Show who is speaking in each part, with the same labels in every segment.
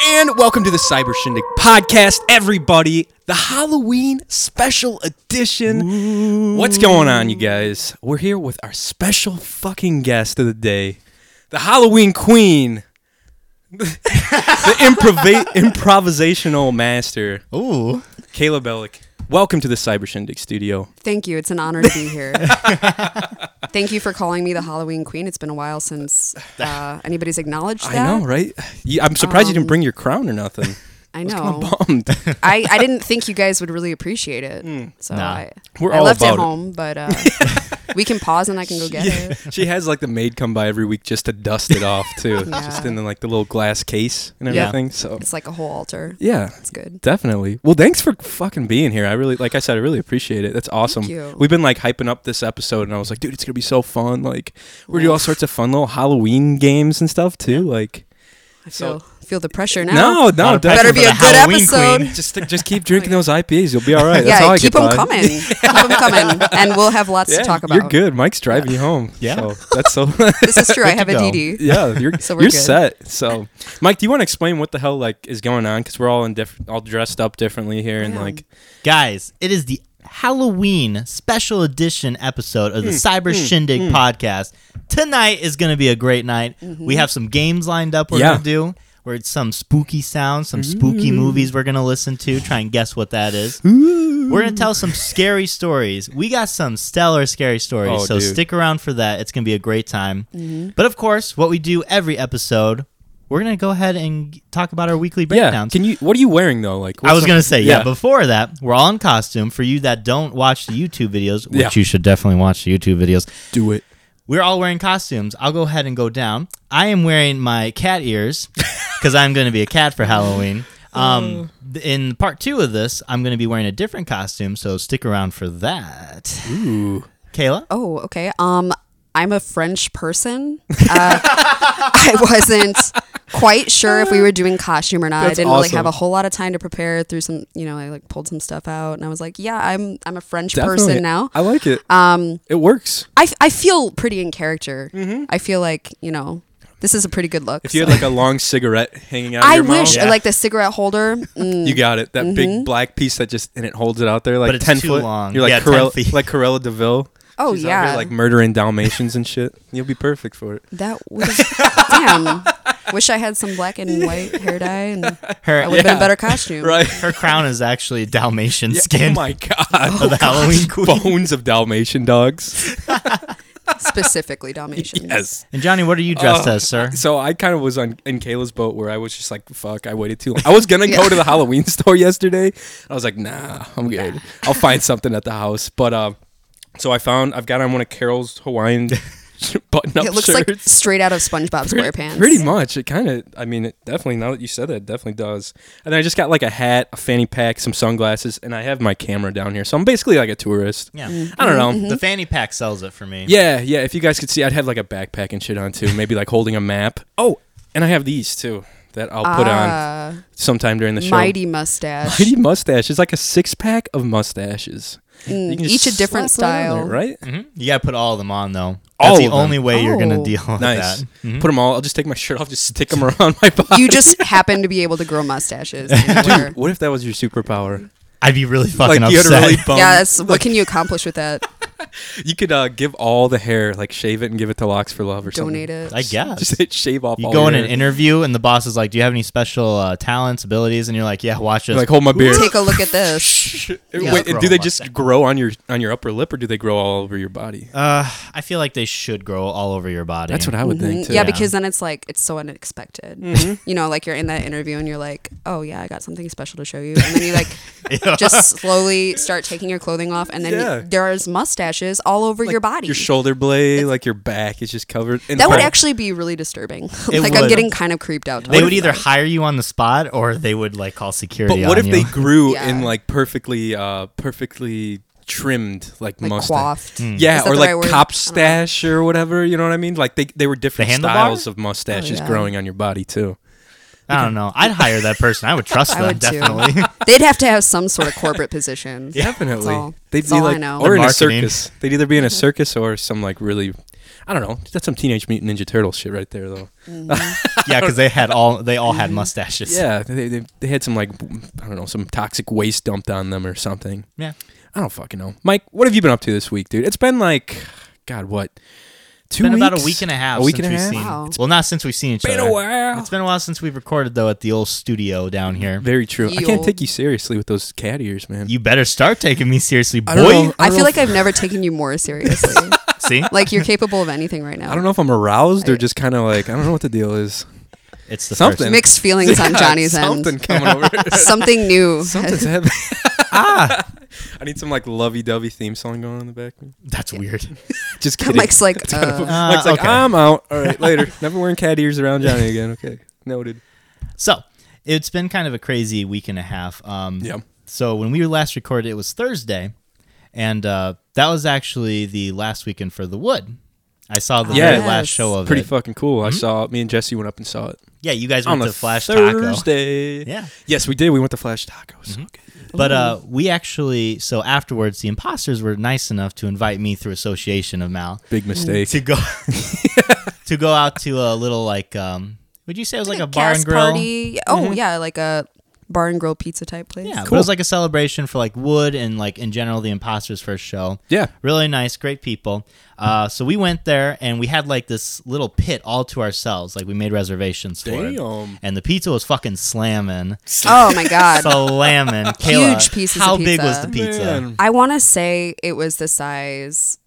Speaker 1: And welcome to the Cyber Shindig podcast, everybody. The Halloween special edition. What's going on, you guys? We're here with our special fucking guest of the day, the Halloween queen, the improv- improvisational master,
Speaker 2: Ooh.
Speaker 1: Kayla Bellick. Welcome to the Cyber Shindig studio.
Speaker 3: Thank you. It's an honor to be here. Thank you for calling me the Halloween Queen. It's been a while since uh, anybody's acknowledged that.
Speaker 1: I know, right? You- I'm surprised you didn't bring your crown or nothing.
Speaker 3: I
Speaker 1: I'm
Speaker 3: know.
Speaker 1: bummed.
Speaker 3: I, I didn't think you guys would really appreciate it. So
Speaker 2: Nah.
Speaker 3: I,
Speaker 1: Hmm. We're
Speaker 3: I
Speaker 1: all
Speaker 3: left
Speaker 1: about
Speaker 3: it
Speaker 1: it.
Speaker 3: home, but uh, we can pause and I can go get
Speaker 1: Yeah.
Speaker 3: it.
Speaker 1: She has like the maid come by every week just to dust it off too, just in the, like the little glass case and
Speaker 2: Yeah.
Speaker 1: everything. So
Speaker 3: It's like a whole altar.
Speaker 1: yeah,
Speaker 3: It's good.
Speaker 1: definitely. Well, thanks for fucking being here. I really, like I said, I really appreciate it. That's awesome.
Speaker 3: you.
Speaker 1: We've been like hyping up this episode, and I was like, dude, it's gonna be so fun. Like we're gonna do all sorts of fun little Halloween games and stuff too. Like
Speaker 3: I
Speaker 1: So-
Speaker 3: feel, feel the pressure now.
Speaker 1: no,
Speaker 2: Not
Speaker 1: no,
Speaker 2: a
Speaker 1: definitely.
Speaker 3: Better be a
Speaker 2: passion for the
Speaker 3: good
Speaker 2: Halloween
Speaker 3: episode.
Speaker 2: queen.
Speaker 1: Just just keep drinking those IPAs. You'll be all right. That's how
Speaker 3: yeah,
Speaker 1: I
Speaker 3: keep
Speaker 1: get
Speaker 3: them
Speaker 1: by.
Speaker 3: coming. keep them coming. And we'll have lots
Speaker 1: Yeah,
Speaker 3: to talk about.
Speaker 1: You're good. Mike's driving you home.
Speaker 2: Yeah.
Speaker 1: so that's so.
Speaker 3: This is true. I have a
Speaker 2: go.
Speaker 3: DD.
Speaker 1: yeah, you're
Speaker 3: So we're
Speaker 1: you're
Speaker 3: good.
Speaker 1: set. So, Mike, do you want to explain what the hell like is going on? Because we're all in diff- all dressed up differently here, and
Speaker 3: Yeah.
Speaker 1: like,
Speaker 2: Guys, it is the Halloween special edition episode of the
Speaker 1: Hmm.
Speaker 2: Cyber Shindig podcast. Tonight is going to be a great night. We have some games lined up we're
Speaker 1: Mm-hmm. Yeah. Mm.
Speaker 2: going to do. Where it's some spooky sounds, some spooky movies we're gonna listen to. Try and guess what that is. We're gonna tell some scary stories. We got some stellar scary stories,
Speaker 1: Oh,
Speaker 2: so
Speaker 1: dude. Mm-hmm.
Speaker 2: stick around for that. It's gonna be a great time. But of course, what we do every episode, we're gonna go ahead and g- talk about our weekly
Speaker 1: yeah.
Speaker 2: breakdowns.
Speaker 1: Can you? What are you wearing though? Like,
Speaker 2: I was
Speaker 1: what's
Speaker 2: gonna say yeah.
Speaker 1: yeah.
Speaker 2: Before that, we're all in costume. For you that don't watch the YouTube videos, which
Speaker 1: Yeah.
Speaker 2: you should definitely watch the YouTube videos.
Speaker 1: the- do it.
Speaker 2: We're all wearing costumes. I'll go ahead and go down. I am wearing my cat ears because I'm gonna be a cat for Halloween.
Speaker 1: Oh.
Speaker 2: Um, th- in part two of this, I'm gonna be wearing a different costume, so stick around for that.
Speaker 1: Ooh,
Speaker 2: Kayla,
Speaker 3: Oh, okay. Um, I'm a French person. Uh, I wasn't quite sure if we were doing costume or not. I
Speaker 1: That's
Speaker 3: didn't really
Speaker 1: awesome.
Speaker 3: have a whole lot of time to prepare through some, you know, I like pulled some stuff out and I was like, yeah, I'm I'm a French
Speaker 1: Definitely.
Speaker 3: person now. Uh,
Speaker 1: I like it. Um, it works.
Speaker 3: I, f- I feel pretty in character. I feel like, you know, this is a pretty good look.
Speaker 1: Mm-hmm. If you had
Speaker 3: so-
Speaker 1: like a long cigarette hanging out, of
Speaker 3: I
Speaker 1: your
Speaker 3: wish
Speaker 1: mouth,
Speaker 2: Yeah.
Speaker 3: like the cigarette holder. Mm,
Speaker 1: you got it. That big black piece that just and it holds it out there like
Speaker 2: But it's
Speaker 1: ten
Speaker 2: too
Speaker 1: foot.
Speaker 2: long.
Speaker 1: You're like
Speaker 2: Yeah, 10
Speaker 1: Corella,
Speaker 2: feet.
Speaker 1: like Corella Deville.
Speaker 3: oh
Speaker 1: She's out
Speaker 3: yeah.
Speaker 1: here, like murdering Dalmatians and shit. You'll be perfect for it.
Speaker 3: that was damn. Wish I had some black and white hair dye and that
Speaker 2: her
Speaker 3: would have been a better costume.
Speaker 1: Right.
Speaker 2: her crown is actually Dalmatian
Speaker 1: Yeah,
Speaker 2: skin.
Speaker 1: Oh my god.
Speaker 2: of the Halloween queen.
Speaker 1: Bones of Dalmatian dogs.
Speaker 3: Specifically Dalmatians.
Speaker 1: Yes.
Speaker 2: And Johnny, what are you dressed
Speaker 1: Uh,
Speaker 2: as, sir?
Speaker 1: So I kind of was on in Kayla's boat where I was just like, "Fuck!" I waited too long. I was gonna go to the Halloween store yesterday. I was like, "Nah, I'm good. I'll find something at the house." But um, so I found I've got on one of Carol's Hawaiian button-up
Speaker 3: It looks
Speaker 1: shirts.
Speaker 3: like straight out of SpongeBob SquarePants.
Speaker 1: Pretty much. It kind of. I mean, it definitely. Now that you said that, it definitely does. And I just got like a hat, a fanny pack, some sunglasses, and I have my camera down here. So I'm basically like a tourist.
Speaker 2: Yeah.
Speaker 1: I don't know.
Speaker 2: The fanny pack sells it for me.
Speaker 1: Yeah, yeah. If you guys could see, I'd have like a backpack and shit on too. Maybe like holding a map. Oh, and I have these too that I'll put on
Speaker 3: Ah,
Speaker 1: sometime during the show.
Speaker 3: mighty mustache.
Speaker 1: Mighty mustache. It's like a six pack of mustaches. You can just
Speaker 3: Mm, each a different
Speaker 1: slap right on
Speaker 3: style.
Speaker 1: there, right?
Speaker 2: You gotta put all of them on though.
Speaker 1: Mm-hmm.
Speaker 2: That's
Speaker 1: All
Speaker 2: the
Speaker 1: of them.
Speaker 2: only way you're gonna
Speaker 3: Oh.
Speaker 2: deal with
Speaker 1: Nice. Mm-hmm.
Speaker 2: that. Mm-hmm.
Speaker 1: Put them all. I'll just take my shirt off, just stick them around my body.
Speaker 3: You just happen to be able to grow mustaches. anywhere.
Speaker 1: what if that was your superpower?
Speaker 2: I'd be really fucking
Speaker 1: Like, you had a
Speaker 2: upset.
Speaker 1: really bum-
Speaker 3: yeah, that's, what can you accomplish with that?
Speaker 1: You could uh, give all the hair, like shave it and give it to Locks for Love or something.
Speaker 3: Donate it.
Speaker 2: I guess.
Speaker 1: Just shave off.
Speaker 2: You
Speaker 1: all
Speaker 2: go
Speaker 1: your
Speaker 2: in an
Speaker 1: hair.
Speaker 2: interview and the boss is like, "Do you have any special uh, talents, abilities?" And you're like, "Yeah, watch this."
Speaker 1: like hold my beard.
Speaker 3: Take a look at this. Yeah.
Speaker 1: Wait,
Speaker 2: Grow
Speaker 1: do they
Speaker 2: a
Speaker 1: just
Speaker 2: mustache.
Speaker 1: grow on your on your upper lip, or do they grow all over your body?
Speaker 2: uh, I feel like they should grow all over your body.
Speaker 1: That's what I Mm-hmm. would think
Speaker 3: Mm,
Speaker 1: too.
Speaker 3: yeah, because then it's like it's so unexpected. You know, like you're in that interview and you're like, "Oh yeah, I got something special to show you," and then you like just slowly start taking your clothing off, and then
Speaker 1: Yeah.
Speaker 3: there's mustaches all over your body.
Speaker 1: your shoulder blade, like your back is just covered. In
Speaker 3: that would
Speaker 1: bone.
Speaker 3: actually be really disturbing.
Speaker 2: It
Speaker 3: like
Speaker 2: would.
Speaker 3: I'm getting kind of creeped out.
Speaker 2: They
Speaker 3: talking
Speaker 2: would either
Speaker 3: about it.
Speaker 2: hire you on the spot or they would like call security.
Speaker 1: But what if
Speaker 2: on
Speaker 1: they
Speaker 2: you.
Speaker 1: grew
Speaker 3: Yeah.
Speaker 1: in like perfectly, uh perfectly trimmed, like,
Speaker 3: like
Speaker 1: mustache? Mm.
Speaker 3: coiffed.
Speaker 1: Yeah,
Speaker 3: Is that
Speaker 1: or
Speaker 3: the
Speaker 1: like
Speaker 3: right word?
Speaker 1: cop
Speaker 3: I don't know.
Speaker 1: stache or whatever. You know what I mean? Like they they were different
Speaker 2: The handlebar?
Speaker 1: styles of mustaches
Speaker 3: Oh, yeah.
Speaker 1: growing on your body too.
Speaker 2: I don't know. I'd hire that person. I would trust
Speaker 3: I
Speaker 2: them
Speaker 3: would too.
Speaker 2: definitely.
Speaker 3: They'd have to have some sort of corporate position.
Speaker 1: Definitely,
Speaker 3: all-
Speaker 1: they'd
Speaker 3: that's
Speaker 1: be
Speaker 3: all I
Speaker 1: like,
Speaker 3: know.
Speaker 1: or in a
Speaker 2: Marketing.
Speaker 1: circus. They'd either be in a circus or some like really. I don't know. That's some Teenage Mutant Ninja Turtle shit right there, though.
Speaker 2: yeah, because they had all they all had mustaches.
Speaker 1: Yeah, they, they, they had some like I don't know some toxic waste dumped on them or something.
Speaker 2: yeah.
Speaker 1: I don't fucking know. Mike, what have you been up to this week, dude? It's been like, God, what? Two
Speaker 2: Been
Speaker 1: weeks?
Speaker 2: about a week and a half.
Speaker 1: A week
Speaker 2: since
Speaker 1: and a
Speaker 2: we've
Speaker 1: half.
Speaker 2: Seen,
Speaker 3: Wow. It's
Speaker 2: Well, not since we've seen each
Speaker 1: Been
Speaker 2: other.
Speaker 1: a while.
Speaker 2: It's been a while since we've recorded though at the old studio down here.
Speaker 1: Very true. I
Speaker 3: Yo.
Speaker 1: can't take you seriously with those cat ears, man.
Speaker 2: You better start taking me seriously,
Speaker 1: I don't
Speaker 2: boy.
Speaker 1: know.
Speaker 3: I feel
Speaker 1: know
Speaker 3: like I've never taken you more seriously.
Speaker 2: See,
Speaker 3: like you're capable of anything right now.
Speaker 1: I don't know if I'm aroused or
Speaker 3: I-
Speaker 1: just kind of like I don't know what the deal is.
Speaker 2: it's the
Speaker 1: Something.
Speaker 2: first.
Speaker 3: Mixed feelings on
Speaker 1: Yeah,
Speaker 3: Johnny's
Speaker 1: something
Speaker 3: end.
Speaker 1: coming over.
Speaker 3: Something new.
Speaker 1: Something's happening.
Speaker 2: Ah.
Speaker 1: I need some like lovey-dovey theme song going on in the back.
Speaker 2: That's weird.
Speaker 1: Just kidding.
Speaker 3: Mike's like, uh,
Speaker 2: Uh,
Speaker 1: Mike's like,
Speaker 2: okay.
Speaker 1: I'm out. All right, later. Never wearing cat ears around Johnny again. Okay, noted.
Speaker 2: So it's been kind of a crazy week and a half. Um,
Speaker 1: Yeah.
Speaker 2: So when we were last recorded, it was Thursday, and uh, that was actually the last weekend for the Wood. I saw the
Speaker 1: Yeah.
Speaker 2: very last
Speaker 3: Yes.
Speaker 2: show of
Speaker 1: Pretty
Speaker 2: it.
Speaker 1: fucking cool. I saw. Me and Jesse went up and saw it
Speaker 2: yeah, you guys
Speaker 1: on
Speaker 2: Mm-hmm. went
Speaker 1: a
Speaker 2: to Flash Taco.
Speaker 1: Thursday.
Speaker 2: Yeah, Mm-hmm.
Speaker 1: Yes, we did. We went to Flash Tacos. Okay.
Speaker 2: but
Speaker 1: Oh.
Speaker 2: uh, we actually so afterwards, the imposters were nice enough to invite me through association of Mal
Speaker 1: Big mistake.
Speaker 2: to go to go out to a little like um, would you say it was like a bar
Speaker 3: cast
Speaker 2: and grill? Mm-hmm.
Speaker 3: party. Oh yeah, like a bar and grill pizza type place.
Speaker 2: Yeah, but
Speaker 1: Cool.
Speaker 2: it was like a celebration for like Wood and like in general the Imposters' first show.
Speaker 1: Yeah.
Speaker 2: really nice, great people. Uh, so we went there and we had like this little pit all to ourselves. Like we made reservations for
Speaker 1: Damn.
Speaker 2: it, and the pizza was fucking slamming,
Speaker 3: Oh my god.
Speaker 2: slamming. Kayla,
Speaker 3: Huge pieces of
Speaker 2: How big
Speaker 3: pizza.
Speaker 2: was the pizza?
Speaker 1: Man.
Speaker 3: I want to say it was the size.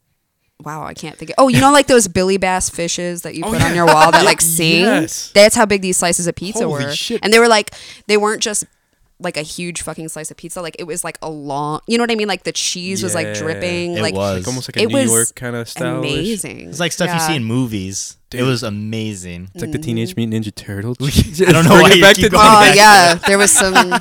Speaker 3: Wow, I can't think. Of, oh, you know, like those Billy Bass fishes that you put on your wall that like sing.
Speaker 1: Oh, Yes.
Speaker 3: That's how big these slices of pizza
Speaker 1: Holy
Speaker 3: were.
Speaker 1: shit.
Speaker 3: And they were like, they weren't just like a huge fucking slice of pizza. Like it was like a long. You know what I mean? Like the cheese was like
Speaker 1: Yeah.
Speaker 3: dripping.
Speaker 2: It
Speaker 3: like
Speaker 2: was.
Speaker 1: Like almost like a
Speaker 3: It
Speaker 1: New
Speaker 3: was
Speaker 1: York kind of style.
Speaker 3: amazing.
Speaker 2: It's like stuff you
Speaker 3: Yeah.
Speaker 2: see in movies. It was amazing.
Speaker 1: It's like the Teenage Mutant Ninja Turtles.
Speaker 2: I don't know
Speaker 1: Bring
Speaker 2: why
Speaker 1: it
Speaker 2: you
Speaker 1: back
Speaker 2: keep
Speaker 1: to
Speaker 2: going
Speaker 3: Oh
Speaker 2: back.
Speaker 3: yeah, there was some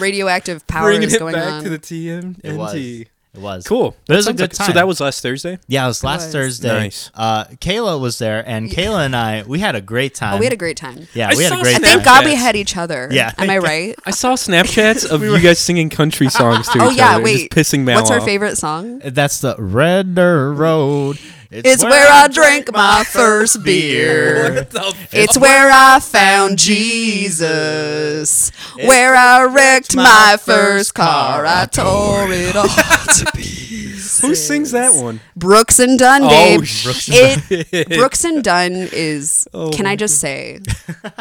Speaker 3: radioactive powers
Speaker 1: Bringing it
Speaker 3: going
Speaker 1: back
Speaker 3: on.
Speaker 1: to the TMNT.
Speaker 2: It was. It was
Speaker 1: Cool.
Speaker 2: But it was a
Speaker 1: Sounds
Speaker 2: good
Speaker 1: like- So
Speaker 2: time.
Speaker 1: that was last Thursday.
Speaker 2: Yeah, it was last
Speaker 3: was.
Speaker 2: Thursday.
Speaker 1: Nice.
Speaker 2: Uh, Kayla was there, and Kayla and I, we had a great time.
Speaker 3: Oh, we had a great time.
Speaker 2: yeah,
Speaker 1: I
Speaker 2: we had
Speaker 1: saw
Speaker 2: a great
Speaker 1: some-
Speaker 2: time.
Speaker 3: Thank God we
Speaker 1: Yes.
Speaker 3: had each other.
Speaker 2: Yeah.
Speaker 3: Am I right?
Speaker 1: I saw Snapchats of you guys singing country songs to
Speaker 3: Oh
Speaker 1: each
Speaker 3: yeah.
Speaker 1: other,
Speaker 3: Wait.
Speaker 1: just pissing Mal
Speaker 3: What's our
Speaker 1: off.
Speaker 3: favorite song?
Speaker 2: That's the Redder Road.
Speaker 3: It's where I drank my first beer.
Speaker 1: What the f-
Speaker 3: It's where I found Jesus. Where I wrecked
Speaker 2: my
Speaker 3: my
Speaker 2: first
Speaker 3: first car.
Speaker 2: car. I
Speaker 3: I tore it all to pieces.
Speaker 1: Who sings that one?
Speaker 3: Brooks and Dunn,
Speaker 1: Oh,
Speaker 3: babe.
Speaker 1: Brooks
Speaker 3: it, Brooks and Dunn is,
Speaker 1: Oh,
Speaker 3: can
Speaker 1: my
Speaker 3: I just say,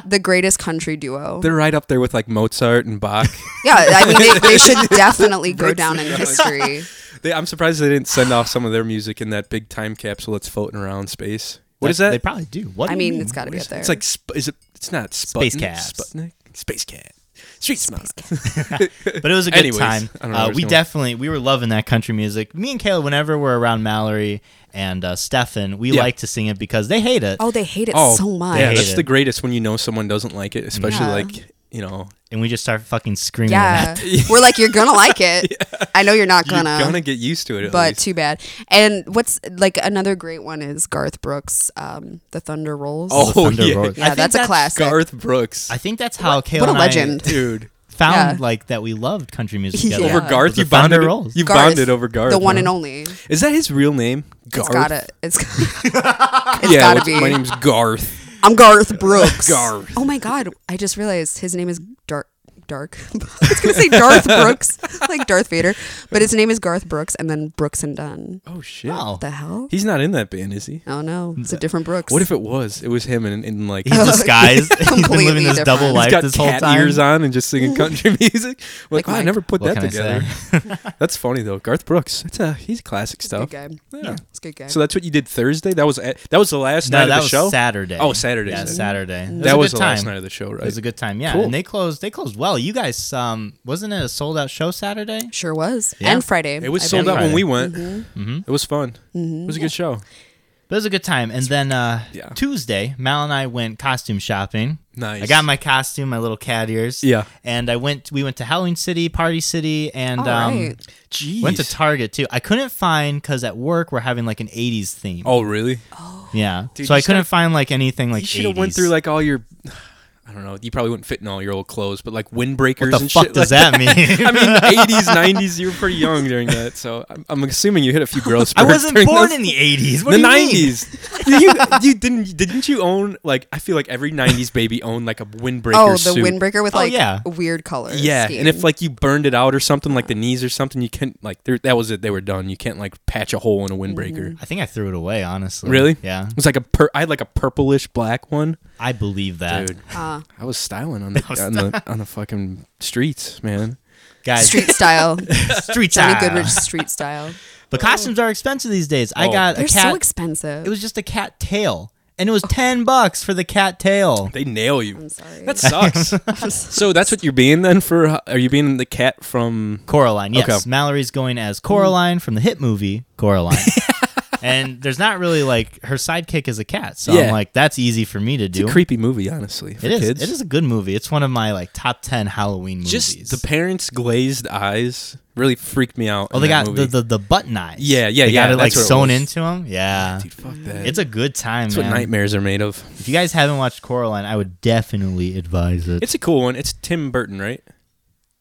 Speaker 3: the greatest country duo.
Speaker 1: They're right up there with like Mozart and Bach.
Speaker 3: Yeah, I mean, they, they should definitely go down in history.
Speaker 1: they, I'm surprised they didn't send off some of their music in that big time capsule that's floating around space. What is that?
Speaker 2: They probably do. What?
Speaker 3: I
Speaker 2: do you
Speaker 3: mean, it's got to be up there.
Speaker 1: It's like sp- is it? It's not Sputnik,
Speaker 2: Space Cats.
Speaker 1: Sputnik. Space cat. Street smart.
Speaker 2: but it was a good
Speaker 1: Anyways,
Speaker 2: time.
Speaker 1: I don't know where
Speaker 2: Uh,
Speaker 1: it's
Speaker 2: we
Speaker 1: going.
Speaker 2: definitely we were loving that country music. Me and Kayla, whenever we're around Mallory and uh, Stefan, we
Speaker 1: Yeah.
Speaker 2: like to sing it because they hate it,
Speaker 3: Oh, they hate it so much.
Speaker 1: Yeah,
Speaker 2: hate
Speaker 1: that's
Speaker 2: it.
Speaker 1: the greatest when you know someone doesn't like it, especially
Speaker 3: Yeah.
Speaker 1: like you know
Speaker 2: and we just start fucking screaming.
Speaker 3: Yeah.
Speaker 2: At
Speaker 3: We're like, you're going to like it. I know you're not
Speaker 1: you're
Speaker 3: going
Speaker 1: gonna,
Speaker 3: to,
Speaker 1: get used to it. At
Speaker 3: but
Speaker 1: least.
Speaker 3: too bad. And what's like another great one is Garth Brooks, um, The Thunder Rolls.
Speaker 1: Oh,
Speaker 2: the Thunder
Speaker 1: yeah.
Speaker 2: Road.
Speaker 1: I
Speaker 3: yeah,
Speaker 2: think
Speaker 3: that's a classic.
Speaker 1: Garth Brooks,
Speaker 2: I think that's how Kayla
Speaker 3: what a
Speaker 2: and I
Speaker 3: legend.
Speaker 1: dude.
Speaker 2: found
Speaker 3: Yeah.
Speaker 2: like that we loved country music
Speaker 3: Yeah.
Speaker 2: together.
Speaker 1: Over
Speaker 3: Yeah.
Speaker 1: Garth,
Speaker 2: The
Speaker 1: you
Speaker 2: Thunder
Speaker 1: bonded.
Speaker 2: Rolls.
Speaker 1: You
Speaker 3: Garth,
Speaker 1: bonded over Garth.
Speaker 3: the one
Speaker 1: huh?
Speaker 3: and only.
Speaker 1: Is that his real name? Garth.
Speaker 3: It's got to It's, it's
Speaker 1: yeah,
Speaker 3: got to
Speaker 1: it's-
Speaker 3: be.
Speaker 1: my name's Garth.
Speaker 3: I'm Garth Brooks.
Speaker 1: Garth.
Speaker 3: Oh my God. I just realized his name is Dark. Dark. I was going to say Darth Brooks, like Darth Vader, but his name is Garth Brooks and then Brooks and Dunn.
Speaker 1: Oh shit.
Speaker 2: Wow.
Speaker 3: The hell?
Speaker 1: He's not in that band, is he?
Speaker 3: Oh no, it's a different Brooks.
Speaker 1: What if it was? It was him in, in like
Speaker 2: He's disguised. He's been
Speaker 3: Completely
Speaker 2: living this double
Speaker 3: different.
Speaker 2: life
Speaker 1: He's got
Speaker 2: this whole
Speaker 1: cat
Speaker 2: time.
Speaker 1: ears on and just singing country music. Like,
Speaker 3: Like
Speaker 1: wow, I
Speaker 3: Mike.
Speaker 1: never put
Speaker 2: What
Speaker 1: that
Speaker 2: can I
Speaker 1: together. That's funny though. Garth Brooks. That's a he's classic
Speaker 3: Good
Speaker 1: stuff.
Speaker 3: guy.
Speaker 1: Yeah.
Speaker 3: Yeah, it's a good guy.
Speaker 1: So that's what you did Thursday. That was at, that was the last
Speaker 2: No,
Speaker 1: night
Speaker 2: that
Speaker 1: of the
Speaker 2: was
Speaker 1: show.
Speaker 2: Saturday.
Speaker 1: Oh, Saturday,
Speaker 2: Yeah,
Speaker 3: Mm-hmm.
Speaker 1: Saturday.
Speaker 2: Saturday. It
Speaker 1: That
Speaker 2: a
Speaker 1: was
Speaker 2: good
Speaker 1: the last
Speaker 2: time.
Speaker 1: night of the show,
Speaker 2: It
Speaker 1: right?
Speaker 2: was a good time, yeah.
Speaker 1: Cool.
Speaker 2: And they closed. They closed well. You guys, um, wasn't it a sold out show Saturday?
Speaker 3: Sure was.
Speaker 2: Yeah.
Speaker 3: And Friday.
Speaker 1: It was
Speaker 3: I
Speaker 1: sold out
Speaker 3: believe.
Speaker 1: when we went.
Speaker 2: Mm-hmm.
Speaker 1: Mm-hmm. It was fun. It was a good show.
Speaker 2: But it was a good time. And then uh,
Speaker 1: Yeah.
Speaker 2: Tuesday, Mal and I went costume shopping.
Speaker 1: Nice.
Speaker 2: I got my costume, my little cat ears.
Speaker 1: Yeah.
Speaker 2: And I went. We went to Halloween City, Party City, and
Speaker 3: All
Speaker 2: um,
Speaker 3: right.
Speaker 1: Jeez.
Speaker 2: went to Target too. I couldn't find because at work we're having like an '80s theme.
Speaker 1: oh really?
Speaker 2: yeah.
Speaker 1: Dude,
Speaker 2: so
Speaker 1: you
Speaker 2: I couldn't
Speaker 1: should've-
Speaker 2: find like anything like.
Speaker 1: you should have
Speaker 2: 80s.
Speaker 1: went through like all your. I don't know. You probably wouldn't fit in all your old clothes, but like windbreakers
Speaker 2: What the
Speaker 1: and
Speaker 2: fuck
Speaker 1: shit
Speaker 2: does
Speaker 1: like
Speaker 2: that mean?
Speaker 1: I mean, 80s, 90s. You were pretty young during that, so I'm, I'm assuming you hit a few girls.
Speaker 2: I wasn't born in the 80s. What
Speaker 1: the
Speaker 2: do you mean?
Speaker 1: nineties. you you didn't didn't you own like I feel like every nineties baby owned like a windbreaker
Speaker 3: Oh, the
Speaker 1: suit.
Speaker 3: windbreaker with
Speaker 2: Oh,
Speaker 3: like
Speaker 2: yeah.
Speaker 3: weird colors.
Speaker 1: yeah, and if like you burned it out or something, like the knees or something, you can't like there, that was it. They were done. You can't like patch a hole in a windbreaker.
Speaker 2: I think I threw it away,
Speaker 3: Mm-hmm.
Speaker 2: honestly.
Speaker 1: Really?
Speaker 2: Yeah.
Speaker 1: It was like a per- I had like a purplish black one,
Speaker 2: I believe that.
Speaker 1: dude.
Speaker 3: Ah.
Speaker 1: I was styling on the,
Speaker 2: was
Speaker 1: on the on the fucking streets, man.
Speaker 2: Guys,
Speaker 3: street style,
Speaker 2: street
Speaker 3: Johnny
Speaker 2: style.
Speaker 3: Goodrich street style.
Speaker 2: But costumes are expensive these days. I
Speaker 1: Oh.
Speaker 2: got
Speaker 3: They're
Speaker 2: a cat.
Speaker 3: so expensive.
Speaker 2: it was just a cat tail, and it was ten bucks for the cat tail.
Speaker 1: They nail you.
Speaker 3: I'm sorry.
Speaker 1: That sucks. so that's what you're being then for? uh, Are you being the cat from?
Speaker 2: Coraline, yes.
Speaker 1: Okay.
Speaker 2: Mallory's going as Coraline from the hit movie Coraline. and there's not really like her sidekick is a cat, so I'm
Speaker 1: Yeah.
Speaker 2: like, that's easy for me to
Speaker 1: It's
Speaker 2: do.
Speaker 1: a creepy movie, honestly. For
Speaker 2: it is.
Speaker 1: Kids.
Speaker 2: It is a good movie. It's one of my like top ten Halloween movies.
Speaker 1: Just the parents' glazed eyes really freaked me out.
Speaker 2: oh,
Speaker 1: in
Speaker 2: they
Speaker 1: that
Speaker 2: got
Speaker 1: movie.
Speaker 2: the, the the button eyes.
Speaker 1: Yeah, yeah,
Speaker 2: they
Speaker 1: yeah,
Speaker 2: Got it
Speaker 1: that's
Speaker 2: like
Speaker 1: what it
Speaker 2: sewn
Speaker 1: was.
Speaker 2: into them. Yeah,
Speaker 1: Dude, fuck that.
Speaker 2: it's a good time.
Speaker 1: That's
Speaker 2: man.
Speaker 1: what nightmares are made of.
Speaker 2: If you guys haven't watched Coraline, I would definitely advise it.
Speaker 1: It's a cool one. It's Tim Burton, right?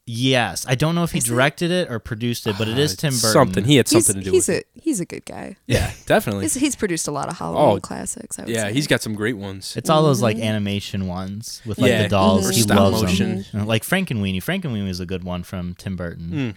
Speaker 2: yes, I don't know if he
Speaker 3: Is it?
Speaker 2: directed it? or produced it, but it
Speaker 1: Uh,
Speaker 2: is Tim Burton.
Speaker 1: Something he had
Speaker 3: he's,
Speaker 1: something to do
Speaker 3: he's
Speaker 1: with.
Speaker 3: a he's a good guy.
Speaker 1: Yeah, definitely.
Speaker 3: He's, he's produced a lot of Halloween
Speaker 1: Oh,
Speaker 3: classics. I would
Speaker 1: Yeah,
Speaker 3: say.
Speaker 1: he's got some great ones.
Speaker 2: It's all those like animation ones with like
Speaker 1: Yeah,
Speaker 2: the dolls.
Speaker 1: or
Speaker 2: He
Speaker 1: stop
Speaker 2: loves
Speaker 1: motion.
Speaker 2: them. Like Frankenweenie. Frankenweenie was a good one from Tim Burton.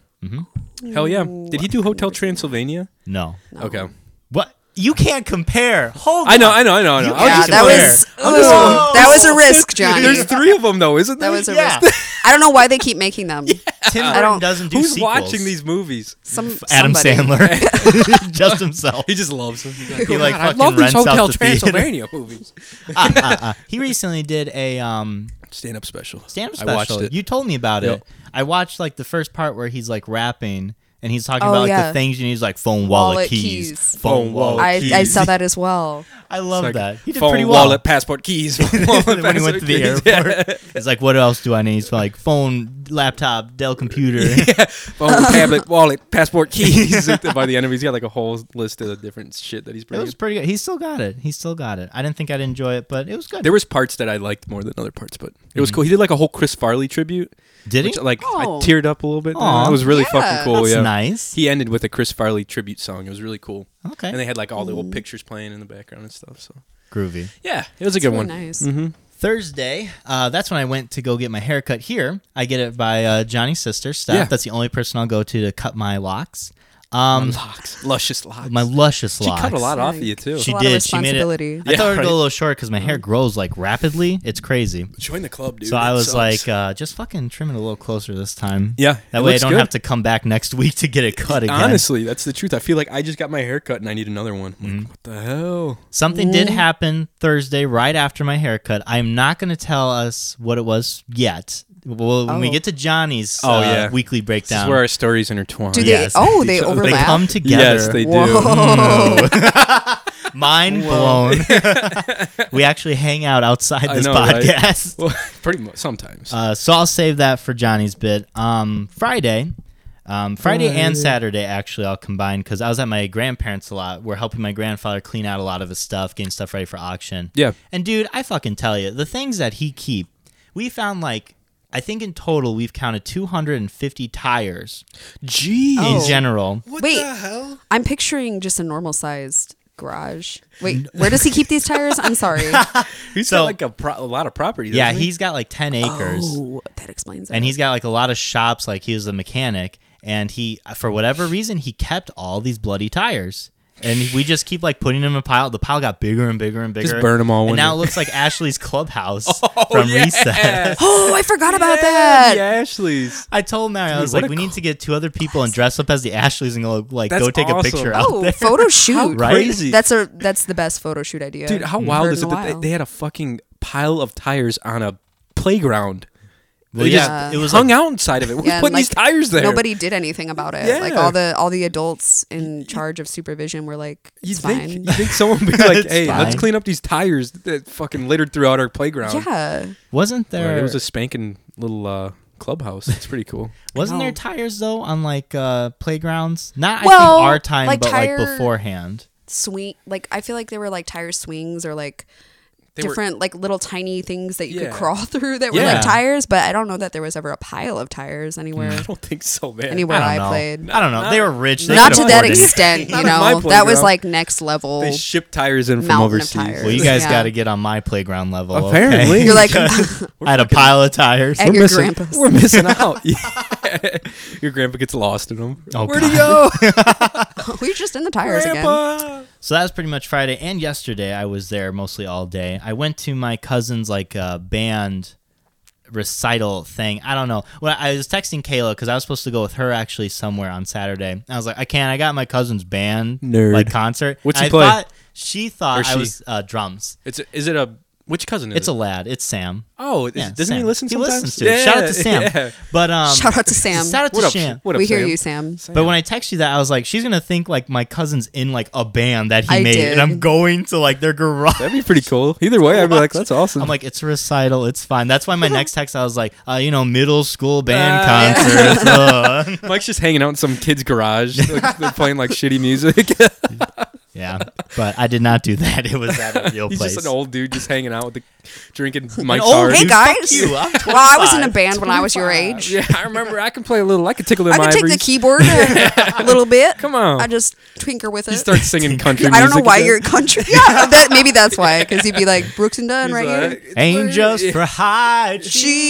Speaker 1: Hell yeah! Did he do Hotel Transylvania?
Speaker 2: No,
Speaker 1: Okay.
Speaker 2: what you can't compare. Hold
Speaker 1: I know, I know, I know, I know. I was
Speaker 3: Yeah,
Speaker 1: just
Speaker 3: that
Speaker 1: aware.
Speaker 3: was ooh, that was a risk, Johnny.
Speaker 1: There's three of them though, isn't
Speaker 3: that
Speaker 1: there?
Speaker 3: was a
Speaker 2: Yeah.
Speaker 3: risk. I don't know why they keep making them.
Speaker 2: Tim
Speaker 3: I
Speaker 2: Burton
Speaker 3: don't-
Speaker 2: doesn't do
Speaker 1: Who's
Speaker 2: sequels.
Speaker 1: watching these movies?
Speaker 3: Some
Speaker 2: Adam
Speaker 3: somebody.
Speaker 2: Sandler, just himself.
Speaker 1: He just loves them. He's
Speaker 2: He, like,
Speaker 1: Oh, "God, I
Speaker 2: fucking
Speaker 1: love these
Speaker 2: rents out
Speaker 1: Hotel
Speaker 2: the theater."
Speaker 1: Transylvania movies.
Speaker 2: Ah, ah, ah. He recently did a um,
Speaker 1: Stand up special.
Speaker 2: stand-up
Speaker 1: I
Speaker 2: special.
Speaker 1: watched it.
Speaker 2: You told me about
Speaker 1: Yep.
Speaker 2: it. I watched like the first part where he's like rapping and he's talking
Speaker 3: Oh,
Speaker 2: about like
Speaker 3: yeah.
Speaker 2: the things you need, like phone, wallet,
Speaker 3: Wallet,
Speaker 2: keys.
Speaker 3: keys.
Speaker 1: Phone, wallet,
Speaker 2: I,
Speaker 3: I, I saw that as well.
Speaker 2: I love
Speaker 1: It's like
Speaker 2: that. He did
Speaker 1: phone,
Speaker 2: pretty well.
Speaker 1: wallet, passport, keys.
Speaker 2: when he went to the airport. It's like, what else do I need? It's like phone, laptop, Dell computer.
Speaker 1: phone, tablet, wallet, passport, keys. By the end of it, he's got like a whole list of the different shit that he's
Speaker 2: It
Speaker 1: bringing.
Speaker 2: was pretty good. He still got it. He still got it. I didn't think I'd enjoy it, but it was good.
Speaker 1: there was parts that I liked more than other parts, but it was cool. He did like a whole Chris Farley tribute.
Speaker 2: Mm-hmm. Did he?
Speaker 1: Which, like
Speaker 3: Oh.
Speaker 1: I teared up a little bit.
Speaker 2: Aw.
Speaker 1: It was really
Speaker 3: Yeah.
Speaker 1: fucking cool.
Speaker 2: That's
Speaker 1: yeah,
Speaker 2: nice.
Speaker 1: He ended with a Chris Farley tribute song. It was really cool.
Speaker 2: okay.
Speaker 1: And they had like all the old pictures playing in the background and stuff. So
Speaker 2: Groovy.
Speaker 1: yeah, it was a
Speaker 3: It's
Speaker 1: good one.
Speaker 3: really
Speaker 1: Mm-hmm.
Speaker 3: Nice.
Speaker 2: Thursday, uh, that's when I went to go get my haircut here. I get it by uh, Johnny's sister, Steph.
Speaker 1: Yeah.
Speaker 2: That's the only person I'll go to to cut my locks. Um,
Speaker 1: Locks, luscious locks.
Speaker 2: my luscious
Speaker 1: she
Speaker 2: locks.
Speaker 1: cut a lot off of
Speaker 3: Like,
Speaker 1: you too.
Speaker 2: She
Speaker 3: A lot of
Speaker 2: did. She made
Speaker 3: responsibility.
Speaker 2: it. I
Speaker 1: Yeah,
Speaker 2: thought it would
Speaker 1: right.
Speaker 2: go a little short because my hair grows like rapidly. It's crazy.
Speaker 1: Join the club, dude.
Speaker 2: So I
Speaker 1: That
Speaker 2: was
Speaker 1: sucks.
Speaker 2: like, uh, just fucking trim it a little closer this time.
Speaker 1: Yeah,
Speaker 2: That
Speaker 1: it
Speaker 2: way I
Speaker 1: looks
Speaker 2: don't
Speaker 1: good.
Speaker 2: have to come back next week to get it cut again.
Speaker 1: Honestly, that's the truth. I feel like I just got my hair cut and I need another one. I'm
Speaker 2: Mm-hmm.
Speaker 1: like, what the hell?
Speaker 2: Something did happen Thursday right after my haircut. I'm not going to tell us what it was yet. Well, when we
Speaker 3: Oh.
Speaker 2: get to Johnny's
Speaker 1: Oh,
Speaker 2: uh,
Speaker 1: yeah.
Speaker 2: weekly
Speaker 1: This
Speaker 2: breakdown.
Speaker 1: is where our stories intertwine.
Speaker 3: Do they?
Speaker 2: Yes.
Speaker 3: Oh, they
Speaker 1: They
Speaker 2: they
Speaker 3: overlap.
Speaker 2: come together.
Speaker 1: yes, they do.
Speaker 3: Whoa.
Speaker 2: Mind blown. we actually hang out outside
Speaker 1: I
Speaker 2: this
Speaker 1: know, right?
Speaker 2: podcast.
Speaker 1: Well, pretty much sometimes.
Speaker 2: Uh, so I'll save that for Johnny's bit. Um, Friday, um, Friday and Saturday actually I'll combine because I was at my grandparents a lot. We're helping my grandfather clean out a lot of his stuff, getting stuff ready for auction.
Speaker 1: Yeah.
Speaker 2: And dude, I fucking tell you, the things that he keep, we found like I think in total we've counted 250 tires
Speaker 1: Jeez.
Speaker 2: in
Speaker 3: Oh.
Speaker 2: general.
Speaker 1: What
Speaker 3: Wait.
Speaker 1: the hell?
Speaker 3: I'm picturing just a normal sized garage. Wait, where does he keep these tires? I'm sorry.
Speaker 1: He's
Speaker 2: So-
Speaker 1: got like a, pro- a lot of property.
Speaker 2: Yeah,
Speaker 1: doesn't he?
Speaker 2: he's got like 10 acres.
Speaker 3: oh, that explains it.
Speaker 2: and he's got like a lot of shops like he was a mechanic and he for whatever reason he kept all these bloody tires and we just keep like putting them in a pile the pile got bigger and bigger and bigger
Speaker 1: Just burn 'em all Oh,
Speaker 2: and
Speaker 1: one
Speaker 2: now
Speaker 1: day.
Speaker 2: it looks like ashley's clubhouse from recess
Speaker 3: oh, I forgot about
Speaker 1: Yeah,
Speaker 3: that.
Speaker 1: the Ashley's.
Speaker 2: i told mary i was
Speaker 1: what
Speaker 2: like
Speaker 1: a
Speaker 2: we need to get two other people and dress up as the ashleys and go like go
Speaker 1: That's
Speaker 2: take a
Speaker 1: awesome.
Speaker 2: picture out
Speaker 3: Oh,
Speaker 2: there
Speaker 3: photo shoot.
Speaker 2: Right?
Speaker 1: crazy.
Speaker 3: That's a that's the best photo shoot idea.
Speaker 1: Dude, how
Speaker 3: I've
Speaker 1: wild
Speaker 3: heard
Speaker 1: is
Speaker 3: in
Speaker 1: it
Speaker 3: a
Speaker 1: that they,
Speaker 3: while.
Speaker 1: they had a fucking pile of tires on a playground?
Speaker 2: Well,
Speaker 1: they
Speaker 2: yeah,
Speaker 1: just
Speaker 2: it was
Speaker 1: hung
Speaker 2: like-
Speaker 1: out inside of it. We're
Speaker 3: Yeah, and,
Speaker 1: putting these
Speaker 3: like,
Speaker 1: tires there.
Speaker 3: Nobody did anything about it. Like
Speaker 1: Yeah.
Speaker 3: all the all the adults in charge of supervision were like,
Speaker 1: You
Speaker 3: it's
Speaker 1: think
Speaker 3: fine.
Speaker 1: you think someone would be like,
Speaker 2: It's
Speaker 1: "Hey, let's
Speaker 2: fine.
Speaker 1: clean up these tires that fucking littered throughout our playground."
Speaker 3: yeah.
Speaker 2: wasn't
Speaker 1: Like,
Speaker 2: there
Speaker 1: it was a spanking little uh, clubhouse. It's pretty cool.
Speaker 2: wasn't
Speaker 3: No.
Speaker 2: there tires though on like uh playgrounds not i
Speaker 3: Well,
Speaker 2: think our time
Speaker 3: like
Speaker 2: but
Speaker 3: tire-
Speaker 2: like beforehand
Speaker 3: Swing like I feel like they were like tire swings or like
Speaker 1: They were-
Speaker 3: different like little tiny things that you
Speaker 1: Yeah.
Speaker 3: could crawl through that were
Speaker 1: Yeah.
Speaker 3: like tires, but I don't know that there was ever a pile of tires anywhere
Speaker 1: I don't think so, man.
Speaker 3: anywhere
Speaker 2: I
Speaker 3: I,
Speaker 2: don't know.
Speaker 3: played.
Speaker 2: I don't know. they were rich. They
Speaker 3: Not
Speaker 2: could
Speaker 3: to
Speaker 2: afford
Speaker 3: that
Speaker 2: it.
Speaker 3: extent,
Speaker 1: Not
Speaker 3: you
Speaker 1: on my
Speaker 3: know. That was
Speaker 1: playground.
Speaker 3: like next level.
Speaker 1: They ship tires in from
Speaker 3: Mountain of
Speaker 1: overseas.
Speaker 3: tires.
Speaker 2: Well, you guys
Speaker 3: Yeah.
Speaker 2: got to get on my playground level. okay?
Speaker 1: Apparently.
Speaker 3: You're like
Speaker 2: I had a pile of tires.
Speaker 3: At
Speaker 1: we're
Speaker 3: your
Speaker 1: missing,
Speaker 3: grandpa's.
Speaker 1: we're missing out. Yeah. Your grandpa gets lost in them.
Speaker 2: Oh,
Speaker 1: Where'd he go?
Speaker 3: we're just in the tires again.
Speaker 1: Grandpa.
Speaker 2: So that was pretty much Friday and yesterday. I was there mostly all day. I went to my cousin's like uh, band recital thing. I don't know. Well, I was texting Kayla because I was supposed to go with her actually somewhere on Saturday. I was like, I can't. I got my cousin's band
Speaker 1: Nerd.
Speaker 2: like concert.
Speaker 1: What's he
Speaker 2: I
Speaker 1: play?
Speaker 2: Thought, she thought
Speaker 1: Or
Speaker 2: I
Speaker 1: she?
Speaker 2: was uh, drums.
Speaker 1: It's a, is it a which cousin is
Speaker 2: It's
Speaker 1: it?
Speaker 2: a lad. It's Sam.
Speaker 1: oh is-
Speaker 2: Yeah,
Speaker 1: doesn't he
Speaker 2: Sam.
Speaker 1: listen
Speaker 2: He
Speaker 1: sometimes?
Speaker 2: listens to it. Shout out to Sam.
Speaker 1: yeah.
Speaker 2: But um,
Speaker 3: Shout out to Sam.
Speaker 2: shout out to
Speaker 1: What up?
Speaker 2: Sam.
Speaker 1: What up?
Speaker 3: we hear
Speaker 1: Sam?
Speaker 3: you, Sam.
Speaker 2: But when I text you that, I was like, she's gonna think like my cousin's in like a band that he
Speaker 3: I
Speaker 2: made, and I'm
Speaker 3: did.
Speaker 2: going to like their garage.
Speaker 1: That'd be pretty cool. Either way, I'd be like, that's awesome.
Speaker 2: I'm like, it's a recital, it's fine. That's why my next text, I was like, uh, you know, middle school band concert. uh.
Speaker 1: Mike's just hanging out in some kid's garage. Like, they're playing like shitty music.
Speaker 2: Yeah, but I did not do that. It was at a real
Speaker 1: He's
Speaker 2: place.
Speaker 1: just an old dude just hanging out with the drinking Mike's
Speaker 2: old
Speaker 1: hard.
Speaker 3: Hey
Speaker 2: dude,
Speaker 3: guys.
Speaker 2: fuck you, I'm
Speaker 3: well, I was in a
Speaker 2: 25.
Speaker 3: band when I was your age.
Speaker 1: Yeah, I remember. I can play a little. I could tickle them
Speaker 3: I could take
Speaker 1: ivories.
Speaker 3: the keyboard a little bit.
Speaker 1: Come on.
Speaker 3: I just tinker with it.
Speaker 1: He starts singing country music.
Speaker 3: I don't know why
Speaker 1: again.
Speaker 3: you're country. Yeah, that maybe that's why. Because he'd be like Brooks and Dunn
Speaker 1: He's
Speaker 3: right
Speaker 1: like,
Speaker 3: here.
Speaker 1: "It's
Speaker 2: Ain't
Speaker 1: weird."
Speaker 2: just
Speaker 1: Yeah.
Speaker 2: for high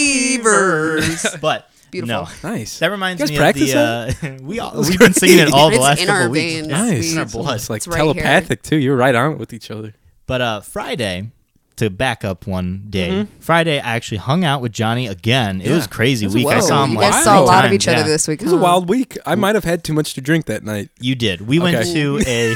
Speaker 2: achievers. But
Speaker 3: Beautiful.
Speaker 2: no,
Speaker 1: nice.
Speaker 2: that reminds
Speaker 1: You guys
Speaker 2: me of
Speaker 1: practice
Speaker 2: the. Uh, we all, we've been singing it all the
Speaker 3: It's
Speaker 2: last
Speaker 3: in
Speaker 2: couple
Speaker 3: our
Speaker 2: weeks.
Speaker 3: veins.
Speaker 2: Yeah.
Speaker 1: Nice.
Speaker 3: in our
Speaker 2: blood.
Speaker 1: It's like
Speaker 3: It's right here.
Speaker 1: telepathic too. You're right on with each other.
Speaker 2: But uh, Friday, to back up one day,
Speaker 3: Mm-hmm.
Speaker 2: Friday I actually hung out with Johnny again. It was crazy
Speaker 1: That's
Speaker 2: week. I
Speaker 1: wild.
Speaker 2: saw him
Speaker 3: you
Speaker 2: like
Speaker 3: guys saw a
Speaker 2: three
Speaker 3: lot of
Speaker 2: times,
Speaker 3: each other
Speaker 2: yeah.
Speaker 3: this week.
Speaker 1: It was a
Speaker 3: huh?
Speaker 1: wild week. I might have had too much to drink that night.
Speaker 2: You did. We went
Speaker 1: Okay.
Speaker 2: to a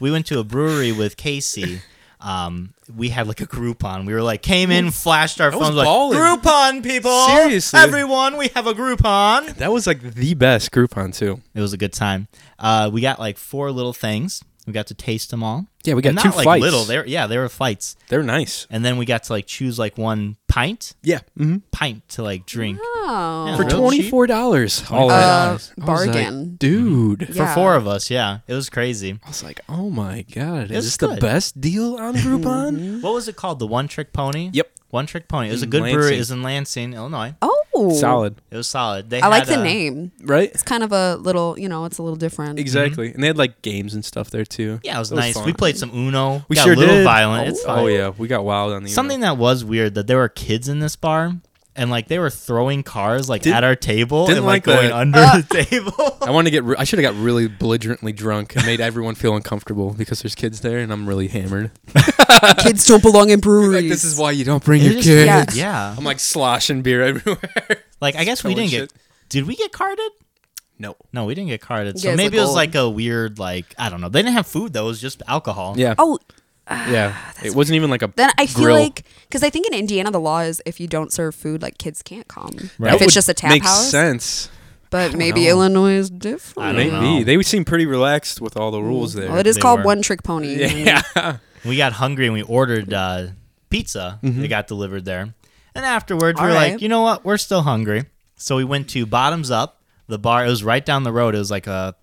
Speaker 2: we went to a brewery with Casey. Um, we had like a Groupon. We were like came in, flashed our
Speaker 1: was
Speaker 2: phones, like
Speaker 1: ballin'.
Speaker 2: Groupon people.
Speaker 1: Seriously.
Speaker 2: everyone, we have a Groupon.
Speaker 1: That was like the best Groupon too.
Speaker 2: It was a good time. Uh, we got like four little things. We got to taste them all.
Speaker 1: Yeah, we got
Speaker 2: And not
Speaker 1: two
Speaker 2: like
Speaker 1: flights.
Speaker 2: little. They were, yeah, they were flights.
Speaker 1: They're nice.
Speaker 2: And then we got to like choose like one pint,
Speaker 1: Yeah. hmm
Speaker 2: pint to like drink.
Speaker 3: Oh.
Speaker 2: Yeah,
Speaker 1: For
Speaker 2: real cheap.
Speaker 1: twenty four dollars. All
Speaker 2: Uh,
Speaker 1: right.
Speaker 3: bargain.
Speaker 1: dude.
Speaker 2: for
Speaker 3: Yeah.
Speaker 2: four of us. Yeah, it was crazy.
Speaker 1: I was like, oh my god,
Speaker 2: It's
Speaker 1: is this
Speaker 2: good.
Speaker 1: the best deal on
Speaker 3: Mm-hmm.
Speaker 1: Groupon?
Speaker 2: What was it called? The One Trick Pony.
Speaker 1: Yep.
Speaker 2: One Trick Pony. It was a
Speaker 1: In
Speaker 2: good brewery.
Speaker 1: Lansing.
Speaker 2: It was in Lansing, Illinois.
Speaker 3: Oh.
Speaker 1: Solid,
Speaker 2: It was solid. They
Speaker 3: I like
Speaker 2: had,
Speaker 3: the
Speaker 2: uh,
Speaker 3: name.
Speaker 1: right?
Speaker 3: It's kind of a little, you know, it's a little different.
Speaker 1: Exactly. And they had like games and stuff there too.
Speaker 2: Yeah, it was,
Speaker 1: That
Speaker 2: nice.
Speaker 1: fun.
Speaker 2: We played some Uno.
Speaker 1: We
Speaker 2: got
Speaker 1: sure
Speaker 2: a little
Speaker 1: did.
Speaker 2: violent.
Speaker 1: Oh,
Speaker 2: it's fine.
Speaker 1: Oh yeah, we got wild on the
Speaker 2: Something that was weird that there were kids in this bar. And like they were throwing cars like
Speaker 1: Didn't-
Speaker 2: at our table
Speaker 1: didn't
Speaker 2: and like,
Speaker 1: like
Speaker 2: going
Speaker 1: that.
Speaker 2: under
Speaker 3: Uh,
Speaker 2: the table.
Speaker 1: I want to get. Re- I should have got really belligerently drunk and made everyone feel uncomfortable because there's kids there and I'm really hammered.
Speaker 3: Kids don't belong in breweries.
Speaker 1: Like this is why you don't bring
Speaker 2: It
Speaker 1: your
Speaker 2: was
Speaker 1: kids.
Speaker 2: just- yeah.
Speaker 1: I'm like sloshing beer everywhere.
Speaker 2: Like I guess we
Speaker 1: throwing
Speaker 2: didn't get. Did we get carded?
Speaker 1: no.
Speaker 2: No, we didn't get carded.
Speaker 3: You
Speaker 2: So
Speaker 3: guys
Speaker 2: maybe
Speaker 3: look
Speaker 2: it was
Speaker 3: old.
Speaker 2: like a weird like I don't know. They didn't have food though. It was just alcohol.
Speaker 1: Yeah.
Speaker 3: oh,
Speaker 1: yeah. It wasn't even like a.
Speaker 3: then I feel
Speaker 1: grill.
Speaker 3: like because I think in Indiana the law is if you don't serve food, like kids can't come.
Speaker 2: Right.
Speaker 3: If
Speaker 1: That
Speaker 3: it's
Speaker 1: would
Speaker 3: just a tap
Speaker 1: makes
Speaker 3: house,
Speaker 1: sense.
Speaker 3: but maybe
Speaker 1: know.
Speaker 3: Illinois is different.
Speaker 2: I don't
Speaker 1: Maybe
Speaker 2: know.
Speaker 1: they seem pretty relaxed with all the rules there.
Speaker 3: Well, it is
Speaker 2: They
Speaker 3: called
Speaker 2: were.
Speaker 3: one trick pony.
Speaker 1: yeah.
Speaker 2: we got hungry and we ordered uh, pizza. It got delivered there. And afterwards, we
Speaker 3: All
Speaker 2: were like,
Speaker 3: right.
Speaker 2: you know what? We're still hungry. So we went to Bottoms Up, the bar. It was right down the road. It was like a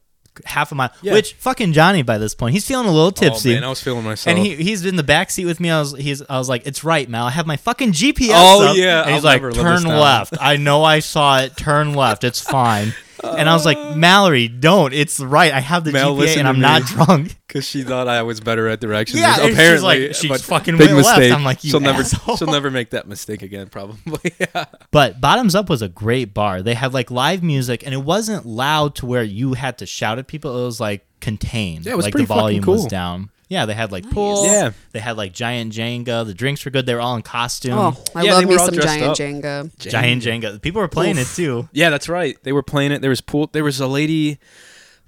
Speaker 2: half a mile,
Speaker 1: Yeah.
Speaker 2: which fucking Johnny by this point, he's feeling a little tipsy.
Speaker 1: Oh, man, I was feeling myself.
Speaker 2: and he, he's in the back seat with me. I was he's I was like, it's right, Mal. I have my fucking GPS.
Speaker 1: Oh,
Speaker 2: up."
Speaker 1: yeah,
Speaker 2: And he's
Speaker 1: I'll
Speaker 2: like,
Speaker 1: never live
Speaker 2: turn
Speaker 1: this down."
Speaker 2: left. I know I saw it. Turn left. It's fine. and I was like, Mallory, don't. It's right. I have the
Speaker 1: Mal,
Speaker 2: GPS,
Speaker 1: listen
Speaker 2: and
Speaker 1: to
Speaker 2: I'm
Speaker 1: me.
Speaker 2: not drunk.
Speaker 1: Because she thought I was better at directions.
Speaker 2: Yeah, and she's
Speaker 1: apparently.
Speaker 2: like- she
Speaker 1: but
Speaker 2: fucking
Speaker 1: big
Speaker 2: went left.
Speaker 1: mistake.
Speaker 2: I'm like, you
Speaker 1: she'll never,
Speaker 2: asshole.
Speaker 1: she'll never make that mistake again, probably. yeah.
Speaker 2: But Bottoms Up was a great bar. They had like live music, and it wasn't loud to where you had to shout at people. It was like contained.
Speaker 1: Yeah, it was
Speaker 2: like
Speaker 1: pretty
Speaker 2: the volume
Speaker 1: fucking
Speaker 2: was
Speaker 1: cool.
Speaker 2: down. Yeah, they had like pool.
Speaker 1: Yeah.
Speaker 2: they had like giant Jenga. The drinks were good. They were all in costume.
Speaker 3: Oh, I
Speaker 1: Yeah, they
Speaker 3: love me
Speaker 1: were all
Speaker 3: some
Speaker 1: dressed
Speaker 3: giant
Speaker 1: up.
Speaker 3: Jenga.
Speaker 2: Giant Jenga. People were playing it too.
Speaker 1: Yeah, that's right. They were playing it. There was pool. There was a lady.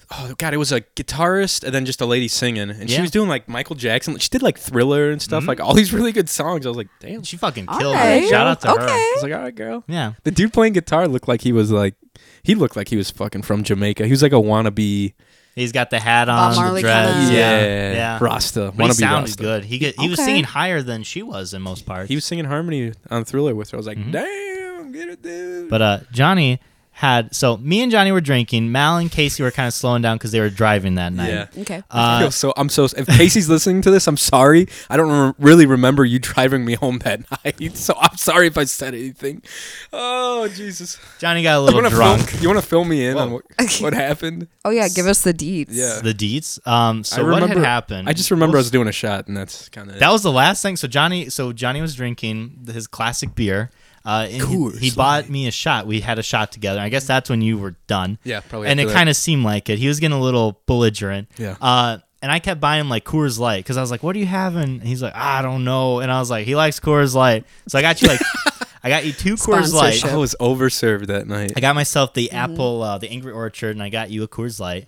Speaker 1: Oh god, it was a guitarist and then just a lady singing, and
Speaker 2: Yeah. Mm-hmm.
Speaker 1: she was doing like Michael Jackson. She did like Thriller and stuff, like all these really good songs. I was like, damn. I
Speaker 2: She fucking
Speaker 3: All
Speaker 2: killed it.
Speaker 3: right.
Speaker 2: Shout out to her.
Speaker 3: Okay.
Speaker 1: was like, all right, girl.
Speaker 2: Yeah.
Speaker 1: The dude playing guitar looked like he was like, he looked like he was fucking from Jamaica. He was like a wannabe,
Speaker 2: He's got the hat on, the
Speaker 3: Marley
Speaker 2: dress.
Speaker 3: kinda-
Speaker 2: Yeah. Yeah.
Speaker 1: Rasta,
Speaker 2: But he
Speaker 1: wannabe
Speaker 2: sounded
Speaker 1: Rasta.
Speaker 2: good. He, get, he was
Speaker 3: Okay.
Speaker 2: singing higher than she was in most parts. Mm-hmm.
Speaker 1: He was singing harmony on Thriller with her. I was like, damn, get it, dude.
Speaker 2: But uh, Johnny had so me and Johnny were drinking. Mal and Casey were kind of slowing down because they were driving that night.
Speaker 1: Yeah.
Speaker 3: Okay.
Speaker 2: uh,
Speaker 1: I feel so I'm so if Casey's listening to this, I'm sorry. I don't re- really remember you driving me home that night, so I'm sorry if I said anything. Oh Jesus!
Speaker 2: Johnny got a
Speaker 1: You
Speaker 2: little
Speaker 1: wanna fill-
Speaker 2: drunk.
Speaker 1: you want to fill me in on what,
Speaker 3: Okay.
Speaker 1: what happened?
Speaker 3: oh yeah, give us the deeds.
Speaker 1: Yeah.
Speaker 2: The deets. Um, so what had happened?
Speaker 1: uh, I just remember
Speaker 2: Well,
Speaker 1: I was doing a shot, and that's kind of
Speaker 2: That was the last thing. So Johnny, so Johnny was drinking his classic beer. Uh, and he-
Speaker 1: Coors
Speaker 2: he, bought me a shot. We had a shot together. I guess that's when you were done.
Speaker 1: Yeah, probably
Speaker 2: And it
Speaker 1: after that.
Speaker 2: kind of seemed like it. He was getting a little belligerent.
Speaker 1: Yeah.
Speaker 2: Uh, and I kept buying him like Coors Light because I was like, "What are you having?" And he's like, "I don't know." And I was like, "He likes Coors Light." So I got you like, I got you two Coors Light.
Speaker 1: I
Speaker 3: Sponsorship.
Speaker 1: was overserved that night.
Speaker 2: I got myself the apple, uh, the Angry Orchard, and I got you a Coors Light.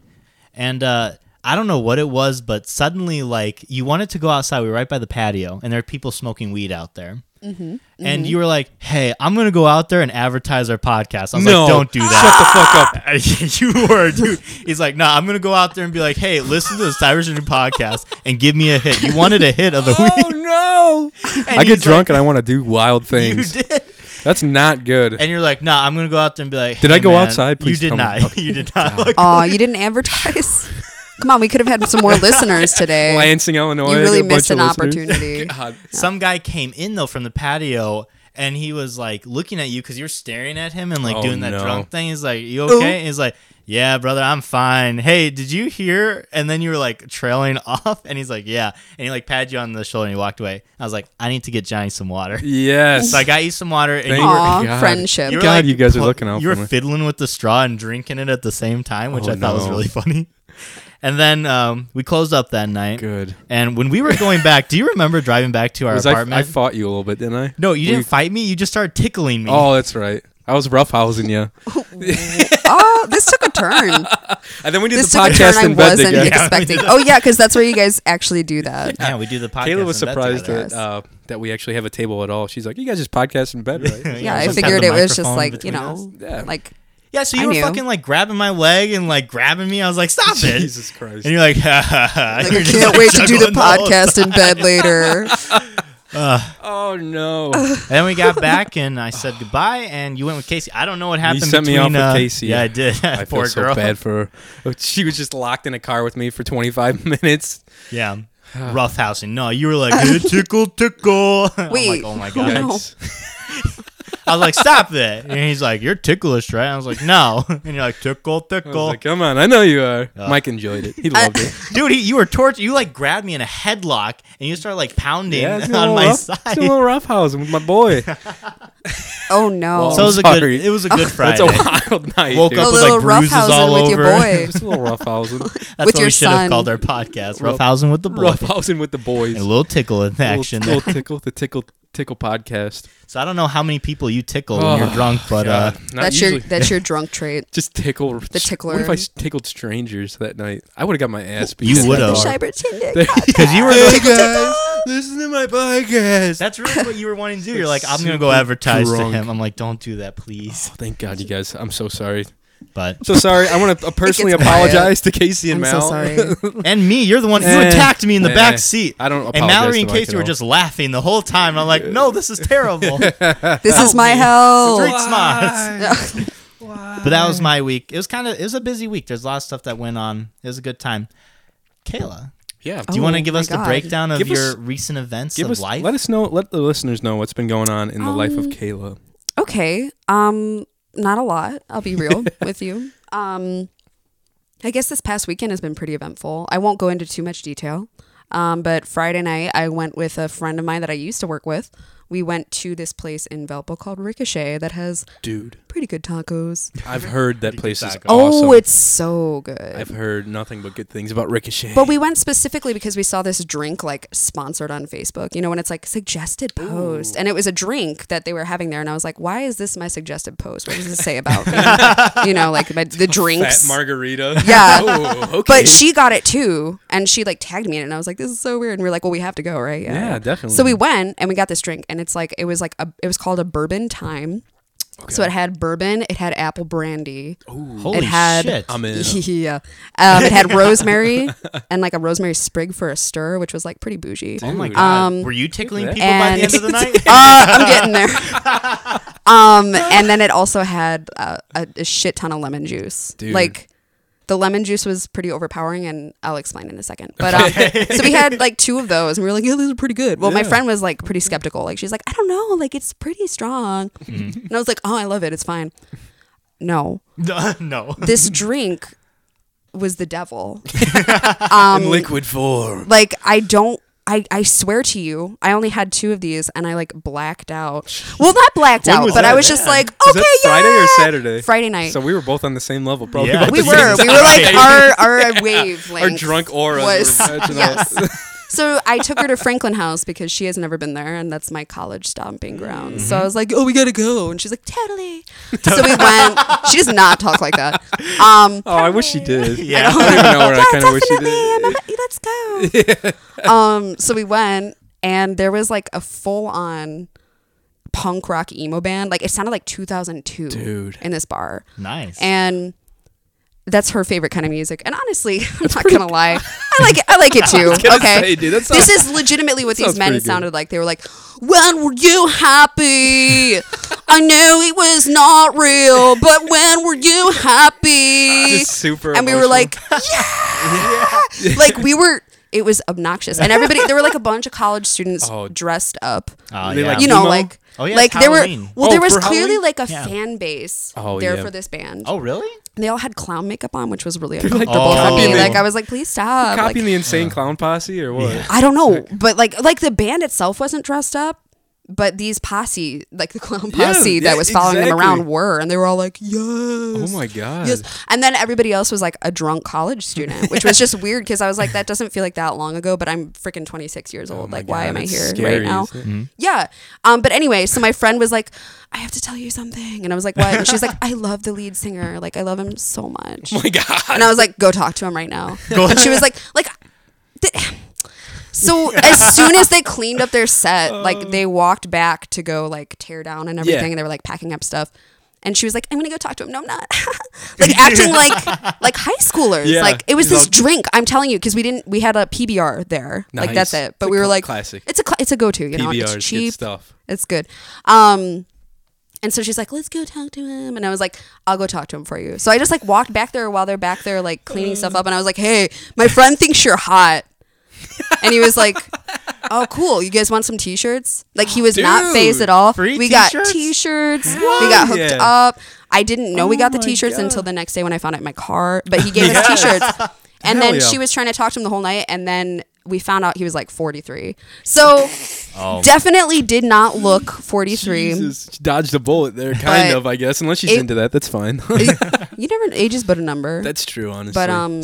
Speaker 2: And uh, I don't know what it was, but suddenly, like, you wanted to go outside. We were right by the patio, and there are people smoking weed out there. And you were like, "Hey, I'm gonna go out there and advertise our podcast." I was
Speaker 1: no,
Speaker 2: like, "Don't do that."
Speaker 1: Shut the fuck up.
Speaker 2: you were, dude. He's like, "Nah, I'm gonna go out there and be like, hey, listen to the Cyrus Engine podcast and give me a hit. You wanted a hit of the week.
Speaker 1: Oh no!
Speaker 2: And
Speaker 1: I get
Speaker 2: he's
Speaker 1: drunk and I want to do wild
Speaker 2: You
Speaker 1: things.
Speaker 2: did."
Speaker 1: That's not good.
Speaker 2: And you're like, "Nah, I'm gonna go out there and be like,
Speaker 1: Did I
Speaker 2: hey,
Speaker 1: go
Speaker 2: man,
Speaker 1: outside? Please
Speaker 2: you did
Speaker 1: tell me.
Speaker 2: not. you did not. Like,
Speaker 3: Aw, you didn't advertise. Come on, we could have had some more listeners today.
Speaker 1: Lansing, Illinois.
Speaker 3: you
Speaker 1: I
Speaker 3: really
Speaker 1: get a bunch
Speaker 3: missed
Speaker 1: of
Speaker 3: an
Speaker 1: listeners.
Speaker 3: opportunity.
Speaker 1: God.
Speaker 2: Some guy came in though from the patio and he was like looking at you because you're staring at him and like
Speaker 1: Oh,
Speaker 2: doing that
Speaker 1: no.
Speaker 2: drunk thing. He's like, You okay? And he's like, Yeah, brother, I'm fine. Hey, did you hear? And then you were like trailing off and he's like, Yeah. And he like patted you on the shoulder and he walked away. I was like, I need to get Johnny some water.
Speaker 1: Yes.
Speaker 2: So I got you some water and
Speaker 1: Thank
Speaker 2: you were
Speaker 1: you
Speaker 3: Aw,
Speaker 1: God.
Speaker 3: friendship.
Speaker 2: you were,
Speaker 1: God,
Speaker 2: like,
Speaker 1: you guys are
Speaker 2: pu-
Speaker 1: looking out
Speaker 2: You
Speaker 1: for
Speaker 2: were
Speaker 1: me.
Speaker 2: fiddling with the straw and drinking it at the same time, which
Speaker 1: Oh,
Speaker 2: I thought was
Speaker 1: no.
Speaker 2: really funny. And then um, we closed up that night.
Speaker 1: Good.
Speaker 2: And when we were going back, do you remember driving back to our
Speaker 1: Was I,
Speaker 2: apartment?
Speaker 1: I fought you a little bit, didn't I?
Speaker 2: No, you
Speaker 1: We-
Speaker 2: didn't fight me. You just started tickling me.
Speaker 1: Oh, that's right. I was roughhousing you,
Speaker 3: oh, this took a turn.
Speaker 1: and then we did
Speaker 3: This
Speaker 1: the
Speaker 3: took a turn
Speaker 1: podcast
Speaker 3: I
Speaker 1: in bed
Speaker 3: wasn't
Speaker 1: together.
Speaker 2: Yeah, we
Speaker 3: expecting. Oh yeah, because that's where you guys actually do that.
Speaker 2: yeah, we do the podcast.
Speaker 1: Kayla was
Speaker 2: and that
Speaker 1: surprised
Speaker 2: together.
Speaker 1: that uh, that we actually have a table at all. She's like, "You guys just podcast in bed, right?"
Speaker 3: Yeah,
Speaker 2: we
Speaker 3: I
Speaker 2: just had
Speaker 3: figured
Speaker 2: the
Speaker 3: it was just
Speaker 2: microphone
Speaker 3: like you
Speaker 2: between us.
Speaker 3: know,
Speaker 1: Yeah.
Speaker 3: like
Speaker 2: Yeah, so
Speaker 3: I
Speaker 2: you were
Speaker 3: knew.
Speaker 2: fucking like grabbing my leg and like grabbing me. I was like, "Stop it!"
Speaker 1: Jesus Christ.
Speaker 2: And you're like, "Ha ha ha!"
Speaker 3: like
Speaker 2: You're
Speaker 3: I
Speaker 2: just,
Speaker 3: can't
Speaker 2: like,
Speaker 3: wait to do the
Speaker 2: juggling whole
Speaker 3: podcast in bed later.
Speaker 1: Oh no.
Speaker 2: And then we got back, and I said goodbye, and you went with Casey. I don't know what happened.
Speaker 1: sent me
Speaker 2: between,
Speaker 1: off with
Speaker 2: uh,
Speaker 1: Casey.
Speaker 2: Yeah, I did.
Speaker 1: I
Speaker 2: Poor
Speaker 1: feel so
Speaker 2: girl.
Speaker 1: bad for her. She was just locked in a car with me for 25 minutes.
Speaker 2: Yeah, roughhousing. No, you were like "Eh, tickle, tickle. I'm
Speaker 3: Wait.
Speaker 2: like, oh my
Speaker 3: Oh,
Speaker 2: god.
Speaker 3: no.
Speaker 1: Yikes.
Speaker 2: I was like, "Stop it!" And he's like, "You're ticklish, right?" I was like, "No." And you're like, "Tickle,
Speaker 1: I
Speaker 2: tickle."
Speaker 1: was like, come on, I know you are. Mike enjoyed it. He loved it.
Speaker 2: Dude, he, you were tortured. You like grabbed me in a headlock and you started like pounding
Speaker 1: Yeah, it's a
Speaker 2: on
Speaker 1: little
Speaker 2: my
Speaker 1: rough-
Speaker 2: side.
Speaker 1: It's a little roughhousing with my boy.
Speaker 3: Oh no,
Speaker 1: Well,
Speaker 2: so it was a good.
Speaker 1: sorry.
Speaker 2: It was a good
Speaker 1: That's
Speaker 2: Friday.
Speaker 1: a wild night.
Speaker 2: Woke
Speaker 1: dude.
Speaker 2: up
Speaker 3: a
Speaker 2: with like
Speaker 3: little
Speaker 2: bruises all
Speaker 3: roughhousing with your
Speaker 2: over.
Speaker 3: boy.
Speaker 1: Just a little roughhousing.
Speaker 2: That's
Speaker 3: With
Speaker 2: what
Speaker 3: your
Speaker 2: we should have
Speaker 3: son.
Speaker 2: called our podcast:
Speaker 1: Rough-
Speaker 2: roughhousing with the boy.
Speaker 1: roughhousing with the boys.
Speaker 2: A little tickle in
Speaker 1: Little-
Speaker 2: action. there.
Speaker 1: little tickle, the tickle, tickle podcast.
Speaker 2: So I don't know how many people you tickle
Speaker 1: Oh,
Speaker 2: when you're drunk, but uh,
Speaker 1: God, not
Speaker 3: that's your
Speaker 1: usually.
Speaker 3: that's your drunk trait.
Speaker 1: just tickle the
Speaker 3: tickler.
Speaker 1: What if I s- tickled strangers that night? I would have got my ass beat.
Speaker 2: You
Speaker 1: that
Speaker 2: would've.
Speaker 1: night.
Speaker 2: Shy
Speaker 1: Because
Speaker 2: you were
Speaker 1: hey
Speaker 2: like-
Speaker 1: guys, listen to my podcast.
Speaker 2: that's really what you were wanting to do. You're like, I'm gonna go
Speaker 1: Super
Speaker 2: advertise
Speaker 1: drunk.
Speaker 2: to him. I'm like, don't do that, please.
Speaker 1: Oh, thank God, you guys. I'm so sorry.
Speaker 2: But
Speaker 1: So sorry. I want to uh, personally
Speaker 3: gets quiet.
Speaker 1: apologize to Casey
Speaker 3: I'm
Speaker 1: and
Speaker 3: so
Speaker 1: Mal.
Speaker 3: sorry.
Speaker 2: and me, you're the one. You
Speaker 1: Eh,
Speaker 2: attacked me in the
Speaker 1: eh,
Speaker 2: back seat.
Speaker 1: I don't
Speaker 2: And
Speaker 1: apologize
Speaker 2: Mallory and
Speaker 1: to Mike
Speaker 2: Casey
Speaker 1: at
Speaker 2: were
Speaker 1: all.
Speaker 2: just laughing the whole time. And I'm like, no, this is terrible.
Speaker 3: This is my
Speaker 2: Drink
Speaker 3: hell.
Speaker 2: smiles. But that was my week. It was kind of it was a busy week. There's a lot of stuff that went on. It was a good time. Kayla,
Speaker 1: yeah.
Speaker 2: do you
Speaker 3: Oh
Speaker 2: want to give
Speaker 3: my
Speaker 2: us the
Speaker 3: God.
Speaker 2: breakdown of
Speaker 1: Give us-
Speaker 2: your recent events
Speaker 1: Give
Speaker 2: of
Speaker 1: us,
Speaker 2: life?
Speaker 1: let us know. Let the listeners know what's been going on in the life of Kayla.
Speaker 3: Okay. Um, not a lot. I'll be real with you. Um, I guess this past weekend has been pretty eventful. I won't go into too much detail. Um, but Friday night, I went with a friend of mine that I used to work with. We went to this place in Valpo called Ricochet that has
Speaker 1: Dude,
Speaker 3: pretty good tacos.
Speaker 1: I've heard that place is
Speaker 2: tacos.
Speaker 1: awesome.
Speaker 3: Oh, it's so good.
Speaker 1: I've heard nothing but good things about Ricochet.
Speaker 3: But we went specifically because we saw this drink like sponsored on Facebook, you know, when it's like suggested post. And it was a drink that they were having there. And I was like, why is this my suggested post? What does it say about me? you know, like my, the drinks?
Speaker 1: Fat margarita.
Speaker 3: Yeah.
Speaker 1: Oh, okay.
Speaker 3: But she got it too. And she like tagged me in it. And I was like, this is so weird. And we are like, well, we have to go, right?
Speaker 1: Yeah, definitely.
Speaker 3: So we went and we got this drink. And it's like, it was like, a, it was called a bourbon time. So it had bourbon, it had apple brandy,
Speaker 2: Holy
Speaker 3: it had-
Speaker 2: shit!
Speaker 1: I'm in.
Speaker 3: yeah, um, it had rosemary and like a rosemary sprig for a stir, which was like pretty bougie.
Speaker 2: oh my
Speaker 1: Dude.
Speaker 2: god!
Speaker 3: Um,
Speaker 2: Were you tickling
Speaker 1: and-
Speaker 2: people by the end of the night?
Speaker 3: Uh, I'm getting there. um, and then it also had uh, a, a shit ton of lemon juice.
Speaker 1: Dude.
Speaker 3: Like the lemon juice was pretty overpowering, and I'll explain in a second. But um, so we had like two of those, and we were like, "Yeah, these are pretty good." Well, my friend was like pretty skeptical. Like she's like, "I don't know, like it's pretty strong," and I was like, "Oh, I love it. It's fine." No,
Speaker 2: no.
Speaker 3: this drink was the devil. Um,
Speaker 1: in liquid form.
Speaker 3: like I don't I, I swear to you, I only had two of these and I like blacked out. Well, not blacked out,
Speaker 2: was
Speaker 3: but I
Speaker 2: that?
Speaker 3: was just like,
Speaker 1: Is
Speaker 3: okay,
Speaker 1: that Friday
Speaker 3: yeah.
Speaker 1: or Saturday?
Speaker 3: Friday night.
Speaker 1: So we were both on the same level, probably.
Speaker 2: Yeah.
Speaker 1: Yeah.
Speaker 3: we
Speaker 2: This
Speaker 3: were,
Speaker 2: is
Speaker 3: we were like
Speaker 2: exciting.
Speaker 3: our our wave,
Speaker 1: Our drunk auras
Speaker 3: was-
Speaker 1: were matching
Speaker 3: yes.
Speaker 1: up.
Speaker 3: So I took her to Franklin House because she has never been there, and that's my college stomping ground. So
Speaker 1: Mm-hmm.
Speaker 3: I was like, "Oh, we gotta go," and she's like, "Totally." so we went. She does not talk like that. Um,
Speaker 1: Oh, I wish she did.
Speaker 2: Yeah.
Speaker 1: I don't even know where I kind of wish she
Speaker 3: definitely.
Speaker 1: did.
Speaker 3: I'm a- let's go. um, so we went, and there was like a full on punk rock emo band. Like it sounded like 2002
Speaker 1: Dude.
Speaker 3: in this bar,
Speaker 2: Nice.
Speaker 3: and that's her favorite kind of music. And honestly, I'm not gonna lie, I like it. I like it too. okay,
Speaker 1: say, dude, that
Speaker 3: this
Speaker 1: sounds-
Speaker 3: is legitimately what these
Speaker 1: sounds
Speaker 3: men
Speaker 1: pretty good.
Speaker 3: sounded like. They were like, "When were you happy?" I know it was not real, but when were you happy?
Speaker 1: Just super
Speaker 3: and we were
Speaker 1: emotional.
Speaker 3: like, yeah! like we were. It was obnoxious, and everybody there were like a bunch of college students
Speaker 1: Oh. Uh,
Speaker 3: dressed up.
Speaker 2: Oh,
Speaker 1: They,
Speaker 2: yeah.
Speaker 1: like,
Speaker 3: you know,
Speaker 1: emo?
Speaker 3: like
Speaker 2: Oh, yeah,
Speaker 3: like
Speaker 2: it's
Speaker 3: there were
Speaker 2: Halloween.
Speaker 3: well
Speaker 1: Oh,
Speaker 3: there was
Speaker 1: for
Speaker 3: clearly
Speaker 1: Halloween?
Speaker 3: like a
Speaker 2: Yeah.
Speaker 3: fan base
Speaker 1: Oh,
Speaker 3: there
Speaker 1: yeah.
Speaker 3: for this band.
Speaker 2: oh really?
Speaker 3: They all had clown makeup on, which was really
Speaker 1: like,
Speaker 3: uncomfortable
Speaker 2: oh.
Speaker 3: for me.
Speaker 2: copying the-
Speaker 3: Like I was like, please stop. Like,
Speaker 1: Copying the insane clown posse or what?
Speaker 3: I don't know, but like like the band itself wasn't dressed up, but these posse, like the clown
Speaker 1: Yeah,
Speaker 3: posse
Speaker 1: yeah,
Speaker 3: that was following them
Speaker 1: exactly.
Speaker 3: around, were, and they were all like, yes, oh
Speaker 1: Oh my god.
Speaker 3: yes, and then everybody else was like a drunk college student, which was just weird because I was like, that doesn't feel like that long ago, but I'm freaking 26 years old.
Speaker 1: Oh my
Speaker 3: like, why
Speaker 1: God,
Speaker 3: am I
Speaker 1: it's
Speaker 3: here
Speaker 1: scary,
Speaker 3: right now?
Speaker 1: isn't it? Hmm?
Speaker 3: Yeah. Um, but anyway, so my friend was like, I have to tell you something, and I was like, what? And she's like, I love the lead singer. Like, I love him so much.
Speaker 1: Oh my god.
Speaker 3: And I was like, go talk to him right now. and she was like, like, th- so as soon as they cleaned up their set, like
Speaker 1: Oh.
Speaker 3: they walked back to go like tear down and everything, and they were like packing up stuff. And she was like, I'm gonna go talk to him. No, I'm not. like acting like like high schoolers.
Speaker 1: Yeah.
Speaker 3: Like it was
Speaker 1: She's
Speaker 3: this
Speaker 1: all-
Speaker 3: drink. I'm telling you, because we didn't. We had a PBR there. Like that's
Speaker 1: Nice.
Speaker 3: it. But
Speaker 1: It's a
Speaker 3: we were
Speaker 1: cl-
Speaker 3: like,
Speaker 1: classic.
Speaker 3: It's a cl- it's a go to. You know,
Speaker 1: PBR
Speaker 3: it's
Speaker 1: is
Speaker 3: cheap.
Speaker 1: good stuff.
Speaker 3: It's good. Um, and so she's like, let's go talk to him. And I was like, I'll go talk to him for you. So I just like walked back there while they're back there like cleaning stuff up. And I was like, hey, my friend thinks you're hot. And he was like, oh, cool. You guys want some t shirts? Like he was not
Speaker 1: Dude,
Speaker 3: phased at all.
Speaker 2: free
Speaker 3: we got
Speaker 2: t-shirts?
Speaker 3: t shirts. We got hooked
Speaker 1: Yeah. Oh
Speaker 3: up. I didn't know we got the
Speaker 1: my
Speaker 3: t shirts
Speaker 1: God.
Speaker 3: until the next day when I found it in my car. But he gave us t shirts. And
Speaker 1: Hell
Speaker 3: then
Speaker 1: yeah.
Speaker 3: she was trying to talk to him the whole night. And then we found out he was like 43. So
Speaker 2: Oh.
Speaker 3: definitely did not look 43.
Speaker 1: Jesus, she dodged a bullet there, kind
Speaker 3: But
Speaker 1: of, I guess. Unless she's
Speaker 3: it-
Speaker 1: into that, that's fine.
Speaker 3: you never age is but a number.
Speaker 1: that's true, honestly.
Speaker 3: but um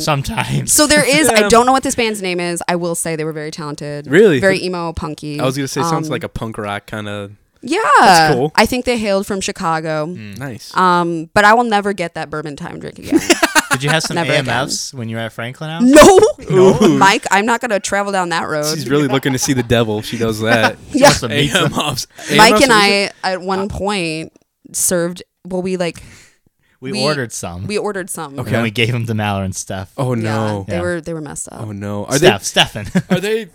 Speaker 2: Sometimes.
Speaker 3: so there is
Speaker 1: Yeah.
Speaker 3: I don't know what this band's name is. I will say they were very talented.
Speaker 1: Really?
Speaker 3: Very emo punky.
Speaker 1: I was gonna say sounds
Speaker 3: Um,
Speaker 1: like a punk rock kind of
Speaker 3: Yeah.
Speaker 1: cool. Hmm.
Speaker 3: I think they hailed from Chicago.
Speaker 2: Mm.
Speaker 1: nice.
Speaker 3: Um but I will never get that bourbon time drink again.
Speaker 2: Did you have some
Speaker 3: Never
Speaker 2: AMFs when you were at Franklin House?
Speaker 3: no. Mike, I'm not going to travel down that road.
Speaker 1: She's really looking to see the devil. if She does that.
Speaker 3: yeah.
Speaker 2: Some meat-
Speaker 1: AM ops.
Speaker 3: Mike and I at
Speaker 1: Uh.
Speaker 3: one point served well we like
Speaker 2: we,
Speaker 3: we-
Speaker 2: ordered some.
Speaker 3: we ordered some.
Speaker 1: Okay.
Speaker 2: and then we gave them to Mallory and Steph.
Speaker 1: Oh
Speaker 3: Yeah,
Speaker 1: no.
Speaker 3: They
Speaker 2: Yeah.
Speaker 3: were they were messed up.
Speaker 1: Oh no. Are
Speaker 2: Steph, Stefan.
Speaker 1: they? Are they?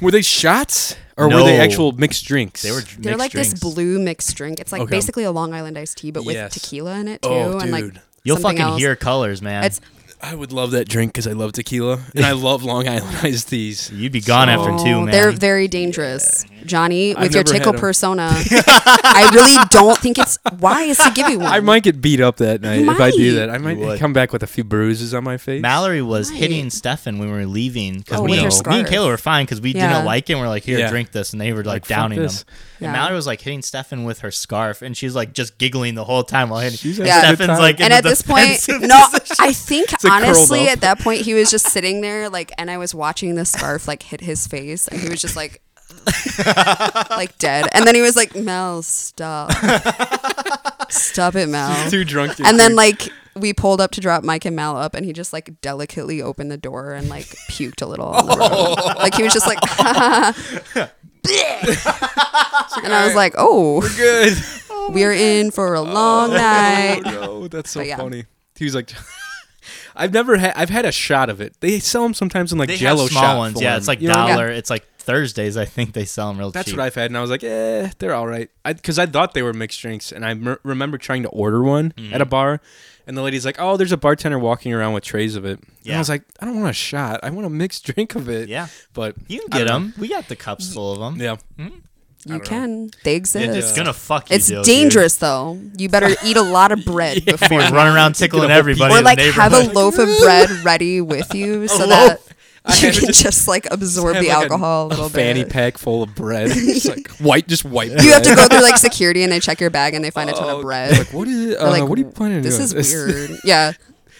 Speaker 1: Were they shots or were they
Speaker 2: No.
Speaker 1: actual mixed drinks?
Speaker 2: they were
Speaker 3: They're
Speaker 2: mixed
Speaker 3: like
Speaker 2: drinks.
Speaker 3: this blue mixed drink. It's like
Speaker 1: Okay.
Speaker 3: basically a Long Island iced tea, but
Speaker 1: Yes.
Speaker 3: with tequila in it too,
Speaker 1: Oh,
Speaker 3: and like
Speaker 1: dude.
Speaker 2: You'll
Speaker 3: something
Speaker 2: fucking
Speaker 3: else.
Speaker 2: hear colors, man.
Speaker 3: It's
Speaker 1: I would love that drink because I love tequila and I love Long Island iced teas.
Speaker 2: You'd be gone after two,
Speaker 3: Oh,
Speaker 2: man.
Speaker 3: They're very dangerous, Johnny. With
Speaker 1: I've
Speaker 3: your
Speaker 1: never had
Speaker 3: tickle
Speaker 1: 'em.
Speaker 3: persona, I really don't think it's wise to give you one.
Speaker 1: I might get beat up that night if I do
Speaker 3: might.
Speaker 1: that. I might
Speaker 2: would.
Speaker 1: come back with a few bruises on my face.
Speaker 2: Mallory was
Speaker 3: Right.
Speaker 2: hitting Stefan when we were leaving because
Speaker 3: Oh,
Speaker 2: me,
Speaker 1: with
Speaker 2: and-
Speaker 3: her
Speaker 2: me and
Speaker 3: scarf.
Speaker 2: Kayla were fine because we
Speaker 3: Yeah.
Speaker 2: didn't like it. And we're like, here,
Speaker 1: Yeah.
Speaker 2: drink this, and they were like,
Speaker 1: fuck
Speaker 2: downing them.
Speaker 1: this.
Speaker 3: Yeah.
Speaker 2: And Mallory was like hitting Stefan with her scarf, and she's like just giggling the whole time while hitting.
Speaker 1: She's
Speaker 2: and
Speaker 3: having a good
Speaker 2: Stefan's
Speaker 1: time.
Speaker 2: like, in
Speaker 3: and
Speaker 2: the
Speaker 3: at this point,
Speaker 2: defensive
Speaker 3: no,
Speaker 2: position.
Speaker 3: I think
Speaker 1: a curled
Speaker 3: honestly
Speaker 1: up.
Speaker 3: at that point he was just sitting there like, and I was watching the scarf like hit his face, and he was just like, like dead, and then he was like, Mel, stop, stop it, Mel.
Speaker 1: Too drunk. to
Speaker 3: Oh. and then
Speaker 1: drink.
Speaker 3: like we pulled up to drop Mike and Mal up, and he just like delicately opened the door and like puked a little. On the road. Like he was just like, and I was like, oh,
Speaker 1: good.
Speaker 3: We're in for a long night.
Speaker 1: no, that's so
Speaker 3: But yeah.
Speaker 1: funny. He was like, I've never had. I've had a shot of it. They sell them sometimes in like
Speaker 2: They have
Speaker 1: Jello
Speaker 2: small
Speaker 1: shot
Speaker 2: ones.
Speaker 1: form.
Speaker 2: Yeah, it's like
Speaker 1: You know,
Speaker 2: dollar. It's like Thursdays. I think they sell them real
Speaker 1: That's
Speaker 2: cheap.
Speaker 1: what I've had, and I was like, eh, they're all right. Because I, thought they were mixed drinks, and I mer- remember trying to order one
Speaker 2: Mm-hmm.
Speaker 1: at a bar, and the lady's like, oh, there's a bartender walking around with trays of it. And I
Speaker 2: Yeah.
Speaker 1: was like, I don't want a shot. I want a mixed drink of it.
Speaker 2: Yeah.
Speaker 1: But
Speaker 2: You can
Speaker 1: I
Speaker 2: get
Speaker 1: don't
Speaker 2: them. We got the cups full of them.
Speaker 1: know. Yeah.
Speaker 3: You can. They exist.
Speaker 2: It's gonna fuck you.
Speaker 3: It's
Speaker 2: Joe, dude.
Speaker 3: dangerous though. You better eat a lot of bread before
Speaker 2: Run around tickling
Speaker 1: Get a whole
Speaker 2: everybody.
Speaker 3: or
Speaker 2: in
Speaker 3: like
Speaker 2: the
Speaker 3: have a
Speaker 2: neighborhood.
Speaker 3: loaf of bread ready with you so that
Speaker 1: I
Speaker 3: you
Speaker 1: had to
Speaker 3: can
Speaker 1: just
Speaker 3: just like absorb
Speaker 1: have,
Speaker 3: the
Speaker 1: like,
Speaker 3: alcohol a, little
Speaker 1: fanny
Speaker 3: bit.
Speaker 1: pack full of bread. It's like white, just white.
Speaker 3: You have to go through like security and they check your bag and they find a
Speaker 2: Oh,
Speaker 1: Oh,
Speaker 3: ton of bread.
Speaker 1: Like, what is?
Speaker 3: They're
Speaker 1: Uh,
Speaker 3: like,
Speaker 1: what are you planning?
Speaker 3: This
Speaker 1: on?
Speaker 3: is weird. Yeah.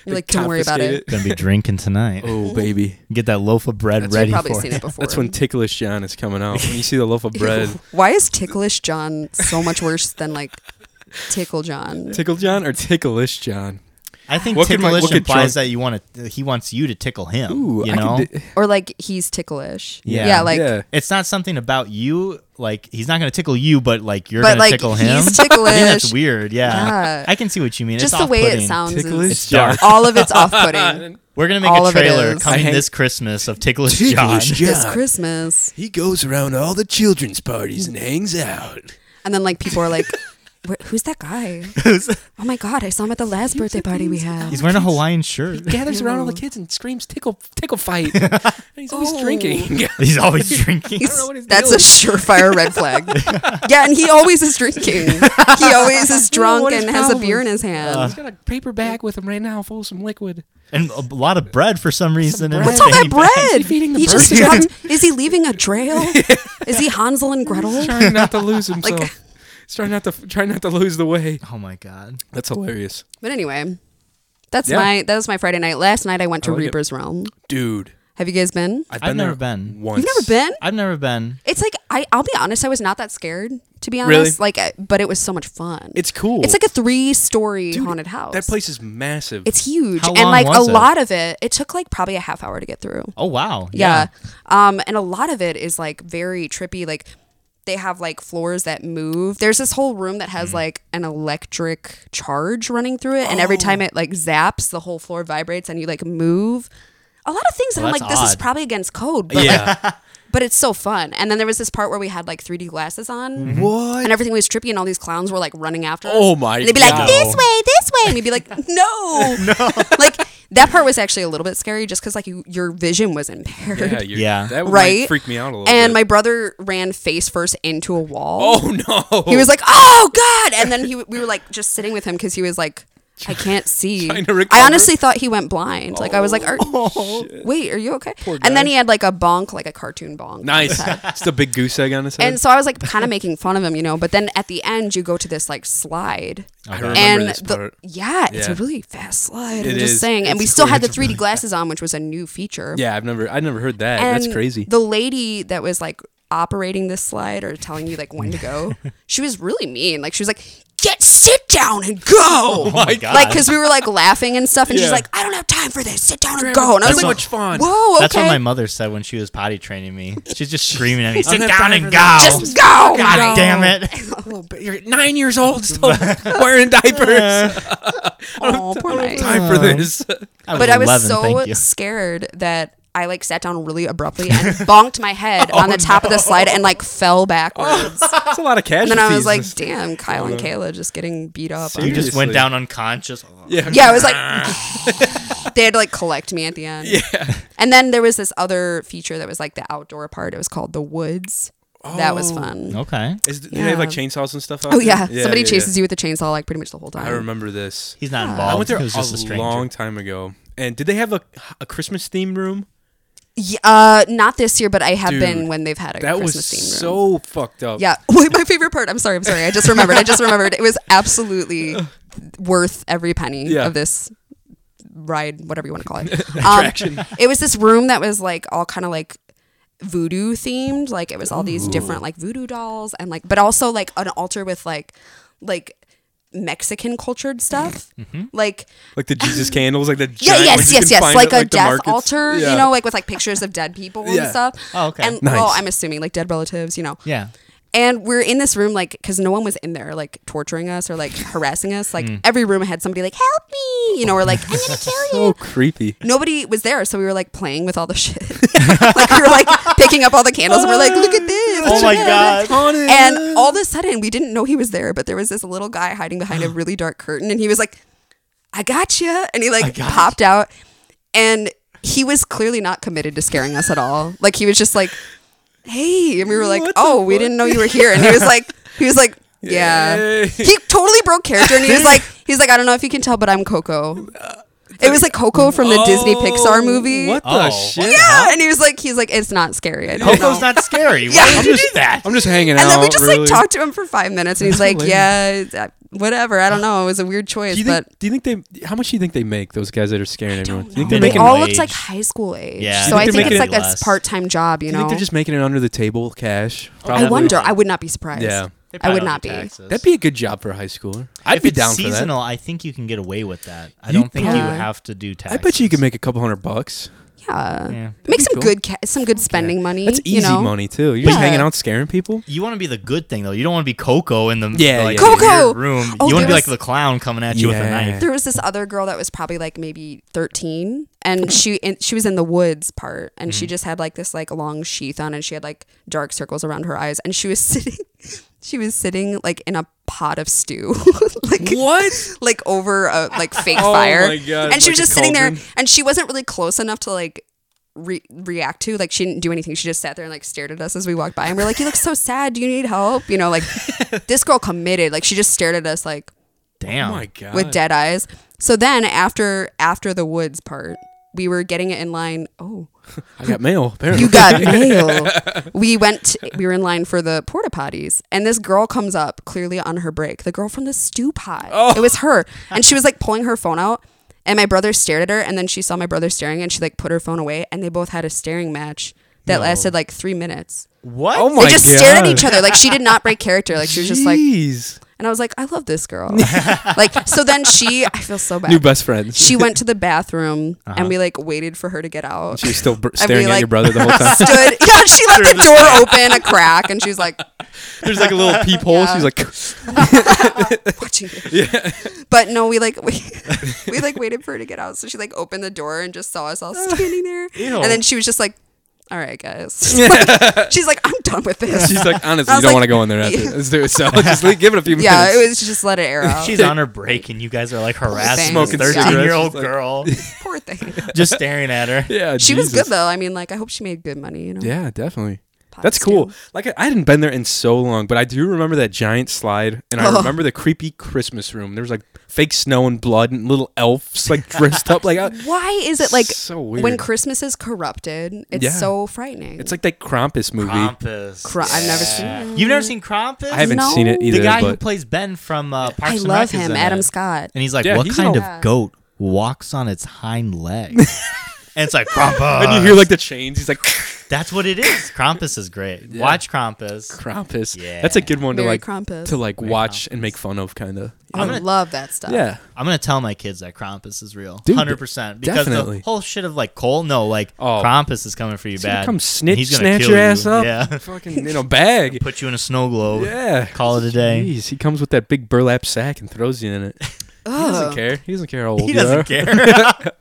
Speaker 3: You're like, don't worry about it.
Speaker 1: Confiscate
Speaker 2: Gonna be drinking tonight.
Speaker 1: Oh baby,
Speaker 2: Get that loaf of bread
Speaker 3: That's-
Speaker 2: ready
Speaker 3: You've probably
Speaker 2: for
Speaker 3: seen
Speaker 2: it.
Speaker 3: it before.
Speaker 1: that's when ticklish John is coming out. When you see the loaf of bread,
Speaker 3: Why is ticklish John so much worse than like tickle John?
Speaker 1: tickle John or ticklish John?
Speaker 2: I think
Speaker 1: What could my-
Speaker 2: ticklish
Speaker 1: what could drunk-
Speaker 2: implies that you want to. He wants you to tickle him.
Speaker 1: Ooh,
Speaker 2: you
Speaker 1: I
Speaker 2: know,
Speaker 1: can di-
Speaker 3: Or like he's ticklish.
Speaker 2: Yeah.
Speaker 3: Yeah, like
Speaker 1: yeah.
Speaker 2: it's not something about you. Like he's not gonna tickle you, but like you're
Speaker 3: But,
Speaker 2: gonna
Speaker 3: like,
Speaker 2: tickle
Speaker 3: he's
Speaker 2: him. I think
Speaker 3: ticklish.
Speaker 2: that's weird. Yeah.
Speaker 3: Yeah.
Speaker 2: I can see what you mean.
Speaker 3: just
Speaker 2: it's
Speaker 3: the way it
Speaker 2: off-putting.
Speaker 3: sounds is-
Speaker 1: Ticklish
Speaker 2: It's dark.
Speaker 3: all of it's off putting.
Speaker 2: We're gonna make
Speaker 3: all
Speaker 2: a
Speaker 3: of it
Speaker 2: trailer
Speaker 3: is.
Speaker 1: I
Speaker 2: coming
Speaker 1: hate-
Speaker 2: this Christmas of ticklish,
Speaker 1: Ticklish
Speaker 2: John.
Speaker 1: John.
Speaker 3: It's Christmas.
Speaker 1: He goes around all the children's parties and hangs out.
Speaker 3: And then like people are like, "Wh- who's that guy? oh my god, I saw him at the last birthday party we had.
Speaker 2: He's wearing a Hawaiian shirt.
Speaker 1: Gathers around all the kids and screams tickle tickle fight. and he's always
Speaker 3: Oh.
Speaker 1: drinking.
Speaker 2: He's always drinking.
Speaker 3: He's-
Speaker 1: know what his
Speaker 3: that's
Speaker 1: deal
Speaker 3: a surefire red flag. yeah, and he always is drinking. He always is drunk
Speaker 1: what Uh, his
Speaker 3: and has a
Speaker 1: problem
Speaker 3: beer
Speaker 1: is.
Speaker 3: in his hand.
Speaker 1: He's got a paper bag with him right now full of some liquid.
Speaker 2: and a lot of bread for some reason. in
Speaker 1: bread.
Speaker 3: What's
Speaker 2: the
Speaker 3: all that
Speaker 2: fanny pack.
Speaker 3: bread?
Speaker 1: Is he feeding the
Speaker 3: He just
Speaker 1: birds?
Speaker 3: dropped. Is he leaving a trail? Is he Hansel and Gretel?
Speaker 1: trying not to lose himself. He's trying not to trying not to lose the way.
Speaker 2: Oh my god.
Speaker 1: That's hilarious,
Speaker 3: But anyway, that's
Speaker 1: Yeah.
Speaker 3: my that was my Friday night. Last night I went to
Speaker 1: I like it.
Speaker 3: Reaper's Realm.
Speaker 1: dude.
Speaker 3: Have you guys been?
Speaker 1: I've,
Speaker 2: I've
Speaker 1: there
Speaker 2: never been.
Speaker 1: Once.
Speaker 3: You've never been?
Speaker 2: I've never been.
Speaker 3: It's like I I'll be honest, I was not that scared to be honest.
Speaker 1: Really?
Speaker 3: Like, I- but it was so much fun.
Speaker 1: It's cool.
Speaker 3: It's like a three-story
Speaker 1: Dude,
Speaker 3: haunted house.
Speaker 1: That place is massive.
Speaker 3: It's huge,
Speaker 2: How
Speaker 3: and
Speaker 2: long
Speaker 3: like a
Speaker 2: was it?
Speaker 3: lot of it, it took like probably a half hour to get through.
Speaker 2: Oh wow.
Speaker 3: Yeah. Um, and a lot of it is like very trippy. Like they have like floors that move. There's this whole room that has like an electric charge running through it, and every time it like zaps, the whole floor vibrates, and you like move. A lot of things that
Speaker 2: Well,
Speaker 3: I'm
Speaker 2: that's
Speaker 3: like, this is
Speaker 2: odd.
Speaker 3: probably against code, but like,
Speaker 1: yeah.
Speaker 3: but it's so fun. And then there was this part where we had like 3D glasses on,
Speaker 1: what?
Speaker 3: and everything was trippy, and all these clowns were like running after. us.
Speaker 1: Oh my
Speaker 3: And they'd be
Speaker 1: God.
Speaker 3: like, "This way, this way," and we'd be like, "No, no." like that part was actually a little bit scary, just because like you, your vision was impaired.
Speaker 1: Yeah, you're,
Speaker 2: Yeah.
Speaker 1: That would
Speaker 3: Right,
Speaker 1: right? freak me out a little.
Speaker 3: And
Speaker 1: bit.
Speaker 3: my brother ran face first into a wall.
Speaker 1: oh no,
Speaker 3: He was like, "Oh God!" And then he, we were like just sitting with him because he was like, "I can't see."
Speaker 1: Trying to recover. Oh,
Speaker 3: I honestly thought he went blind. like I was like, are, "Wait, are you okay?" And
Speaker 1: guy.
Speaker 3: then he had like a bonk, like a cartoon bonk.
Speaker 1: nice. it's the big goose egg on his head.
Speaker 3: And so I was like kind of making fun of him, you know. But then at the end, you go to this like slide.
Speaker 1: I remember
Speaker 3: and
Speaker 1: this
Speaker 3: the,
Speaker 1: part.
Speaker 3: yeah, it's a
Speaker 1: Yeah.
Speaker 3: really fast slide.
Speaker 1: It
Speaker 3: I'm just
Speaker 1: is.
Speaker 3: saying. And we
Speaker 1: It's
Speaker 3: still
Speaker 1: cool.
Speaker 3: had the
Speaker 1: It's
Speaker 3: 3D glasses on, which was a new feature.
Speaker 1: yeah, I've never, I never heard that.
Speaker 3: And
Speaker 1: That's crazy.
Speaker 3: The lady that was like operating this slide or telling you like when to go, she was really mean. Like she was like, "Get sit down and go."
Speaker 2: Oh my God.
Speaker 3: Like because we were like laughing and stuff, and she's
Speaker 1: Yeah.
Speaker 3: like, "I don't have time for this. Sit down and go." And I was
Speaker 1: Too
Speaker 3: like,
Speaker 1: much fun.
Speaker 3: "Whoa, okay."
Speaker 2: That's what my mother said when she was potty training me. She's just screaming at me. Sit
Speaker 1: have
Speaker 2: down
Speaker 1: time
Speaker 2: and
Speaker 1: for
Speaker 2: go.
Speaker 1: that.
Speaker 3: Just go.
Speaker 2: God damn it.
Speaker 1: Oh, but you're nine years old, still wearing diapers.
Speaker 3: Oh, poor Mike.
Speaker 1: Time for this.
Speaker 3: but I was
Speaker 2: 11,
Speaker 3: so
Speaker 2: thank you.
Speaker 3: scared that I like sat down really abruptly and bonked my head on the
Speaker 2: Oh,
Speaker 3: top of the slide and like fell backwards.
Speaker 1: That's a lot of
Speaker 3: and
Speaker 1: casualties.
Speaker 3: then I was like,
Speaker 1: This-
Speaker 3: damn, Kyle
Speaker 2: Uh-huh.
Speaker 3: and Kayla just getting beat up.
Speaker 1: See?
Speaker 2: You just
Speaker 1: Seriously.
Speaker 2: went down unconscious.
Speaker 1: yeah,
Speaker 3: Yeah, it was like they had to like collect me at the end.
Speaker 1: yeah.
Speaker 3: And then there was this other feature that was like the outdoor part. It was called the woods. That
Speaker 1: Oh.
Speaker 3: was fun.
Speaker 2: Okay.
Speaker 1: Is, do they have like
Speaker 3: Yeah.
Speaker 1: chainsaws and stuff?
Speaker 3: Oh yeah, somebody chases you with a chainsaw like pretty much the whole time.
Speaker 1: I remember this.
Speaker 2: He's not
Speaker 1: I
Speaker 2: involved.
Speaker 1: went there
Speaker 2: it was just a,
Speaker 1: a,
Speaker 2: stranger.
Speaker 1: long time ago. And did they have a, a Christmas theme room?
Speaker 3: Yeah, uh, not this year, but I have
Speaker 1: Dude,
Speaker 3: been when they've had a
Speaker 1: That
Speaker 3: Christmas
Speaker 1: was
Speaker 3: theme
Speaker 1: so
Speaker 3: room.
Speaker 1: fucked up.
Speaker 3: Yeah. Wait, my favorite part. I'm sorry. I'm sorry. I just remembered. I just remembered. It was absolutely worth every penny
Speaker 1: Yeah.
Speaker 3: of this ride, whatever you want to call it. Attraction. it was this room that was like all kind of like voodoo themed. Like it was all these different like voodoo dolls and like, but also like an altar with like, like Mexican cultured stuff. Like,
Speaker 1: Like the Jesus candles, Mm-hmm. like the
Speaker 3: yeah,
Speaker 1: giant ones
Speaker 3: yes,
Speaker 1: you
Speaker 3: yes,
Speaker 1: can
Speaker 3: yes.
Speaker 1: find
Speaker 3: Like
Speaker 1: at,
Speaker 3: a
Speaker 1: the
Speaker 3: death
Speaker 1: markets.
Speaker 3: altar,
Speaker 1: Yeah.
Speaker 3: you know, like with like pictures of dead people
Speaker 1: Yeah.
Speaker 3: and stuff.
Speaker 2: Oh, okay.
Speaker 3: And well,
Speaker 1: Nice.
Speaker 3: I'm assuming like dead relatives, you know.
Speaker 2: Yeah.
Speaker 3: And we're in this room, like, because no one was in there, like, torturing us or, like, harassing us.
Speaker 2: Hmm.
Speaker 3: Like, every room had somebody, like, help me, you know, or, like, I'm going to kill you.
Speaker 1: So creepy.
Speaker 3: Nobody was there. So we were, like, playing with all the shit. like, we were, like, picking up all the candles and we're, like, look at this.
Speaker 2: Oh my god.
Speaker 3: And all of a sudden, we didn't know he was there, but there was this little guy hiding behind a really dark curtain, and he was like, "I got you," and he like
Speaker 2: got
Speaker 3: popped out, and he was clearly not committed to scaring us at all. Like he was just like, "Hey," and we were like,
Speaker 1: What the
Speaker 3: "Oh, we
Speaker 1: fuck?"
Speaker 3: didn't know you were here," and he was like, he was like. Yeah,
Speaker 1: Yay.
Speaker 3: he totally broke character, and he was like, he's like, I don't know if you can tell, but I'm Coco. It was like Coco from the Disney Pixar movie.
Speaker 1: Uh, What the
Speaker 2: Oh, what
Speaker 1: shit?
Speaker 2: the
Speaker 3: Yeah, and he was like, he's like, it's not scary. I don't know."
Speaker 2: Coco's not scary. Why
Speaker 3: Yeah.
Speaker 2: would you do that?
Speaker 1: I'm just hanging out.
Speaker 3: and then we just
Speaker 1: really.
Speaker 3: like talked to him for five minutes, and he's like, "Yeah, that- whatever. I don't know. It was a weird choice,
Speaker 1: Do you,
Speaker 3: but
Speaker 1: think, do you think they? How much do you think they make? Those guys that are scaring everyone. Do you think
Speaker 2: know.
Speaker 1: they're
Speaker 3: they
Speaker 1: making?
Speaker 3: all
Speaker 2: wage.
Speaker 3: looked like high school age.
Speaker 2: Yeah.
Speaker 3: So
Speaker 1: You
Speaker 3: I
Speaker 1: think
Speaker 3: think
Speaker 1: they're
Speaker 3: it's like
Speaker 1: making
Speaker 2: it
Speaker 3: a
Speaker 2: less?
Speaker 3: part-time job.
Speaker 1: do
Speaker 3: You
Speaker 1: you think
Speaker 3: know,
Speaker 1: they're just making it under the table cash? Probably.
Speaker 3: I wonder. I would not be surprised.
Speaker 1: Yeah.
Speaker 2: They
Speaker 3: I
Speaker 2: probably
Speaker 3: would
Speaker 2: don't
Speaker 3: not
Speaker 2: do
Speaker 3: be.
Speaker 2: taxes.
Speaker 1: That'd be a good job for a high schooler. I'd
Speaker 2: if
Speaker 1: be
Speaker 2: it's
Speaker 1: down for that.
Speaker 2: seasonal, I think you can get away with that. I
Speaker 1: You
Speaker 2: don't think you
Speaker 3: probably-
Speaker 2: have to
Speaker 1: I
Speaker 2: do taxes.
Speaker 1: bet you you could make a couple hundred bucks.
Speaker 3: Yeah,
Speaker 2: Yeah.
Speaker 3: make
Speaker 1: be
Speaker 3: some
Speaker 1: cool.
Speaker 3: good ca- some good spending money.
Speaker 1: That's easy
Speaker 3: you know?
Speaker 1: money too. You're just
Speaker 3: Yeah.
Speaker 1: hanging out scaring people.
Speaker 2: You want to be the good thing though. You don't want to be Coco in the
Speaker 1: Yeah,
Speaker 2: like,
Speaker 1: yeah.
Speaker 2: weird
Speaker 3: Coco!
Speaker 2: room.
Speaker 3: Oh,
Speaker 2: you want
Speaker 3: there
Speaker 2: to be like
Speaker 3: was-
Speaker 2: the clown coming at you with a
Speaker 1: Yeah.
Speaker 2: knife.
Speaker 3: There was this other girl that was probably like maybe thirteen, and she and she was in the woods part, and
Speaker 1: Mm.
Speaker 3: she just had like this like long sheath on, and she had like dark circles around her eyes, and she was sitting, she was sitting like in a pot of stew, like
Speaker 1: What?
Speaker 3: like over a like fake
Speaker 1: Oh
Speaker 3: fire.
Speaker 1: my God,
Speaker 3: And she
Speaker 1: like
Speaker 3: was
Speaker 1: a
Speaker 3: just sitting there
Speaker 1: cauldron.
Speaker 3: and she wasn't really close enough to like re- react to. Like she didn't do anything. She just sat there and like stared at us as we walked by and we're like, You look so sad. Do you need help? You know, like this girl committed. Like she just stared at us like
Speaker 2: Damn.
Speaker 1: Oh my god.
Speaker 3: with dead eyes. So then after after the woods part, we were getting it in line. Oh,
Speaker 1: I got mail. Apparently.
Speaker 3: you got mail. We went. We were in line for the porta potties, and this girl comes up clearly on her break. The girl from the stew pot.
Speaker 1: Oh.
Speaker 3: It was her, and she was like pulling her phone out. And my brother stared at her, and then she saw my brother staring, and she like put her phone away, and they both had a staring match that lasted like three minutes.
Speaker 2: What?
Speaker 1: Oh my
Speaker 3: They just stared at
Speaker 1: God.
Speaker 3: each other. Like she did not break character. Like she was just like,
Speaker 1: Jeez.
Speaker 3: and I was like, I love this girl. like so then she, I feel so bad.
Speaker 1: new best friends.
Speaker 3: she went to the bathroom, and we like waited for her to get out.
Speaker 1: Uh-huh. She was still br-
Speaker 3: And we,
Speaker 1: staring at
Speaker 3: like,
Speaker 1: your brother the whole time.
Speaker 3: stood. Yeah, she left the door open a crack, and she's like
Speaker 1: There's like a little peephole.
Speaker 3: Yeah.
Speaker 1: She's like,
Speaker 3: watching. It. Yeah. But no, we like we, we like waited for her to get out, so she like opened the door and just saw us all standing there, and then she was just like, "All right, guys," Like, she's like, "I'm done with this."
Speaker 1: she's like, honestly,
Speaker 3: I
Speaker 1: you
Speaker 3: was
Speaker 1: don't
Speaker 3: like-
Speaker 1: want to go in there after.
Speaker 3: Yeah.
Speaker 1: Let's do it. So just leave, give it a few
Speaker 3: yeah,
Speaker 1: minutes.
Speaker 3: it was just let it air out.
Speaker 2: She's on her break and you guys are like harassing this
Speaker 1: Smoking cigarettes,
Speaker 2: 13 year old
Speaker 1: just like-
Speaker 2: girl,
Speaker 3: poor thing.
Speaker 2: just staring at her.
Speaker 1: Yeah,
Speaker 3: She was
Speaker 1: Jesus.
Speaker 3: good though. I mean, like, I hope she made good money. You know.
Speaker 1: Yeah, definitely.
Speaker 3: Pot
Speaker 1: That's
Speaker 3: of
Speaker 1: cool.
Speaker 3: stew.
Speaker 1: Like I, I hadn't been there in so long, but I do remember that giant slide, and I
Speaker 3: Oh.
Speaker 1: remember the creepy Christmas room. There was like fake snow and blood and little elves like dressed up like. I,
Speaker 3: Why is it like
Speaker 1: So
Speaker 3: when
Speaker 1: weird.
Speaker 3: Christmas is corrupted? It's
Speaker 1: Yeah.
Speaker 3: so frightening.
Speaker 1: it's like that Krampus movie.
Speaker 2: Krampus.
Speaker 3: Cro- I've never seen
Speaker 2: Yeah.
Speaker 3: it.
Speaker 2: You've never seen Krampus?
Speaker 1: I haven't
Speaker 3: No.
Speaker 1: seen it
Speaker 3: The
Speaker 1: either.
Speaker 2: The guy who
Speaker 1: but
Speaker 2: plays Ben from uh, Parks
Speaker 3: I
Speaker 2: and
Speaker 3: love
Speaker 2: Rec is
Speaker 3: him,
Speaker 2: in
Speaker 3: Adam
Speaker 2: it.
Speaker 3: Scott.
Speaker 2: And he's like,
Speaker 1: Yeah,
Speaker 2: what
Speaker 1: he's
Speaker 2: kind
Speaker 1: all-
Speaker 2: of goat walks on its hind legs? and it's like, Krampus.
Speaker 1: and you hear like the chains. He's like
Speaker 2: That's what it is. Krampus is great. Watch Krampus.
Speaker 1: Krampus.
Speaker 2: Yeah.
Speaker 1: That's a good one to
Speaker 3: Merry
Speaker 1: like
Speaker 3: Krampus.
Speaker 1: to like watch and make fun of, kind of.
Speaker 3: I
Speaker 2: gonna-
Speaker 3: love that stuff.
Speaker 1: Yeah.
Speaker 2: I'm gonna tell my kids that Krampus is real,
Speaker 1: Dude,
Speaker 2: hundred percent. Because
Speaker 1: definitely.
Speaker 2: the whole shit of like Cole, no, like
Speaker 1: Oh.
Speaker 2: Krampus is coming for you
Speaker 1: gonna
Speaker 2: bad.
Speaker 1: come
Speaker 2: and
Speaker 1: snitch-
Speaker 2: he's gonna
Speaker 1: snatch
Speaker 2: kill
Speaker 1: your
Speaker 2: you.
Speaker 1: ass up.
Speaker 2: Yeah,
Speaker 1: Fucking in a bag.
Speaker 2: put you in a snow globe.
Speaker 1: Yeah.
Speaker 2: Call it a day.
Speaker 1: Jeez, he comes with that big burlap sack and throws you in it. He doesn't
Speaker 3: Ugh.
Speaker 1: care. He doesn't care how old
Speaker 2: He
Speaker 1: you are.
Speaker 2: doesn't care.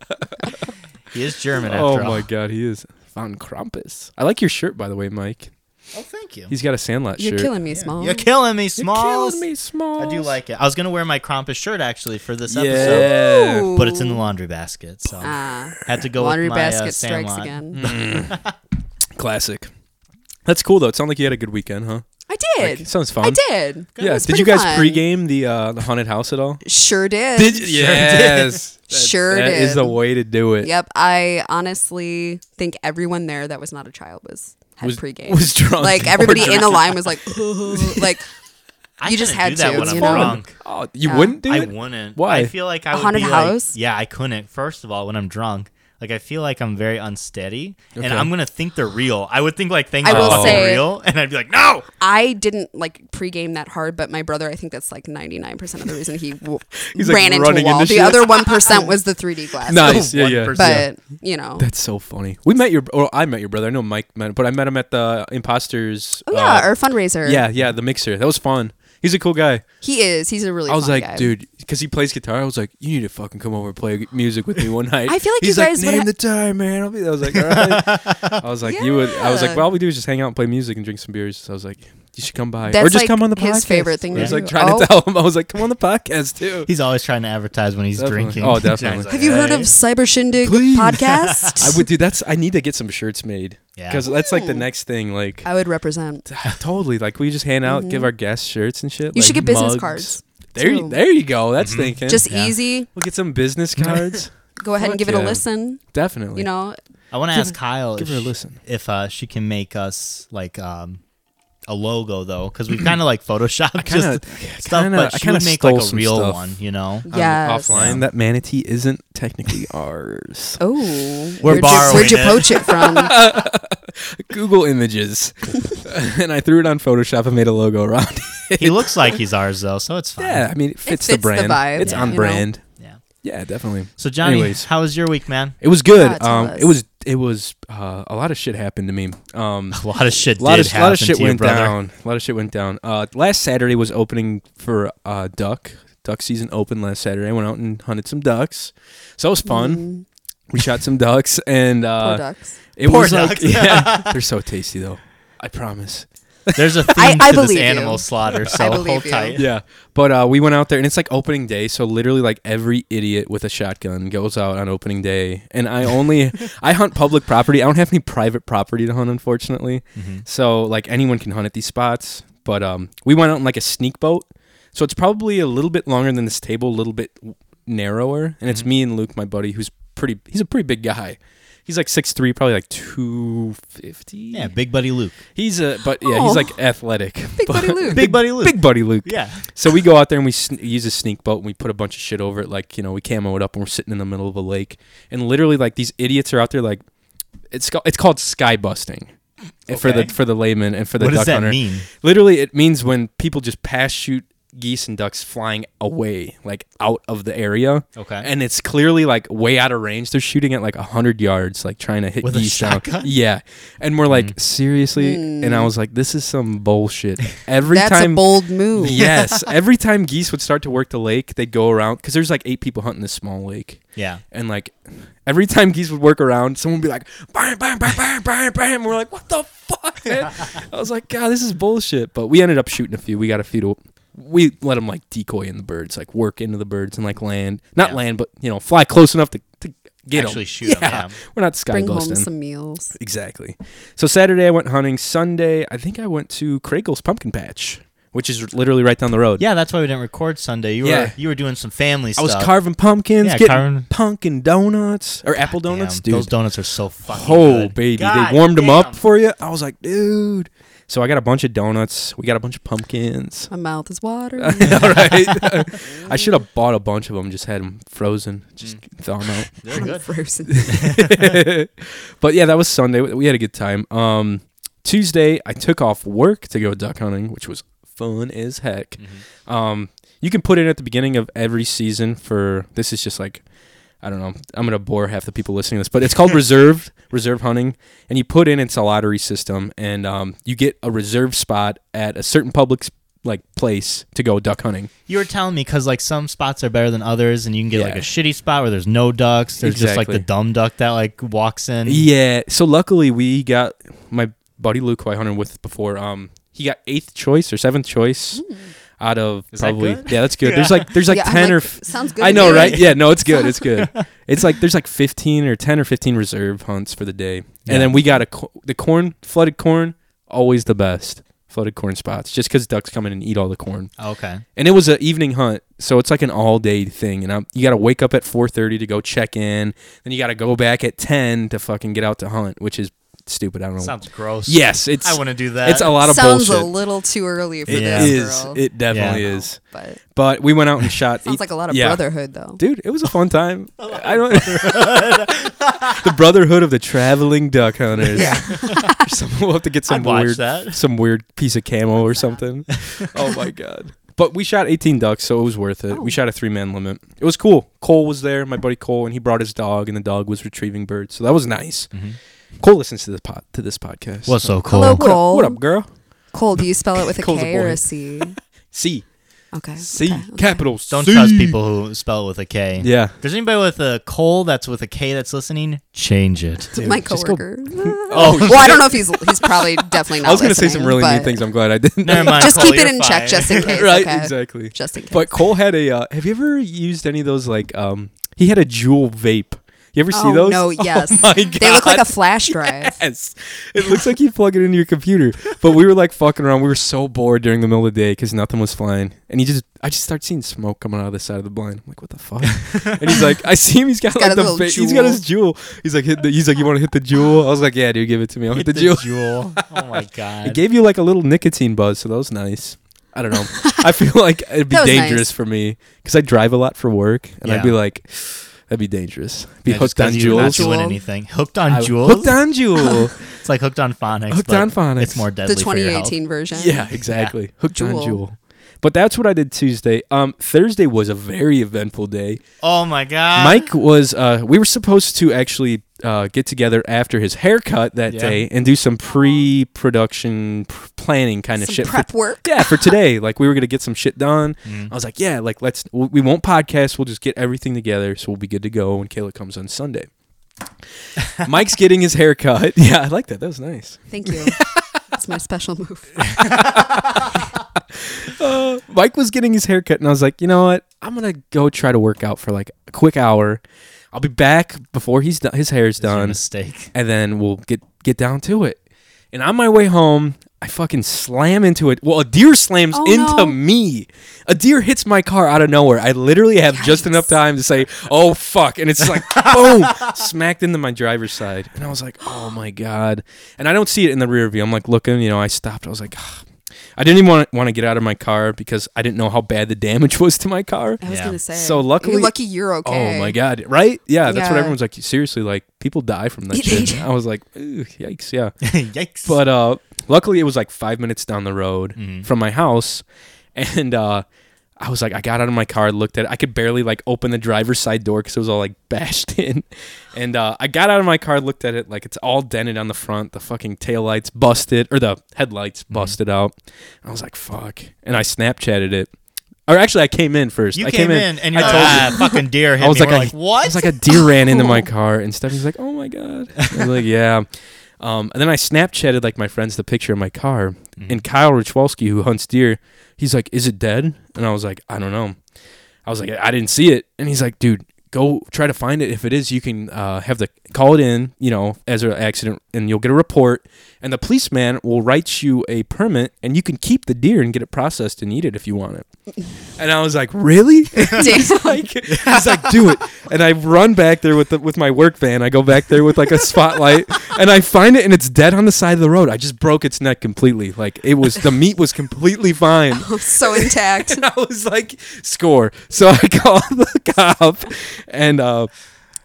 Speaker 2: he is German after
Speaker 1: Oh
Speaker 2: all.
Speaker 1: my god, he is von Krampus. I like your shirt, by the way, Mike.
Speaker 2: Oh, thank you.
Speaker 1: He's got a Sandlot
Speaker 3: You're
Speaker 1: shirt.
Speaker 3: killing me, small.
Speaker 2: You're killing me,
Speaker 1: You're
Speaker 2: Smalls.
Speaker 1: killing me, small.
Speaker 2: I do like it. I was gonna wear my Krampus shirt actually for this episode,
Speaker 1: Yeah.
Speaker 3: Ooh.
Speaker 2: but it's in the laundry basket, so
Speaker 3: Ah.
Speaker 2: had to go
Speaker 3: Laundry
Speaker 2: with my
Speaker 3: basket
Speaker 2: uh,
Speaker 3: strikes
Speaker 2: Sandlot.
Speaker 3: again.
Speaker 1: Classic. That's cool though. It sounds like you had a good weekend, huh?
Speaker 3: I did.
Speaker 1: Like, sounds fun.
Speaker 3: I did. It
Speaker 1: Yeah.
Speaker 3: was
Speaker 1: Did you
Speaker 3: pretty
Speaker 1: guys
Speaker 3: fun.
Speaker 1: pregame the uh, the haunted house at all?
Speaker 3: Sure did.
Speaker 1: you? Yes. That-
Speaker 3: Sure
Speaker 1: That is
Speaker 3: did.
Speaker 1: the way to do it.
Speaker 3: Yep. I honestly think everyone there that was not a child was had
Speaker 1: Was-
Speaker 3: pregame.
Speaker 1: was drunk
Speaker 3: Like
Speaker 1: or
Speaker 3: everybody in
Speaker 1: drunk.
Speaker 3: the line was like, like
Speaker 2: I
Speaker 3: You just
Speaker 2: couldn't
Speaker 3: had
Speaker 2: do that
Speaker 3: to,
Speaker 2: when
Speaker 3: you
Speaker 2: I'm
Speaker 3: know?
Speaker 2: drunk.
Speaker 1: Oh, you
Speaker 3: Yeah.
Speaker 1: wouldn't do
Speaker 2: I
Speaker 1: it?
Speaker 2: wouldn't.
Speaker 1: Why?
Speaker 2: I feel like I would
Speaker 3: haunted
Speaker 2: be
Speaker 3: house?
Speaker 2: Like, yeah, I couldn't. First of all, when I'm drunk, Like I feel like I'm very unsteady,
Speaker 1: Okay.
Speaker 2: and I'm gonna think they're real. I would think like things
Speaker 3: I
Speaker 2: are
Speaker 3: will
Speaker 2: fucking
Speaker 3: say-
Speaker 2: real, and I'd be like, no.
Speaker 3: I didn't like pregame that hard, but my brother, I think that's like 99% of the reason he w-
Speaker 1: He's, like,
Speaker 3: ran into a
Speaker 1: running
Speaker 3: wall.
Speaker 1: into
Speaker 3: the
Speaker 1: shit.
Speaker 3: other 1% was the 3D glass.
Speaker 1: Nice, yeah, yeah.
Speaker 2: 1%.
Speaker 3: But, you know.
Speaker 1: That's so funny. We met your, or I met your brother. I know Mike met, but I met him at the Imposters.
Speaker 3: Oh,
Speaker 1: uh,
Speaker 3: yeah, our fundraiser.
Speaker 1: yeah, yeah, the mixer. That was fun. He's a cool guy.
Speaker 3: He is. He's a really
Speaker 1: I was
Speaker 3: fun
Speaker 1: like,
Speaker 3: guy.
Speaker 1: dude, because he plays guitar. I was like, you need to fucking come over and play music with me one night.
Speaker 3: I feel like you
Speaker 1: he's
Speaker 3: guys
Speaker 1: like,
Speaker 3: would
Speaker 1: name
Speaker 3: ha-
Speaker 1: the time, man. I'll be. I was like, all right. I was like, you would. I was like,
Speaker 3: Yeah.
Speaker 1: well, all we do is just hang out and play music and drink some beers. So I was like, you should come by,
Speaker 3: That's
Speaker 1: or just
Speaker 3: like
Speaker 1: come on the podcast.
Speaker 3: his favorite thing
Speaker 1: I
Speaker 3: to
Speaker 1: was like
Speaker 3: do.
Speaker 1: trying
Speaker 3: Oh.
Speaker 1: to tell him. I was like, come on the podcast too.
Speaker 2: He's always trying to advertise when he's
Speaker 1: Definitely.
Speaker 2: drinking.
Speaker 1: Oh,
Speaker 2: He's always
Speaker 1: definitely.
Speaker 2: like,
Speaker 3: Have you heard of
Speaker 2: "Hey."
Speaker 3: Cyber Shindig
Speaker 1: eh? Please.
Speaker 3: podcast?
Speaker 1: I would, dude. That's. I need to get some shirts made.
Speaker 2: Yeah.
Speaker 1: Because that's like the next thing. Like,
Speaker 3: I would represent.
Speaker 1: totally. Like, we just hand out, give our guests shirts and shit.
Speaker 3: Mm-hmm. You should
Speaker 1: like
Speaker 3: get business
Speaker 1: mugs.
Speaker 3: cards.
Speaker 1: There, you,
Speaker 3: too.
Speaker 1: there you go. That's thinking.
Speaker 3: Just
Speaker 2: Yeah.
Speaker 3: easy.
Speaker 1: we'll get some business cards.
Speaker 3: Go ahead
Speaker 1: Fuck
Speaker 3: and give it
Speaker 1: yeah.
Speaker 3: a listen.
Speaker 1: Definitely.
Speaker 3: You know,
Speaker 2: I want to ask Kyle
Speaker 1: give
Speaker 2: if,
Speaker 1: her a
Speaker 2: she-
Speaker 1: listen.
Speaker 2: if uh, she can make us like um, a logo though, because we kind of like Photoshop
Speaker 1: kinda-
Speaker 2: just stuff,
Speaker 1: kinda- I
Speaker 2: but she
Speaker 1: kinda
Speaker 2: would make like
Speaker 1: stole
Speaker 2: a
Speaker 1: some
Speaker 2: real
Speaker 1: stuff.
Speaker 2: one, you know?
Speaker 1: um,
Speaker 3: Yes.
Speaker 1: offline. That manatee isn't technically ours.
Speaker 3: oh,
Speaker 2: We're
Speaker 3: where'd you,
Speaker 2: borrowing
Speaker 3: where'd you
Speaker 2: it.
Speaker 3: poach it from?
Speaker 1: Google images, and I threw it on Photoshop and made a logo around. it.
Speaker 2: he looks like he's ours though, so it's fine.
Speaker 1: Yeah, I mean, it fits, the
Speaker 3: fits the
Speaker 1: brand.
Speaker 3: vibe,
Speaker 1: it's on
Speaker 3: you know?
Speaker 1: brand.
Speaker 2: Yeah.
Speaker 1: Yeah, definitely.
Speaker 2: So Johnny,
Speaker 1: Anyways.
Speaker 2: how was your week, man?
Speaker 1: It was good.
Speaker 3: Ah, tell
Speaker 1: um,
Speaker 3: us.
Speaker 1: it was. It was. Uh, a lot of shit happened to me. Um,
Speaker 2: A lot of shit.
Speaker 1: a lot
Speaker 2: did
Speaker 1: of, a lot
Speaker 2: happen
Speaker 1: of shit
Speaker 2: to your
Speaker 1: went
Speaker 2: brother.
Speaker 1: down. A lot of shit went down. Uh, last Saturday was opening for uh, duck. Duck season opened last Saturday. I went out and hunted some ducks, so it was fun.
Speaker 3: Mm,
Speaker 1: We shot some ducks, and
Speaker 3: poor
Speaker 1: uh,
Speaker 3: ducks.
Speaker 1: it
Speaker 2: Poor
Speaker 1: was
Speaker 2: ducks.
Speaker 1: like yeah, they're so tasty though. I promise.
Speaker 2: There's a theme
Speaker 3: I- I
Speaker 2: to this
Speaker 3: believe you.
Speaker 2: animal slaughter, so hold
Speaker 3: believe you.
Speaker 2: tight.
Speaker 1: Yeah, but uh, we went out there, and it's like opening day, so literally like every idiot with a shotgun goes out on opening day, and I only I hunt public property. I don't have any private property to hunt, unfortunately.
Speaker 2: Mm-hmm.
Speaker 1: So like anyone can hunt at these spots, but um, we went out in like a sneak boat, so it's probably a little bit longer than this table, a little bit w- narrower, and it's
Speaker 2: Mm-hmm.
Speaker 1: me and Luke, my buddy, who's pretty. He's a pretty big guy. He's like six three, probably like two fifty.
Speaker 2: Yeah, big buddy Luke.
Speaker 1: he's a but yeah, he's
Speaker 3: Oh.
Speaker 1: like athletic.
Speaker 3: Big buddy Luke.
Speaker 2: Big buddy Luke.
Speaker 1: Big buddy Luke.
Speaker 2: Yeah.
Speaker 1: So we go out there and we sn- use a sneak boat and we put a bunch of shit over it. Like, you know, we camo it up and we're sitting in the middle of a lake. And literally, like, these idiots are out there, like, it's, ca- it's called sky busting. And For the
Speaker 2: Okay.
Speaker 1: for the layman and for the
Speaker 2: What
Speaker 1: duck
Speaker 2: does that
Speaker 1: hunter,
Speaker 2: mean?
Speaker 1: literally it means when people just pass shoot geese and ducks flying away, like out of the area.
Speaker 2: Okay.
Speaker 1: And it's clearly like way out of range. They're shooting at like hundred yards, like trying to hit
Speaker 2: With a
Speaker 1: geese down.
Speaker 2: shotgun? Mm.
Speaker 1: Yeah. And we're like, seriously. And I was like, this is some bullshit. Every
Speaker 3: That's
Speaker 1: time
Speaker 3: a bold move.
Speaker 1: yes. Every time geese would start to work the lake, they'd go around because there's like eight people hunting this small lake.
Speaker 2: Yeah.
Speaker 1: And like every time geese would work around, someone would be like, bam, bam, bam, bam, bam, bam. We're like, what the fuck? man?" I was like, God, this is bullshit. But we ended up shooting a few. We got a few to. We let them like decoy in the birds, like work into the birds and like land. Not
Speaker 2: Yeah.
Speaker 1: land, but you know, fly close enough to, to get 'em.
Speaker 2: Actually shoot 'em, yeah.
Speaker 1: We're not sky
Speaker 3: Bring home
Speaker 1: busting.
Speaker 3: some meals.
Speaker 1: Exactly. So Saturday I went hunting. Sunday I think I went to Craigle's pumpkin patch, which is literally right down the road.
Speaker 2: Yeah, that's why we didn't record Sunday. You
Speaker 1: Yeah.
Speaker 2: were you were doing some family
Speaker 1: I
Speaker 2: stuff.
Speaker 1: was carving pumpkins,
Speaker 2: Yeah,
Speaker 1: getting
Speaker 2: carving-
Speaker 1: pumpkin donuts or apple
Speaker 2: Damn,
Speaker 1: donuts, dude.
Speaker 2: Those donuts are so fucking
Speaker 1: oh
Speaker 2: good.
Speaker 1: baby,
Speaker 2: God
Speaker 1: they warmed them
Speaker 2: damn.
Speaker 1: up for you. I was like, dude. So I got a bunch of donuts. We got a bunch of pumpkins.
Speaker 3: My mouth is watering.
Speaker 1: All right. I should have bought a bunch of them. Just had them frozen. Just
Speaker 2: Mm.
Speaker 1: thaw 'em thaw them out.
Speaker 2: They're
Speaker 3: I'm
Speaker 2: good.
Speaker 3: frozen.
Speaker 1: but yeah, that was Sunday. We had a good time. Um, Tuesday, I took off work to go duck hunting, which was fun as heck. Um, you can put in at the beginning of every season for this is just like I don't know. I'm gonna bore half the people listening to this, but it's called reserved reserve hunting, and you put in it's a lottery system, and um, you get a reserve spot at a certain public s- like place to go duck hunting.
Speaker 2: You were telling me because like some spots are better than others, and you can get like a
Speaker 1: Yeah.
Speaker 2: shitty spot where there's no ducks. There's just like the
Speaker 1: Exactly.
Speaker 2: dumb duck that like walks in.
Speaker 1: Yeah. So luckily we got my buddy Luke who I hunted with before. Um, he got eighth choice or seventh choice out of
Speaker 2: Is that
Speaker 1: probably
Speaker 2: good?
Speaker 1: yeah, that's good. There's like there's like
Speaker 3: Hmm. Yeah, I'm
Speaker 1: ten or.
Speaker 3: like,
Speaker 1: F-
Speaker 3: sounds good.
Speaker 1: I
Speaker 3: to
Speaker 1: know,
Speaker 3: me.
Speaker 1: right? Yeah, no, it's good. It's good. It's like there's like 15 or 10 or 15 reserve hunts for the day,
Speaker 2: Yeah.
Speaker 1: and then we got a co- the corn flooded corn always the best flooded corn spots just because ducks come in and eat all the corn.
Speaker 2: Okay.
Speaker 1: And it was an evening hunt, so it's like an all day thing. And I'm, you got to wake up at 4:30 to go check in, then you got to go back at 10 to fucking get out to hunt, which is stupid. I don't know.
Speaker 2: Sounds gross.
Speaker 1: yes, it's.
Speaker 2: I want to do that.
Speaker 1: It's a lot of
Speaker 3: Sounds a
Speaker 1: bullshit.
Speaker 3: little too early for
Speaker 1: It
Speaker 2: Yeah.
Speaker 3: this
Speaker 1: is.
Speaker 3: girl.
Speaker 1: It definitely
Speaker 2: Yeah.
Speaker 1: is.
Speaker 3: but
Speaker 1: But we went out and shot.
Speaker 3: sounds like a lot of
Speaker 1: yeah.
Speaker 3: brotherhood though.
Speaker 1: Dude, it was a fun time. I don't. the Brotherhood of the Traveling Duck Hunters. Yeah. we'll have to get some
Speaker 2: I'd watch
Speaker 1: weird,
Speaker 2: that.
Speaker 1: some weird piece of camo or something. oh my god! But we shot 18 ducks, so it was worth it.
Speaker 3: Oh.
Speaker 1: We shot a three man limit. It was cool. Cole was there, my buddy Cole, and he brought his dog, and the dog was retrieving birds, so that was nice.
Speaker 2: Mhm.
Speaker 1: Cole listens to the pod to this podcast.
Speaker 2: What's
Speaker 3: Hello,
Speaker 2: so cool?
Speaker 1: what up,
Speaker 3: Cole.
Speaker 1: what up, girl?
Speaker 3: Cole, do you spell it with a
Speaker 1: Cole's a
Speaker 3: K or
Speaker 1: boy.
Speaker 3: a C?
Speaker 1: C
Speaker 3: Okay.
Speaker 1: C
Speaker 3: okay, okay.
Speaker 1: capital.
Speaker 2: Don't
Speaker 1: C.
Speaker 2: trust people who spell it with a K.
Speaker 1: Yeah.
Speaker 2: If There's anybody with a Cole that's with a K that's listening, change it.
Speaker 1: Dude,
Speaker 3: My
Speaker 1: just go-
Speaker 3: coworker.
Speaker 1: Oh,
Speaker 3: well, I don't know if he's he's probably definitely not.
Speaker 1: I was gonna say some
Speaker 3: listening,
Speaker 1: really
Speaker 3: but
Speaker 1: neat things. I'm glad I didn't.
Speaker 2: Never mind.
Speaker 3: Just
Speaker 2: Cole,
Speaker 3: keep it
Speaker 2: you're
Speaker 3: in check,
Speaker 2: fine.
Speaker 3: just in case.
Speaker 1: right,
Speaker 3: okay?
Speaker 1: exactly.
Speaker 3: Just in case.
Speaker 1: But Cole had a. Uh, have you ever used any of those? Like, um, he had a jewel vape. You ever see
Speaker 3: Oh,
Speaker 1: those?
Speaker 3: no, yes.
Speaker 1: Oh my god.
Speaker 3: they look like a flash drive.
Speaker 1: Yes. It looks like you plug it into your computer. But we were like fucking around. We were so bored during the middle of the day because nothing was flying. And he just, I just start seeing smoke coming out of the side of the blind. I'm like, what the fuck? and he's like, I see him. He's got,
Speaker 3: He's got
Speaker 1: like
Speaker 3: a
Speaker 1: the,
Speaker 3: little
Speaker 1: va- he's got
Speaker 3: jewel.
Speaker 1: his jewel. He's like, hit the, he's like, you want to hit the jewel? I was like, yeah, dude, give it to me. I'll hit, the, jewel.
Speaker 2: jewel. Oh my god.
Speaker 1: It gave you like a little nicotine buzz, so that was nice. I don't know. I feel like it'd be
Speaker 3: That was
Speaker 1: dangerous
Speaker 3: nice.
Speaker 1: for me because I drive a lot for work, and
Speaker 2: Yeah.
Speaker 1: I'd be like, that'd be dangerous. Be
Speaker 2: Yeah, just
Speaker 1: hooked
Speaker 2: 'cause
Speaker 1: on
Speaker 2: you're Not
Speaker 1: jewels.
Speaker 2: doing
Speaker 3: Jewel.
Speaker 2: anything. Hooked on
Speaker 1: I-
Speaker 2: jewels.
Speaker 1: Hooked on jewel.
Speaker 2: It's like hooked on phonics.
Speaker 1: Hooked
Speaker 2: but
Speaker 1: on phonics.
Speaker 2: It's more
Speaker 3: the
Speaker 2: deadly for your health.
Speaker 3: 2018 version.
Speaker 1: yeah, exactly. Hooked
Speaker 3: Jewel.
Speaker 1: on jewel. But that's what I did Tuesday. Um, Thursday was a very eventful day.
Speaker 2: Oh my god.
Speaker 1: Mike was. Uh, we were supposed to actually uh, get together after his haircut that
Speaker 2: Yeah.
Speaker 1: day and do some pre-production pr- planning kind of
Speaker 3: Some
Speaker 1: shit for
Speaker 3: prep Mm. work.
Speaker 1: yeah for today like we were gonna get some shit done i was like yeah like let's w- we won't podcast we'll just get everything together so we'll be good to go when kayla comes on sunday mike's getting his hair cut yeah i like that that was nice
Speaker 3: Thank you. That's my special move.
Speaker 1: mike was getting his hair cut and i was like you know what i'm gonna go try to work out for like a quick hour i'll be back before he's done his hair's
Speaker 2: It's your
Speaker 1: done
Speaker 2: mistake.
Speaker 1: and then we'll get get down to it and on my way home I fucking slam into it. Well, a deer slams
Speaker 3: Oh,
Speaker 1: into
Speaker 3: no.
Speaker 1: me. A deer hits my car out of nowhere. I literally have just
Speaker 3: Yikes.
Speaker 1: enough time to say, "Oh fuck!" and it's like boom, smacked into my driver's side, and I was like, "Oh my god!" And I don't see it in the rear view. I'm like looking, you know. I stopped. I was like, "Ah." I didn't even want to, want to get out of my car because I didn't know how bad the damage was to my car.
Speaker 3: I was
Speaker 2: Yeah.
Speaker 3: gonna say.
Speaker 1: So luckily-
Speaker 3: you're lucky you're okay.
Speaker 1: Oh my god! Right? Yeah, that's what
Speaker 3: Yeah.
Speaker 1: everyone's like. Seriously, like people die from that
Speaker 3: They
Speaker 1: shit.
Speaker 3: do.
Speaker 1: I was like, Ooh, yikes! Yeah.
Speaker 2: Yikes.
Speaker 1: But uh, luckily, it was like five minutes down the road
Speaker 2: Mhm.
Speaker 1: from my house, and uh, I was like, I got out of my car, looked at it. I could barely like open the driver's side door because it was all like bashed in, and uh, I got out of my car, looked at it, like it's all dented on the front, the fucking taillights busted or the headlights
Speaker 2: Mm-hmm.
Speaker 1: busted out. I was like, fuck, and I Snapchatted it. Or actually, I came in first.
Speaker 2: you
Speaker 1: I
Speaker 2: came, in, and
Speaker 1: I
Speaker 2: you're like,
Speaker 1: told you.
Speaker 2: ah, fucking deer hit
Speaker 1: I was
Speaker 2: me.
Speaker 1: like,
Speaker 2: We're
Speaker 1: I-
Speaker 2: like, what?
Speaker 1: I was like a deer ran into my car and Stephanie's like, "Oh my god!" I was like, "Yeah." Um, and then I Snapchatted like my friends the picture of my car,
Speaker 2: Mm.
Speaker 1: and Kyle Richwalski, who hunts deer, he's like, "Is it dead?" And I was like, "I don't know." I was like, "I didn't see it," and he's like, "Dude." Go try to find it. If it is, you can uh, have the call it in, you know, as an accident, and you'll get a report. And the policeman will write you a permit, and you can keep the deer and get it processed and eat it if you want it. And I was like, really?
Speaker 3: Damn.
Speaker 1: like he's like do it and i run back there with the, with my work van i go back there with like a spotlight and i find it and it's dead on the side of the road i just broke its neck completely like it was the meat was completely fine
Speaker 3: so intact.
Speaker 1: and i was like score so i call the cop and uh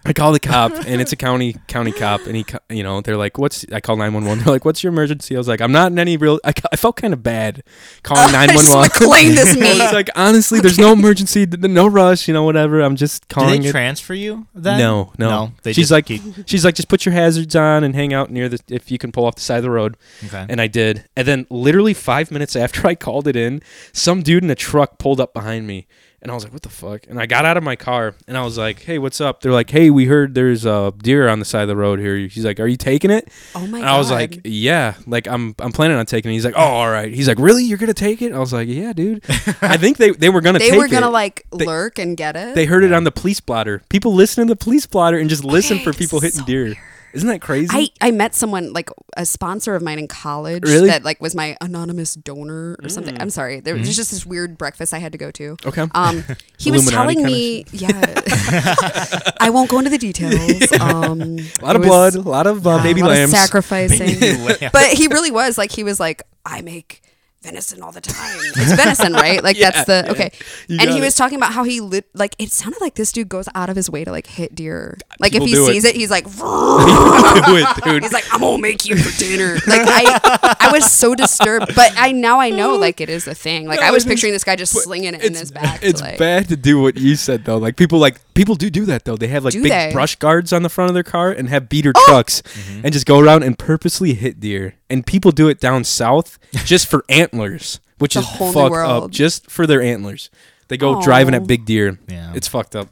Speaker 1: I call the cop, and it's a county county cop, and he, co- you know, they're like, "What's?" I call nine one one. They're like, "What's your emergency?" I was like, "I'm not in any real." I, ca- I felt kind of bad calling
Speaker 3: I
Speaker 1: nine one
Speaker 3: just
Speaker 1: one.
Speaker 3: want to claim this
Speaker 1: I
Speaker 3: meat.
Speaker 1: was like, honestly, there's no emergency, th- no rush, you know, whatever. I'm just calling
Speaker 2: Did they
Speaker 1: it.
Speaker 2: transfer you? Then?
Speaker 1: no, no.
Speaker 2: they
Speaker 1: she's
Speaker 2: just
Speaker 1: like,
Speaker 2: keep-
Speaker 1: she's like, just put your hazards on and hang out near the if you can pull off the side of the road.
Speaker 2: okay.
Speaker 1: And I did. And then literally five minutes after I called it in, some dude in a truck pulled up behind me, and I was like, what the fuck? And I got out of my car and I was like, hey, what's up? They're like, hey, we heard there's a deer on the side of the road here. She's like, are you taking it?
Speaker 3: oh my
Speaker 1: and I was like, yeah, like I'm I'm planning on taking it. He's like, oh, all right. He's like, really? You're gonna take it? I was like, yeah, dude. I think they they were gonna
Speaker 3: they
Speaker 1: take
Speaker 3: were gonna
Speaker 1: it.
Speaker 3: like
Speaker 1: They-
Speaker 3: lurk and get it.
Speaker 1: They heard it on the police blotter. People listen to the police blotter and just listen
Speaker 3: Okay,
Speaker 1: for
Speaker 3: this
Speaker 1: people
Speaker 3: is
Speaker 1: hitting
Speaker 3: so
Speaker 1: deer.
Speaker 3: weird.
Speaker 1: Isn't that crazy?
Speaker 3: I, I met someone like a sponsor of mine in college
Speaker 1: Really? Mm.
Speaker 3: that like was my anonymous donor or something. I'm sorry. There was just this weird breakfast I had to go to.
Speaker 1: Mm-hmm. Okay.
Speaker 3: Um he was
Speaker 1: Illuminati
Speaker 3: telling
Speaker 1: kinda
Speaker 3: me yeah. I won't go into the details. Um
Speaker 1: a lot of blood, a lot of uh, baby lambs.
Speaker 3: sacrificing. but he really was like he was like I make venison all the time. It's venison, right? Like that's the okay.
Speaker 1: You
Speaker 3: And
Speaker 1: got
Speaker 3: he
Speaker 1: it.
Speaker 3: was talking about how he lit like it sounded like this dude goes out of his way to like hit deer. Like if
Speaker 1: People
Speaker 3: he
Speaker 1: do it.
Speaker 3: sees it, he's like
Speaker 1: Do it, dude.
Speaker 3: He's like, I'm gonna make you for dinner. Like I, I was so disturbed, but I now I know like it is a thing. Like
Speaker 1: No,
Speaker 3: I was
Speaker 1: it is-
Speaker 3: picturing this guy just
Speaker 1: but
Speaker 3: slinging it in
Speaker 1: it's-
Speaker 3: his back.
Speaker 1: It's
Speaker 3: to, like,
Speaker 1: bad to do what you said though. Like people like people do do that though. They have like
Speaker 3: Do
Speaker 1: big
Speaker 3: they? Oh!
Speaker 1: brush guards on the front of their car and have beater trucks
Speaker 2: Mm-hmm.
Speaker 1: and just go around and purposely hit deer. And people do it down south just for antlers, which
Speaker 3: It's a
Speaker 1: is
Speaker 3: whole new
Speaker 1: fucked up.
Speaker 3: world.
Speaker 1: Just for their antlers, they go driving
Speaker 3: Aw.
Speaker 1: at big deer.
Speaker 2: Yeah.
Speaker 1: it's fucked up.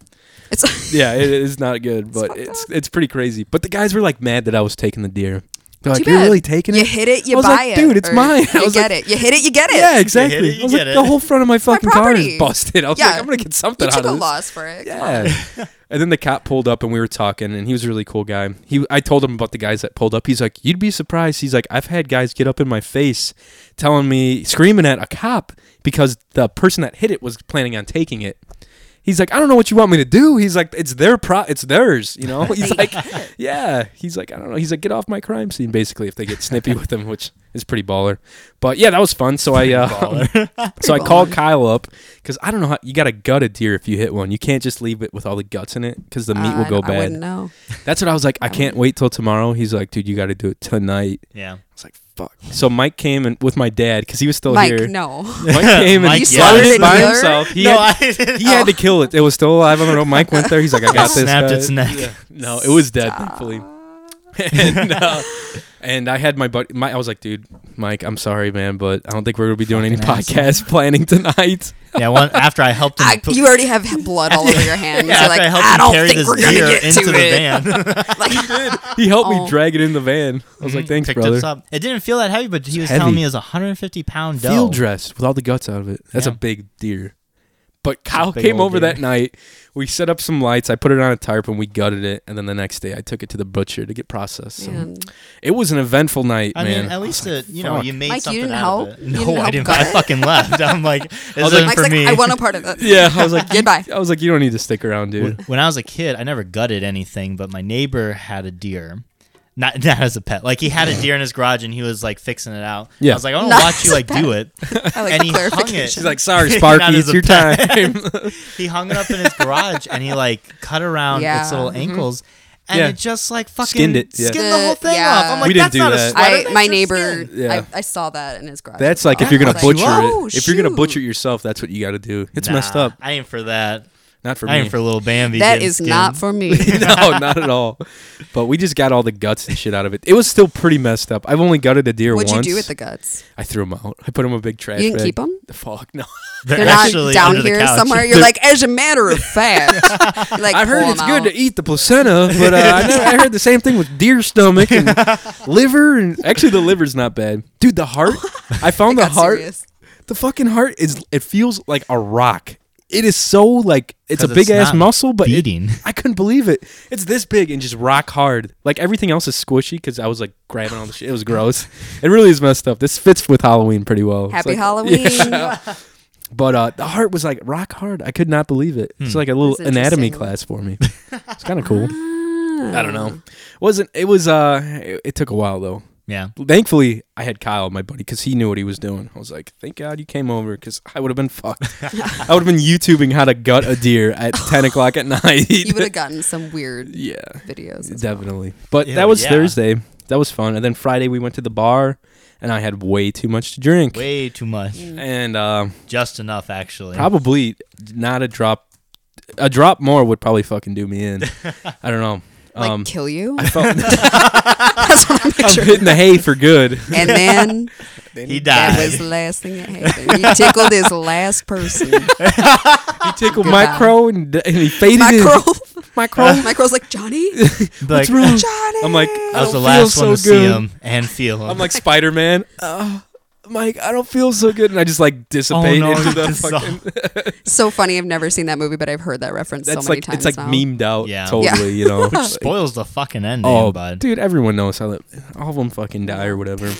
Speaker 3: It's
Speaker 1: Yeah, it is not good, but it's it's pretty crazy. But the guys were like mad that I was taking the deer. They're like,
Speaker 3: too
Speaker 1: "You're
Speaker 3: bad.
Speaker 1: really taking it?
Speaker 3: You hit it,
Speaker 1: I
Speaker 3: you
Speaker 1: was
Speaker 3: buy
Speaker 1: like,
Speaker 3: it,
Speaker 1: dude, it's
Speaker 3: or
Speaker 1: mine. I
Speaker 3: You
Speaker 1: was
Speaker 3: get
Speaker 1: like,
Speaker 3: it. You hit it, you get it.
Speaker 1: Yeah,
Speaker 2: You hit
Speaker 1: exactly.
Speaker 2: it,
Speaker 1: I was
Speaker 2: you
Speaker 1: like,
Speaker 2: get
Speaker 1: the
Speaker 2: it.
Speaker 1: whole front of my fucking car
Speaker 3: property.
Speaker 1: is busted. I was like,
Speaker 3: Yeah.
Speaker 1: I'm gonna get something
Speaker 3: you
Speaker 1: out
Speaker 3: took a
Speaker 1: of this.
Speaker 3: loss for it. Come on.
Speaker 1: Yeah. and then the cop pulled up and we were talking, and he was a really cool guy. He, I told him about the guys that pulled up. He's like, you'd be surprised. He's like, I've had guys get up in my face, telling me, screaming at a cop because the person that hit it was planning on taking it. He's like, I don't know what you want me to do. He's like, it's their pro, it's theirs, you know. He's like, yeah. He's like, I don't know. He's like, get off my crime scene, basically, if they get snippy with him, which is pretty baller. But yeah, that was fun. So I, uh, so I called Kyle up because I don't know how you got to gut a deer if you hit one. You can't just leave it with all the guts in it because the meat
Speaker 3: Uh,
Speaker 1: will
Speaker 3: I-
Speaker 1: go
Speaker 3: I wouldn't
Speaker 1: bad.
Speaker 3: know.
Speaker 1: That's what I was like. I can't wait till tomorrow. He's like, dude, you got to do it tonight.
Speaker 2: Yeah.
Speaker 1: I was like, fuck. So Mike came and with my dad because he was still
Speaker 3: Mike,
Speaker 1: here.
Speaker 3: no.
Speaker 1: Mike came and
Speaker 2: Mike,
Speaker 1: he
Speaker 2: You
Speaker 1: slaughtered
Speaker 2: slaughtered
Speaker 1: it by
Speaker 3: a deer?
Speaker 1: himself. He had
Speaker 2: no, I didn't.
Speaker 1: he had to kill it. It was still alive on the road. Mike went there. He's like, I got this.
Speaker 2: snapped
Speaker 1: guy."
Speaker 2: its neck.
Speaker 1: Yeah. No, it was dead, thankfully. and, uh, and I had my buddy. My, I was like, dude, Mike, I'm sorry, man, but I don't think we're gonna be doing any
Speaker 2: Fucking
Speaker 1: podcast planning tonight.
Speaker 2: Yeah, one, after I helped him.
Speaker 3: I,
Speaker 2: put-
Speaker 3: you already have blood all over your hands.
Speaker 2: yeah,
Speaker 3: You're
Speaker 2: after
Speaker 3: like,
Speaker 2: I helped
Speaker 3: I
Speaker 2: him
Speaker 3: don't
Speaker 2: carry
Speaker 3: think
Speaker 2: this
Speaker 3: we're gonna
Speaker 2: deer
Speaker 3: get
Speaker 2: into
Speaker 3: to
Speaker 2: the
Speaker 3: it.
Speaker 2: van.
Speaker 3: Like,
Speaker 1: He helped
Speaker 3: Oh.
Speaker 1: me drag it in the van. I was like, thanks,
Speaker 2: Picked
Speaker 1: brother.
Speaker 2: us up. It didn't feel that heavy, but he was
Speaker 1: heavy.
Speaker 2: telling me it was a 150 pound doe.
Speaker 1: Field dressed with all the guts out of it. That's a
Speaker 2: Yeah.
Speaker 1: big deer. But Kyle
Speaker 2: big
Speaker 1: came
Speaker 2: old
Speaker 1: over
Speaker 2: deer.
Speaker 1: that night. We set up some lights. I put it on a tarp and we gutted it. And then the next day, I took it to the butcher to get processed. So
Speaker 3: man.
Speaker 1: it was an eventful night,
Speaker 2: I
Speaker 1: man.
Speaker 2: mean, at least it, you know,
Speaker 1: fuck.
Speaker 2: you made
Speaker 3: Mike, you
Speaker 2: something
Speaker 3: didn't
Speaker 2: out
Speaker 3: help?
Speaker 2: of it.
Speaker 3: You
Speaker 2: No,
Speaker 3: didn't
Speaker 2: I
Speaker 3: help
Speaker 2: didn't.
Speaker 3: cut
Speaker 2: I
Speaker 3: it?
Speaker 2: fucking left. I'm like, this
Speaker 1: was
Speaker 2: isn't
Speaker 1: like-
Speaker 3: Mike's
Speaker 2: for
Speaker 3: like,
Speaker 2: me.
Speaker 3: I want a part of that.
Speaker 1: Yeah, I was like,
Speaker 3: Goodbye.
Speaker 1: I was like, you don't need to stick around,
Speaker 2: when,
Speaker 1: dude.
Speaker 2: when I was a kid, I never gutted anything, but my neighbor had a deer. Not not as a pet. Like he had a deer in his garage and he was like fixing it out.
Speaker 1: Yeah.
Speaker 2: I was like, I want to
Speaker 3: Not
Speaker 2: watch
Speaker 3: as
Speaker 2: you
Speaker 3: a
Speaker 2: like do it.
Speaker 3: I like
Speaker 2: and
Speaker 3: the
Speaker 2: he hung it.
Speaker 3: clarification.
Speaker 2: She's
Speaker 1: She's like, sorry,
Speaker 2: Not
Speaker 1: Sparky,
Speaker 2: as
Speaker 1: it's
Speaker 2: a
Speaker 1: your
Speaker 2: pet.
Speaker 1: time.
Speaker 2: He hung it up in his garage and he like cut around
Speaker 3: Yeah.
Speaker 2: its little
Speaker 3: Mhm.
Speaker 2: ankles and
Speaker 1: Yeah.
Speaker 2: it just like fucking
Speaker 1: Skinned it, yeah.
Speaker 2: skinned the whole thing
Speaker 3: Yeah.
Speaker 2: off. I'm like,
Speaker 3: We
Speaker 1: didn't
Speaker 2: that's
Speaker 1: do
Speaker 2: not
Speaker 1: that.
Speaker 2: a sweater.
Speaker 3: I,
Speaker 2: that's
Speaker 3: my
Speaker 2: your
Speaker 3: neighbor,
Speaker 2: skin.
Speaker 1: Yeah.
Speaker 3: I, I saw that in his garage.
Speaker 1: that's like if
Speaker 3: I
Speaker 1: you're
Speaker 3: was
Speaker 1: gonna butcher
Speaker 3: "Whoa,
Speaker 1: it, if you're gonna
Speaker 3: shoot."
Speaker 1: butcher it yourself, that's what you got to do. It's
Speaker 2: Nah,
Speaker 1: messed up.
Speaker 2: I ain't for that.
Speaker 1: Not for me.
Speaker 2: I ain't for little Bambi.
Speaker 3: That
Speaker 2: getting
Speaker 3: is not
Speaker 2: skinned.
Speaker 3: for me.
Speaker 1: no, not at all. But we just got all the guts and shit out of it. It was still pretty messed up. I've only gutted a deer
Speaker 3: What'd
Speaker 1: once.
Speaker 3: you do with the guts?
Speaker 1: I threw them out. I put them in a big trash.
Speaker 3: You didn't
Speaker 1: bag.
Speaker 3: keep 'em?
Speaker 1: Fuck no.
Speaker 3: They're not
Speaker 2: actually
Speaker 3: down
Speaker 2: under the
Speaker 3: here
Speaker 2: couch.
Speaker 3: somewhere. You're like, as a matter of fact. You're like,
Speaker 1: I've heard
Speaker 3: pull
Speaker 1: it's
Speaker 3: 'em
Speaker 1: good
Speaker 3: out.
Speaker 1: to eat the placenta, but uh, I, never, I heard the same thing with deer stomach and liver. And actually, the liver's not bad, dude. The heart. I found the
Speaker 3: Got
Speaker 1: heart.
Speaker 3: serious.
Speaker 1: The fucking heart is. It feels like a rock. It is so like it's a
Speaker 2: 'Cause
Speaker 1: big
Speaker 2: it's
Speaker 1: ass
Speaker 2: not
Speaker 1: muscle, but it-
Speaker 2: beating.
Speaker 1: I couldn't believe it. It's this big and just rock hard. Like everything else is squishy because I was like grabbing all the shit. It was gross. It really is messed up. This fits with Halloween pretty well. It's
Speaker 3: Happy
Speaker 1: like-
Speaker 3: Halloween.
Speaker 1: But uh, the heart was like rock hard. I could not believe it. It's like a little
Speaker 3: That's
Speaker 1: anatomy
Speaker 3: interesting.
Speaker 1: class for me. It's kind of cool.
Speaker 3: Ah.
Speaker 1: I don't know. Wasn't it was uh it, it took a while though.
Speaker 2: Yeah.
Speaker 1: Thankfully, I had Kyle, my buddy, because he knew what he was doing. I was like, "Thank God you came over," because I would have been fucked. I would have been YouTubing how to gut a deer at ten o'clock at night.
Speaker 3: You would have gotten some weird
Speaker 1: yeah,
Speaker 3: videos. as well.
Speaker 1: definitely. But
Speaker 2: Ew,
Speaker 1: that was
Speaker 2: yeah.
Speaker 1: Thursday. That was fun. And then Friday we went to the bar, and I had way too much to drink,
Speaker 2: Way too much.
Speaker 3: Mm.
Speaker 1: and uh,
Speaker 2: Just enough, actually.
Speaker 1: probably not a drop. A drop more would probably fucking do me in. I don't know.
Speaker 3: Like,
Speaker 1: Um,
Speaker 3: kill you?
Speaker 1: I felt
Speaker 3: That's what I'm
Speaker 1: I'm
Speaker 3: picturing.
Speaker 1: hitting the hay for good.
Speaker 3: And then
Speaker 2: He
Speaker 3: that was
Speaker 2: died.
Speaker 3: the last thing that happened. He tickled his last person.
Speaker 1: He tickled
Speaker 3: Goodbye.
Speaker 1: my crow and, and he faded
Speaker 3: My
Speaker 1: in.
Speaker 3: crow,
Speaker 1: My crow.
Speaker 3: my crow's like Johnny.
Speaker 2: Like,
Speaker 1: What's wrong?
Speaker 3: Johnny.
Speaker 1: I'm like, I
Speaker 2: I was
Speaker 1: don't
Speaker 2: the
Speaker 1: feel
Speaker 2: last
Speaker 1: so
Speaker 2: one to
Speaker 1: good.
Speaker 2: see him and feel him.
Speaker 1: I'm like Spider Man. Uh, Mike, I don't feel so good, and I just like dissipate
Speaker 2: Oh, no,
Speaker 1: into
Speaker 2: you
Speaker 1: the
Speaker 2: dissolve.
Speaker 1: fucking.
Speaker 3: So funny. I've never seen that movie, but I've heard that reference so
Speaker 1: That's
Speaker 3: many
Speaker 1: like
Speaker 3: times.
Speaker 1: it's like
Speaker 3: now.
Speaker 1: memed out.
Speaker 2: Yeah.
Speaker 1: totally. You know,
Speaker 2: spoils the fucking ending,
Speaker 1: Oh,
Speaker 2: bud.
Speaker 1: dude, everyone knows how that, all of them fucking die or whatever.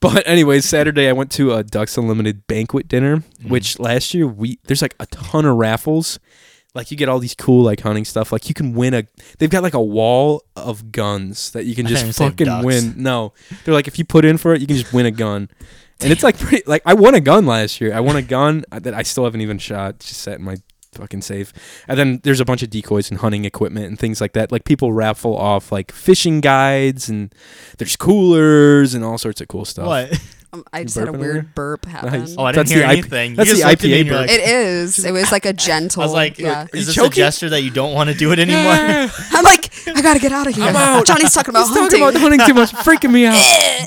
Speaker 1: But anyways, Saturday I went to a Ducks Unlimited banquet dinner,
Speaker 2: Mm-hmm.
Speaker 1: which last year we there's like a ton of raffles. Like you get all these cool like hunting stuff. Like you can win a they've got like a wall of guns that you can
Speaker 2: I
Speaker 1: just
Speaker 2: thought you said
Speaker 1: fucking
Speaker 2: ducks.
Speaker 1: win. No. They're like if you put in for it, you can just win a gun. And it's like pretty like I won a gun last year. I won a gun that I still haven't even shot. It's just sat in my fucking safe. And then there's a bunch of decoys and hunting equipment and things like that. Like people raffle off like fishing guides and there's coolers and all sorts of cool stuff.
Speaker 2: What?
Speaker 3: Um, I
Speaker 1: You
Speaker 3: just had a
Speaker 1: burping
Speaker 3: weird
Speaker 1: over there?
Speaker 3: burp happen.
Speaker 1: Nice.
Speaker 2: Oh, I didn't
Speaker 1: That's the
Speaker 2: hear
Speaker 1: IP
Speaker 2: anything. You
Speaker 1: that's the
Speaker 2: just looked at me
Speaker 1: IPA
Speaker 2: and you're
Speaker 1: burp.
Speaker 2: like-
Speaker 3: It is. It was like a gentle.
Speaker 2: I was like,
Speaker 3: yeah.
Speaker 1: you
Speaker 2: is this
Speaker 1: choking?
Speaker 2: a gesture that you don't want to do it anymore?
Speaker 1: Yeah.
Speaker 3: I'm like, I gotta get out of here.
Speaker 1: I'm out.
Speaker 3: Johnny's talking about
Speaker 1: He's
Speaker 3: hunting.
Speaker 1: talking about hunting too much, freaking me out.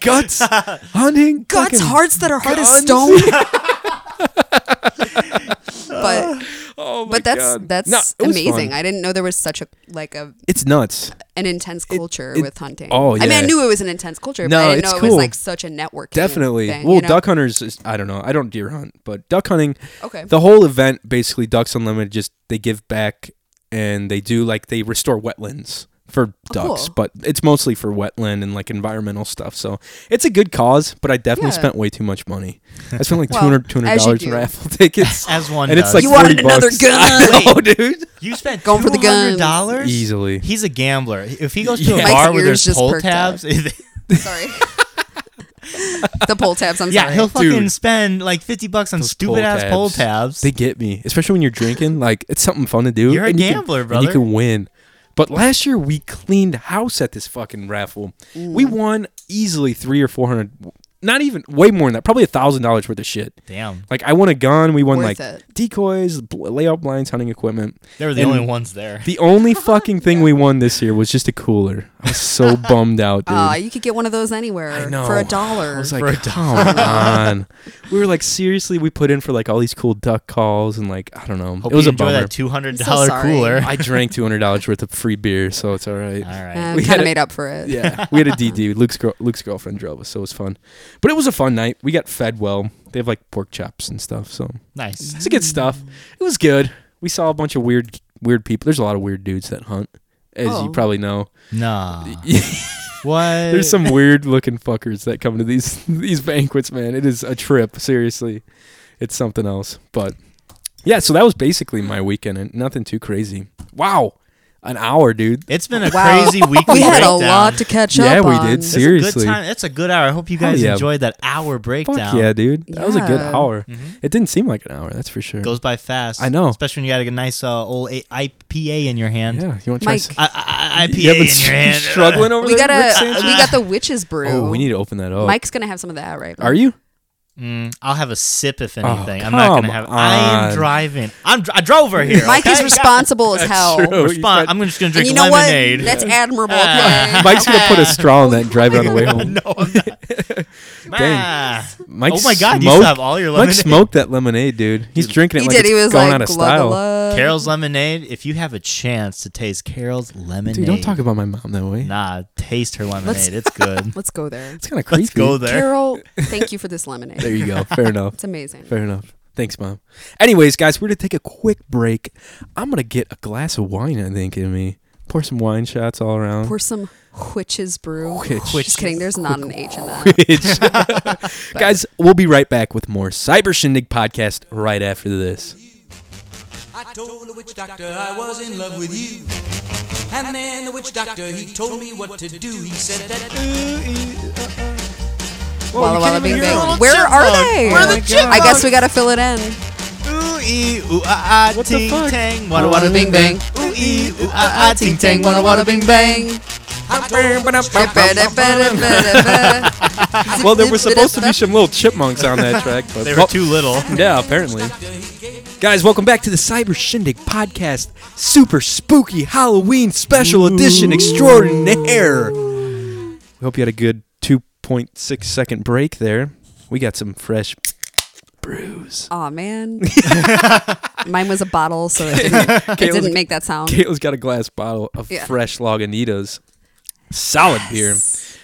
Speaker 1: Guts, hunting,
Speaker 3: Guts,
Speaker 1: fucking
Speaker 3: hearts that are hard as
Speaker 1: guns.
Speaker 3: stone. but
Speaker 1: Oh my
Speaker 3: but that's
Speaker 1: God.
Speaker 3: that's
Speaker 1: No, it was fun.
Speaker 3: amazing. I didn't know there was such a like a
Speaker 1: It's nuts.
Speaker 3: an intense culture
Speaker 1: it-
Speaker 3: with hunting.
Speaker 1: oh,
Speaker 3: I mean, I
Speaker 1: yeah.
Speaker 3: knew it was an intense culture, but
Speaker 1: No,
Speaker 3: I didn't
Speaker 1: it's
Speaker 3: know it
Speaker 1: cool.
Speaker 3: was like such a networking.
Speaker 1: Definitely.
Speaker 3: thing,
Speaker 1: well,
Speaker 3: you know?
Speaker 1: duck hunters. Is, I don't know. I don't deer hunt, but duck hunting.
Speaker 3: Okay.
Speaker 1: The whole event, basically, Ducks Unlimited just they give back and they do like they restore wetlands for ducks,
Speaker 3: Oh, cool.
Speaker 1: but it's mostly for wetland and like environmental stuff. So it's a good cause, but I definitely
Speaker 3: Yeah.
Speaker 1: spent way too much money. I spent like
Speaker 3: Well,
Speaker 1: two hundred, two hundred
Speaker 3: as you
Speaker 1: dollars in
Speaker 3: do.
Speaker 1: raffle tickets,
Speaker 2: As one
Speaker 1: and
Speaker 2: does.
Speaker 1: it's like
Speaker 3: You
Speaker 1: 40
Speaker 3: wanted another
Speaker 1: bucks.
Speaker 3: gun.
Speaker 1: I
Speaker 2: Oh,
Speaker 1: know, dude.
Speaker 2: You spent
Speaker 3: Going for the guns.
Speaker 2: dollars
Speaker 1: Easily.
Speaker 2: He's a gambler. If he goes to
Speaker 1: Yeah.
Speaker 2: a
Speaker 1: Mike's
Speaker 2: bar where
Speaker 3: ears
Speaker 2: there's
Speaker 3: just
Speaker 2: poll
Speaker 3: perked up.
Speaker 2: tabs, yeah,
Speaker 3: sorry. the poll tabs. I'm sorry.
Speaker 2: he'll fucking
Speaker 1: Dude.
Speaker 2: spend like fifty bucks on
Speaker 1: Those
Speaker 2: stupid
Speaker 1: poll
Speaker 2: ass
Speaker 1: tabs.
Speaker 2: poll tabs.
Speaker 1: They get me, especially when you're drinking. Like it's something fun to do.
Speaker 2: You're a
Speaker 1: and you can-
Speaker 2: gambler,
Speaker 1: and
Speaker 2: brother.
Speaker 1: you can win. But last year we cleaned house at this fucking raffle. We won easily three or four hundred, not even way more than that. Probably a thousand dollars worth of shit.
Speaker 2: Damn,
Speaker 1: Like I won a gun. We won
Speaker 3: Worth
Speaker 1: like
Speaker 3: it.
Speaker 1: decoys, bl- layout blinds, hunting equipment.
Speaker 2: they were the
Speaker 1: And
Speaker 2: only ones there.
Speaker 1: The only fucking thing we won this year was just a cooler. I was so bummed out, dude.
Speaker 3: Aw, Uh, you could get one of those anywhere
Speaker 1: I know.
Speaker 3: for a
Speaker 1: I
Speaker 3: dollar.
Speaker 1: was like, come on. We were like, seriously, we put in for like all these cool duck calls and like I don't know.
Speaker 2: Hope
Speaker 1: it was
Speaker 2: you
Speaker 1: a
Speaker 2: enjoy
Speaker 1: bummer.
Speaker 2: that two hundred
Speaker 3: I'm so
Speaker 2: dollar
Speaker 3: sorry.
Speaker 2: cooler. All
Speaker 1: I drank two hundred dollars worth of free beer, so it's all right.
Speaker 2: right.
Speaker 3: Uh,
Speaker 1: We had a-
Speaker 3: kind of made up for it.
Speaker 1: Yeah, we had a DD. Luke's girl, Luke's girlfriend drove us, so it was fun. But it was a fun night. We got fed well. They have like pork chops and stuff, so
Speaker 2: Nice.
Speaker 1: it's good stuff. It was good. We saw a bunch of weird weird people. There's a lot of weird dudes that hunt, as
Speaker 3: Oh.
Speaker 1: you probably know.
Speaker 2: Nah. what?
Speaker 1: There's some weird looking fuckers that come to these these banquets, man. It is a trip, seriously. It's something else. But yeah, so that was basically my weekend and nothing too crazy. Wow. An hour, dude.
Speaker 2: It's been a
Speaker 3: Wow.
Speaker 2: crazy weekend.
Speaker 3: We had a lot to catch
Speaker 1: Yeah,
Speaker 3: up
Speaker 1: we
Speaker 3: on.
Speaker 1: did.
Speaker 2: That's a good
Speaker 1: Seriously.
Speaker 2: time. That's a good hour. I hope you
Speaker 1: Hell
Speaker 2: guys
Speaker 1: yeah.
Speaker 2: enjoyed that hour breakdown.
Speaker 1: Fuck yeah, dude. That was a good
Speaker 3: Yeah.
Speaker 1: hour. It didn't seem like an hour, that's for sure.
Speaker 2: Goes by fast.
Speaker 1: I know.
Speaker 2: Especially when you got a nice uh, old A- IPA in your hand.
Speaker 1: yeah, you want to try
Speaker 3: Mike,
Speaker 1: some-
Speaker 2: I- I- I- IPA
Speaker 1: You
Speaker 2: in
Speaker 1: been
Speaker 2: your
Speaker 1: str-
Speaker 2: hand.
Speaker 1: struggling over
Speaker 3: we
Speaker 1: there?
Speaker 3: got
Speaker 1: Rick
Speaker 3: a
Speaker 1: Sanchez?
Speaker 3: we got the witch's brew.
Speaker 1: Oh, we need to open that up.
Speaker 3: Mike's gonna have some of that, right?
Speaker 1: Are you?
Speaker 2: Mm, I'll have a sip if
Speaker 1: Oh,
Speaker 2: anything. I'm not gonna
Speaker 1: come
Speaker 2: have. I
Speaker 1: on.
Speaker 2: am driving. I'm. dr- I drove her here.
Speaker 3: Mike is
Speaker 2: okay?
Speaker 3: responsible as hell.
Speaker 1: true.
Speaker 2: Respon- I'm just gonna
Speaker 3: And
Speaker 2: drink
Speaker 3: you know
Speaker 2: lemonade.
Speaker 3: what? That's admirable.
Speaker 2: Ah.
Speaker 3: okay?
Speaker 1: Mike's gonna put a straw in that and drive it on the way home.
Speaker 2: no, I'm not. Ah.
Speaker 1: Mike
Speaker 2: oh my god,
Speaker 1: smoked,
Speaker 2: you still have all your
Speaker 1: Mike
Speaker 2: lemonade.
Speaker 1: smoked that lemonade, dude. He's drinking it
Speaker 3: He
Speaker 1: like
Speaker 3: did.
Speaker 1: it's
Speaker 3: He was
Speaker 1: going
Speaker 3: like,
Speaker 1: out of
Speaker 3: "Glug,
Speaker 1: style.
Speaker 3: glug."
Speaker 2: Carol's lemonade. If you have a chance to taste Carol's lemonade,
Speaker 1: Dude, don't talk about my mom that way.
Speaker 2: Nah, taste her lemonade. It's good.
Speaker 3: Let's go there.
Speaker 1: It's kind of creepy.
Speaker 2: Let's go there.
Speaker 3: Carol, thank you for this
Speaker 1: There
Speaker 3: lemonade.
Speaker 1: you go. Fair enough.
Speaker 3: It's amazing.
Speaker 1: Fair enough. Thanks, mom. Anyways, guys, we're gonna take a quick break. I'm gonna get a glass of wine. I think in me. Pour some wine shots all around.
Speaker 3: Pour some witch's brew.
Speaker 1: Witch.
Speaker 3: Just kidding. There's not an H in that.
Speaker 1: guys, we'll be right back with more Cyber Shindig podcast right after this.
Speaker 4: I told the witch doctor I was in love with you. And then the witch doctor, he told me what to do. He said that.
Speaker 3: Walla Walla Bing
Speaker 1: hear
Speaker 3: Bang.
Speaker 1: them.
Speaker 3: Where are
Speaker 2: Chipmunk.
Speaker 3: they?
Speaker 2: Where are the
Speaker 3: I guess we gotta fill it in.
Speaker 2: Ooh ee ooh ah ah
Speaker 1: What the
Speaker 2: ting
Speaker 1: fuck?
Speaker 2: tang. Wada wada bing bang. Ooh ee ooh ah ah ting tang. Wada wada bing bang.
Speaker 4: I told the witch doctor.
Speaker 1: Well, there were supposed to be some little chipmunks on that track, but
Speaker 2: They were
Speaker 1: well,
Speaker 2: too little.
Speaker 1: Yeah, apparently.
Speaker 4: he gave me
Speaker 1: Guys, welcome back to the Cyber Shindig Podcast, super spooky Halloween special edition extraordinaire. We hope you had a good 2.6 second break there. We got some fresh brews.
Speaker 3: Aw, man. Mine was a bottle, so it didn't, it didn't make that sound.
Speaker 1: Caitlin's got a glass bottle of
Speaker 3: Yeah.
Speaker 1: fresh Lagunitas. Solid beer.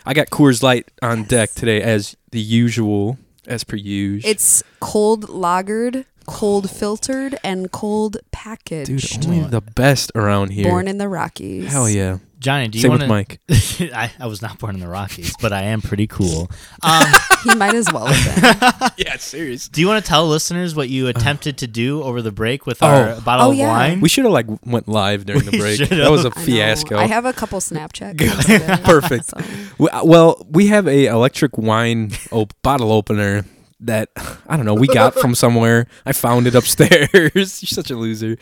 Speaker 1: I got Coors Light on deck today as the usual.
Speaker 5: as per usual.
Speaker 3: It's cold lagered, cold filtered, and cold packaged.
Speaker 5: Dude, only the best around here.
Speaker 3: Born in the Rockies.
Speaker 5: Hell yeah.
Speaker 2: Johnny, do you
Speaker 5: Same
Speaker 2: want
Speaker 5: with Mike.
Speaker 2: I, I was not born in the Rockies, but I am pretty cool. Um,
Speaker 3: He might as well have been.
Speaker 5: yeah, serious.
Speaker 2: do you want to tell listeners what you attempted to do over the break with our
Speaker 5: Oh.
Speaker 2: bottle
Speaker 3: Oh,
Speaker 2: of
Speaker 3: yeah.
Speaker 2: wine?
Speaker 5: We should have like went live during the
Speaker 2: We
Speaker 5: break.
Speaker 2: should've.
Speaker 5: That was a
Speaker 3: I know.
Speaker 5: fiasco.
Speaker 3: I have a couple Snapchat. clips of it,
Speaker 5: Perfect.
Speaker 3: so.
Speaker 5: We- uh, Well, we have a electric wine op- bottle opener that I don't know we got from somewhere. I found it upstairs. You're such a loser,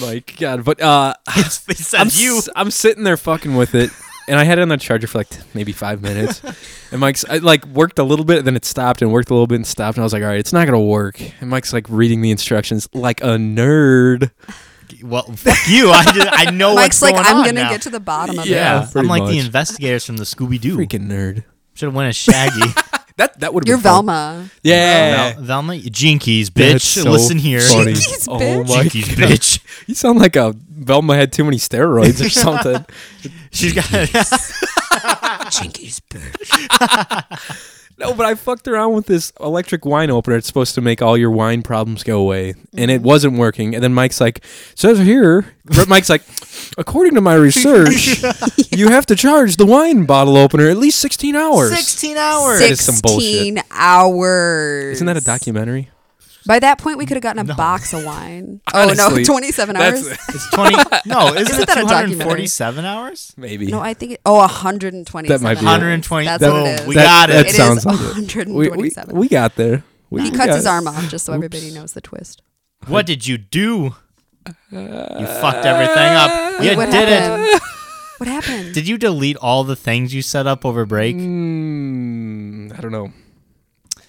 Speaker 5: Mike. God, but uh,
Speaker 2: They said
Speaker 5: I'm
Speaker 2: you.
Speaker 5: s- I'm sitting there fucking with it, and I had it on the charger for like t- maybe five minutes, and Mike's I, like worked a little bit, then it stopped and worked a little bit and stopped, and I was like, all right, it's not gonna work. And Mike's like reading the instructions like a nerd.
Speaker 2: Well, fuck you. I, did, I
Speaker 5: Oh,
Speaker 2: know
Speaker 3: Mike's
Speaker 2: what's
Speaker 3: like,
Speaker 2: going
Speaker 3: I'm
Speaker 2: on
Speaker 3: gonna
Speaker 2: now.
Speaker 3: get to the bottom of it.
Speaker 5: Yeah.
Speaker 2: I'm
Speaker 5: pretty
Speaker 2: like the
Speaker 5: much.
Speaker 2: investigators from the Scooby Doo.
Speaker 5: Freaking nerd.
Speaker 2: Should have went as Shaggy.
Speaker 5: That that would have
Speaker 3: You're
Speaker 5: been fun.
Speaker 3: Velma.
Speaker 5: Yeah.
Speaker 2: Vel- Velma, Jinkies, bitch.
Speaker 5: That's so
Speaker 2: Listen here.
Speaker 5: funny.
Speaker 3: Jinkies,
Speaker 5: oh
Speaker 3: bitch.
Speaker 5: my
Speaker 2: Jinkies,
Speaker 5: God.
Speaker 2: bitch.
Speaker 5: You sound like a Velma had too many steroids or something.
Speaker 2: She's got.
Speaker 3: Jinkies, bitch.
Speaker 5: no, but I fucked around with this electric wine opener. It's supposed to make all your wine problems go away, and
Speaker 3: Mm-hmm.
Speaker 5: it wasn't working. And then Mike's like, "Says here," but Mike's like, "According to my research, you have to charge the wine bottle opener at least sixteen hours."
Speaker 2: hours.
Speaker 5: That is some bullshit.
Speaker 3: Sixteen hours.
Speaker 5: Isn't that a documentary?
Speaker 3: By that point, we could have gotten a box of wine. Oh no,
Speaker 5: Honestly,
Speaker 3: twenty-seven
Speaker 5: that's-
Speaker 3: hours.
Speaker 2: It's 20. No, isn't,
Speaker 3: Isn't
Speaker 2: it
Speaker 3: that a documentary?
Speaker 2: 247 hours?
Speaker 5: Maybe.
Speaker 3: No, I think it, oh, 127.
Speaker 5: That might be it.
Speaker 2: 120
Speaker 3: That's
Speaker 2: That-
Speaker 3: what it is.
Speaker 2: we got
Speaker 5: that
Speaker 2: it.
Speaker 3: It
Speaker 2: It
Speaker 3: is
Speaker 5: sounds like it. We, we,
Speaker 3: 127.
Speaker 5: we got there. We,
Speaker 3: he
Speaker 5: we
Speaker 3: cuts
Speaker 5: got
Speaker 3: his
Speaker 5: it.
Speaker 3: arm off just so everybody
Speaker 5: Oops.
Speaker 3: knows the twist.
Speaker 2: What did you do? You fucked everything up. You
Speaker 3: what
Speaker 2: did it.
Speaker 3: happened? What happened?
Speaker 2: Did you delete all the things you set up over break?
Speaker 5: Mm, I don't know.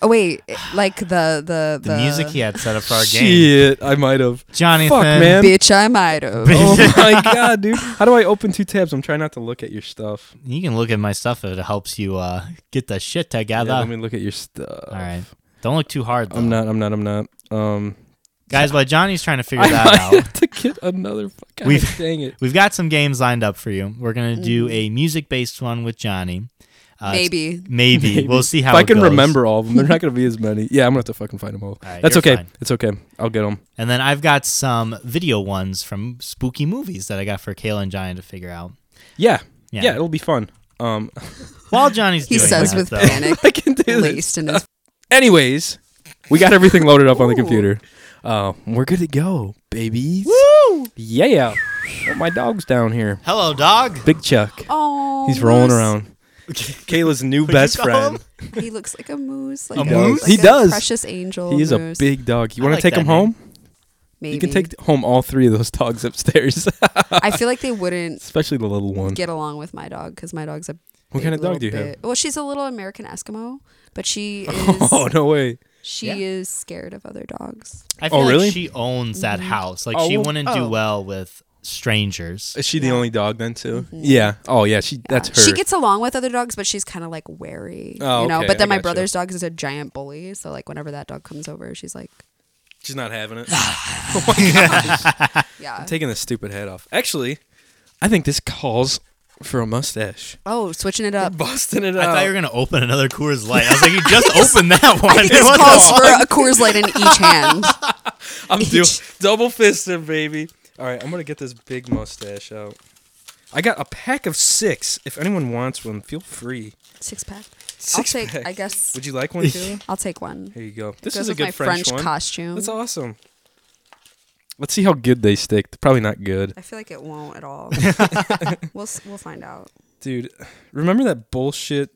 Speaker 3: oh wait, it- like the the the,
Speaker 2: The music he had set up for our game.
Speaker 5: Shit, I might have.
Speaker 2: Jonathan.
Speaker 5: Fuck, man.
Speaker 3: Bitch, I might have.
Speaker 5: oh my god, dude! How do I open two tabs? I'm trying not to look at your stuff.
Speaker 2: You can look at my stuff. It helps you uh, get the shit together.
Speaker 5: Yeah, let me look at your stuff.
Speaker 2: all right. Don't look too hard, though.
Speaker 5: I'm not. I'm not. I'm not. Um,
Speaker 2: Guys, while Johnny's trying to figure
Speaker 5: I
Speaker 2: that
Speaker 5: might
Speaker 2: out,
Speaker 5: have to get another. fuck- God
Speaker 2: We've-
Speaker 5: dang it.
Speaker 2: we've got some games lined up for you. We're going to do a music based one with Johnny. Uh, it's-
Speaker 3: Maybe.
Speaker 2: maybe. We'll see how
Speaker 5: if I
Speaker 2: it
Speaker 5: can
Speaker 2: goes.
Speaker 5: remember all of them, they're not going to be as many. Yeah, I'm gonna have to fucking find them all.
Speaker 2: right,
Speaker 5: That's
Speaker 2: you're
Speaker 5: okay.
Speaker 2: fine.
Speaker 5: It's okay. I'll get them.
Speaker 2: And then I've got some video ones from spooky movies that I got for Kayla and Johnny to figure out.
Speaker 5: Yeah. yeah.
Speaker 2: Yeah.
Speaker 5: It'll be fun. Um,
Speaker 2: While Johnny's
Speaker 3: He
Speaker 2: doing
Speaker 3: says
Speaker 2: that,
Speaker 3: with
Speaker 2: though,
Speaker 3: panic
Speaker 5: I can do this.
Speaker 3: laced in his.
Speaker 5: Anyways, we got everything loaded up on the
Speaker 3: Ooh.
Speaker 5: computer. Uh, we're good to go, babies. Yeah. Oh, my dog's down here.
Speaker 2: Hello, dog.
Speaker 5: Big Chuck.
Speaker 3: Oh,
Speaker 5: He's rolling
Speaker 3: moose.
Speaker 5: around. Kayla's new
Speaker 2: you
Speaker 5: best
Speaker 2: call
Speaker 5: friend.
Speaker 3: He looks like a moose. Like
Speaker 2: A
Speaker 3: a,
Speaker 2: moose?
Speaker 3: like
Speaker 5: He
Speaker 3: a
Speaker 5: does.
Speaker 3: Precious angel.
Speaker 5: He is a
Speaker 3: moose,
Speaker 5: big dog. You want
Speaker 2: like
Speaker 5: to take
Speaker 2: that
Speaker 5: him
Speaker 2: name.
Speaker 5: home?
Speaker 3: Maybe.
Speaker 5: You can take home all three of those dogs upstairs,
Speaker 3: I feel like they wouldn't
Speaker 5: especially the little one.
Speaker 3: get along with my dog because my dog's a.
Speaker 5: What
Speaker 3: big
Speaker 5: kind of dog
Speaker 3: little
Speaker 5: do you have?
Speaker 3: bit- Well, she's a little American Eskimo, but she is.
Speaker 5: Oh no way!
Speaker 3: She
Speaker 2: Yeah.
Speaker 3: is scared of other dogs.
Speaker 2: I feel
Speaker 5: Oh, really?
Speaker 2: like she owns that
Speaker 3: Mm-hmm.
Speaker 2: house. Like
Speaker 5: Oh,
Speaker 2: she
Speaker 5: well-
Speaker 2: wouldn't
Speaker 3: oh.
Speaker 2: do well with strangers.
Speaker 5: Is she the only dog then too? Yeah. Oh yeah. She that's her.
Speaker 3: She gets along with other dogs, but she's kind of like wary,
Speaker 5: Oh,
Speaker 3: you know.
Speaker 5: okay,
Speaker 3: But then
Speaker 5: I
Speaker 3: my
Speaker 5: gotcha.
Speaker 3: brother's dog is a giant bully, so like whenever that dog comes over, she's like,
Speaker 5: She's not having it.
Speaker 3: yeah.
Speaker 5: Taking the stupid head off. Actually, I think this calls for a mustache.
Speaker 3: oh, switching it up.
Speaker 5: Busting it
Speaker 2: I
Speaker 5: out.
Speaker 2: thought you were gonna open another Coors Light. I was like, you just opened that one.
Speaker 3: This
Speaker 2: What the
Speaker 3: calls
Speaker 2: fuck?
Speaker 3: for a Coors Light in each hand.
Speaker 5: I'm do-
Speaker 3: Each-
Speaker 5: double fisted, baby. All right, I'm gonna get this big mustache out. I got a pack of six. If anyone wants one, feel free.
Speaker 3: Six pack.
Speaker 5: Six
Speaker 3: I'll take.
Speaker 5: pack.
Speaker 3: I guess
Speaker 5: Would you like one too?
Speaker 3: I'll take one.
Speaker 5: Here you go. This
Speaker 3: Goes
Speaker 5: is a
Speaker 3: with
Speaker 5: good
Speaker 3: my
Speaker 5: French,
Speaker 3: French
Speaker 5: one.
Speaker 3: costume.
Speaker 5: That's awesome. Let's see how good they stick. They're probably not good,
Speaker 3: I feel like it won't at all. we'll s- we'll find out.
Speaker 5: dude. Remember that bullshit?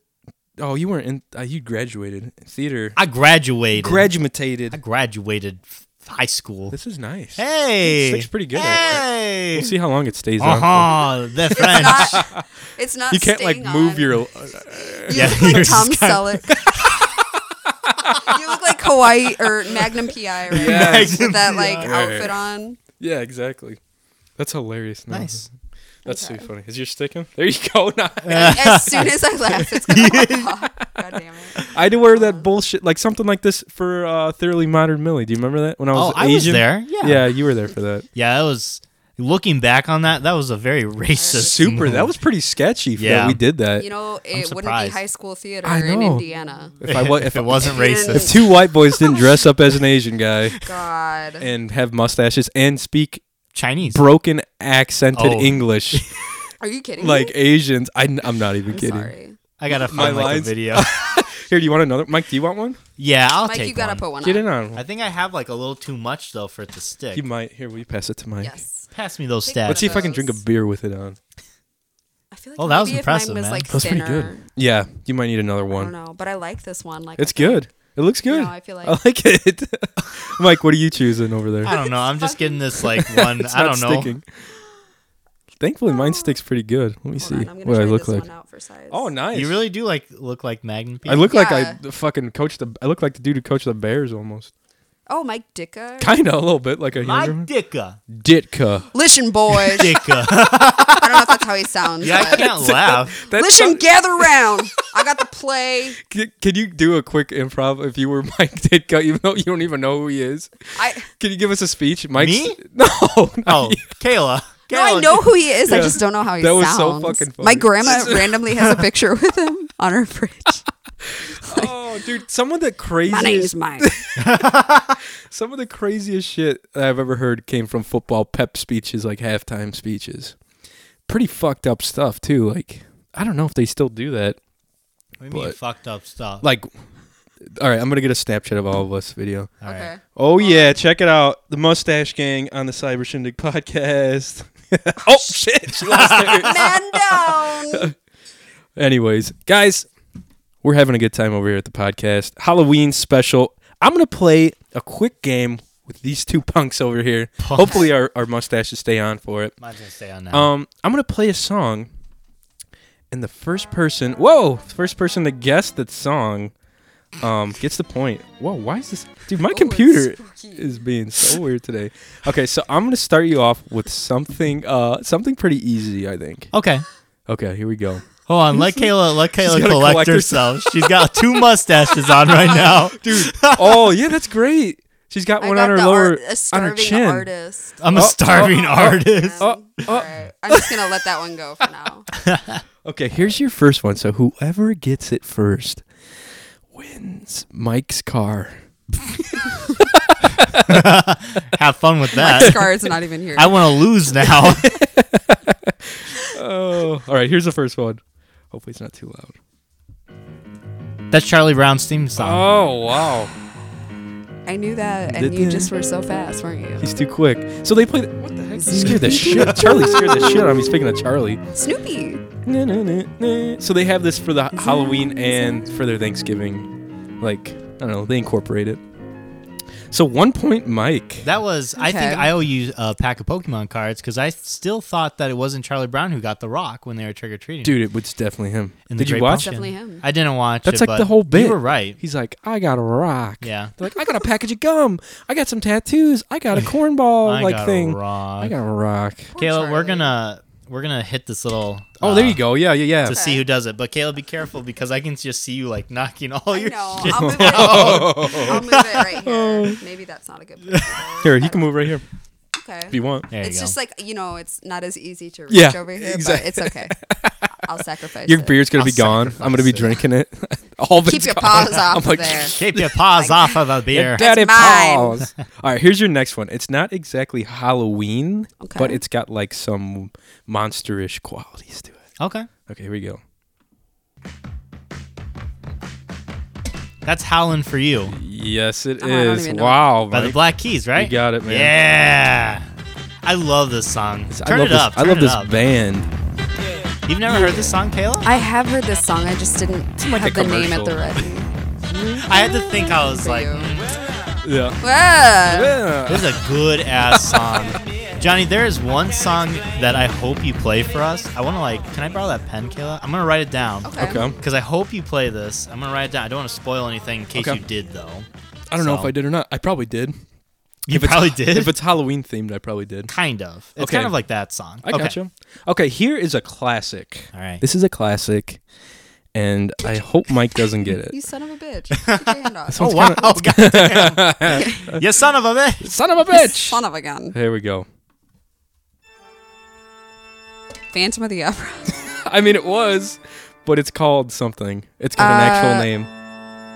Speaker 5: Oh, you weren't in. Uh, you graduated theater.
Speaker 2: I graduated. I
Speaker 5: Graduated.
Speaker 2: graduated f- high school.
Speaker 5: This is nice.
Speaker 2: Hey,
Speaker 5: Looks pretty good,
Speaker 2: Hey,
Speaker 5: We'll see how long it stays
Speaker 2: uh
Speaker 5: on.
Speaker 2: huh. They're French.
Speaker 3: It's not.
Speaker 5: Oh, You can't like
Speaker 3: staying
Speaker 5: move
Speaker 3: on.
Speaker 5: your. uh,
Speaker 3: You
Speaker 2: Yeah,
Speaker 3: look like
Speaker 2: yours
Speaker 3: Tom
Speaker 2: is kinda-
Speaker 3: Selleck. you look like Hawaii or Magnum PI, right?
Speaker 5: Yes.
Speaker 3: With that like
Speaker 5: Magnum PI.
Speaker 3: outfit on.
Speaker 5: yeah, exactly. That's hilarious. No,
Speaker 2: nice.
Speaker 5: That's too funny. Is your sticking? There you go. Nah.
Speaker 3: as soon as I laugh, it's gonna fall off. God damn it.
Speaker 5: I had to wear that bullshit, like something like this for uh, Thoroughly Modern Millie. Do you remember that? When I was
Speaker 2: Oh, I
Speaker 5: Asian?
Speaker 2: was there. Yeah.
Speaker 5: Yeah, you were there for that.
Speaker 2: Yeah, it was. Looking back on that, that was a very racist.
Speaker 5: Super.
Speaker 2: move.
Speaker 5: That was pretty sketchy yeah.
Speaker 2: Yeah.
Speaker 5: that we did that.
Speaker 3: You know, it wouldn't be
Speaker 2: surprised.
Speaker 3: high school theater
Speaker 5: I
Speaker 3: in
Speaker 5: know.
Speaker 3: Indiana.
Speaker 5: if I wa-
Speaker 2: if it wasn't
Speaker 3: He didn't-
Speaker 5: if
Speaker 2: racist.
Speaker 5: two white boys didn't dress up as an Asian guy
Speaker 3: God.
Speaker 5: and have mustaches and speak
Speaker 2: Chinese.
Speaker 5: broken accented
Speaker 2: Oh.
Speaker 5: English
Speaker 3: Are you kidding?
Speaker 5: like
Speaker 3: me?
Speaker 5: Asians, I, am not even
Speaker 3: I'm
Speaker 5: kidding.
Speaker 3: sorry.
Speaker 2: I gotta
Speaker 5: My
Speaker 2: find like, a
Speaker 5: lines.
Speaker 2: video.
Speaker 5: Here, do you want another? Mike, do you want one?
Speaker 2: yeah, I'll
Speaker 3: Mike,
Speaker 2: take
Speaker 3: you gotta
Speaker 2: one.
Speaker 3: put one.
Speaker 5: Get
Speaker 3: up.
Speaker 5: in on
Speaker 2: I
Speaker 5: one.
Speaker 2: think I have like a little too much though for it to stick.
Speaker 5: You might. Here, will you pass it to Mike?
Speaker 3: Yes.
Speaker 2: Pass me those
Speaker 3: Take one
Speaker 2: stats.
Speaker 3: of
Speaker 5: Let's see if I can
Speaker 3: those.
Speaker 5: drink a beer with it on.
Speaker 3: I feel like
Speaker 2: Oh, that was
Speaker 3: maybe if
Speaker 2: impressive,
Speaker 3: Mine was
Speaker 2: man.
Speaker 3: like
Speaker 2: That
Speaker 5: was pretty
Speaker 3: thinner.
Speaker 5: good. Yeah, you might need another
Speaker 3: I don't
Speaker 5: one.
Speaker 3: know, but I like this one. Like
Speaker 5: It's
Speaker 3: I feel like-
Speaker 5: good. It looks
Speaker 3: You
Speaker 5: good. Oh,
Speaker 3: know, I feel like-
Speaker 5: it. Mike, what are you choosing over there?
Speaker 2: I don't know. I'm just getting this like one.
Speaker 5: It's
Speaker 2: I
Speaker 5: not
Speaker 2: don't know.
Speaker 5: Sticking. Thankfully, mine sticks pretty good. Let
Speaker 3: Oh.
Speaker 5: me
Speaker 3: Hold
Speaker 5: see
Speaker 3: on, I'm gonna
Speaker 5: what
Speaker 3: try
Speaker 5: I look
Speaker 3: this
Speaker 5: like.
Speaker 3: one out for size.
Speaker 5: Oh, nice.
Speaker 2: You really do like look like Magnum
Speaker 5: I
Speaker 2: PI.
Speaker 5: look like
Speaker 3: Yeah.
Speaker 5: I fucking coached the. I look like the dude who coached the Bears almost.
Speaker 3: Oh, Mike Dicka.
Speaker 5: Kind of a little bit like a
Speaker 2: my
Speaker 5: younger.
Speaker 2: dicka.
Speaker 5: Ditka.
Speaker 3: Listen, boys.
Speaker 2: Dicka.
Speaker 3: I don't know if that's how he sounds.
Speaker 2: yeah, I
Speaker 3: but-
Speaker 2: can't laugh.
Speaker 5: That's
Speaker 3: Listen, gather round. I got the play.
Speaker 5: Can, can you do a quick improv if you were Mike Ditka, even though you don't even know who he is?
Speaker 3: I
Speaker 5: Can you give us a speech, Mike?
Speaker 2: Me?
Speaker 5: No.
Speaker 2: Oh, Kayla.
Speaker 3: no, I
Speaker 2: Kayla,
Speaker 3: know who he is. I
Speaker 5: Yeah.
Speaker 3: just don't know how he
Speaker 5: That was
Speaker 3: sounds.
Speaker 5: so fucking funny.
Speaker 3: My grandma randomly has a picture with him on her fridge.
Speaker 5: Oh, dude, some of the craziest.
Speaker 3: My name's Mike.
Speaker 5: Some of the craziest shit that I've ever heard came from football pep speeches, like halftime speeches. Pretty fucked up stuff too. Like I don't know if they still do that.
Speaker 2: What do you mean
Speaker 5: But-
Speaker 2: fucked up stuff?
Speaker 5: Like, all right, I'm gonna get a Snapchat of all of us video.
Speaker 2: All right.
Speaker 3: Okay.
Speaker 5: Oh yeah, check it out, the Mustache Gang on the Cyber Shindig podcast. oh shit, she lost it.
Speaker 3: Man down.
Speaker 5: Anyways, guys, we're having a good time over here at the podcast Halloween special. I'm gonna play a quick game with these two punks over here. Hopefully, our, our mustaches stay on for it.
Speaker 2: Mine's gonna stay on that.
Speaker 5: Um, I'm gonna play a song, and the first person, whoa, first person to guess that song, um, gets the point. Whoa, why is this, dude? My
Speaker 3: it's
Speaker 5: computer
Speaker 3: spooky.
Speaker 5: is being so weird today. Okay, so I'm gonna start you off with something, uh, something pretty easy, I think.
Speaker 2: okay.
Speaker 5: Okay, here we go.
Speaker 2: Hold on. Let Kayla. Let Kayla
Speaker 5: gotta
Speaker 2: collect,
Speaker 5: collect
Speaker 2: herself. She's got two mustaches on right now, dude.
Speaker 5: Oh yeah, that's great. She's got
Speaker 3: I
Speaker 5: one
Speaker 3: got
Speaker 5: on her
Speaker 3: the
Speaker 5: lower,
Speaker 3: art, a
Speaker 5: on her
Speaker 3: starving
Speaker 5: chin.
Speaker 3: artist.
Speaker 2: I'm a
Speaker 5: Oh,
Speaker 2: starving artist.
Speaker 5: Oh,
Speaker 3: Um, all right. I'm just gonna let that one go for now.
Speaker 5: Okay, here's your first one. So whoever gets it first wins Mike's car.
Speaker 2: Have fun with that.
Speaker 3: Scar's not even here.
Speaker 2: I want to lose now.
Speaker 5: Oh, all right. Here's the first one. Hopefully, it's not too loud.
Speaker 2: That's Charlie Brown's theme song.
Speaker 5: Oh wow,
Speaker 3: I knew that, and you just were so fast, weren't you?
Speaker 5: he's too quick. So they played. What the heck? He scared the shit. Charlie scared the shit out of me. Speaking of Charlie,
Speaker 3: Snoopy.
Speaker 5: Na, na, na, na. so they have this for the Halloween and for their Thanksgiving. Like I don't know, they incorporate it. So one point, Mike.
Speaker 2: That was. I think
Speaker 3: Okay.
Speaker 2: I owe you a pack of Pokemon cards because I still thought that it wasn't Charlie Brown who got the rock when they were trick or treating.
Speaker 5: Dude, it was definitely him.
Speaker 2: in the
Speaker 5: Did you
Speaker 2: Great
Speaker 5: watch?
Speaker 2: Pumpkin.
Speaker 3: Definitely him.
Speaker 2: I didn't watch.
Speaker 5: That's
Speaker 2: it,
Speaker 5: like the
Speaker 2: but
Speaker 5: whole bit.
Speaker 2: You were right.
Speaker 5: He's like, I got a rock.
Speaker 2: Yeah.
Speaker 5: They're like, I got a package of gum. I got some tattoos. I got a cornball
Speaker 2: I
Speaker 5: like
Speaker 2: got a
Speaker 5: thing.
Speaker 2: rock.
Speaker 5: I got a rock.
Speaker 2: Kayla, we're
Speaker 3: Charlie.
Speaker 2: gonna we're gonna hit this little.
Speaker 5: Oh,
Speaker 2: uh,
Speaker 5: there you go. Yeah, yeah, yeah.
Speaker 2: To see who does it, but Kayla, be careful because I can just see you like knocking all
Speaker 3: I
Speaker 2: your
Speaker 3: know.
Speaker 2: shit.
Speaker 3: I'll move, it. I'll move it right
Speaker 5: Oh.
Speaker 3: here. Maybe that's not a good. Place.
Speaker 5: Here, you can move right here
Speaker 3: Okay.
Speaker 5: if you want.
Speaker 2: There you
Speaker 3: It's
Speaker 2: go.
Speaker 3: just like you know, it's not as easy to reach
Speaker 5: Yeah,
Speaker 3: over here,
Speaker 5: exact-
Speaker 3: but it's okay. I'll sacrifice.
Speaker 5: Your
Speaker 3: it.
Speaker 5: beard's gonna
Speaker 2: I'll
Speaker 5: be gone. I'm gonna be drinking it. All of
Speaker 3: Keep
Speaker 5: it's
Speaker 3: your
Speaker 5: gone.
Speaker 3: paws off
Speaker 5: I'm like,
Speaker 3: there.
Speaker 2: Keep your paws off of the beer.
Speaker 5: Daddy
Speaker 3: That's mine.
Speaker 5: paws. All right, here's your next one. It's not exactly Halloween,
Speaker 3: Okay.
Speaker 5: but it's got like some monsterish qualities to it.
Speaker 2: Okay,
Speaker 5: Okay, here we go.
Speaker 2: that's howling for you
Speaker 5: Yes, it is.
Speaker 3: Oh, I don't even know.
Speaker 5: Wow,
Speaker 2: Uh-huh. by the
Speaker 5: Mike.
Speaker 2: Black Keys, right?
Speaker 5: You got it, man.
Speaker 2: Yeah, I love this song.
Speaker 5: I
Speaker 2: Turn
Speaker 5: love
Speaker 2: it
Speaker 5: this,
Speaker 2: up.
Speaker 5: I
Speaker 2: turn
Speaker 5: love
Speaker 2: it
Speaker 5: this
Speaker 2: up.
Speaker 5: band.
Speaker 2: You've never heard this song, Kayla?
Speaker 3: I have heard this song. I just didn't
Speaker 5: like
Speaker 3: have
Speaker 5: a
Speaker 3: the name at the
Speaker 5: commercial.
Speaker 3: ready.
Speaker 2: I had to think. I was
Speaker 3: For
Speaker 2: like,
Speaker 3: you.
Speaker 2: mm,
Speaker 5: Yeah.
Speaker 3: Whoa.
Speaker 2: this is a good ass song. Johnny, there is one song that I hope you play for us. I want to like, can I borrow that pen, Kayla? I'm gonna write it down.
Speaker 3: Okay.
Speaker 5: Okay.
Speaker 2: Because I hope you play this. I'm gonna write it down. I don't want to spoil anything in case
Speaker 5: Okay.
Speaker 2: you did though.
Speaker 5: I don't know if
Speaker 2: So-
Speaker 5: I did or not. I probably did.
Speaker 2: You
Speaker 5: it's-
Speaker 2: probably did.
Speaker 5: If it's Halloween themed, I probably did.
Speaker 2: kind of. It's
Speaker 5: Okay.
Speaker 2: kind of like that song.
Speaker 5: I gotcha. Okay, here is a classic.
Speaker 2: All right.
Speaker 5: This is a classic, and I hope Mike doesn't get it.
Speaker 3: You son of a bitch. Get your hand off.
Speaker 2: Oh
Speaker 5: It's
Speaker 2: wow! Goddamn. you son of a bitch.
Speaker 5: Son of a bitch!
Speaker 3: Son of a gun.
Speaker 5: Here we go.
Speaker 3: Phantom of the Opera.
Speaker 5: I mean, it was, but it's called something. It's got an
Speaker 2: Uh,
Speaker 5: actual name.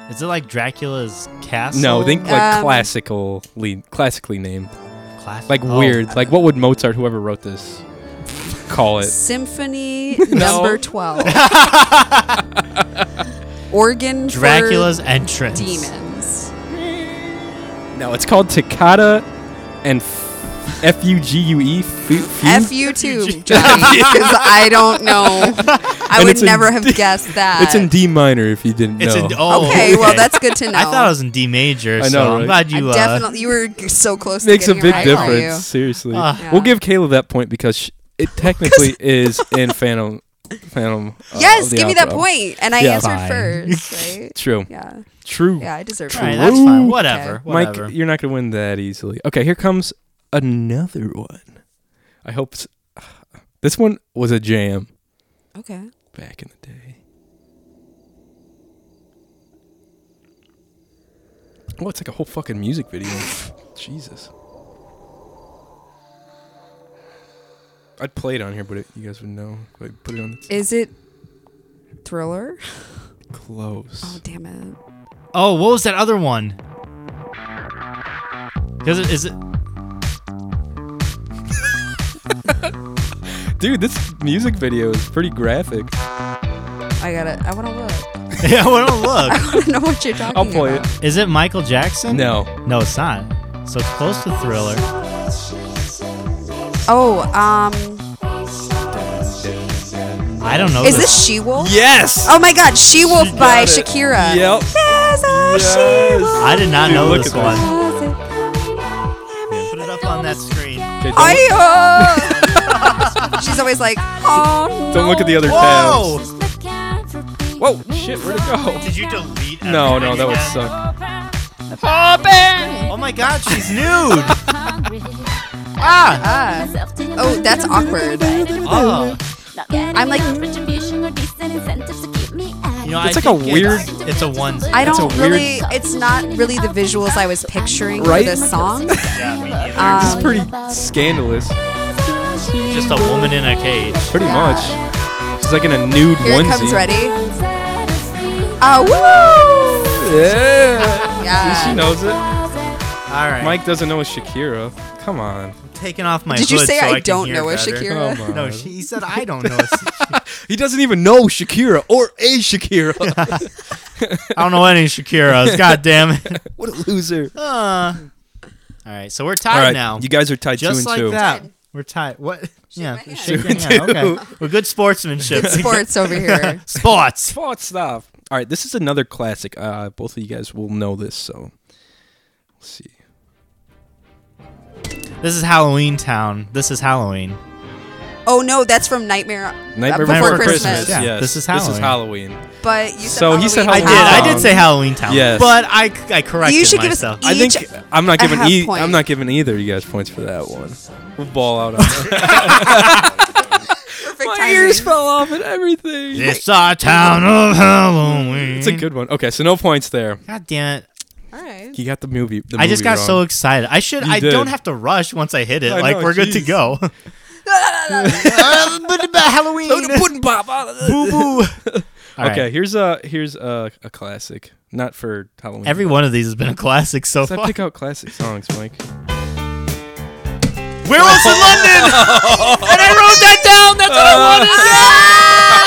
Speaker 2: Is it like Dracula's castle?
Speaker 5: No, think like
Speaker 3: um,
Speaker 5: classically, classically named,
Speaker 2: Class-
Speaker 5: like
Speaker 2: oh.
Speaker 5: weird. Like what would Mozart, whoever wrote this, call it?
Speaker 3: Symphony number 12. Organ
Speaker 2: Dracula's
Speaker 3: for
Speaker 2: entrance.
Speaker 3: demons.
Speaker 5: No, it's called Toccata and F U G U E. fu- fu-
Speaker 3: F you too, Johnny, because I don't know. I
Speaker 5: And
Speaker 3: would
Speaker 5: it's in
Speaker 3: never have
Speaker 5: D-
Speaker 3: guessed that.
Speaker 5: It's in D minor. If you didn't know,
Speaker 2: It's in, oh,
Speaker 3: okay, well that's good to know.
Speaker 2: I thought it was in D major.
Speaker 5: I
Speaker 2: so
Speaker 5: know, right?
Speaker 2: I'm glad
Speaker 3: I
Speaker 2: you. uh,
Speaker 3: definitely you were g- so close. to
Speaker 5: makes a
Speaker 3: getting it
Speaker 5: big
Speaker 3: right, weren't
Speaker 5: difference. Seriously,
Speaker 2: Ah.
Speaker 5: we'll
Speaker 3: Yeah.
Speaker 5: give Kayla that point because sh- it technically is in Phantom. Phantom. uh,
Speaker 3: you? Yes,
Speaker 5: of the
Speaker 3: give me that
Speaker 5: Opera.
Speaker 3: point, and I
Speaker 5: Yeah.
Speaker 3: answered
Speaker 2: Fine.
Speaker 3: first, right?
Speaker 5: True.
Speaker 3: Yeah,
Speaker 5: True.
Speaker 3: yeah, I deserve
Speaker 2: all right,
Speaker 3: it.
Speaker 2: that's fine. Whatever.
Speaker 5: Mike,
Speaker 2: whatever.
Speaker 5: you're not going to win that easily. Okay, here comes another one. I hope s this one was a jam
Speaker 3: Okay,
Speaker 5: back in the day. Oh, it's like a whole fucking music video. Jesus. I'd play it on here, but it, you guys would know. if I put it on the
Speaker 3: is it Thriller?
Speaker 5: close.
Speaker 3: Oh damn it!
Speaker 2: Oh, what was that other one? Because it, is it?
Speaker 5: Dude, this music video is pretty graphic.
Speaker 3: I gotta. I want to look.
Speaker 2: Yeah, well, don't look.
Speaker 3: I want to know what you're talking
Speaker 5: I'll play
Speaker 3: about.
Speaker 5: it.
Speaker 2: Is it Michael Jackson?
Speaker 5: No.
Speaker 2: No, it's not. So it's close to Thriller.
Speaker 3: Oh, um,
Speaker 2: I don't know.
Speaker 5: Oh,
Speaker 3: is this She Wolf?
Speaker 5: Yes!
Speaker 3: Oh my God, She Wolf
Speaker 5: got
Speaker 3: by
Speaker 5: it.
Speaker 3: Shakira.
Speaker 5: Yep.
Speaker 3: There's a
Speaker 5: Yes.
Speaker 3: She Wolf.
Speaker 2: I did not
Speaker 5: Dude,
Speaker 2: know
Speaker 5: look
Speaker 2: this
Speaker 5: at
Speaker 2: one.
Speaker 5: this.
Speaker 2: Put it up on that screen.
Speaker 5: Okay, don't-
Speaker 3: I, uh, she's always like, oh,
Speaker 5: Don't look at the other
Speaker 2: Whoa!
Speaker 5: tabs. Whoa, shit, where'd it go?
Speaker 2: Did you delete?
Speaker 5: No,
Speaker 2: everything
Speaker 5: no, that
Speaker 2: you
Speaker 5: would
Speaker 2: had?
Speaker 5: suck.
Speaker 2: Oh my God, she's nude. ah.
Speaker 3: ah. Oh, that's awkward.
Speaker 2: Oh.
Speaker 6: I'm like, you
Speaker 2: You know, I
Speaker 5: It's like
Speaker 2: think
Speaker 5: a weird-
Speaker 2: It's a one.
Speaker 3: I
Speaker 5: That's
Speaker 3: don't
Speaker 5: a weird-
Speaker 3: really, it's not really the visuals I was picturing
Speaker 5: Right?
Speaker 3: for this song. Um,
Speaker 2: Yeah, me neither.
Speaker 5: This is pretty scandalous.
Speaker 2: Just a woman in a cage.
Speaker 5: Pretty much. She's like in a nude
Speaker 3: Here
Speaker 5: onesie.
Speaker 3: it comes, ready? Uh, Oh,
Speaker 5: Yeah.
Speaker 3: woo!
Speaker 5: She
Speaker 3: Yeah.
Speaker 5: knows it.
Speaker 2: All right.
Speaker 5: Mike doesn't know it's Shakira. Come on.
Speaker 2: taking off my
Speaker 3: Did you
Speaker 2: hood
Speaker 3: say
Speaker 2: so
Speaker 3: I
Speaker 2: can
Speaker 3: don't
Speaker 2: hear
Speaker 3: know a
Speaker 2: better.
Speaker 3: Shakira?
Speaker 5: Come on.
Speaker 2: No, she, he said I don't know. a-
Speaker 5: he doesn't even know Shakira or a Shakira.
Speaker 2: I don't know any Shakiras. God damn it.
Speaker 5: what a loser.
Speaker 2: Uh. All right, so we're tied
Speaker 5: All right,
Speaker 2: now.
Speaker 5: you guys are tied two
Speaker 2: Just
Speaker 5: and
Speaker 2: like
Speaker 5: two.
Speaker 2: that. We're tied. What? yeah.
Speaker 3: my
Speaker 2: Shake
Speaker 5: hand.
Speaker 2: your hand.
Speaker 5: Two.
Speaker 2: Okay. We're good sportsmanship.
Speaker 3: Sports over here.
Speaker 2: Sports.
Speaker 5: Fought stuff. All right, this is another classic. Uh, both of you guys will know this, so let's see.
Speaker 2: This is Halloween Town. This is Halloween.
Speaker 3: Oh no, that's from Nightmare. uh,
Speaker 5: Nightmare
Speaker 3: Before
Speaker 5: Before,
Speaker 3: Christmas.
Speaker 5: Christmas.
Speaker 2: Yeah,
Speaker 5: Yes.
Speaker 2: this is
Speaker 5: This is Halloween.
Speaker 3: But you said
Speaker 5: So he said
Speaker 2: I
Speaker 3: Halloween
Speaker 2: did.
Speaker 5: Halloween
Speaker 3: Town.
Speaker 2: I did say Halloween Town.
Speaker 5: Yes.
Speaker 2: But I, I
Speaker 3: Um,
Speaker 2: corrected
Speaker 3: You should give us
Speaker 2: myself.
Speaker 5: I
Speaker 3: Each-
Speaker 5: think I'm not
Speaker 3: a
Speaker 5: giving
Speaker 3: half
Speaker 5: e-
Speaker 3: point.
Speaker 5: I'm not giving either of you guys points for that one. We'll ball out on that.
Speaker 3: Perfect
Speaker 5: My
Speaker 3: timing.
Speaker 5: ears fell off and everything.
Speaker 2: It's our town of Halloween.
Speaker 5: It's a good one. Okay, so no points there.
Speaker 2: God damn it.
Speaker 3: All right.
Speaker 5: You got the movie. the
Speaker 2: I just
Speaker 5: movie
Speaker 2: got
Speaker 5: wrong.
Speaker 2: so excited. I should.
Speaker 5: You
Speaker 2: I
Speaker 5: did.
Speaker 2: don't have to rush once I hit it.
Speaker 5: I
Speaker 2: like
Speaker 5: know,
Speaker 2: we're good to
Speaker 5: jeez.
Speaker 2: go. Uh, but about Halloween.
Speaker 5: Pudding pop.
Speaker 2: Boo boo.
Speaker 5: Okay, here's a here's a, uh, a classic. Not for Halloween.
Speaker 2: Every
Speaker 5: but-
Speaker 2: one of these has been a classic so
Speaker 5: So
Speaker 2: far.
Speaker 5: I pick out classic songs, Mike.
Speaker 2: Werewolves in London. and I wrote that down. That's what I wanted.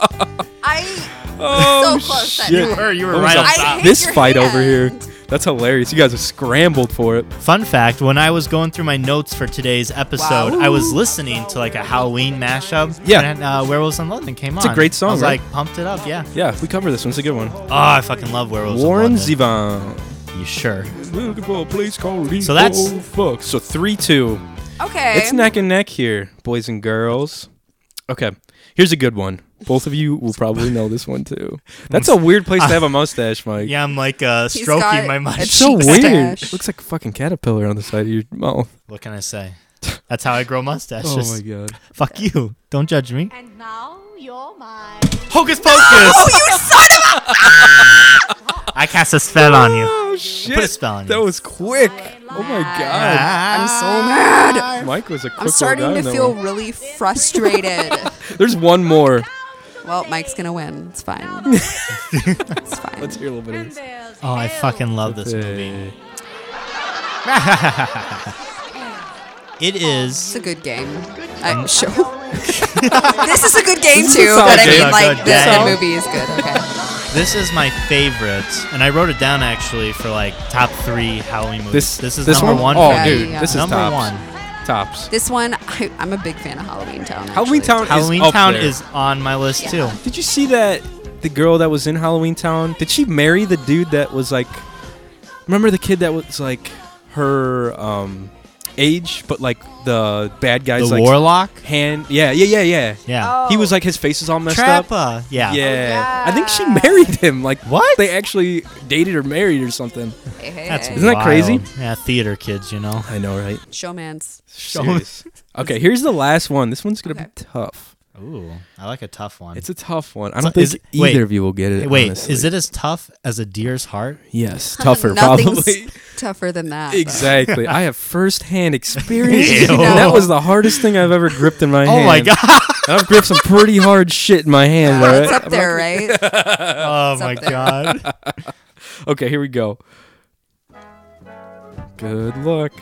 Speaker 3: I
Speaker 5: Oh,
Speaker 3: So close, that
Speaker 5: shit.
Speaker 3: You
Speaker 2: were- you were
Speaker 5: What
Speaker 2: right
Speaker 5: was
Speaker 2: on
Speaker 5: up-
Speaker 2: top. I
Speaker 3: hate
Speaker 5: This
Speaker 3: your
Speaker 5: fight over here.
Speaker 3: hand.
Speaker 5: That's hilarious. You guys have scrambled for it.
Speaker 2: Fun fact: When I was going through my notes for today's episode,
Speaker 3: Wow.
Speaker 2: I was listening to like a Halloween mashup.
Speaker 5: Yeah.
Speaker 2: And uh, Werewolves in London came
Speaker 5: a
Speaker 2: on.
Speaker 5: great song,
Speaker 2: I was
Speaker 5: right?
Speaker 2: like pumped it up. Yeah.
Speaker 5: Yeah, we cover this one. It's a good one.
Speaker 2: Oh, I fucking love Werewolves
Speaker 5: Warren
Speaker 2: in London.
Speaker 5: Zevon.
Speaker 2: You sure?
Speaker 5: Looking for a place called Lethal
Speaker 2: So that's-
Speaker 5: Fuck. So three two.
Speaker 3: okay.
Speaker 5: It's neck and neck here, boys and girls. Okay, here's a good one. Both of you will probably know this one too. That's a weird place to have a mustache, Mike.
Speaker 2: Yeah, I'm like uh,
Speaker 3: He's
Speaker 2: stroking
Speaker 3: got
Speaker 2: my
Speaker 3: a
Speaker 2: mind.
Speaker 5: it's so
Speaker 3: cheek
Speaker 5: weird.
Speaker 3: stash.
Speaker 5: Looks like a fucking caterpillar on the side of your mouth.
Speaker 2: What can I say? That's how I grow mustache.
Speaker 5: oh
Speaker 2: Just
Speaker 5: my god.
Speaker 2: fuck you. Don't judge me.
Speaker 6: And now you're mine.
Speaker 3: Oh,
Speaker 2: Hocus pocus. I cast a spell on you.
Speaker 5: Oh shit!
Speaker 2: Put a spell on
Speaker 5: That
Speaker 2: you. Ah.
Speaker 5: was quick. Oh my god!
Speaker 3: I'm so mad.
Speaker 5: Mike was a quick
Speaker 3: I'm
Speaker 5: one
Speaker 3: starting
Speaker 5: down
Speaker 3: to
Speaker 5: that
Speaker 3: feel
Speaker 5: one.
Speaker 3: really frustrated.
Speaker 5: There's one more.
Speaker 3: well, Mike's gonna win. It's fine. it's fine.
Speaker 5: Let's hear a little bit of this.
Speaker 2: Oh, I fucking love this movie.
Speaker 5: Hey.
Speaker 2: It
Speaker 3: It's
Speaker 2: is.
Speaker 3: a good game. I'm sure. this is a good game
Speaker 5: is a
Speaker 3: too,
Speaker 5: solid
Speaker 3: but I
Speaker 5: game.
Speaker 3: mean, like
Speaker 2: Good
Speaker 3: the, the
Speaker 2: game.
Speaker 3: movie is good. Okay.
Speaker 2: This is my favorite, and I wrote it down actually for like top three Halloween movies.
Speaker 5: This
Speaker 2: this is
Speaker 5: this
Speaker 2: number
Speaker 5: one?
Speaker 2: one.
Speaker 5: Oh,
Speaker 2: for me.
Speaker 5: dude,
Speaker 3: yeah.
Speaker 5: this is
Speaker 2: number
Speaker 5: tops.
Speaker 2: one.
Speaker 5: Tops.
Speaker 3: This one, I, I'm a big fan of Halloween Town. actually.
Speaker 5: Halloween Town.
Speaker 2: Halloween
Speaker 5: is up
Speaker 2: Town
Speaker 5: there.
Speaker 2: is on my list too.
Speaker 5: Did you see that? The girl that was in Halloween Town. Did she marry the dude that was like? Remember the kid that was like her um age, but like the bad guys
Speaker 2: The
Speaker 5: like
Speaker 2: Warlock.
Speaker 5: hand. Yeah, yeah, yeah, yeah.
Speaker 2: Yeah.
Speaker 5: He was like his face was all messed up.
Speaker 2: Trappa. Yeah.
Speaker 5: Yeah. I think she married him. Like
Speaker 2: What?
Speaker 5: They actually dated or married or something.
Speaker 3: Hey, hey,
Speaker 2: That's
Speaker 3: hey.
Speaker 5: Isn't that
Speaker 2: wild.
Speaker 5: crazy?
Speaker 2: Yeah, theater kids, you know.
Speaker 5: I know, right?
Speaker 3: showman's.
Speaker 5: Serious. okay, here's the last one. This one's gonna
Speaker 3: Okay.
Speaker 5: be tough.
Speaker 2: Ooh, I like a tough one.
Speaker 5: It's a tough one. I don't
Speaker 2: So is
Speaker 5: think
Speaker 2: it- wait.
Speaker 5: either of you will get it.
Speaker 2: Wait,
Speaker 5: honestly.
Speaker 2: is it as tough as a deer's heart?
Speaker 5: Yes, tougher
Speaker 3: Nothing's
Speaker 5: probably.
Speaker 3: tougher than that. but-
Speaker 5: Exactly. I have firsthand experience.
Speaker 2: Ew.
Speaker 5: and that was the hardest thing I've ever gripped in my hand.
Speaker 2: Oh my god!
Speaker 5: And I've gripped some pretty hard shit in my hand. all
Speaker 3: Yeah,
Speaker 5: right?
Speaker 3: it's up there, right?
Speaker 2: Oh my
Speaker 3: Something.
Speaker 2: god!
Speaker 5: Okay, here we go. Good luck.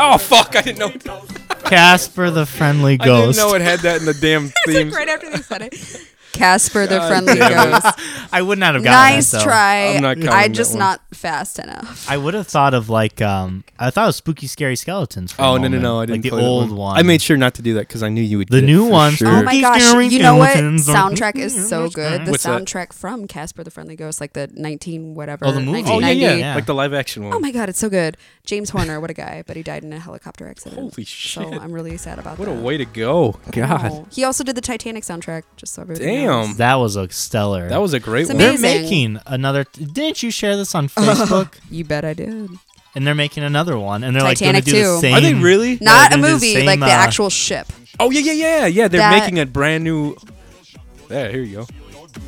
Speaker 5: Oh fuck! I didn't know.
Speaker 2: Casper the Friendly
Speaker 5: I didn't
Speaker 2: Ghost.
Speaker 5: know it had that in the damn theme.
Speaker 3: Like right after they said it. Casper the
Speaker 5: God
Speaker 3: Friendly
Speaker 5: damn it.
Speaker 3: Ghost.
Speaker 2: I would not have gotten
Speaker 3: Nice
Speaker 2: that, though.
Speaker 3: try.
Speaker 5: I'm not counting
Speaker 3: I
Speaker 5: that
Speaker 3: just
Speaker 5: one.
Speaker 3: not fast enough.
Speaker 2: I would have thought of like um. I thought of spooky, scary skeletons. For a
Speaker 5: Oh no no
Speaker 2: moment.
Speaker 5: no! I didn't
Speaker 2: like
Speaker 5: play
Speaker 2: the
Speaker 5: that
Speaker 2: old one.
Speaker 5: I made sure not to do that because I knew you would.
Speaker 2: The
Speaker 5: get it
Speaker 2: new
Speaker 5: for
Speaker 2: one.
Speaker 5: Sure.
Speaker 3: Oh my gosh!
Speaker 2: Scary
Speaker 3: You know what?
Speaker 2: skeletons are-
Speaker 3: Soundtrack is so good. The
Speaker 5: What's that?
Speaker 3: soundtrack from Casper the Friendly Ghost, like the 19 whatever.
Speaker 2: Oh, the movie.
Speaker 5: Oh yeah, yeah
Speaker 3: 1990.
Speaker 2: Yeah.
Speaker 5: Like the live action one.
Speaker 3: Oh my god, it's so good. James Horner, what a guy, but he died in a helicopter accident.
Speaker 5: Holy shit.
Speaker 3: So I'm really sad about
Speaker 5: What a
Speaker 3: that.
Speaker 5: way to go! God
Speaker 3: Oh. He also did the Titanic soundtrack, just so everybody
Speaker 5: damn,
Speaker 3: knows.
Speaker 2: That was a stellar.
Speaker 5: that was a great
Speaker 3: It's
Speaker 5: one.
Speaker 2: They're
Speaker 3: amazing.
Speaker 2: making another. Didn't you share this on Facebook?
Speaker 3: You bet I did.
Speaker 2: and they're making another one, and they're like going to
Speaker 3: Titanic
Speaker 2: do the
Speaker 3: too.
Speaker 2: same.
Speaker 5: Are they really?
Speaker 2: No,
Speaker 3: Not
Speaker 2: they're
Speaker 3: a
Speaker 2: gonna do the
Speaker 3: movie,
Speaker 2: same,
Speaker 3: like the
Speaker 2: uh,
Speaker 3: actual ship.
Speaker 5: Oh yeah yeah yeah yeah! They're
Speaker 3: That-
Speaker 5: making a brand new. Yeah, here you go.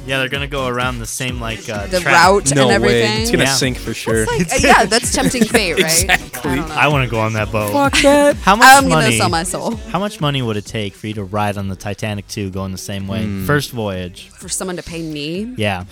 Speaker 2: Yeah, they're going to go around the same like uh,
Speaker 3: The
Speaker 2: track.
Speaker 3: route
Speaker 5: No
Speaker 3: and
Speaker 5: way,
Speaker 3: everything.
Speaker 5: it's gonna
Speaker 2: Yeah.
Speaker 5: sink for sure.
Speaker 3: Like, uh, yeah, that's tempting fate, right? Exactly. I don't know.
Speaker 2: I want to go on that boat.
Speaker 5: that.
Speaker 2: How much
Speaker 3: I'm
Speaker 2: money?
Speaker 3: gonna sell my soul
Speaker 2: How much money would it take for you to ride on the Titanic 2 going the same way?
Speaker 5: Hmm.
Speaker 2: First voyage.
Speaker 3: for someone to pay me
Speaker 2: Yeah.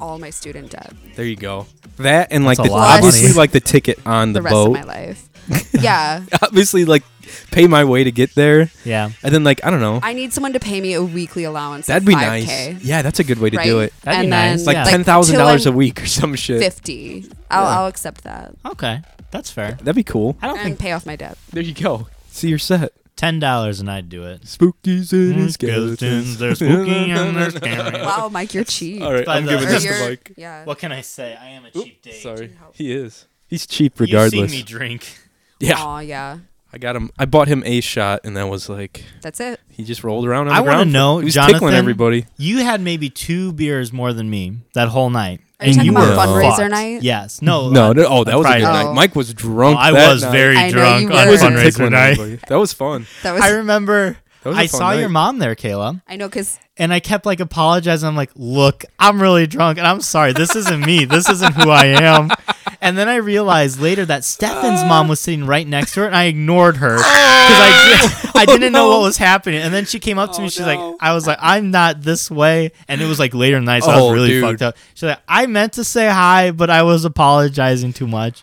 Speaker 3: all my student debt
Speaker 5: There you go. That and like
Speaker 2: That's a
Speaker 5: the,
Speaker 2: lot
Speaker 3: of
Speaker 5: obviously
Speaker 3: money.
Speaker 5: like the ticket on
Speaker 3: the,
Speaker 5: the,
Speaker 3: rest
Speaker 5: boat.
Speaker 3: of my life. yeah,
Speaker 5: Obviously like pay my way to get there,
Speaker 2: Yeah.
Speaker 5: and then like I don't know.
Speaker 3: I need someone to pay me a weekly allowance.
Speaker 5: That'd
Speaker 3: of
Speaker 5: be
Speaker 3: 5K,
Speaker 5: nice. Yeah, that's a good way to
Speaker 3: right?
Speaker 5: do it.
Speaker 2: That'd be
Speaker 3: and
Speaker 2: nice.
Speaker 3: Then,
Speaker 5: Like
Speaker 2: Yeah.
Speaker 5: ten thousand dollars
Speaker 3: till
Speaker 5: a
Speaker 3: I'm
Speaker 5: week or some shit.
Speaker 3: Fifty. I'll, I'll accept that
Speaker 2: Okay. That's fair.
Speaker 5: That'd be cool.
Speaker 2: I don't
Speaker 3: and
Speaker 2: think
Speaker 3: pay off my debt.
Speaker 5: There you go. See your set.
Speaker 2: $10 and I'd do it.
Speaker 5: Spooky city
Speaker 2: Mm, Skeletons, they're spooky and they're scary.
Speaker 3: Wow, Mike, you're cheap.
Speaker 5: All right,
Speaker 2: By
Speaker 5: I'm
Speaker 2: the-
Speaker 5: giving
Speaker 3: Or
Speaker 5: this to
Speaker 3: you're-
Speaker 5: Mike.
Speaker 3: Yeah.
Speaker 2: What can I say? I am a cheap date.
Speaker 5: Sorry, he is. He's cheap regardless.
Speaker 2: You've seen me drink.
Speaker 5: yeah,
Speaker 3: Aw, yeah.
Speaker 5: I got him. I bought him a shot, and that was like
Speaker 3: That's it.
Speaker 5: he just rolled around on
Speaker 2: I
Speaker 5: the
Speaker 2: want to
Speaker 5: ground.
Speaker 2: know,
Speaker 5: he was
Speaker 2: Jonathan,
Speaker 5: tickling everybody.
Speaker 2: You had maybe two beers more than me that whole night.
Speaker 3: Are you
Speaker 2: and
Speaker 3: talking
Speaker 2: you were
Speaker 5: about
Speaker 3: fundraiser
Speaker 2: fucked.
Speaker 3: night?
Speaker 2: Yes. No.
Speaker 5: No,
Speaker 2: uh,
Speaker 5: no, oh, that
Speaker 2: on
Speaker 5: was a good
Speaker 2: Friday.
Speaker 5: night.
Speaker 3: Oh.
Speaker 5: Mike was drunk.
Speaker 2: I
Speaker 5: that
Speaker 2: was
Speaker 5: night.
Speaker 2: very
Speaker 3: I know,
Speaker 2: drunk
Speaker 3: you
Speaker 2: on
Speaker 5: I
Speaker 3: were.
Speaker 5: was on
Speaker 2: fundraiser
Speaker 5: tickling
Speaker 2: night.
Speaker 5: everybody. That was fun.
Speaker 3: That was.
Speaker 2: I
Speaker 3: I,
Speaker 2: remember
Speaker 5: That was a
Speaker 2: I
Speaker 5: fun
Speaker 2: saw
Speaker 5: night.
Speaker 2: your mom there, Kayla,
Speaker 3: know, cause
Speaker 2: and I kept like apologizing. I'm like, "Look, I'm really drunk, and I'm sorry. This isn't me. This isn't who I am." And then I realized later that Stefan's mom was sitting right next to her, and I ignored her because I, I didn't know what was happening. And then she came up to me. She's
Speaker 5: Oh, no.
Speaker 2: like, "I was like, I'm not this way." And it was like later in the night, so I
Speaker 5: Oh,
Speaker 2: was really
Speaker 5: dude.
Speaker 2: fucked up. She's like, "I meant to say hi, but I was apologizing too much."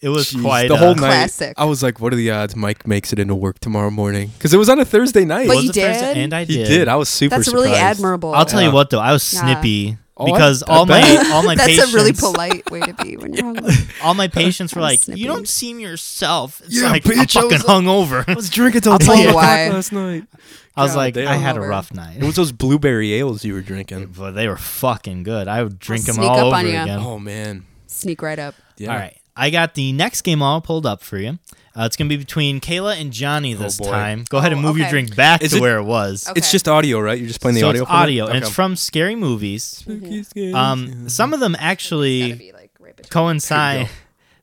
Speaker 2: It was
Speaker 5: Jeez,
Speaker 2: quite
Speaker 5: the
Speaker 2: uh,
Speaker 5: whole night.
Speaker 3: Classic.
Speaker 5: I was like, "What are the odds Mike makes it into work tomorrow morning?" Because it was on a Thursday night.
Speaker 3: But
Speaker 2: was
Speaker 3: you
Speaker 2: a Thursday,
Speaker 3: did?
Speaker 2: and I
Speaker 5: he
Speaker 2: did.
Speaker 5: did. I was super.
Speaker 3: that's really
Speaker 5: surprised.
Speaker 3: admirable.
Speaker 2: I'll tell
Speaker 5: Yeah.
Speaker 2: you what though, I was
Speaker 3: Yeah.
Speaker 2: snippy
Speaker 5: Oh, I-
Speaker 2: because
Speaker 5: I
Speaker 2: all
Speaker 5: bet.
Speaker 2: my all my
Speaker 3: That's
Speaker 2: patients,
Speaker 3: a really polite way to be when you're hungry.
Speaker 2: all my patients were
Speaker 3: I'm
Speaker 2: like,
Speaker 3: snippy.
Speaker 2: "You don't seem yourself." It's
Speaker 5: Yeah,
Speaker 2: like
Speaker 5: bitch, I
Speaker 2: I'm fucking
Speaker 5: was-
Speaker 2: hungover.
Speaker 5: I was drinking till
Speaker 3: tell
Speaker 5: ten
Speaker 3: you
Speaker 5: o'clock
Speaker 3: why.
Speaker 5: last night.
Speaker 2: I was
Speaker 5: God
Speaker 2: like,
Speaker 5: damn.
Speaker 2: I had a
Speaker 3: Hungover.
Speaker 2: rough
Speaker 5: It
Speaker 2: night,
Speaker 5: was those blueberry ales you were drinking.
Speaker 2: but they were fucking good. I would drink them
Speaker 3: sneak
Speaker 2: all
Speaker 3: up
Speaker 2: over
Speaker 3: on ya.
Speaker 2: again.
Speaker 5: Oh man.
Speaker 3: Sneak right up.
Speaker 5: Yeah.
Speaker 2: All right, I got the next game all pulled up for you. Uh, it's gonna be between Kayla and Johnny this
Speaker 5: Oh, boy.
Speaker 2: time. Go ahead and
Speaker 3: Oh,
Speaker 2: move your
Speaker 3: okay.
Speaker 2: drink back
Speaker 5: Is
Speaker 2: to
Speaker 5: it-
Speaker 2: where it was.
Speaker 3: Okay.
Speaker 5: It's just audio, right? You're just playing the
Speaker 2: so
Speaker 5: audio.
Speaker 2: it's
Speaker 5: for them?
Speaker 2: audio, and
Speaker 5: Okay.
Speaker 2: it's from scary movies. Um, some of them
Speaker 3: Gotta
Speaker 2: actually
Speaker 3: be like right between.
Speaker 2: coincide.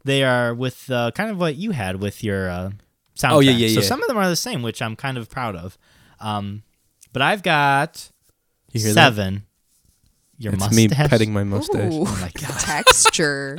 Speaker 2: They are with uh, kind of what you had with your uh, soundtrack.
Speaker 5: Oh, yeah, yeah,
Speaker 2: So
Speaker 5: yeah.
Speaker 2: some of them are the same, which I'm kind of proud of. Um, But I've got
Speaker 1: You hear that?
Speaker 2: seven. Your
Speaker 1: It's
Speaker 2: mustache.
Speaker 1: me petting my mustache.
Speaker 3: Ooh,
Speaker 2: Oh my god.
Speaker 3: texture.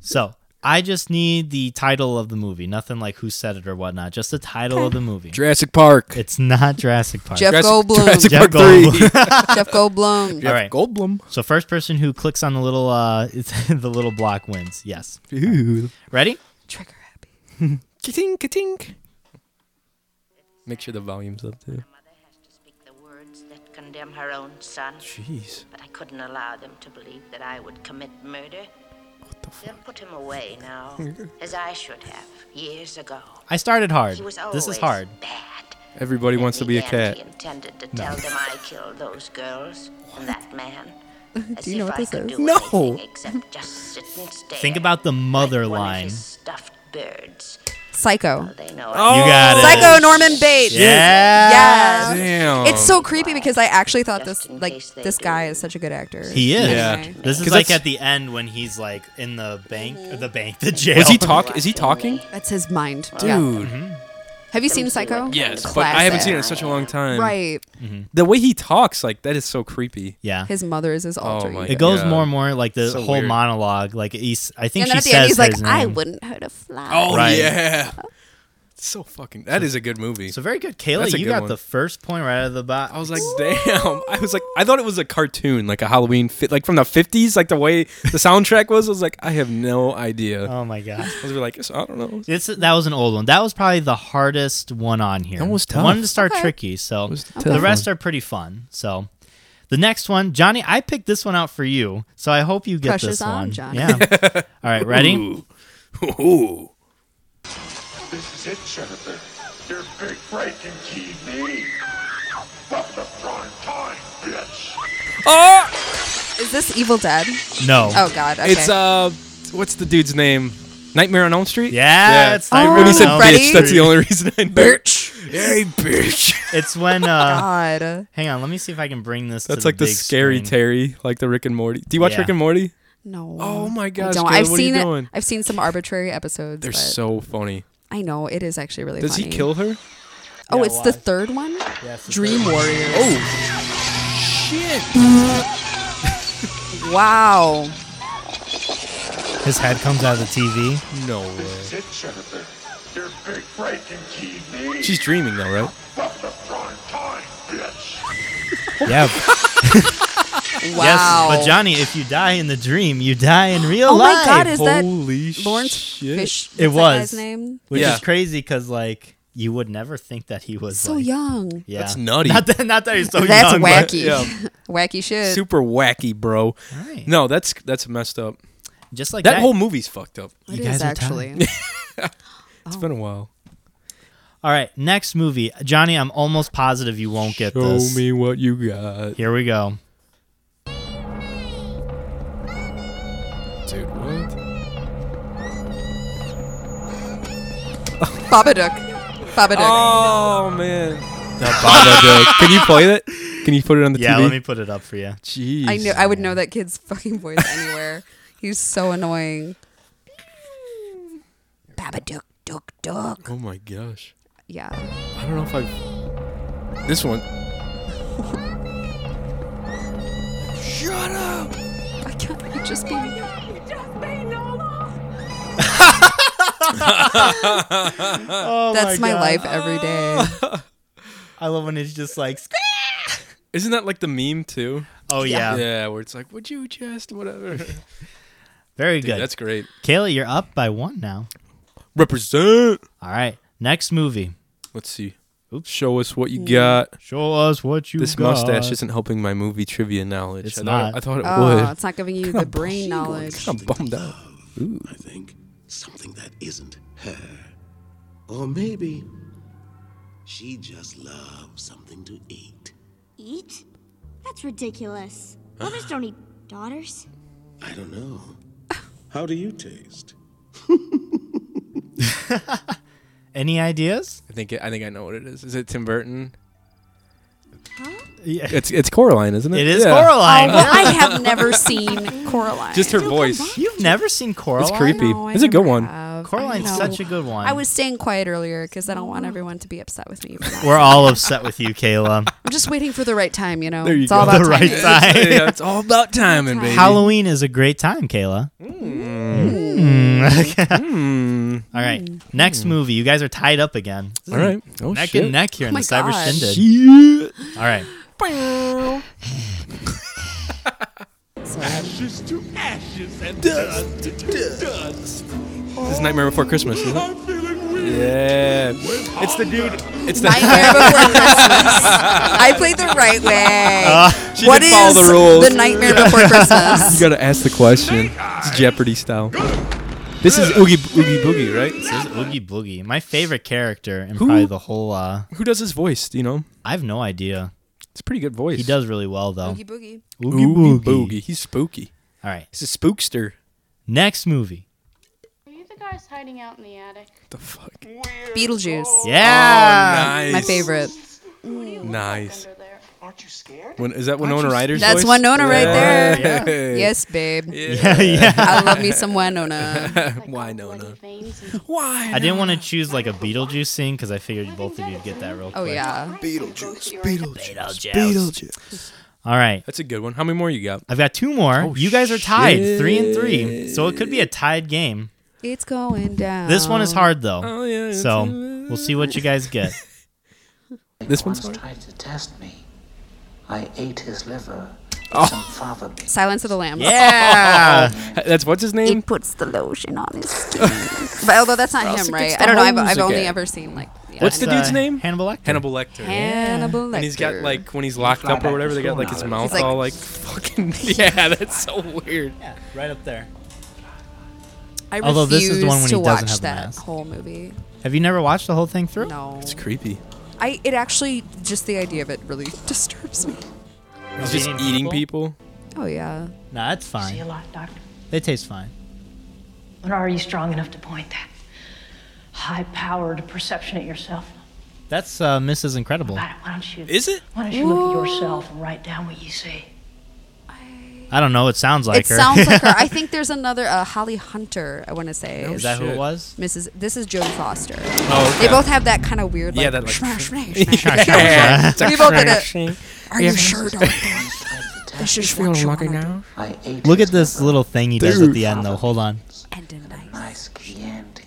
Speaker 2: So I just need the title of the movie. Nothing like who said it or whatnot. Just the title of the movie.
Speaker 1: Jurassic Park.
Speaker 2: It's not Jurassic Park.
Speaker 3: Jeff
Speaker 1: Jurassic,
Speaker 3: Goldblum.
Speaker 1: Jurassic
Speaker 2: Jeff
Speaker 1: Park 3.
Speaker 2: Goldblum.
Speaker 3: Jeff Goldblum.
Speaker 2: All right.
Speaker 1: Goldblum.
Speaker 2: So first person who clicks on the little uh it's the little block wins. Yes.
Speaker 1: Ooh.
Speaker 2: Ready?
Speaker 3: Trigger happy.
Speaker 1: Ka-tink, ka-tink. Make sure the volume's up too.
Speaker 7: Mother has to speak the words that condemn her own son,
Speaker 1: Jeez.
Speaker 7: but I couldn't allow them to believe that I would commit murder. They'll put him away now, as I should have years ago.
Speaker 2: I started hard.
Speaker 7: He was
Speaker 2: This is
Speaker 7: always
Speaker 2: hard.
Speaker 7: Bad.
Speaker 1: Everybody wants to
Speaker 7: And
Speaker 1: be a
Speaker 7: the
Speaker 1: cat.
Speaker 7: end, He intended to tell them I killed those girls and that man. As
Speaker 3: Do you know
Speaker 7: if
Speaker 3: what
Speaker 7: I
Speaker 3: this
Speaker 7: could
Speaker 3: is?
Speaker 7: do
Speaker 1: No.
Speaker 7: anything except just sit and stare.
Speaker 2: Think about the mother
Speaker 7: like one of
Speaker 2: line.
Speaker 7: his Stuffed birds.
Speaker 3: Psycho.
Speaker 7: They know it.
Speaker 1: Oh,
Speaker 2: You got it.
Speaker 3: Psycho Norman Bates.
Speaker 2: Yeah.
Speaker 3: Yes.
Speaker 1: Damn.
Speaker 3: It's so creepy because I actually thought this
Speaker 7: Just in
Speaker 3: like
Speaker 7: case they
Speaker 3: this
Speaker 7: do.
Speaker 3: guy is such a good actor.
Speaker 2: He is.
Speaker 1: Yeah.
Speaker 2: This is
Speaker 1: 'Cause
Speaker 2: like
Speaker 1: that's-
Speaker 2: at the end when he's like in the bank,
Speaker 3: Mm-hmm.
Speaker 2: the bank, the jail.
Speaker 1: Is he talk? Is he talking?
Speaker 3: That's his mind. Yeah. Mm-hmm.
Speaker 1: Dude.
Speaker 3: Have you seen Psycho?
Speaker 1: Yes, but I haven't seen it in
Speaker 3: Classic.
Speaker 1: such a long time.
Speaker 3: Right.
Speaker 1: The way he talks, like that, is so creepy.
Speaker 2: yeah.
Speaker 3: His mother is his alter
Speaker 1: Oh my
Speaker 3: ego.
Speaker 2: it goes
Speaker 1: Yeah.
Speaker 2: more and more like the
Speaker 1: So
Speaker 2: whole
Speaker 1: weird.
Speaker 2: monologue. Like he's, I think
Speaker 3: And then
Speaker 2: she
Speaker 3: at the
Speaker 2: says
Speaker 3: end, he's like,
Speaker 2: his
Speaker 3: "I
Speaker 2: name.
Speaker 3: wouldn't hurt a fly."
Speaker 1: Oh.
Speaker 2: Right.
Speaker 1: yeah. So fucking. That is a good movie.
Speaker 2: So very good, Kayla.
Speaker 1: That's a
Speaker 2: You
Speaker 1: good
Speaker 2: got
Speaker 1: one.
Speaker 2: the first point right out of the box.
Speaker 1: I was like, damn. I was like, I thought it was a cartoon, like a Halloween fit, like from the fifties, like the way the soundtrack was. I was like, I have no idea.
Speaker 2: oh my god.
Speaker 1: I was like, I don't know.
Speaker 2: It's that was an old one. That was probably the hardest one on here.
Speaker 1: That was
Speaker 2: I
Speaker 1: tough.
Speaker 2: wanted to start
Speaker 3: Okay.
Speaker 2: tricky, so
Speaker 1: was a
Speaker 2: the
Speaker 1: tough
Speaker 2: rest are pretty fun. So the next one, Johnny, I picked this one out for you, so I hope you get
Speaker 3: Pressure's
Speaker 2: this
Speaker 3: on,
Speaker 2: one.
Speaker 3: Johnny.
Speaker 2: Yeah. All right, ready?
Speaker 1: Ooh.
Speaker 8: This is it, Jennifer. You're big breaking TV. Welcome to prime time, bitch.
Speaker 1: Oh,
Speaker 3: Is this Evil Dead?
Speaker 2: No.
Speaker 3: Oh God. Okay.
Speaker 1: it's uh, what's the dude's name? Nightmare on Elm Street.
Speaker 2: Yeah, it's
Speaker 3: Oh,
Speaker 1: I-
Speaker 2: Nightmare
Speaker 1: when he
Speaker 2: on
Speaker 1: said
Speaker 2: Elm
Speaker 1: bitch,
Speaker 3: Street.
Speaker 1: that's the only reason I know.
Speaker 3: Bitch.
Speaker 1: Hey, bitch.
Speaker 2: It's when.
Speaker 3: Oh
Speaker 2: Uh,
Speaker 3: God.
Speaker 2: hang on, let me see if I can bring this.
Speaker 1: That's
Speaker 2: to
Speaker 1: like the
Speaker 2: big
Speaker 1: scary
Speaker 2: screen.
Speaker 1: Terry, like the Rick and Morty. Do you watch
Speaker 2: Yeah.
Speaker 1: Rick and Morty?
Speaker 3: No.
Speaker 1: Oh my
Speaker 3: I
Speaker 1: gosh,
Speaker 3: don't.
Speaker 1: Kayla,
Speaker 3: I've
Speaker 1: what are you
Speaker 3: seen it.
Speaker 1: doing?
Speaker 3: I've seen some arbitrary episodes.
Speaker 1: They're
Speaker 3: but
Speaker 1: so funny.
Speaker 3: I know it is actually really.
Speaker 1: Does
Speaker 3: funny.
Speaker 1: he kill her?
Speaker 3: Oh,
Speaker 2: Yeah,
Speaker 3: it's the
Speaker 2: why?
Speaker 3: third one.
Speaker 2: Yeah, it's the
Speaker 3: Dream
Speaker 2: third
Speaker 3: Warriors.
Speaker 1: Oh,
Speaker 3: Wow.
Speaker 2: one. His head comes out of the TV.
Speaker 1: no way.
Speaker 8: This is it, Jennifer. You're big breaking TV.
Speaker 1: She's dreaming though, right?
Speaker 8: Welcome to prime time, bitch.
Speaker 2: Yeah.
Speaker 3: Wow.
Speaker 2: Yes, but Johnny, if you die in the dream, you die in real
Speaker 3: Oh my
Speaker 2: life.
Speaker 3: God, is that
Speaker 1: Holy
Speaker 3: Lawrence
Speaker 1: shit.
Speaker 3: Fish.
Speaker 2: It
Speaker 3: what's that guy's
Speaker 2: was.
Speaker 3: name.
Speaker 2: Which
Speaker 1: Yeah.
Speaker 2: is crazy because, like, you would never think that he was
Speaker 3: So
Speaker 2: like,
Speaker 3: young.
Speaker 2: Yeah.
Speaker 1: That's nutty.
Speaker 2: Not that, not that he's so
Speaker 3: That's
Speaker 2: young. but-
Speaker 3: wacky.
Speaker 1: yeah.
Speaker 3: wacky shit.
Speaker 1: Super wacky, bro.
Speaker 2: Right.
Speaker 1: No, that's that's messed up.
Speaker 2: Just like
Speaker 1: That
Speaker 2: that,
Speaker 1: whole movie's fucked up.
Speaker 3: It
Speaker 2: You
Speaker 3: is
Speaker 2: guys are
Speaker 3: actually.
Speaker 1: It's been a while.
Speaker 2: All right, next movie, Johnny. I'm almost positive you won't get
Speaker 1: Show
Speaker 2: this.
Speaker 1: me what you got,
Speaker 2: Here we go.
Speaker 1: dude. What?
Speaker 3: Babadook. Babadook.
Speaker 1: Oh man. The Babadook. Can you play that? Can you put it on the
Speaker 2: Yeah,
Speaker 1: TV?
Speaker 2: let me put it up for you.
Speaker 1: Jeez.
Speaker 3: I know. I would know that kid's fucking voice anywhere. He's so annoying. Babadook, duck, duck.
Speaker 1: Oh my gosh.
Speaker 3: Yeah.
Speaker 1: I don't know if I've. This one. Shut up!
Speaker 3: Why can't it just be?
Speaker 1: Uh,
Speaker 2: Oh
Speaker 3: That's my, life every day.
Speaker 2: I love when it's just like.
Speaker 1: Isn't that like the meme too?
Speaker 2: Oh yeah,
Speaker 1: Yeah, where it's like, would you just whatever? Dude,
Speaker 2: very good.
Speaker 1: that's great.
Speaker 2: Kayla, you're up by one now.
Speaker 1: Represent.
Speaker 2: All right, next movie.
Speaker 1: Let's see. Oops. Show us what you got.
Speaker 2: Show us what you
Speaker 1: This mustache isn't helping my movie trivia knowledge.
Speaker 2: It's
Speaker 1: I
Speaker 2: not.
Speaker 1: Thought, I thought it
Speaker 3: Oh,
Speaker 1: would.
Speaker 3: it's not giving you the brain knowledge.
Speaker 1: I'm bummed out.
Speaker 9: I think. Something that isn't her. Or maybe she just loves something to eat.
Speaker 6: Eat? That's ridiculous. Mothers don't eat daughters.
Speaker 9: I don't know. How do you taste?
Speaker 2: Any ideas?
Speaker 1: I think it, I think I know what it is. Is it Tim Burton?
Speaker 2: Yeah.
Speaker 1: It's it's Coraline, isn't it?
Speaker 2: It is
Speaker 1: Yeah. Uh,
Speaker 2: Coraline.
Speaker 3: Oh, Well, I have never seen Coraline.
Speaker 1: Just her voice.
Speaker 2: You've never seen Coraline?
Speaker 1: It's creepy.
Speaker 3: No, I
Speaker 1: it's a good
Speaker 3: never
Speaker 1: one.
Speaker 3: have.
Speaker 2: Coraline's
Speaker 3: know.
Speaker 2: such a good one.
Speaker 3: I was staying quiet earlier because I don't want everyone to be upset with me. for that.
Speaker 2: We're all upset with you, Kayla.
Speaker 3: I'm just waiting for the right time, you know.
Speaker 1: There you
Speaker 3: it's all
Speaker 1: go.
Speaker 3: about
Speaker 2: The
Speaker 3: timing.
Speaker 2: right time.
Speaker 1: yeah, it's all about timing, baby.
Speaker 2: Halloween is a great time, Kayla. Mm. all right. Next movie. You guys are tied up again.
Speaker 1: All right. Oh
Speaker 2: Neck
Speaker 1: shit.
Speaker 2: and neck here in
Speaker 3: my
Speaker 2: the Cyber
Speaker 3: God.
Speaker 2: Shindig.
Speaker 1: Shit.
Speaker 2: All right.
Speaker 8: Ashes to ashes and
Speaker 1: Dust
Speaker 8: dust to dust.
Speaker 1: This is Nightmare Before Christmas, isn't it?
Speaker 8: I'm feeling weird.
Speaker 1: Yeah. It's the dude. It's the.
Speaker 3: Nightmare Before Christmas. I played the right way.
Speaker 2: Uh,
Speaker 1: She
Speaker 3: what
Speaker 1: did
Speaker 3: is
Speaker 1: follow the rules.
Speaker 3: Nightmare Before
Speaker 1: you
Speaker 3: Christmas?
Speaker 1: gotta ask the question. It's Jeopardy style. This is Oogie Oogie Boogie, right?
Speaker 2: This is Oogie Boogie. My favorite character in probably the whole uh
Speaker 1: Who does his voice? Do you know?
Speaker 2: I have no idea.
Speaker 1: It's a pretty good voice.
Speaker 2: He does really well though.
Speaker 3: Boogie boogie.
Speaker 2: Oogie,
Speaker 1: Oogie Boogie. He's spooky.
Speaker 2: All right.
Speaker 1: He's a spookster.
Speaker 2: Next movie.
Speaker 10: Are you the guys hiding out in the attic?
Speaker 1: What the fuck?
Speaker 3: Beetlejuice.
Speaker 2: Oh, Yeah.
Speaker 1: nice.
Speaker 3: Uh, My favorite.
Speaker 1: Nice.
Speaker 10: Under there.
Speaker 8: Aren't you scared?
Speaker 1: When, is that Winona Ryder's
Speaker 3: That's
Speaker 1: voice?
Speaker 3: Winona right there.
Speaker 1: there.
Speaker 3: Yes, babe.
Speaker 2: yeah.
Speaker 3: I love me some Winona.
Speaker 1: Why
Speaker 10: Bloody
Speaker 1: Nona?
Speaker 10: veins and
Speaker 1: Why?
Speaker 2: I didn't want to choose like a Beetlejuice scene because I figured both of you'd get that real quick.
Speaker 3: Oh yeah.
Speaker 1: Beetlejuice. Beetlejuice.
Speaker 2: Beetlejuice. All right.
Speaker 1: That's a good one. How many more you got?
Speaker 2: I've got two more.
Speaker 1: Oh,
Speaker 2: you guys are tied, three and three. So it could be a tied game.
Speaker 3: It's going down.
Speaker 2: This one is hard though.
Speaker 1: Oh, yeah, it's-
Speaker 2: So we'll see what you guys get.
Speaker 1: This one's hard.
Speaker 11: tried to test me. I ate his liver.
Speaker 1: Oh.
Speaker 11: Some fava beans.
Speaker 3: Silence of the Lambs.
Speaker 2: yeah.
Speaker 1: That's what's his name?
Speaker 3: It Oh, puts the lotion on his skin. but although that's not
Speaker 1: else
Speaker 3: him,
Speaker 1: it
Speaker 3: right?
Speaker 1: gets
Speaker 3: I don't know. I've,
Speaker 1: the hose
Speaker 3: I've only
Speaker 1: again.
Speaker 3: ever seen like. yeah.
Speaker 1: What's the dude's name?
Speaker 2: uh, Hannibal Lecter.
Speaker 1: Hannibal Lecter.
Speaker 3: Hannibal
Speaker 1: And he's got
Speaker 3: Lecter.
Speaker 1: like when he's locked up or whatever, they got like his mouth
Speaker 3: like-
Speaker 1: all like fucking. Yeah, that's so weird.
Speaker 2: Yeah, right up there.
Speaker 3: I
Speaker 2: Although this is the
Speaker 3: refuse
Speaker 2: one when
Speaker 3: to
Speaker 2: he doesn't
Speaker 3: watch
Speaker 2: have the
Speaker 3: that
Speaker 2: mask.
Speaker 3: whole movie.
Speaker 2: Have you never watched the whole thing through?
Speaker 3: No,
Speaker 1: It's creepy.
Speaker 3: I it actually just the idea of it really disturbs me.
Speaker 1: He's just eating people.
Speaker 3: Oh yeah,
Speaker 2: Nah, that's fine.
Speaker 10: lot, Doctor.
Speaker 2: They taste fine.
Speaker 10: But are you strong enough to point that high-powered perception at yourself?
Speaker 2: That's uh, Mrs. Incredible.
Speaker 10: Why don't you?
Speaker 1: Is it?
Speaker 10: Why don't you look at yourself and write down what you see?
Speaker 2: I don't know. It sounds like
Speaker 3: it
Speaker 2: her.
Speaker 3: sounds like her. I think there's another uh, Holly Hunter. I want to say
Speaker 2: Is that who it was?
Speaker 3: Mrs. This is Jodie Foster.
Speaker 1: Oh,
Speaker 3: They both have that kind of weird.
Speaker 1: Yeah,
Speaker 3: Like,
Speaker 1: that, like,
Speaker 3: smash, smash,
Speaker 2: Sure,
Speaker 3: smash.
Speaker 2: sure, sure.
Speaker 3: We both did it. Are you sure, Doctor? This is what you wanna do.
Speaker 11: I ate
Speaker 2: Look
Speaker 11: his
Speaker 2: at this little thing he does at the end, though. Hold on.
Speaker 3: And a nice.
Speaker 11: nice Chianti.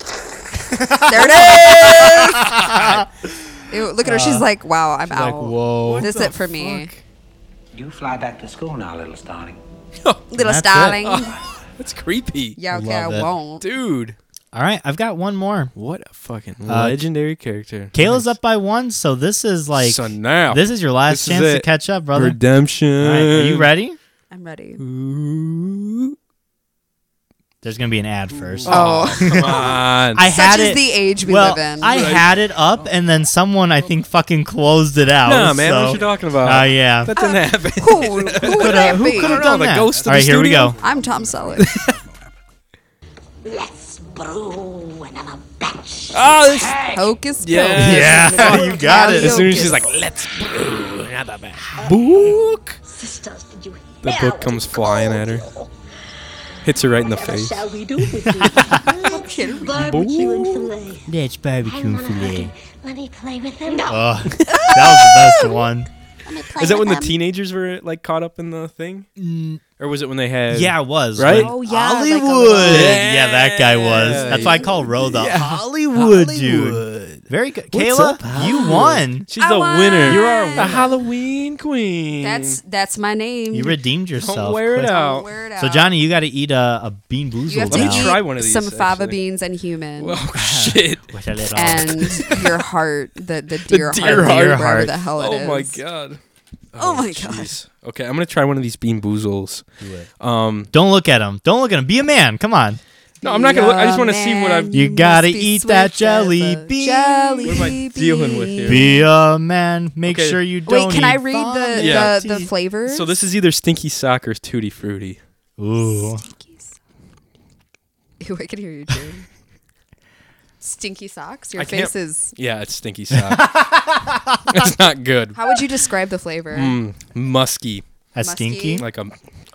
Speaker 3: There it is. Ew, look at her. She's like, wow, I'm out.
Speaker 2: Uh, like, whoa.
Speaker 3: This is it for me,
Speaker 11: You fly back to school now, little starling.
Speaker 3: little
Speaker 2: That's it.
Speaker 3: starling.
Speaker 1: That's creepy.
Speaker 3: Yeah, okay,
Speaker 2: Love
Speaker 3: I
Speaker 2: it.
Speaker 3: won't.
Speaker 1: Dude,
Speaker 2: All right, I've got one more.
Speaker 1: what a
Speaker 2: Uh,
Speaker 1: fucking legendary character.
Speaker 2: Kayla's up by one, so this is like
Speaker 1: So now,
Speaker 2: this is your
Speaker 1: this
Speaker 2: last
Speaker 1: is
Speaker 2: chance to
Speaker 1: it.
Speaker 2: catch up, brother.
Speaker 1: redemption.
Speaker 2: All right, are you ready?
Speaker 3: I'm ready.
Speaker 1: Ooh.
Speaker 2: There's gonna be an ad first.
Speaker 3: Oh,
Speaker 1: Come on.
Speaker 2: I
Speaker 3: such
Speaker 2: had
Speaker 3: is
Speaker 2: it.
Speaker 3: the age we
Speaker 2: well,
Speaker 3: live in.
Speaker 2: I
Speaker 1: Right.
Speaker 2: had it up, and then someone I think fucking closed it out.
Speaker 1: Nah, man,
Speaker 2: so.
Speaker 1: what you talking about?
Speaker 2: Oh yeah.
Speaker 1: That didn't happen.
Speaker 3: who, who would that be?
Speaker 1: I don't know,
Speaker 2: done
Speaker 1: the
Speaker 2: that?
Speaker 1: ghost of
Speaker 2: All right,
Speaker 1: the
Speaker 2: here we
Speaker 1: studio?
Speaker 2: go.
Speaker 3: I'm Tom Selleck.
Speaker 6: Let's brew another batch.
Speaker 1: Oh, this,
Speaker 3: Hocus Pocus.
Speaker 1: Yeah.
Speaker 2: Yeah, you got it.
Speaker 1: as soon as
Speaker 3: Hocus.
Speaker 1: she's like, let's brew another ba- book.
Speaker 6: Sisters, did you
Speaker 1: The
Speaker 6: hear
Speaker 1: book
Speaker 6: what
Speaker 1: comes
Speaker 6: he
Speaker 1: flying at her. Hits her right in the
Speaker 6: What
Speaker 1: face.
Speaker 6: shall we do with you? Barbecue and filet.
Speaker 2: That's barbecue
Speaker 6: Let me play with him. No.
Speaker 2: Oh, that was the best one.
Speaker 1: Is that when the teenagers were like caught up in the thing? Or was it when they had
Speaker 2: Yeah, it was
Speaker 1: Right?
Speaker 2: when
Speaker 3: Oh, yeah, like a
Speaker 2: Hollywood.
Speaker 3: little-
Speaker 2: yeah. that guy was.
Speaker 1: Yeah.
Speaker 2: That's why I call Ro the Hollywood, dude. Very good, Kayla.
Speaker 1: up,
Speaker 2: you won.
Speaker 1: She's
Speaker 3: I
Speaker 1: the
Speaker 3: won.
Speaker 1: winner.
Speaker 3: You are a
Speaker 1: the Halloween queen.
Speaker 3: That's that's my name.
Speaker 2: You redeemed yourself.
Speaker 1: Don't wear it
Speaker 2: Quick.
Speaker 1: out.
Speaker 3: Wear it
Speaker 2: So
Speaker 3: out.
Speaker 2: Johnny, you got to eat a, a bean boozled
Speaker 3: you have to
Speaker 1: Let
Speaker 2: now.
Speaker 1: me
Speaker 3: eat
Speaker 1: try one of these,
Speaker 3: some fava
Speaker 1: actually.
Speaker 3: beans and human,
Speaker 1: Oh shit.
Speaker 2: With a little-
Speaker 3: and your heart, the the deer,
Speaker 1: deer
Speaker 3: heart,
Speaker 2: heart.
Speaker 3: wherever the hell it
Speaker 1: oh
Speaker 3: is.
Speaker 1: my god.
Speaker 3: Oh my god.
Speaker 1: Jeez. Okay, I'm gonna try one of these bean boozles. Um,
Speaker 2: Don't look at him. Don't look at him. Be a man. Come on.
Speaker 1: no, I'm not gonna. Look. I just want to see what I've.
Speaker 2: You
Speaker 3: must
Speaker 2: gotta
Speaker 3: be
Speaker 2: eat
Speaker 3: swift
Speaker 2: that
Speaker 3: as
Speaker 2: jelly
Speaker 3: a
Speaker 2: bean.
Speaker 3: Jelly
Speaker 1: What am I dealing with here?
Speaker 2: Be a man. Make
Speaker 1: Okay.
Speaker 2: sure you don't.
Speaker 3: Wait, can I
Speaker 2: eat
Speaker 3: read the
Speaker 1: Yeah.
Speaker 3: the, the flavors?
Speaker 1: So this is either stinky sock or tutti frutti.
Speaker 2: Ooh.
Speaker 3: Ew, I can hear you, June. Stinky socks. Your
Speaker 1: I can't-
Speaker 3: face is.
Speaker 1: Yeah, it's stinky sock. it's not good.
Speaker 3: How would you describe the flavor?
Speaker 1: Mm, musky,
Speaker 2: A
Speaker 3: Musky.
Speaker 2: stinky.
Speaker 1: like a.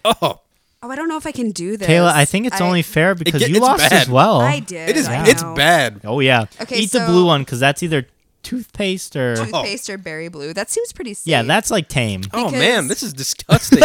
Speaker 1: Oh,
Speaker 3: Oh, I don't know if I can do this.
Speaker 2: Kayla, I think it's only fair because
Speaker 1: get-
Speaker 2: you
Speaker 1: it's
Speaker 2: lost
Speaker 1: bad.
Speaker 2: as well.
Speaker 3: I did.
Speaker 1: It is.
Speaker 3: I
Speaker 1: It's
Speaker 3: know.
Speaker 1: bad.
Speaker 2: Oh yeah.
Speaker 3: Okay,
Speaker 2: Eat
Speaker 3: so-
Speaker 2: the blue one because that's either toothpaste or
Speaker 3: Toothpaste or berry blue. That seems pretty safe.
Speaker 2: Oh. yeah, that's like tame.
Speaker 1: Oh
Speaker 3: Because-
Speaker 1: man, this is disgusting,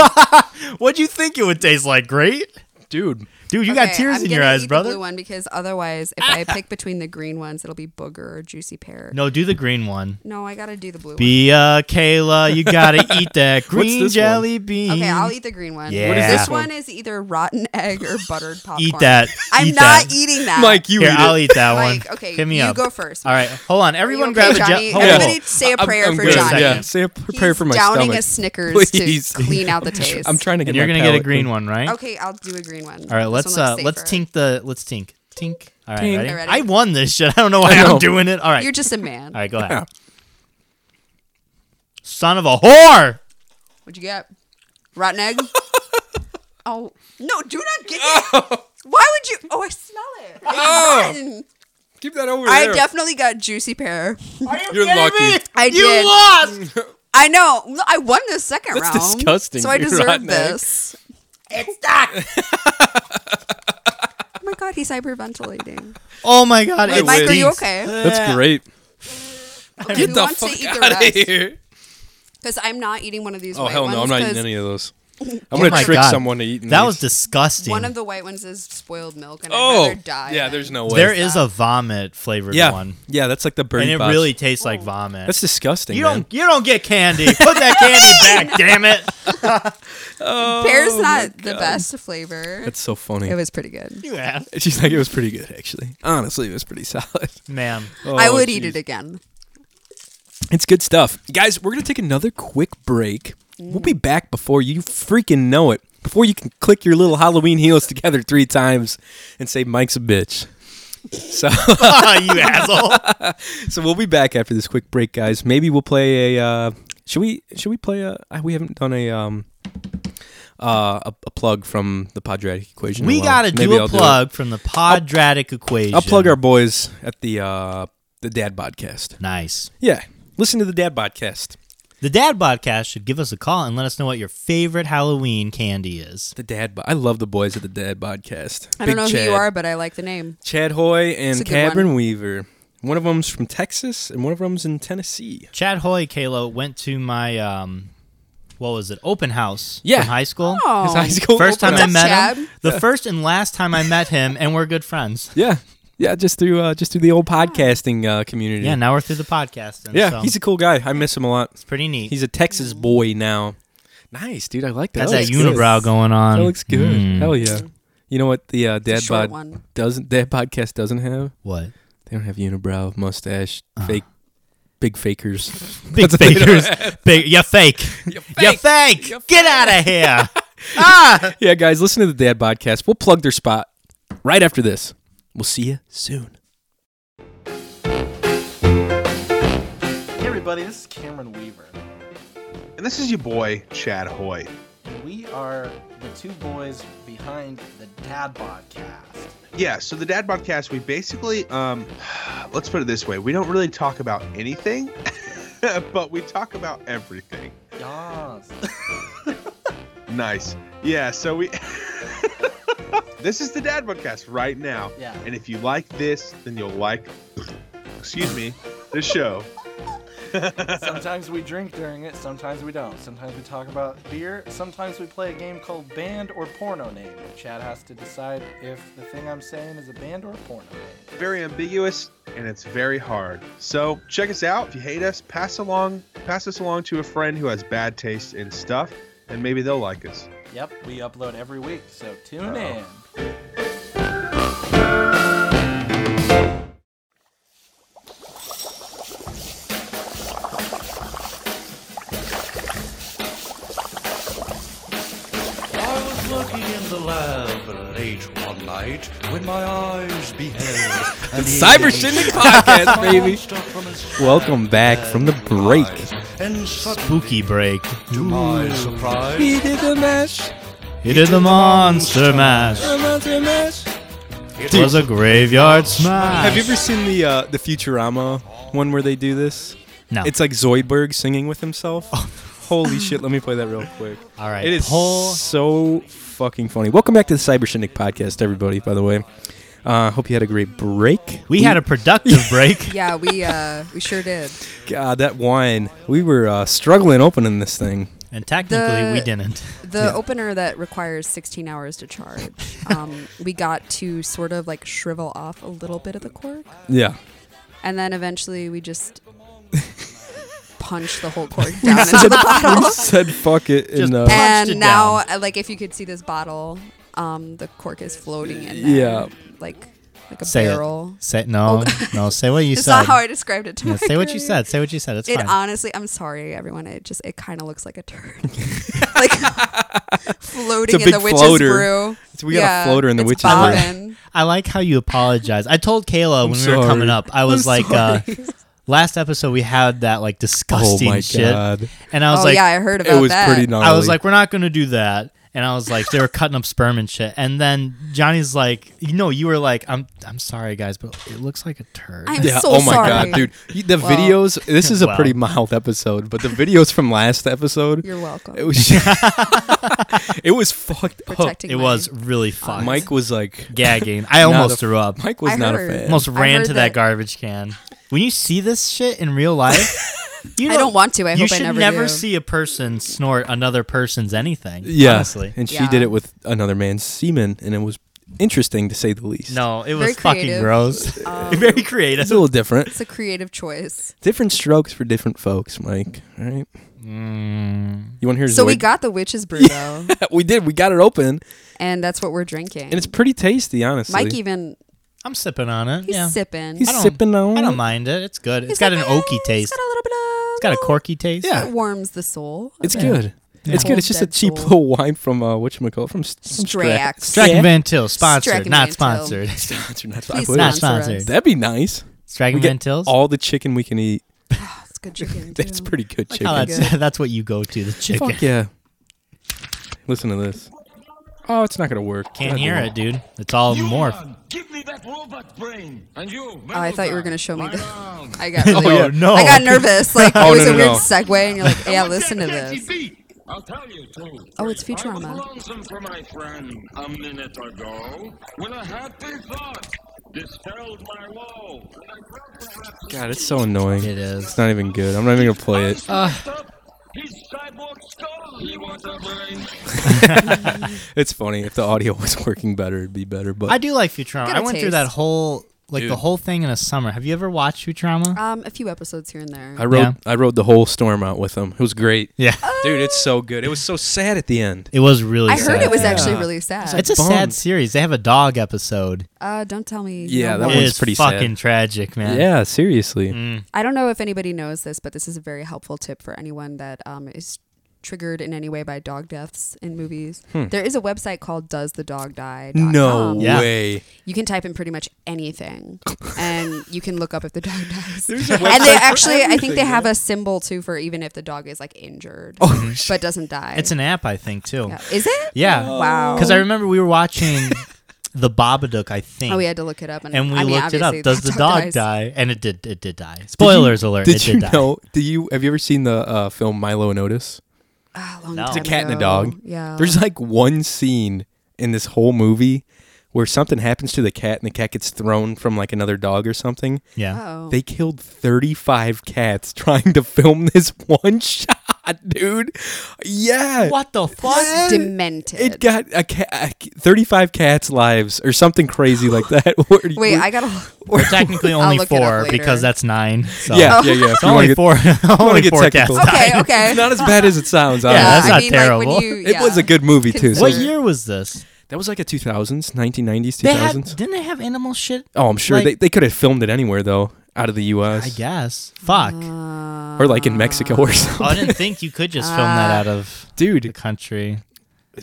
Speaker 2: What'd you think it would taste like? Great,
Speaker 1: dude.
Speaker 2: dude. You got
Speaker 3: Okay,
Speaker 2: tears
Speaker 3: I'm
Speaker 2: in your
Speaker 3: gonna
Speaker 2: eyes,
Speaker 3: eat
Speaker 2: brother.
Speaker 3: The blue one because otherwise, if I pick between the green ones, it'll be booger or juicy pear.
Speaker 2: No, do the green one.
Speaker 3: No, I gotta do the blue
Speaker 2: Be uh, Kayla. You gotta eat that green
Speaker 1: this
Speaker 2: jelly bean.
Speaker 3: one. Okay, I'll eat the green one.
Speaker 2: Yeah. What is
Speaker 3: this
Speaker 2: this
Speaker 3: one? is either rotten egg or buttered popcorn.
Speaker 2: Eat that.
Speaker 3: I'm
Speaker 2: Eat
Speaker 3: not
Speaker 2: that.
Speaker 3: eating that.
Speaker 1: Mike, you
Speaker 2: Here,
Speaker 1: eat
Speaker 2: I'll
Speaker 1: it.
Speaker 2: eat that one.
Speaker 3: Mike, okay,
Speaker 2: hit me
Speaker 3: you
Speaker 2: up.
Speaker 3: go first.
Speaker 2: All right, hold on. Everyone,
Speaker 3: okay,
Speaker 2: grab
Speaker 3: Johnny?
Speaker 2: a jelly.
Speaker 3: Everybody say a prayer for
Speaker 1: good.
Speaker 2: Johnny.
Speaker 1: Yeah, say a p-
Speaker 3: He's
Speaker 1: prayer for my
Speaker 3: downing
Speaker 1: stomach.
Speaker 3: a Snickers
Speaker 1: Please.
Speaker 3: to clean out the taste.
Speaker 1: I'm trying to get.
Speaker 2: and you're
Speaker 1: my
Speaker 2: gonna get a
Speaker 1: palate
Speaker 2: green
Speaker 1: clean.
Speaker 2: one, right?
Speaker 3: Okay, I'll do a green one.
Speaker 2: All right,
Speaker 3: This
Speaker 2: let's
Speaker 3: one
Speaker 2: uh,
Speaker 3: looks
Speaker 2: let's
Speaker 3: safer.
Speaker 2: tink the let's tink tink. All right,
Speaker 1: Tink.
Speaker 2: ready?
Speaker 3: Ready?
Speaker 2: I won this shit. I don't know why
Speaker 1: I know.
Speaker 2: I'm doing it. All right,
Speaker 3: You're just a man.
Speaker 2: all right, go ahead. Son of a whore!
Speaker 3: What'd you get? Rotten egg. oh no! Do not get it. Why would you? Oh, I smell it.
Speaker 1: Oh,
Speaker 3: Rotten.
Speaker 1: keep that over
Speaker 3: I
Speaker 1: there.
Speaker 3: definitely got juicy pear.
Speaker 1: You're lucky.
Speaker 3: I
Speaker 2: you
Speaker 3: did.
Speaker 2: lost.
Speaker 3: I know. No, I won the second
Speaker 1: That's
Speaker 3: round.
Speaker 1: disgusting,
Speaker 3: So I
Speaker 1: you
Speaker 3: deserve
Speaker 1: rotten egg.
Speaker 3: this.
Speaker 2: It's that.
Speaker 3: Oh my god, he's hyperventilating.
Speaker 2: Oh my god!
Speaker 1: Wait,
Speaker 2: It
Speaker 3: Mike, are you
Speaker 2: stinks.
Speaker 3: okay?
Speaker 1: That's great.
Speaker 3: okay
Speaker 1: Get
Speaker 3: who
Speaker 1: the
Speaker 3: wants
Speaker 1: fuck
Speaker 3: to eat the
Speaker 1: out of
Speaker 3: rest?
Speaker 1: here.
Speaker 3: Because I'm not eating one of these.
Speaker 1: Oh
Speaker 3: white
Speaker 1: hell no, I'm
Speaker 3: ones
Speaker 1: not
Speaker 3: 'cause
Speaker 1: eating any of those. I'm
Speaker 2: Oh
Speaker 1: gonna
Speaker 2: my
Speaker 1: trick
Speaker 2: God.
Speaker 1: someone to eating.
Speaker 2: That
Speaker 1: these.
Speaker 2: was disgusting.
Speaker 3: One of the white ones is spoiled milk, and I'd
Speaker 1: Oh
Speaker 3: rather die.
Speaker 1: yeah,
Speaker 3: than-
Speaker 1: there's no way.
Speaker 2: there is a vomit flavored
Speaker 1: yeah,
Speaker 2: one,
Speaker 1: yeah. That's like the birdie.
Speaker 2: and it
Speaker 1: box.
Speaker 2: really tastes like vomit.
Speaker 1: That's disgusting.
Speaker 2: you
Speaker 1: man.
Speaker 2: don't you don't get candy. Put that candy back, damn it!
Speaker 3: Pear's
Speaker 1: Oh
Speaker 3: not the best flavor.
Speaker 1: That's so funny.
Speaker 3: it was pretty good.
Speaker 2: You ass,
Speaker 1: She's like, it was pretty good actually. Honestly, it was pretty solid.
Speaker 2: ma'am.
Speaker 3: I
Speaker 1: Oh,
Speaker 3: would eat
Speaker 1: geez.
Speaker 3: it again.
Speaker 1: It's good stuff. Guys, we're going to take another quick break. We'll be back before you freaking know it. Before you can click your little Halloween heels together three times and say Mike's a bitch. So,
Speaker 2: Ah, you asshole.
Speaker 1: so we'll be back after this quick break, guys. Maybe we'll play a. Uh, should we? Should we play a? uh, We haven't done a um, uh, a, a plug from the Podratic equation. in a
Speaker 2: We
Speaker 1: while.
Speaker 2: gotta do
Speaker 1: Maybe
Speaker 2: a
Speaker 1: I'll it.
Speaker 2: plug from the Podratic equation.
Speaker 1: I'll plug our boys at the uh, the Dad Podcast.
Speaker 2: nice.
Speaker 1: Yeah, listen to the Dad Podcast.
Speaker 2: The Dad Podcast should give us a call and let us know what your favorite Halloween candy is.
Speaker 1: The Dad, Bo- I love the boys at the Dad Podcast.
Speaker 3: I
Speaker 1: Big
Speaker 3: don't know
Speaker 1: Chad.
Speaker 3: who you are, but I like the name.
Speaker 1: Chad Hoy and
Speaker 3: It's a good
Speaker 1: Cameron
Speaker 3: one.
Speaker 1: Weaver. One of them's from Texas, and one of them's in Tennessee.
Speaker 2: Chad Hoy Kayla went to my um, what was it? Open house.
Speaker 1: Yeah.
Speaker 2: From high school.
Speaker 3: Oh,
Speaker 1: His high school
Speaker 2: First time
Speaker 1: opener.
Speaker 2: I met
Speaker 3: Chad.
Speaker 2: him. The first and last time I met him, and we're good friends.
Speaker 1: Yeah, yeah, just through uh, just through the old podcasting uh, community.
Speaker 2: Yeah. Now we're through the podcast. And
Speaker 1: yeah,
Speaker 2: so
Speaker 1: he's a cool guy. I miss him a lot.
Speaker 2: pretty neat.
Speaker 1: He's a Texas boy now. Nice, dude. I like that. That
Speaker 2: got that
Speaker 1: looks good.
Speaker 2: unibrow going on. Mm.
Speaker 1: That looks good. Hell yeah. You know what the uh, Dad
Speaker 3: short
Speaker 1: Bod
Speaker 3: one.
Speaker 1: doesn't Dad Podcast doesn't have?
Speaker 2: What?
Speaker 1: They don't have unibrow, mustache, fake, big fakers.
Speaker 2: Big fakers. Big. You're fake. You're fake. Get out of here. ah.
Speaker 1: yeah, guys, listen to the Dad Podcast. We'll plug their spot right after this. We'll see you soon.
Speaker 5: Hey everybody, this is Cameron Weaver. And this is your boy, Chad Hoy.
Speaker 12: We are the two boys behind the Dad Podcast.
Speaker 5: Yeah, so the Dad Podcast, we basically, um, let's put it this way we don't really talk about anything, but we talk about everything.
Speaker 12: Yes.
Speaker 5: Nice. Yeah, so we. this is the Dad Podcast right now.
Speaker 12: Yeah.
Speaker 5: And if you like this, then you'll like, excuse me, this show.
Speaker 12: sometimes we drink during it, sometimes we don't. Sometimes we talk about beer, sometimes we play a game called Band or Porno Name. Chad has to decide if the thing I'm saying is a band or a porno name.
Speaker 5: very ambiguous and it's very hard. So check us out. If you hate us, pass along pass us along to a friend who has bad taste in stuff, and maybe they'll like us.
Speaker 12: Yep, we upload every week, so tune in.
Speaker 11: I was working in the lab late one night when my eyes beheld an
Speaker 1: Cyber Shindig Podcast, baby.
Speaker 11: monster from his
Speaker 1: Welcome back from the break.
Speaker 11: and sudden,
Speaker 2: Spooky break.
Speaker 11: to my surprise,
Speaker 1: He did the mash.
Speaker 2: He did the monster mash. It was a graveyard smash.
Speaker 1: Have you ever seen the uh, the Futurama one where they do this?
Speaker 2: No.
Speaker 1: It's like Zoidberg singing with himself. Holy shit, let me play that real quick.
Speaker 2: All right.
Speaker 1: It is
Speaker 2: Pull-
Speaker 1: so fucking funny. Welcome back to the Cyber Shindig podcast, everybody, by the way. Uh, hope you had a great break.
Speaker 2: We had a productive break.
Speaker 3: yeah, we uh we sure did.
Speaker 1: God, that wine. We were uh, struggling opening this thing.
Speaker 2: And technically, we didn't.
Speaker 3: The opener that requires 16 hours to charge. Um, we got to sort of like shrivel off a little bit of the cork,
Speaker 1: Yeah.
Speaker 3: and then eventually we just punched the whole cork down into the bottle.
Speaker 1: we said fuck it.
Speaker 2: Just
Speaker 1: and, uh,
Speaker 3: and now, uh, like if you could see this bottle, um, the cork is floating in there,
Speaker 1: Yeah.
Speaker 3: like like a
Speaker 2: say
Speaker 3: barrel.
Speaker 2: it. Say no, no. Say what you
Speaker 3: It's
Speaker 2: said.
Speaker 3: not how I described it to
Speaker 2: Yeah,
Speaker 3: my
Speaker 2: Say what you
Speaker 3: career.
Speaker 2: said. Say what you said. It's
Speaker 3: it
Speaker 2: fine.
Speaker 3: honestly, I'm sorry, everyone. It just it kind of looks like a turd, like floating in the witch's brew.
Speaker 1: It's- we got a floater in the
Speaker 3: it's
Speaker 1: witch's brew.
Speaker 3: bobbing.
Speaker 2: I like how you apologize. I told Kayla
Speaker 1: I'm
Speaker 2: when we were coming
Speaker 1: sorry.
Speaker 2: up, I
Speaker 1: I'm
Speaker 2: was like, uh,
Speaker 1: sorry.
Speaker 2: last episode we had that like disgusting
Speaker 1: my
Speaker 2: shit,
Speaker 1: God.
Speaker 2: and I was
Speaker 3: Oh,
Speaker 2: like,
Speaker 3: yeah, I heard It about was that. pretty
Speaker 2: I was
Speaker 1: gnarly.
Speaker 2: like, we're not gonna do that. And I was like, they were cutting up sperm and shit. And then Johnny's like, you know, you were like, I'm, I'm sorry, guys, but it looks like a turd.
Speaker 3: I'm Yeah, so oh my sorry. God,
Speaker 1: dude. You- The
Speaker 3: Well-
Speaker 1: videos. This is a
Speaker 2: Well.
Speaker 1: pretty mild episode, but the videos from last episode.
Speaker 3: You're welcome.
Speaker 1: It was. oh, it was fucked
Speaker 3: Protecting
Speaker 1: up.
Speaker 2: It was really fucked.
Speaker 1: Mike was like
Speaker 2: gagging. I
Speaker 1: not
Speaker 2: almost
Speaker 1: a-
Speaker 2: threw up.
Speaker 1: Mike was
Speaker 3: I
Speaker 1: not
Speaker 3: heard.
Speaker 1: a fan.
Speaker 2: almost ran
Speaker 3: heard
Speaker 2: to that
Speaker 3: that-
Speaker 2: garbage can. When you see this shit in real life, you
Speaker 3: I don't want to. I
Speaker 2: you
Speaker 3: hope I
Speaker 2: should
Speaker 3: never do.
Speaker 2: see a person snort another person's anything.
Speaker 1: yeah,
Speaker 2: honestly.
Speaker 1: and she
Speaker 3: Yeah.
Speaker 1: did it with another man's semen, and it was interesting to say the least.
Speaker 2: No, it
Speaker 3: Very
Speaker 2: was fucking
Speaker 3: creative.
Speaker 2: gross.
Speaker 3: Um,
Speaker 2: Very
Speaker 1: it's
Speaker 2: creative.
Speaker 1: a little different.
Speaker 3: It's a creative choice.
Speaker 1: Different strokes for different folks, Mike. All right.
Speaker 2: Mm,
Speaker 1: You want to hear?
Speaker 3: so we
Speaker 1: Zoid?
Speaker 3: got the witch's brew though,
Speaker 1: we did. We got it open,
Speaker 3: and that's what we're drinking.
Speaker 1: and it's pretty tasty, honestly.
Speaker 3: Mike even
Speaker 2: I'm sipping on it.
Speaker 3: he's
Speaker 2: yeah.
Speaker 3: sipping.
Speaker 1: He's
Speaker 2: I don't-
Speaker 1: sipping on.
Speaker 2: I don't
Speaker 1: it.
Speaker 2: mind it. It's good.
Speaker 3: He's
Speaker 2: it's got
Speaker 3: like,
Speaker 2: an
Speaker 3: "Eh,
Speaker 2: oaky taste.
Speaker 3: It's got a little bit of.
Speaker 2: It's got a corky taste.
Speaker 1: Yeah.
Speaker 3: It warms the soul. of
Speaker 1: It's
Speaker 3: it.
Speaker 1: good. It's good. It's just a
Speaker 3: Cold, dead
Speaker 1: cheap
Speaker 3: soul.
Speaker 1: little wine from uh, whatchamacallit, from, S- from
Speaker 3: Strax.
Speaker 2: Dragon Van Til, sponsored,
Speaker 3: Dragon
Speaker 2: not
Speaker 3: Van Til.
Speaker 2: sponsored.
Speaker 1: Strax. Not
Speaker 3: Please
Speaker 1: sponsored.
Speaker 2: Not
Speaker 3: sponsor us.
Speaker 2: sponsored.
Speaker 1: That'd be nice.
Speaker 2: Dragon Oh,
Speaker 1: We get
Speaker 2: Van Til's.
Speaker 1: all the chicken we can eat.
Speaker 3: It's good chicken.
Speaker 1: That's
Speaker 3: too.
Speaker 1: pretty good
Speaker 2: Oh,
Speaker 1: chicken.
Speaker 2: that's, that's what you go to the chicken.
Speaker 1: Fuck yeah. Listen to this. Oh, it's not gonna work.
Speaker 2: Can't hear it, dude. It's all morph.
Speaker 8: Give me that robot brain. And you,
Speaker 3: Oh, I thought you were gonna show me. The, I got
Speaker 2: Oh,
Speaker 3: really.
Speaker 2: yeah, no.
Speaker 3: I got nervous. Like
Speaker 1: Oh,
Speaker 3: it was
Speaker 1: no,
Speaker 3: a
Speaker 1: no,
Speaker 3: weird
Speaker 1: no.
Speaker 3: segue, and you're like, "Yeah, listen to this."
Speaker 8: I'll tell you too.
Speaker 3: Oh, it's
Speaker 8: I was
Speaker 3: Futurama.
Speaker 8: lonesome for my friend a minute ago when a happy thought dispelled my woe. And I felt perhaps
Speaker 1: God, it's so annoying.
Speaker 2: It is.
Speaker 1: It's not even good. I'm not even gonna play it.
Speaker 2: Oh.
Speaker 8: his cyborg skull. He wants a brain.
Speaker 1: It's funny. If the audio was working better, it'd be better. But
Speaker 2: I do like Futurama.
Speaker 3: Get a
Speaker 2: I went
Speaker 3: taste.
Speaker 2: through that whole like the
Speaker 1: Dude.
Speaker 2: whole thing in a summer. Have you ever watched Futurama?
Speaker 3: Um, a few episodes here and there.
Speaker 1: I rode.
Speaker 2: Yeah.
Speaker 1: I rode the whole storm out with him. It was great.
Speaker 2: yeah,
Speaker 1: Dude, it's so good. It was so sad at the end.
Speaker 2: it was really.
Speaker 3: uh, I heard
Speaker 2: sad.
Speaker 3: it was actually
Speaker 1: Yeah.
Speaker 3: really sad.
Speaker 2: It's a sad
Speaker 1: bummed.
Speaker 2: series. They have a dog episode.
Speaker 3: uh, don't tell me.
Speaker 1: Yeah,
Speaker 3: no
Speaker 1: that
Speaker 3: more.
Speaker 1: one's
Speaker 2: it's
Speaker 1: pretty sad.
Speaker 2: fucking tragic, man.
Speaker 1: Yeah, seriously.
Speaker 2: Mm.
Speaker 3: I don't know if anybody knows this, but this is a very helpful tip for anyone that um, is triggered in any way by dog deaths in movies. There is a website called Does the Dog Die?
Speaker 1: Hmm. No
Speaker 3: Oh.
Speaker 2: Yeah.
Speaker 1: way.
Speaker 3: You can type in pretty much anything, and you can look up if the dog dies.
Speaker 1: There's a
Speaker 3: and they
Speaker 1: website for
Speaker 3: actually, I think they
Speaker 1: everything,
Speaker 3: have
Speaker 1: yeah.
Speaker 3: a symbol too for even if the dog is like injured
Speaker 1: Oh, shit.
Speaker 3: but doesn't die.
Speaker 2: Mm-hmm. It's an app, I think, too.
Speaker 3: Yeah. Is it?
Speaker 2: Yeah.
Speaker 3: Wow.
Speaker 2: Because I remember we were watching the Babadook, I think.
Speaker 3: Oh, we had to look it up, and,
Speaker 2: and we
Speaker 3: I mean,
Speaker 2: looked it up.
Speaker 3: obviously
Speaker 2: Does the dog
Speaker 3: dies.
Speaker 2: die? And it did. It did die. Spoilers alert!
Speaker 1: Did
Speaker 2: it
Speaker 1: you
Speaker 2: did die.
Speaker 1: know? Do you have you ever seen the uh, film Milo and Otis?
Speaker 3: Ah, a long
Speaker 2: No.
Speaker 3: time
Speaker 2: It's
Speaker 1: It's a cat and a
Speaker 3: ago.
Speaker 1: dog.
Speaker 3: Yeah.
Speaker 1: There's like one scene in this whole movie where something happens to the cat and the cat gets thrown from like another dog or something.
Speaker 2: Yeah.
Speaker 3: Oh.
Speaker 1: They killed 35 cats trying to film this one shot, dude.
Speaker 3: Oh.
Speaker 1: Yeah.
Speaker 2: What the fuck?
Speaker 1: Yeah.
Speaker 3: demented.
Speaker 1: It got a cat, 35 cats' lives or something crazy like that. Where-
Speaker 3: Wait,
Speaker 1: where-
Speaker 3: I gotta.
Speaker 2: We're technically
Speaker 3: I'll
Speaker 2: only
Speaker 3: look it up
Speaker 2: four
Speaker 3: later. Oh.
Speaker 2: because that's nine. So.
Speaker 1: yeah, yeah, yeah. If
Speaker 2: It's
Speaker 1: you wanna
Speaker 2: only
Speaker 1: get-
Speaker 2: four. only
Speaker 1: get
Speaker 2: four cats
Speaker 1: technical.
Speaker 2: died.
Speaker 3: Okay, okay.
Speaker 1: It's not as bad as it sounds.
Speaker 2: Yeah, that's
Speaker 1: honestly.
Speaker 3: I mean,
Speaker 2: not
Speaker 3: like, when
Speaker 2: terrible.
Speaker 3: you-
Speaker 1: It was
Speaker 3: yeah.
Speaker 1: a good movie too.
Speaker 3: Consider-
Speaker 2: What
Speaker 1: so-
Speaker 3: Sure.
Speaker 2: year was this?
Speaker 1: That was like a 2000s, 1990s, 2000s.
Speaker 2: They had, didn't they have animal shit?
Speaker 1: Oh, I'm sure
Speaker 2: Like-
Speaker 1: they, they could have filmed it anywhere though, out of the U.S.
Speaker 2: I guess. Fuck.
Speaker 1: or like in Mexico or
Speaker 2: Oh, I
Speaker 1: something.
Speaker 2: didn't think you could just film that out of the
Speaker 1: Dude,
Speaker 2: country.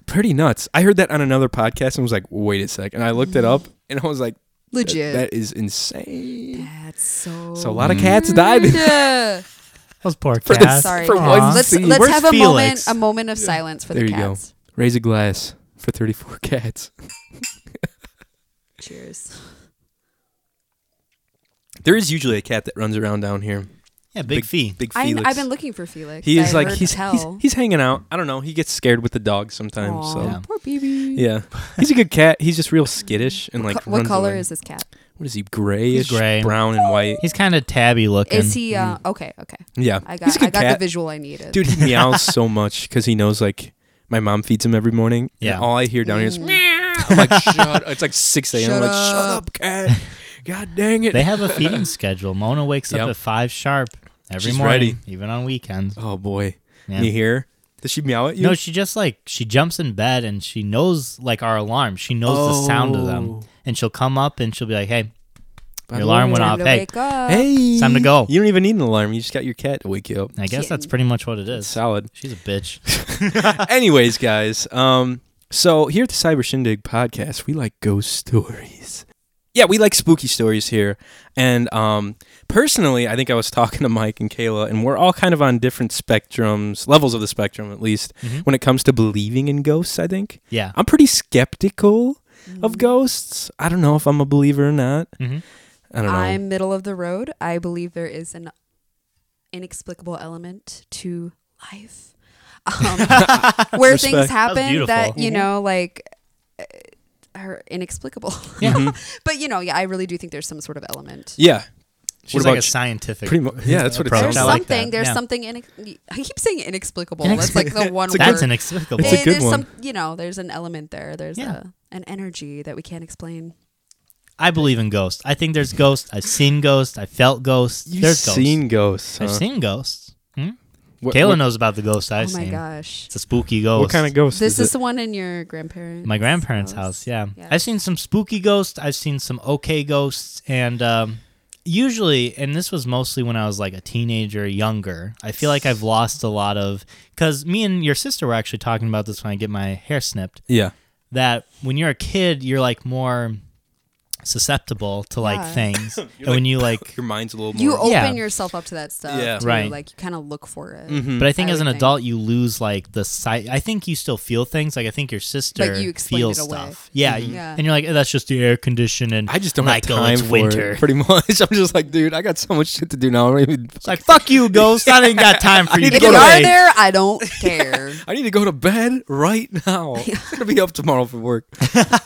Speaker 1: pretty nuts. I heard that on another podcast and was like, wait a sec. And I looked it up and I was like, that-
Speaker 3: Mm-hmm. Legit. Mm.
Speaker 1: That is insane.
Speaker 3: That's so.
Speaker 1: So a lot of cats died.
Speaker 3: Yeah.
Speaker 2: Those poor
Speaker 1: For the-
Speaker 2: cats.
Speaker 3: Sorry.
Speaker 1: For
Speaker 2: Aw.
Speaker 1: one
Speaker 3: Let's
Speaker 1: scene.
Speaker 3: let's
Speaker 2: Where's
Speaker 3: have a moment
Speaker 2: Felix?
Speaker 3: um, a moment of silence for
Speaker 1: There
Speaker 3: the
Speaker 1: you go.
Speaker 3: cats.
Speaker 1: Raise a glass for 34 cats.
Speaker 3: Cheers.
Speaker 1: There is usually a cat that runs around down here.
Speaker 2: Yeah, big, fee.
Speaker 1: Big
Speaker 3: I-
Speaker 1: Felix.
Speaker 3: I've been looking for Felix.
Speaker 1: He
Speaker 3: I
Speaker 1: is like
Speaker 3: heard
Speaker 1: he's, he's
Speaker 3: tell.
Speaker 1: he's hanging out. I don't know. He gets scared with the dog sometimes.
Speaker 3: Aw,
Speaker 1: so
Speaker 3: Yeah. poor baby.
Speaker 1: Yeah, he's a good cat. He's just real skittish and like.
Speaker 3: Co- what
Speaker 1: runs
Speaker 3: color
Speaker 1: away.
Speaker 3: is this cat?
Speaker 1: What is he? Grayish,
Speaker 2: gray.
Speaker 1: brown and white.
Speaker 2: He's kind of tabby looking.
Speaker 3: Is he uh, okay? Okay.
Speaker 1: Yeah,
Speaker 3: I
Speaker 1: He's
Speaker 3: got
Speaker 1: a good
Speaker 3: I got the
Speaker 1: cat.
Speaker 3: visual I needed.
Speaker 1: Dude, he meows so much because he knows like my mom feeds him every morning. Yeah, all I hear down here is
Speaker 3: Mm.
Speaker 1: meow. I'm like, shut. It's like six a.m. I'm like, shut up, cat. God dang it.
Speaker 2: They have a feeding schedule. Mona wakes
Speaker 1: Yep.
Speaker 2: up at five sharp every
Speaker 1: She's ready.
Speaker 2: morning, even on weekends.
Speaker 1: Oh boy, You hear? Does she meow at you?
Speaker 2: No, she just like she jumps in bed and she knows like our alarm. She knows the sound of them, and she'll come up and she'll be like, "Hey,
Speaker 1: By
Speaker 2: your
Speaker 1: the
Speaker 2: alarm
Speaker 1: way,
Speaker 2: went
Speaker 1: time
Speaker 2: off.
Speaker 1: to
Speaker 2: Hey,
Speaker 1: wake up. Hey.
Speaker 2: it's time to go."
Speaker 1: You don't even need an alarm. You just got your cat to wake you up.
Speaker 2: I guess that's pretty much what it is.
Speaker 1: Solid.
Speaker 2: She's a bitch.
Speaker 1: Anyways, guys, um, so here at the Cyber Shindig podcast, we like ghost stories. Yeah, we like spooky stories here. And um, personally, I think I was talking to Mike and Kayla, and we're all kind of on different spectrums, levels of the spectrum at least,
Speaker 2: Mhm.
Speaker 1: when it comes to believing in ghosts, I think.
Speaker 2: Yeah.
Speaker 1: I'm pretty skeptical
Speaker 3: Mm.
Speaker 1: of ghosts. I don't know if I'm a believer or not.
Speaker 2: Mhm.
Speaker 1: I don't know.
Speaker 3: I'm middle of the road. I believe there is an inexplicable element to life um, where
Speaker 1: Respect.
Speaker 3: things
Speaker 1: That was
Speaker 3: happen that,
Speaker 1: beautiful.
Speaker 3: you
Speaker 2: Mm-hmm.
Speaker 1: Mhm.
Speaker 3: know, like uh, are inexplicable.
Speaker 1: Yeah. Mhm.
Speaker 3: but you know, yeah, I really do think there's some sort of element.
Speaker 1: Yeah.
Speaker 2: She's like a scientific
Speaker 1: Pretty mu- yeah, that's what it
Speaker 2: approach.
Speaker 1: sounds
Speaker 2: I
Speaker 1: like.
Speaker 2: like
Speaker 3: Something there's
Speaker 2: Yeah.
Speaker 3: something inex- I keep saying inexplicable. That's like the
Speaker 2: Inexplic-
Speaker 3: one.
Speaker 2: It's a good-
Speaker 3: word.
Speaker 2: That's inexplicable.
Speaker 1: It's a
Speaker 3: Eh,
Speaker 1: good
Speaker 3: there's
Speaker 1: one.
Speaker 3: Some, you know, there's an element there. There's
Speaker 2: Yeah.
Speaker 3: a, an energy that we can't explain.
Speaker 2: I believe in ghosts. I think there's ghosts. I've seen ghosts. I felt ghosts.
Speaker 1: You've
Speaker 2: there's ghosts.
Speaker 1: seen ghosts,
Speaker 2: I've
Speaker 1: huh?
Speaker 2: seen ghosts. Hmm?
Speaker 1: What-
Speaker 2: Kayla
Speaker 1: what-
Speaker 2: knows about the ghost I've
Speaker 3: Oh my
Speaker 2: seen.
Speaker 3: gosh.
Speaker 2: It's a spooky ghost.
Speaker 1: What kind of ghost
Speaker 3: This is
Speaker 1: is
Speaker 3: the one in your grandparents.
Speaker 2: My grandparents' house. Yeah. I've seen some spooky ghosts. I've seen some okay ghosts, and um, usually, and this was mostly when I was like a teenager, younger. I feel like I've lost a lot of because me and your sister were actually talking about this when I get my hair snipped.
Speaker 1: Yeah.
Speaker 2: That when you're a kid, you're like more susceptible to like
Speaker 3: Yeah.
Speaker 2: things,
Speaker 1: You're
Speaker 2: and
Speaker 1: like,
Speaker 2: when you like
Speaker 1: your mind's a little
Speaker 3: You open
Speaker 2: Yeah.
Speaker 3: yourself up to that stuff.
Speaker 2: Yeah.
Speaker 3: too.
Speaker 2: Right.
Speaker 3: Like you kind of look for it.
Speaker 1: Mm-hmm.
Speaker 2: But I think as
Speaker 3: would
Speaker 2: an adult, you lose like the sight. I think you still feel things. Like I think your sister
Speaker 3: But you explained it
Speaker 2: feels
Speaker 3: away.
Speaker 2: stuff. Yeah,
Speaker 3: Mhm.
Speaker 2: you-
Speaker 3: Yeah.
Speaker 2: and you're like, "Eh, that's just the air conditioning. I just
Speaker 1: don't have
Speaker 2: like, oh,
Speaker 1: time
Speaker 2: it's
Speaker 1: for
Speaker 2: winter.
Speaker 1: it. Pretty much, I'm just like, dude, I got so much shit to do now. I don't even. It's
Speaker 2: like, fuck you, ghost. I ain't got time for you.
Speaker 3: If
Speaker 2: Go
Speaker 3: you
Speaker 2: to
Speaker 3: are
Speaker 2: bed.
Speaker 3: there, I don't care.
Speaker 1: I need to go to bed right now. It's gonna be up tomorrow for work.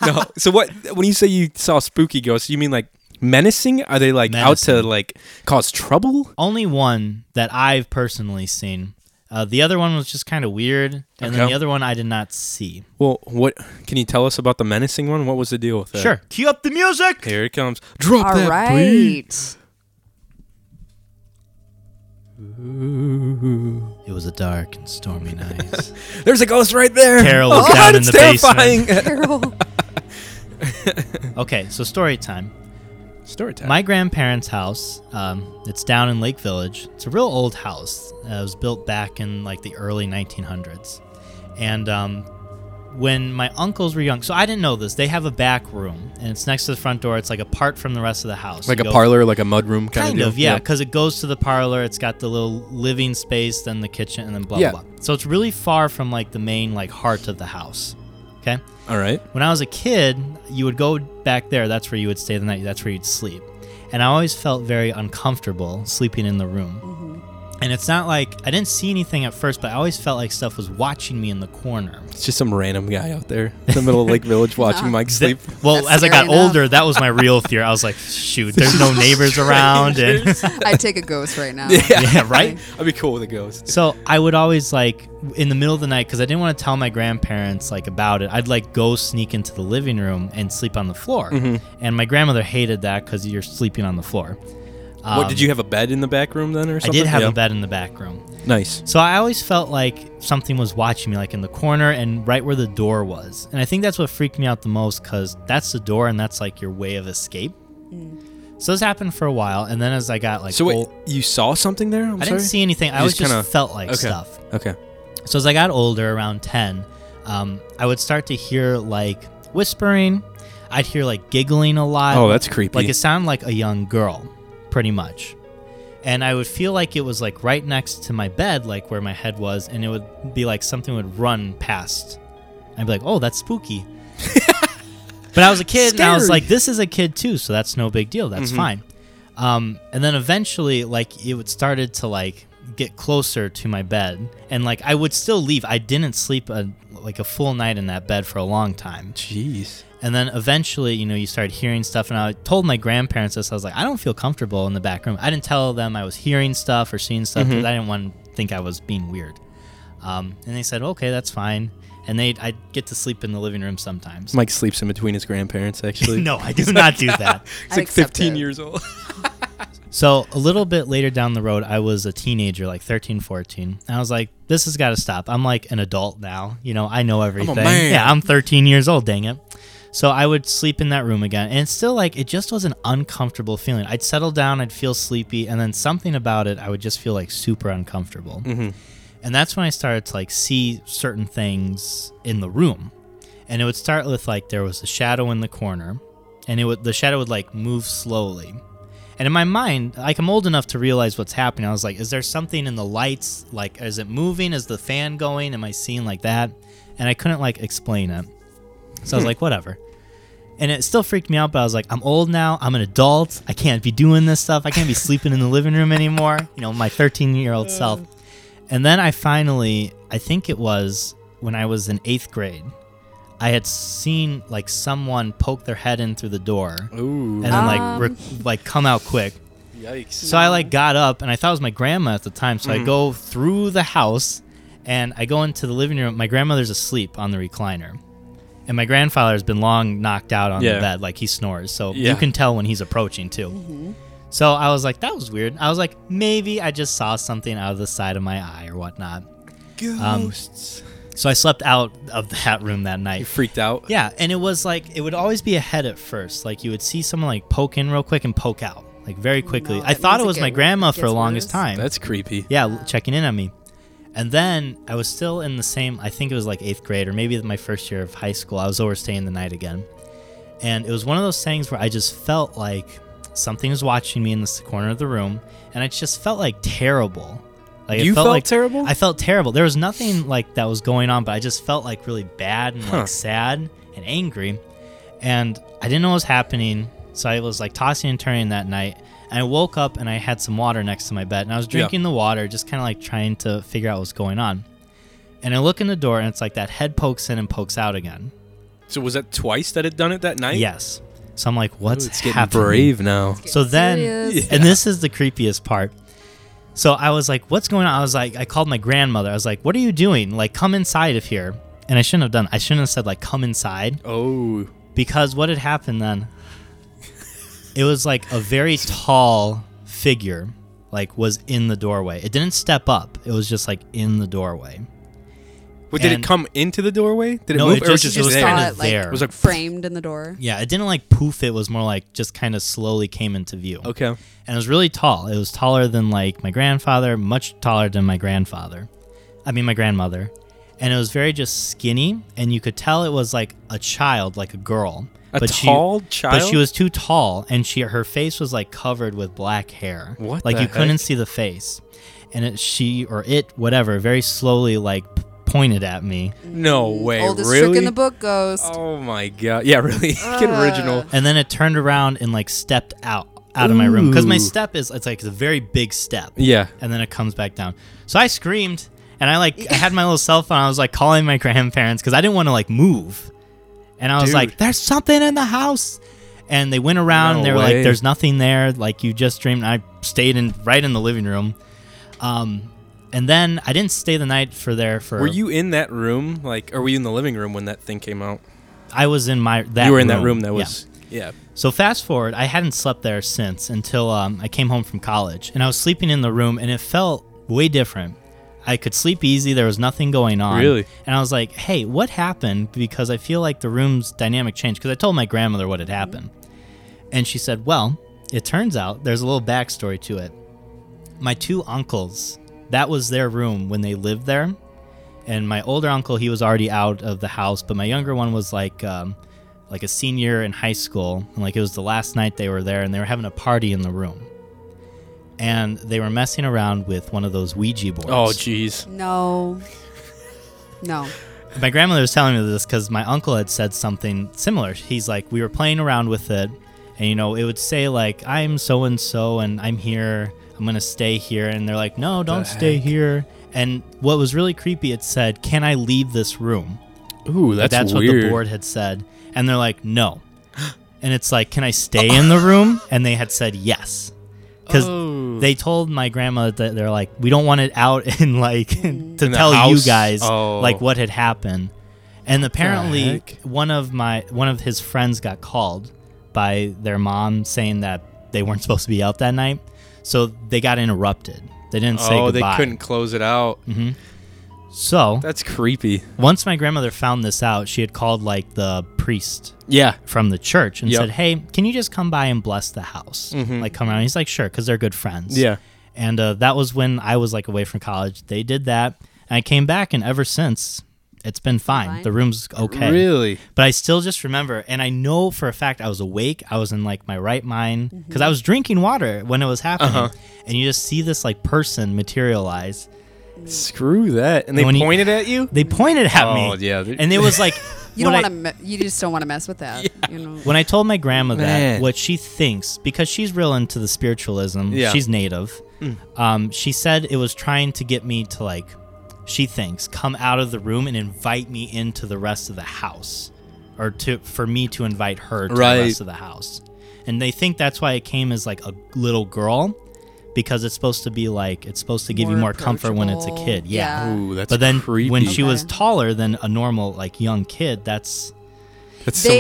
Speaker 1: no. So what? When you say you saw spooky ghosts, you mean like menacing? Are they like out to like cause trouble?
Speaker 2: Only one that I've personally seen. Uh, the other one was just kind of weird, and then
Speaker 1: Okay.
Speaker 2: the other one I did not see.
Speaker 1: Well, what can you tell us about the menacing one? What was the deal with that?
Speaker 2: Sure, cue up the music.
Speaker 1: Here it comes. Drop
Speaker 3: All
Speaker 1: that
Speaker 3: right.
Speaker 1: beat.
Speaker 2: It was a dark and stormy night.
Speaker 1: There's a ghost right there.
Speaker 2: Carol was
Speaker 1: Oh,
Speaker 2: down in
Speaker 1: it's
Speaker 2: the
Speaker 1: terrifying.
Speaker 2: basement.
Speaker 3: Carol.
Speaker 2: okay, so story time.
Speaker 1: Story time.
Speaker 2: My grandparents' house. Um, it's down in Lake Village. It's a real old house. Uh, it was built back in like the early 1900s, and um, when my uncles were young, so I didn't know this. They have a back room, and it's next to the front door. It's like apart from the rest of the house.
Speaker 1: Like
Speaker 2: You
Speaker 1: a
Speaker 2: go-
Speaker 1: parlor, like a mudroom kind,
Speaker 2: kind
Speaker 1: deal?
Speaker 2: of yeah because it goes to the parlor it's got the little living space then the kitchen and then blah
Speaker 1: Yeah.
Speaker 2: blah blah so it's really far from like the main like heart of the house okay
Speaker 1: All right.
Speaker 2: when i was a kid you would go back there that's where you would stay the night that's where you'd sleep and i always felt very uncomfortable sleeping in the room and it's not like i didn't see anything at first but i always felt like stuff was watching me in the corner
Speaker 1: It's just some random guy out there in the middle of Lake Village watching Mike sleep.
Speaker 2: That- well, as I got older, that was my real fear. I was like, shoot, there's no neighbors around. And
Speaker 3: I'd take a ghost right now.
Speaker 1: Yeah,
Speaker 2: Yeah, right?
Speaker 1: I'd be cool with a ghost.
Speaker 2: So I would always like in the middle of the night because I didn't want to tell my grandparents like about it. I'd like go sneak into the living room and sleep on the floor.
Speaker 1: Mhm.
Speaker 2: And my grandmother hated that because you're sleeping on the floor.
Speaker 1: what did you have a bed in the back room then, or
Speaker 2: Um, I
Speaker 1: something?
Speaker 2: did have
Speaker 1: Yeah.
Speaker 2: a bed in the back room.
Speaker 1: Nice.
Speaker 2: So I always felt like something was watching me, like in the corner and right where the door was. And I think that's what freaked me out the most because that's the door and that's like your way of escape. So this happened for a while, and then as I got like
Speaker 1: so wait,
Speaker 2: ol-
Speaker 1: you saw something there? I'm
Speaker 2: I didn't
Speaker 1: sorry?
Speaker 2: see anything. I
Speaker 1: You
Speaker 2: always just
Speaker 1: kinda-
Speaker 2: felt like
Speaker 1: okay.
Speaker 2: stuff.
Speaker 1: Okay.
Speaker 2: So as I got older, around 10, um, I would start to hear like whispering. I'd hear like giggling a lot.
Speaker 1: Oh, that's creepy.
Speaker 2: Like it sounded like a young girl, pretty much. And I would feel like it was like right next to my bed, like where my head was, and it would be like something would run past. I'd be like, oh, that's spooky. but I was a kid and I was
Speaker 1: Scary.
Speaker 2: like, this is a kid too, so that's no big deal. That's
Speaker 1: Mhm.
Speaker 2: fine. Um, and then eventually, like it would started to like get closer to my bed, and like I would still leave. I didn't sleep a like a full night in that bed for a long time.
Speaker 1: Jeez.
Speaker 2: And then eventually, you know, you start hearing stuff. And I told my grandparents this. I was like, I don't feel comfortable in the back room. I didn't tell them I was hearing stuff or seeing stuff because
Speaker 1: Mhm.
Speaker 2: I didn't want to think I was being weird. Um, and they said, okay, that's fine. And they, I get to sleep in the living room sometimes.
Speaker 1: Mike sleeps in between his grandparents, actually.
Speaker 2: No, I do not do that.
Speaker 1: He's like 15 years old.
Speaker 2: So a little bit later down the road, I was a teenager, like 13, 14. And I was like, this has got to stop. I'm like an adult now. You know, I know everything.
Speaker 1: man.
Speaker 2: Yeah, I'm 13 years old, dang it. So I would sleep in that room again. And it's still like, it just was an uncomfortable feeling. I'd settle down, I'd feel sleepy. And then something about it, I would just feel like super uncomfortable.
Speaker 1: Mhm.
Speaker 2: And that's when I started to like see certain things in the room. And it would start with like, there was a shadow in the corner. And it would, the shadow would like move slowly. And in my mind, like I'm old enough to realize what's happening. I was like, is there something in the lights? Like, is it moving? Is the fan going? Am I seeing like that? And I couldn't like explain it. So I was
Speaker 1: Hmm.
Speaker 2: like, whatever. And it still freaked me out, but I was like, I'm old now. I'm an adult. I can't be doing this stuff. I can't be sleeping in the living room anymore. You know, my 13 year old self. And then I finally, I think it was when I was in eighth grade, I had seen like someone poke their head in through the door, and then like
Speaker 1: Um.
Speaker 2: re- like come out quick.
Speaker 1: Yikes.
Speaker 2: So I like got up and I thought it was my grandma at the time. So I
Speaker 1: Mhm.
Speaker 2: go through the house and I go into the living room. My grandmother's asleep on the recliner. And my grandfather's been long knocked out on
Speaker 1: Yeah.
Speaker 2: the bed, like he snores. So
Speaker 1: Yeah.
Speaker 2: you can tell when he's approaching too. So I was like, that was weird. I was like, maybe I just saw something out of the side of my eye or whatnot. Um,
Speaker 1: Ghosts.
Speaker 2: so I slept out of that room that night. You
Speaker 1: freaked out?
Speaker 2: Yeah, and it was like it would always be a head at first. Like you would see someone like poke in real quick and poke out, like very quickly. I
Speaker 1: that
Speaker 2: thought
Speaker 1: means
Speaker 2: it
Speaker 1: it
Speaker 2: was
Speaker 1: get-
Speaker 2: my grandma
Speaker 1: it
Speaker 2: for
Speaker 1: gets
Speaker 2: the longest
Speaker 1: worse.
Speaker 2: time.
Speaker 1: That's creepy.
Speaker 2: Yeah, l- checking in on me. And then I was still in the same. I think it was like eighth grade or maybe my first year of high school. I was overstaying the night again, and it was one of those things where I just felt like something was watching me in this corner of the room, and I just felt like terrible. Like it
Speaker 1: You felt
Speaker 2: like,
Speaker 1: terrible?
Speaker 2: I felt terrible. There was nothing like that was going on, but I just felt like really bad and
Speaker 1: Huh.
Speaker 2: like sad and angry. And I didn't know what was happening. So I was like tossing and turning that night. And I woke up and I had some water next to my bed. And I was
Speaker 1: Yeah.
Speaker 2: drinking the water, just kind of like trying to figure out what was going on. And I look in the door and it's like that head pokes in and pokes out again.
Speaker 1: So was that twice that had done it that night?
Speaker 2: Yes. So I'm like, what's
Speaker 1: Ooh, it's getting
Speaker 2: happening?
Speaker 1: brave now. It's getting
Speaker 2: So then,
Speaker 1: serious.
Speaker 2: and this is the creepiest part. So I was like, what's going on? I was like, I called my grandmother. I was like, what are you doing? Like, come inside of here. And I shouldn't have done. I shouldn't have said like, come inside.
Speaker 1: Oh.
Speaker 2: Because what had happened then? It was like a very tall figure, like was in the doorway. It didn't step up. It was just like in the doorway.
Speaker 1: Well, did it
Speaker 2: And-
Speaker 1: come into the doorway? Did it
Speaker 2: No,
Speaker 1: move?
Speaker 2: it
Speaker 1: or was
Speaker 2: just-
Speaker 1: it
Speaker 2: it was
Speaker 1: there?
Speaker 2: kinda Saw it, like, there.
Speaker 1: It was like
Speaker 3: framed in the door.
Speaker 2: Yeah, it didn't like poof. It was more like just kind of slowly came into view.
Speaker 1: Okay.
Speaker 2: And it was really tall. It was taller than like my grandfather, much taller than my grandfather. I mean, my grandmother. And it was very just skinny, and you could tell it was like a child, like a girl.
Speaker 1: A
Speaker 2: but she-
Speaker 1: tall
Speaker 2: But
Speaker 1: child?
Speaker 2: she was too tall, and she her face was like covered with black hair.
Speaker 1: What
Speaker 2: Like
Speaker 1: the
Speaker 2: you couldn't
Speaker 1: heck?
Speaker 2: see the face. And it, she or it, whatever, very slowly like p- pointed at me.
Speaker 1: No way.
Speaker 3: Oldest
Speaker 1: really?
Speaker 3: trick in the Ah. book, Ghost.
Speaker 1: Oh my god. Yeah, really. Get original.
Speaker 2: And then it turned around and like stepped out out of my room because my
Speaker 1: Ooh.
Speaker 2: step is it's like a very big step.
Speaker 1: Yeah.
Speaker 2: And then it comes back down. So I screamed and I like I had my little cell phone. I was like calling my grandparents because I didn't want to like move. And I was
Speaker 1: Dude.
Speaker 2: like, "There's something in the house." And they went around.
Speaker 1: No
Speaker 2: and they were
Speaker 1: way.
Speaker 2: like, "There's nothing there. Like you just dreamed." And I stayed in right in the living room. Um, and then I didn't stay the night for there for.
Speaker 1: Were you in that room? Like, or were you in the living room when that thing came out?
Speaker 2: I was in my that
Speaker 1: You were in that room
Speaker 2: room
Speaker 1: that
Speaker 2: Yeah.
Speaker 1: was- yeah.
Speaker 2: So fast forward, I hadn't slept there since until um, I came home from college, and I was sleeping in the room, and it felt way different. I could sleep easy. There was nothing going on.
Speaker 1: Really?
Speaker 2: And I was like, "Hey, what happened?" Because I feel like the room's dynamic changed. Because I told my grandmother what had happened, and she said, "Well, it turns out there's a little backstory to it. My two uncles, that was their room when they lived there, and my older uncle he was already out of the house, but my younger one was like, um, like a senior in high school, and like it was the last night they were there, and they were having a party in the room, and they were messing around with one of those Ouija boards.
Speaker 1: Oh, jeez.
Speaker 3: No. No.
Speaker 2: My grandmother was telling me this because my uncle had said something similar. He's like, we were playing around with it, and you know it would say like i'm so and so and i'm here i'm gonna stay here and they're like no don't stay
Speaker 1: heck?
Speaker 2: here and what was really creepy it said can i leave this room
Speaker 1: Ooh,
Speaker 2: Like,
Speaker 1: that's
Speaker 2: what the
Speaker 1: weird.
Speaker 2: board had said and they're like no and it's like can i stay in the room and they had said yes because
Speaker 1: Oh.
Speaker 2: they told my grandma that they're like we don't want it out in like to
Speaker 1: In the
Speaker 2: tell you
Speaker 1: house?
Speaker 2: guys
Speaker 1: Oh.
Speaker 2: like what had happened and
Speaker 1: the
Speaker 2: apparently
Speaker 1: heck?
Speaker 2: one of my one of his friends got called by their mom saying that they weren't supposed to be out that night so they got interrupted they didn't say
Speaker 1: oh,
Speaker 2: goodbye
Speaker 1: they couldn't close it out.
Speaker 2: hmm so
Speaker 1: that's creepy
Speaker 2: once my grandmother found this out she had called like the priest
Speaker 1: Yeah.
Speaker 2: from the church and
Speaker 1: Yep.
Speaker 2: said hey can you just come by and bless the house
Speaker 1: Mhm.
Speaker 2: like come around he's like sure because they're good friends
Speaker 1: Yeah.
Speaker 2: and uh, that was when i was like away from college they did that and i came back and ever since it's been fine, the room's okay
Speaker 1: Really?
Speaker 2: but i still just remember and i know for a fact i was awake i was in like my right mind
Speaker 3: Mm-hmm.
Speaker 2: because i was drinking water when it was happening
Speaker 1: Uh-huh.
Speaker 2: and you just see this like person materialize
Speaker 1: Screw that. And they
Speaker 2: when you-
Speaker 1: pointed at you?
Speaker 2: They pointed at me.
Speaker 1: Oh, yeah. They're-
Speaker 2: And it was like
Speaker 3: You don't
Speaker 2: when I-
Speaker 3: want to. Me- you just don't want to mess with that. You know.
Speaker 2: When I told my grandma that
Speaker 1: Man.
Speaker 2: what she thinks, because she's real into the spiritualism,
Speaker 1: Yeah.
Speaker 2: she's native.
Speaker 1: Mm.
Speaker 2: Um, she said it was trying to get me to like, she thinks, come out of the room and invite me into the rest of the house, or to for me to invite her to the
Speaker 1: Right.
Speaker 2: rest of the house. And they think that's why it came as like a little girl, because it's supposed to be like it's supposed to give you
Speaker 1: More
Speaker 2: more comfort when it's a kid.
Speaker 1: approachable.
Speaker 2: Yeah.
Speaker 1: Yeah. Ooh, that's
Speaker 2: but then when
Speaker 1: creepy.
Speaker 2: she was
Speaker 1: Okay.
Speaker 2: taller than a normal like young kid, that's
Speaker 1: That's
Speaker 3: They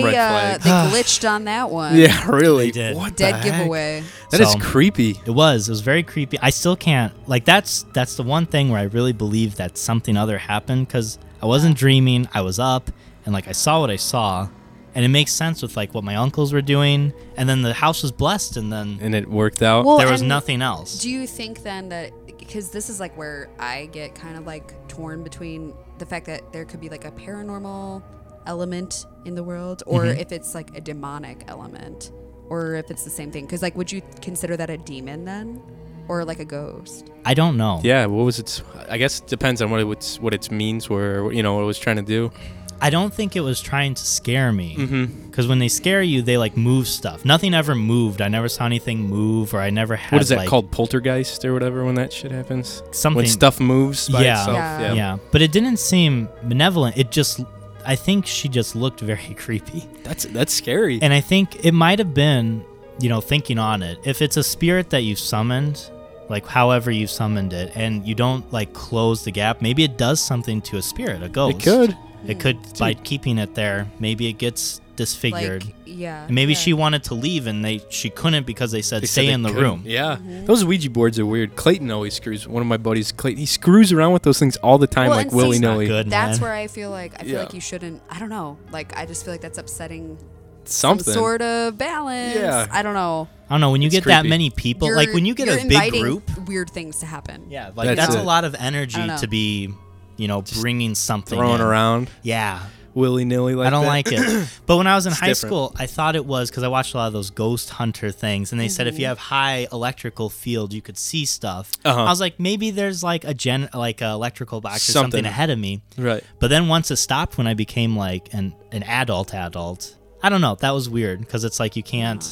Speaker 3: uh, they glitched on that one.
Speaker 1: Yeah, really.
Speaker 2: They did.
Speaker 1: What
Speaker 3: Dead
Speaker 1: the heck?
Speaker 3: giveaway.
Speaker 1: That is creepy.
Speaker 2: It was. It was very creepy. I still can't like that's that's the one thing where I really believe that something other happened because I wasn't dreaming. I was up and like I saw what I saw, and it makes sense with like what my uncles were doing. And then the house was blessed, and then
Speaker 1: and it worked out.
Speaker 2: there was
Speaker 3: and
Speaker 2: nothing else.
Speaker 3: Do you think then that because this is like where I get kind of like torn between the fact that there could be like a paranormal element in the world, or
Speaker 2: Mhm.
Speaker 3: if it's like a demonic element, or if it's the same thing? Because like, would you consider that a demon then, or like a ghost?
Speaker 2: I don't know.
Speaker 1: Yeah, what was its? I guess it depends on what its what its means were. You know what it was trying to do.
Speaker 2: I don't think it was trying to scare me.
Speaker 1: Mm-hmm.
Speaker 2: Because when they scare you, they like move stuff. Nothing ever moved. I never saw anything move, or I never had.
Speaker 1: What is that
Speaker 2: like,
Speaker 1: called? Poltergeist or whatever? When that shit happens.
Speaker 2: Something
Speaker 1: When stuff moves by itself. Yeah.
Speaker 2: But it didn't seem benevolent. It just, I think she just looked very creepy.
Speaker 1: That's that's scary.
Speaker 2: And I think it might have been, you know, thinking on it, if it's a spirit that you've summoned, like however you summoned it, and you don't like close the gap, maybe it does something to a spirit, a ghost.
Speaker 1: could.
Speaker 2: It could by keeping it there. Maybe it gets disfigured.
Speaker 3: uh, yeah,
Speaker 2: And maybe she wanted to leave and they she couldn't because they said
Speaker 1: They said
Speaker 2: stay
Speaker 1: they
Speaker 2: in the
Speaker 1: couldn't.
Speaker 2: room.
Speaker 1: Yeah, those Ouija boards are weird. Clayton always screws. One of my buddies, Clayton, he screws around with those things all the time,
Speaker 3: Well,
Speaker 1: like
Speaker 3: and see,
Speaker 1: willy nilly.
Speaker 3: That's where I feel like I feel
Speaker 1: Yeah.
Speaker 3: like you shouldn't. I don't know. Like I just feel like that's upsetting
Speaker 1: Something.
Speaker 3: some sort of balance.
Speaker 1: Yeah.
Speaker 3: I don't know.
Speaker 2: I don't know when you
Speaker 1: It's
Speaker 2: get that
Speaker 1: creepy.
Speaker 2: many people, like
Speaker 3: You're-
Speaker 2: when you get
Speaker 3: you're
Speaker 2: a big
Speaker 3: inviting
Speaker 2: group,
Speaker 3: weird things to happen.
Speaker 2: Yeah, like that's, a lot of energy
Speaker 3: I don't know.
Speaker 2: to be, you know, bringing something
Speaker 1: thrown
Speaker 2: in.
Speaker 1: around.
Speaker 2: Yeah,
Speaker 1: willy nilly. Like
Speaker 2: I don't
Speaker 1: that.
Speaker 2: like it. But when I was in
Speaker 1: It's
Speaker 2: high
Speaker 1: different.
Speaker 2: school, I thought it was because I watched a lot of those ghost hunter things, and they said if you
Speaker 1: Mhm.
Speaker 2: have high electrical field, you could see stuff.
Speaker 1: Uh-huh.
Speaker 2: I was like, maybe there's like a gen, like a electrical box or something.
Speaker 1: Something.
Speaker 2: ahead of me.
Speaker 1: Right.
Speaker 2: But then once it stopped, when I became like an an adult, adult, I don't know. That was weird because it's like you can't.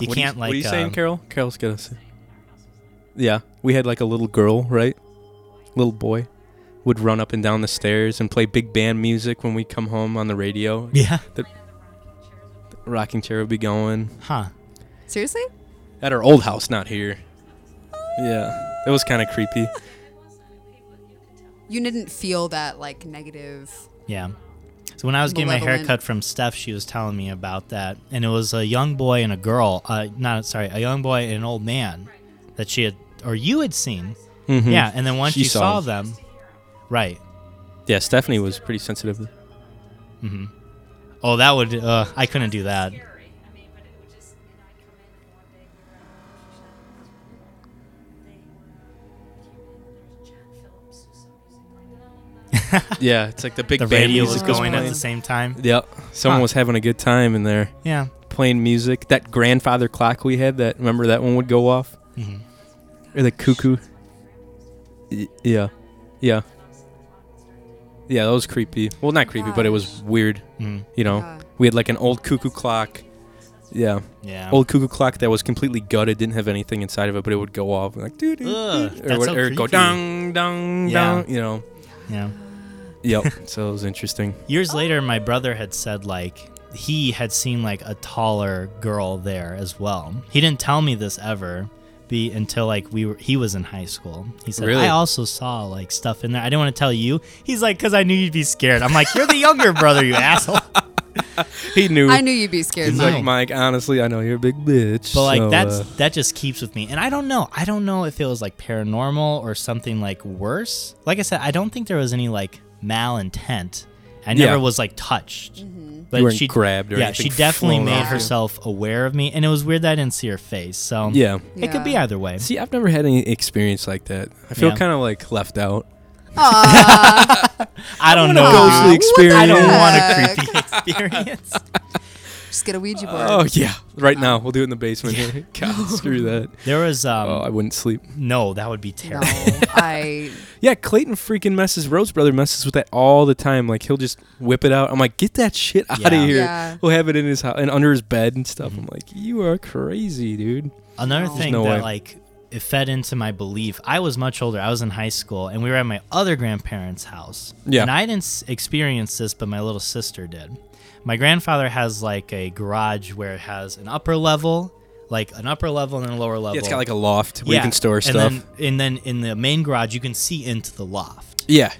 Speaker 2: You
Speaker 1: What are
Speaker 2: can't like.
Speaker 1: What are you saying,
Speaker 2: uh,
Speaker 1: Carol? Carol's gonna say. Yeah, we had like a little girl, right? Little boy would run up and down the stairs and play big band music when we come home on the radio.
Speaker 2: Yeah.
Speaker 1: The, the rocking chair would be going
Speaker 2: Huh.
Speaker 3: Seriously?
Speaker 1: at our old house, not here. Yeah, it was kind of creepy.
Speaker 3: You didn't feel that like negative.
Speaker 2: Yeah. So when I was getting my
Speaker 3: Malevolent.
Speaker 2: haircut from Steph, she was telling me about that, and it was a young boy and a girl. Uh, not sorry, a young boy and an old man that she had or you had seen.
Speaker 1: Mhm.
Speaker 2: Yeah, and then once
Speaker 1: She
Speaker 2: you
Speaker 1: saw
Speaker 2: saw them, right?
Speaker 1: Yeah, Stephanie was pretty sensitive.
Speaker 2: hmm Oh, that would uh, I couldn't do that.
Speaker 1: Yeah, it's like the big
Speaker 2: The
Speaker 1: band
Speaker 2: radio was
Speaker 1: music
Speaker 2: going at
Speaker 1: playing.
Speaker 2: the same time.
Speaker 1: Yep, someone
Speaker 2: Huh.
Speaker 1: was having a good time in there.
Speaker 2: Yeah.
Speaker 1: playing music. That grandfather clock we had. That remember that one would go off,
Speaker 2: Mhm.
Speaker 1: or the cuckoo. Y- yeah, yeah, yeah. That was creepy. Well, not creepy, but it was weird.
Speaker 2: Mhm.
Speaker 1: You know, we had like an old cuckoo clock Yeah.
Speaker 2: Yeah.
Speaker 1: Old cuckoo clock that was completely gutted, didn't have anything inside of it, but it would go off like doo doo,
Speaker 2: Ugh,
Speaker 1: doo, or,
Speaker 2: that's
Speaker 1: what-
Speaker 2: so
Speaker 1: or it'd go
Speaker 2: creepy.
Speaker 1: dong dong
Speaker 2: Yeah.
Speaker 1: dong. You know.
Speaker 2: Yeah.
Speaker 1: Yep. so it was interesting.
Speaker 2: Years later, my brother had said like he had seen like a taller girl there as well. He didn't tell me this ever be until like we were he was in high school. He said
Speaker 1: Really?
Speaker 2: I also saw like stuff in there. I didn't want to tell you. He's like cuz I knew you'd be scared. I'm like you're the younger brother, you asshole.
Speaker 1: He knew.
Speaker 3: I knew you'd be scared.
Speaker 1: He's
Speaker 2: No.
Speaker 1: like Mike. Honestly, I know you're a big bitch.
Speaker 2: But like
Speaker 1: so,
Speaker 2: that's
Speaker 1: uh,
Speaker 2: that just keeps with me. And I don't know. I don't know if it was like paranormal or something like worse. Like I said, I don't think there was any like malintent. I
Speaker 1: Yeah.
Speaker 2: never was like touched.
Speaker 1: You weren't grabbed or
Speaker 2: yeah,
Speaker 1: anything
Speaker 2: she definitely
Speaker 1: flown
Speaker 2: made
Speaker 1: off you.
Speaker 2: herself aware of me, and it was weird that I didn't see her face. So
Speaker 1: Yeah.
Speaker 2: it could be either way.
Speaker 1: See, I've never had any experience like that. I feel
Speaker 2: Yeah.
Speaker 1: kind of like left out.
Speaker 2: I don't know.
Speaker 1: Ghostly
Speaker 2: dude.
Speaker 1: experience.
Speaker 2: I don't want a creepy experience.
Speaker 3: Just get a Ouija board.
Speaker 1: Oh yeah, right now we'll do it in the basement. here. God, screw that.
Speaker 2: There was. Um,
Speaker 1: oh, I wouldn't sleep.
Speaker 2: No, that would be terrible.
Speaker 3: I
Speaker 1: Yeah, Clayton freaking messes. Rose brother messes with that all the time. Like he'll just whip it out. I'm like, get that shit out of
Speaker 2: Yeah.
Speaker 1: here.
Speaker 3: Yeah.
Speaker 1: He'll have it in his house and under his bed and stuff. I'm like, you are crazy, dude.
Speaker 2: Another
Speaker 1: There's
Speaker 2: thing
Speaker 1: no
Speaker 2: that
Speaker 1: way.
Speaker 2: like it fed into my belief. I was much older. I was in high school, and we were at my other grandparents' house.
Speaker 1: Yeah.
Speaker 2: And I didn't s- experience this, but my little sister did. My grandfather has like a garage where it has an upper level, like an upper level and a lower level.
Speaker 1: it's got, like, a loft where you can store
Speaker 2: and
Speaker 1: stuff.
Speaker 2: Then, and then in the main garage, you can see into the loft.
Speaker 1: Yeah.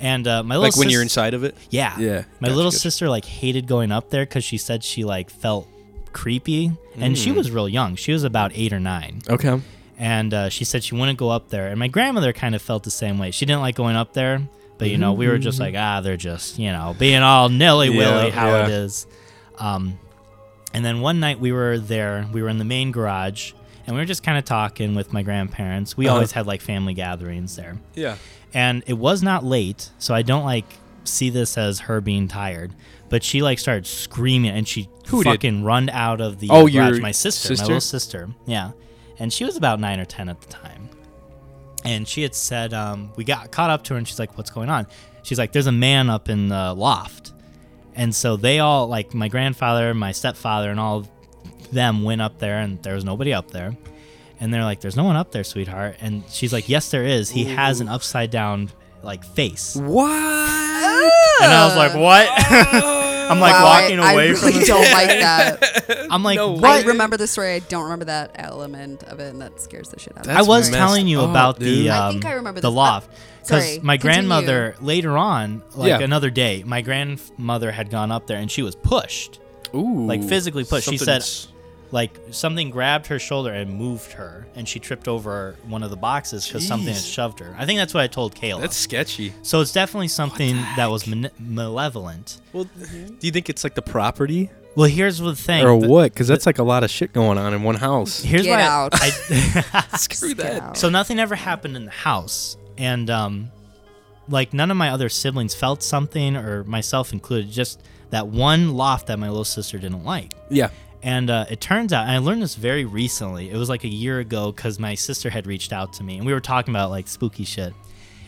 Speaker 2: And uh, my little
Speaker 1: Like when you're
Speaker 2: sis-
Speaker 1: inside of it?
Speaker 2: Yeah.
Speaker 1: Yeah.
Speaker 2: My little sister like hated going up there because she said she like felt creepy, and she
Speaker 1: Mm.
Speaker 2: was real young. She was about eight or nine.
Speaker 1: Okay.
Speaker 2: And uh, she said she wouldn't go up there, and my grandmother kind of felt the same way. She didn't like going up there, but you know we were just like ah, they're just you know being all nilly willy
Speaker 1: Yeah,
Speaker 2: how it
Speaker 1: yeah.
Speaker 2: is. Um, and then one night we were there, we were in the main garage, and we were just kind of talking with my grandparents. We
Speaker 1: Uh-huh.
Speaker 2: always had like family gatherings there.
Speaker 1: Yeah.
Speaker 2: And it was not late, so I don't like see this as her being tired. But she like started screaming and she
Speaker 1: Who did?
Speaker 2: fucking run out of the
Speaker 1: Oh,
Speaker 2: garage.
Speaker 1: your
Speaker 2: My sister,
Speaker 1: sister?
Speaker 2: my little sister. Yeah. And she was about nine or ten at the time. And she had said, um, we got caught up to her and she's like, What's going on? She's like, There's a man up in the loft. And so they all like my grandfather, my stepfather, and all of them went up there and there was nobody up there. And they're like, There's no one up there, sweetheart. And she's like, Yes, there is. He has an upside down like face.
Speaker 1: What?
Speaker 2: And I was like, What? I'm like
Speaker 3: Uh, Wow, I-
Speaker 2: walking
Speaker 3: I
Speaker 2: away
Speaker 3: really
Speaker 2: from the-
Speaker 3: don't like that.
Speaker 2: I'm like,
Speaker 3: I
Speaker 2: What?
Speaker 3: remember the story. I don't remember that element of it, and that scares the shit out of me.
Speaker 2: I was telling you
Speaker 1: up,
Speaker 2: about
Speaker 1: dude.
Speaker 2: the
Speaker 1: I
Speaker 2: um,
Speaker 3: think I remember
Speaker 2: the
Speaker 3: this. Uh,
Speaker 2: loft
Speaker 3: sorry,
Speaker 2: because my
Speaker 3: continue.
Speaker 2: grandmother later on, like
Speaker 1: Yeah.
Speaker 2: another day, my grandmother had gone up there and she was pushed,
Speaker 1: Ooh,
Speaker 2: like physically pushed. She said,
Speaker 1: something's-
Speaker 2: like something grabbed her shoulder and moved her, and she tripped over one of the boxes because something had
Speaker 1: Jeez.
Speaker 2: shoved her. I think that's what I told Kayla.
Speaker 1: That's sketchy.
Speaker 2: So it's definitely something that was mane- malevolent.
Speaker 1: Well, do you think it's like the property?
Speaker 2: Well, here's the thing.
Speaker 1: or
Speaker 2: the-
Speaker 1: what? Because that's like a lot of shit going on in one house.
Speaker 2: Here's
Speaker 3: Get
Speaker 2: why I-
Speaker 3: out.
Speaker 2: I,
Speaker 1: Screw
Speaker 3: Get that. out.
Speaker 2: So nothing ever happened in the house, and um, like none of my other siblings felt something, or myself included. Just that one loft that my little sister didn't like.
Speaker 1: Yeah.
Speaker 2: And uh, it turns out, and I learned this very recently. It was like a year ago because my sister had reached out to me, and we were talking about like spooky shit.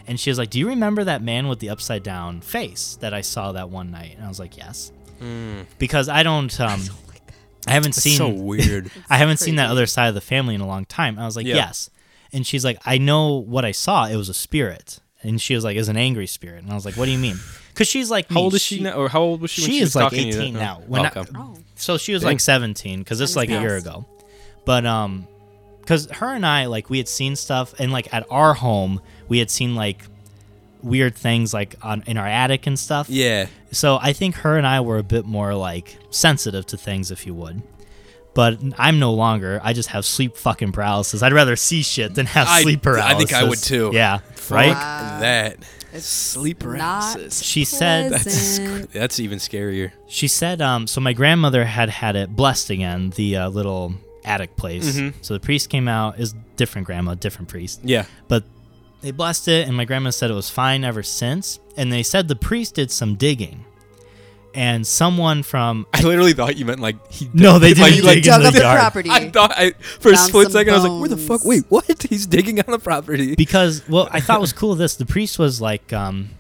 Speaker 2: And she was like, "Do you remember that man with the upside down face that I saw that one night?" And I was like, "Yes."
Speaker 1: Hmm.
Speaker 2: because I don't. Um, I, haven't
Speaker 1: That's
Speaker 2: seen.
Speaker 1: so weird.
Speaker 2: I haven't seen that other side of the family in a long time. And I was like,
Speaker 1: Yeah.
Speaker 2: yes. And she's like, I know what I saw. It was a spirit. And she was like, is an angry spirit. And I was like, what do you mean? Because she's like,
Speaker 1: How
Speaker 2: me.
Speaker 1: old is she now? Or how old was she when she
Speaker 2: is
Speaker 1: was
Speaker 2: like
Speaker 1: talking to you?
Speaker 2: 18
Speaker 1: Oh,
Speaker 2: now. When I-
Speaker 1: okay.
Speaker 2: so she was
Speaker 1: Dang.
Speaker 2: like 17 because this is like a year
Speaker 1: Underpassed.
Speaker 2: ago. But um, because her and I like we had seen stuff, and like at our home we had seen like weird things like on in our attic and stuff.
Speaker 1: Yeah.
Speaker 2: So I think her and I were a bit more like sensitive to things, if you would. But I'm no longer. I just have sleep fucking paralysis. I'd rather see shit than have
Speaker 1: I-
Speaker 2: sleep
Speaker 1: I
Speaker 2: paralysis.
Speaker 1: think I would too.
Speaker 2: Yeah.
Speaker 1: Fuck
Speaker 2: Right.
Speaker 1: That. Sleep paralysis.
Speaker 2: She said-
Speaker 1: that's, sc- that's even scarier.
Speaker 2: She said, um, so my grandmother had had it blessed again, the uh, little attic place.
Speaker 1: Mhm.
Speaker 2: So the priest came out, is different grandma, different priest.
Speaker 1: Yeah.
Speaker 2: But they blessed it, and my grandma said it was fine ever since. And they said the priest did some digging. And someone from
Speaker 1: I literally thought you meant like he.
Speaker 2: No, they
Speaker 1: like,
Speaker 2: didn't
Speaker 1: like,
Speaker 2: dig Dug into up the the dark. property.
Speaker 1: I thought I for a
Speaker 2: Found
Speaker 1: split
Speaker 2: some
Speaker 1: second I was like, where the fuck? Wait, what? He's digging on the property.
Speaker 2: because well, I thought was cool. This the priest was like, um,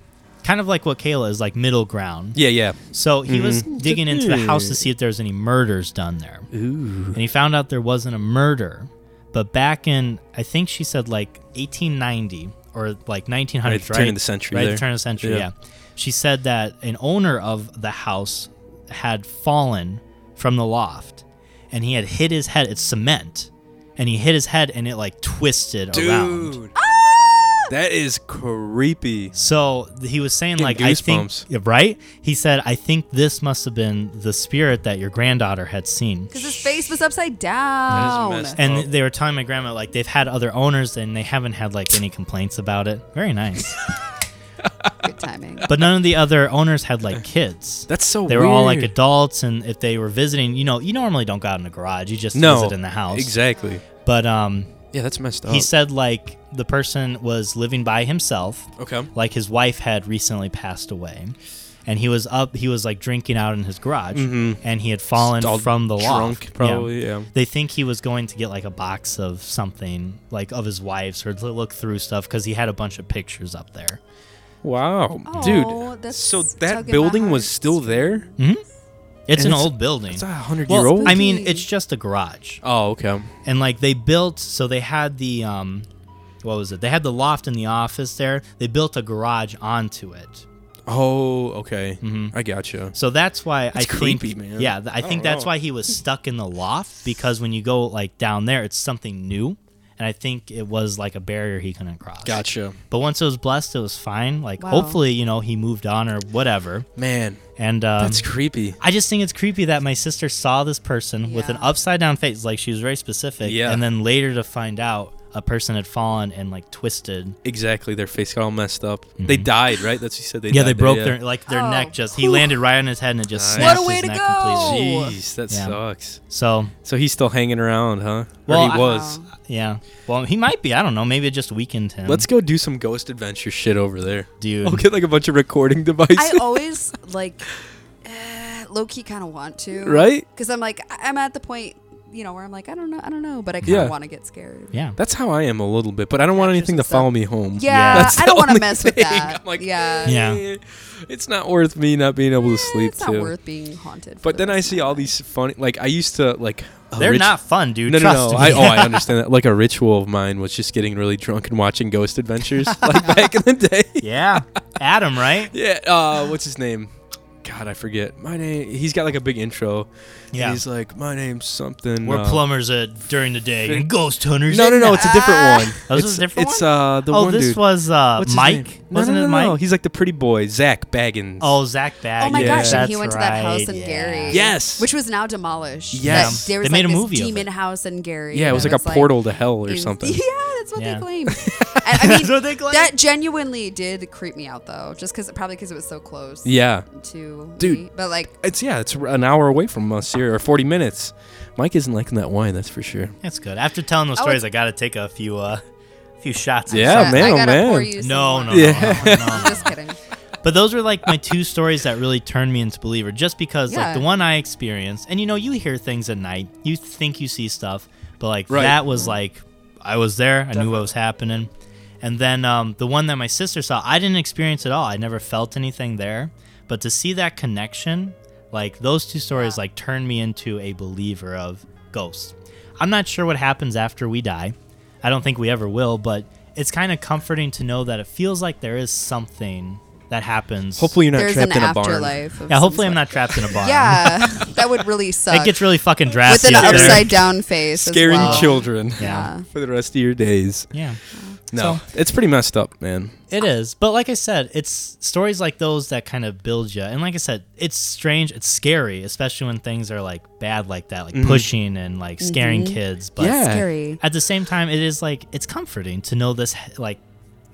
Speaker 2: kind of like what Kayla is like middle ground.
Speaker 1: Yeah, yeah.
Speaker 2: So he was
Speaker 1: Mhm.
Speaker 2: digging into the house to see if there was any murders done there.
Speaker 1: Ooh.
Speaker 2: And he found out there wasn't a murder, but back in I think she said like 1890 or like 1900s,
Speaker 1: Right
Speaker 2: right?
Speaker 1: at the turn of the century
Speaker 2: Right at
Speaker 1: there.
Speaker 2: the turn of the century,
Speaker 1: Yeah.
Speaker 2: yeah. She said that an owner of the house had fallen from the loft and he had hit his head it's cement and he hit his head and it like twisted around.
Speaker 1: Dude. That is creepy.
Speaker 2: So th- he was saying
Speaker 1: Getting
Speaker 2: like I think
Speaker 1: goosebumps.
Speaker 2: yeah, right? He said I think this must have been the spirit that your granddaughter had seen.
Speaker 3: Because his face was upside down.
Speaker 1: Oh.
Speaker 2: And they were telling my grandma like they've had other owners and they haven't had like any complaints about it. Very nice.
Speaker 3: Good timing.
Speaker 2: But none of the other owners had like kids.
Speaker 1: That's so
Speaker 2: They were all like
Speaker 1: weird.
Speaker 2: adults and if they were visiting, you know, you normally don't go out in the garage. You just
Speaker 1: No,
Speaker 2: visit in the house.
Speaker 1: exactly.
Speaker 2: But um
Speaker 1: Yeah, that's messed
Speaker 2: He
Speaker 1: up.
Speaker 2: said like the person was living by himself.
Speaker 1: Okay.
Speaker 2: Like his wife had recently passed away. And he was up he was like drinking out in his garage
Speaker 1: Mhm.
Speaker 2: and he had fallen
Speaker 1: All
Speaker 2: from the
Speaker 1: drunk,
Speaker 2: loft.
Speaker 1: probably, yeah.
Speaker 2: They think he was going to get like a box of something like of his wife's or to look through stuff cuz he had a bunch of pictures up there.
Speaker 1: Wow,
Speaker 3: Oh,
Speaker 1: dude. so that building was still there.
Speaker 2: hmm It's
Speaker 1: And
Speaker 2: an old building.
Speaker 1: It's a hundred
Speaker 2: Well,
Speaker 1: year old.
Speaker 2: I mean, it's just a garage.
Speaker 1: Oh, okay.
Speaker 2: And like they built, so they had the um, what was it? They had the loft in the office there. They built a garage onto it.
Speaker 1: Oh, okay.
Speaker 2: Mm-hmm.
Speaker 1: I gotcha.
Speaker 2: So that's why
Speaker 1: That's
Speaker 2: I think,
Speaker 1: creepy, man.
Speaker 2: yeah, th-
Speaker 1: I
Speaker 2: I think
Speaker 1: don't
Speaker 2: that's
Speaker 1: know.
Speaker 2: why he was stuck in the loft because when you go like down there, it's something new, and I think it was like a barrier he couldn't cross.
Speaker 1: Gotcha.
Speaker 2: But once it was blessed, it was fine. Like
Speaker 1: Wow.
Speaker 2: hopefully, you know, he moved on or whatever.
Speaker 1: Man,
Speaker 2: and um,
Speaker 1: that's creepy.
Speaker 2: I just think it's creepy that my sister saw this person with an upside down face, like she was very specific,
Speaker 1: Yeah.
Speaker 2: and then later to find out a person had fallen and like twisted.
Speaker 1: Exactly. Their face got all messed up. They died, right? That's what you said. They
Speaker 2: Mm-hmm. yeah, they
Speaker 1: died there,
Speaker 2: broke
Speaker 1: yeah.
Speaker 2: their like their
Speaker 1: Oh.
Speaker 2: neck. Just he
Speaker 1: Whew.
Speaker 2: landed right on his head and it just
Speaker 1: Nice.
Speaker 2: snapped
Speaker 1: What a way
Speaker 2: his
Speaker 1: to
Speaker 2: neck
Speaker 1: go!
Speaker 2: completely.
Speaker 1: Jeez, that sucks.
Speaker 2: So
Speaker 1: so he's still hanging around, huh? or
Speaker 2: Well,
Speaker 1: he
Speaker 2: I-
Speaker 1: was.
Speaker 2: yeah. Well, he might be. I don't know. Maybe it just weakened him.
Speaker 1: Let's go do some ghost adventure shit over there,
Speaker 2: dude.
Speaker 1: I'll get like a bunch of recording devices.
Speaker 3: I always like uh, low key kind of want to,
Speaker 1: Right?
Speaker 3: Because I'm like I- I'm at the point, you know, where I'm like I don't know, I don't know, but I kind of want to get scared.
Speaker 2: Yeah,
Speaker 1: that's how I am a little bit, but I don't want anything to follow me home.
Speaker 3: Yeah,
Speaker 1: That's
Speaker 3: I
Speaker 1: the
Speaker 3: don't want to
Speaker 1: only
Speaker 3: mess with
Speaker 1: thing.
Speaker 3: that.
Speaker 1: I'm like,
Speaker 3: yeah,
Speaker 1: Yeah. It's not worth me not being able to sleep
Speaker 3: it's not
Speaker 1: too.
Speaker 3: worth being haunted.
Speaker 1: But then I see all these funny, like I used to like. a
Speaker 2: They're not fun, dude.
Speaker 1: No, no,
Speaker 2: Trust
Speaker 1: no. I,
Speaker 2: me.
Speaker 1: oh, I understand that. Like a ritual of mine was just getting really drunk and watching Ghost Adventures, like back in the day.
Speaker 2: Yeah, Adam, right?
Speaker 1: yeah. Uh, what's his name? God, I forget. My name. He's got like a big intro. and
Speaker 2: Yeah.
Speaker 1: he's like, my name's something.
Speaker 2: We're
Speaker 1: uh,
Speaker 2: plumbers at during the day
Speaker 1: Fin-
Speaker 2: and ghost hunters.
Speaker 1: No,
Speaker 2: at
Speaker 1: no, no.
Speaker 2: night.
Speaker 1: It's a different one.
Speaker 2: Oh, this
Speaker 1: it's,
Speaker 2: was a different
Speaker 1: it's,
Speaker 2: one?
Speaker 1: uh, the
Speaker 2: Oh,
Speaker 1: Ah. one
Speaker 2: this
Speaker 1: dude.
Speaker 2: was uh,
Speaker 1: What's his
Speaker 2: Mike.
Speaker 1: name? No,
Speaker 2: Wasn't
Speaker 1: no, no,
Speaker 2: it Mike?
Speaker 1: No. He's like the pretty boy, Zach Baggins.
Speaker 2: Oh, Zach Baggins.
Speaker 3: Oh my gosh!
Speaker 1: Yeah.
Speaker 3: And he went to that house in Gary.
Speaker 1: Yes.
Speaker 3: which was now demolished.
Speaker 1: Yes.
Speaker 3: that there
Speaker 1: They
Speaker 3: was
Speaker 1: made
Speaker 3: like
Speaker 1: a
Speaker 3: this
Speaker 1: movie of
Speaker 3: demon house in Gary.
Speaker 1: Yeah, it
Speaker 3: and
Speaker 1: was like a portal to hell or
Speaker 3: it was-
Speaker 1: something.
Speaker 3: Yeah, that's what
Speaker 1: Yeah.
Speaker 3: they claimed. And, I mean, that genuinely did creep me out though, just because probably because it was so close.
Speaker 1: Yeah.
Speaker 3: to
Speaker 1: Dude,
Speaker 3: me. but like
Speaker 1: It's yeah, it's an hour away from us here, or forty minutes. Mike isn't liking that wine, that's for sure.
Speaker 2: That's good. After telling those
Speaker 3: Oh,
Speaker 2: stories, I gotta take a few, uh, few shots. of
Speaker 1: Yeah,
Speaker 2: something.
Speaker 1: man, I oh, gotta man. pour you some
Speaker 2: no,
Speaker 1: wine.
Speaker 2: no, no,
Speaker 1: Yeah.
Speaker 2: no, no, no.
Speaker 1: Just
Speaker 3: kidding.
Speaker 2: But those were like my two stories that really turned me into believer, just because
Speaker 1: Yeah.
Speaker 2: like the one I experienced, and you know, you hear things at night, you think you see stuff, but like
Speaker 1: Right.
Speaker 2: that was like I was there, I knew what was happening, and then um, the one that my sister saw, I didn't experience at all. I never felt anything there, but to see that connection, like those two stories, like turned me into a believer of ghosts. I'm not sure what happens after we die. I don't think we ever will, but it's kind of comforting to know that it feels like there is something that happens.
Speaker 1: Hopefully you're not
Speaker 3: There's
Speaker 1: trapped
Speaker 3: an
Speaker 1: in a barn.
Speaker 3: afterlife of
Speaker 2: Yeah,
Speaker 3: some
Speaker 2: hopefully I'm not trapped in a barn.
Speaker 3: yeah, that would really suck.
Speaker 2: It gets really fucking drafty.
Speaker 3: With an
Speaker 2: up there.
Speaker 3: upside down face. as
Speaker 1: Scaring
Speaker 3: well.
Speaker 1: children
Speaker 2: Yeah.
Speaker 1: for the rest of your days.
Speaker 2: Yeah.
Speaker 1: No,
Speaker 2: So-
Speaker 1: it's pretty messed up, man.
Speaker 2: It is, but like I said, it's stories like those that kind of build you. And like I said, it's strange, it's scary, especially when things are like bad like that, like
Speaker 1: Mhm.
Speaker 2: pushing and like scaring
Speaker 3: Mm-hmm.
Speaker 1: Mhm.
Speaker 2: kids. But
Speaker 1: Yeah. Scary.
Speaker 2: at the same time, it is like it's comforting to know this like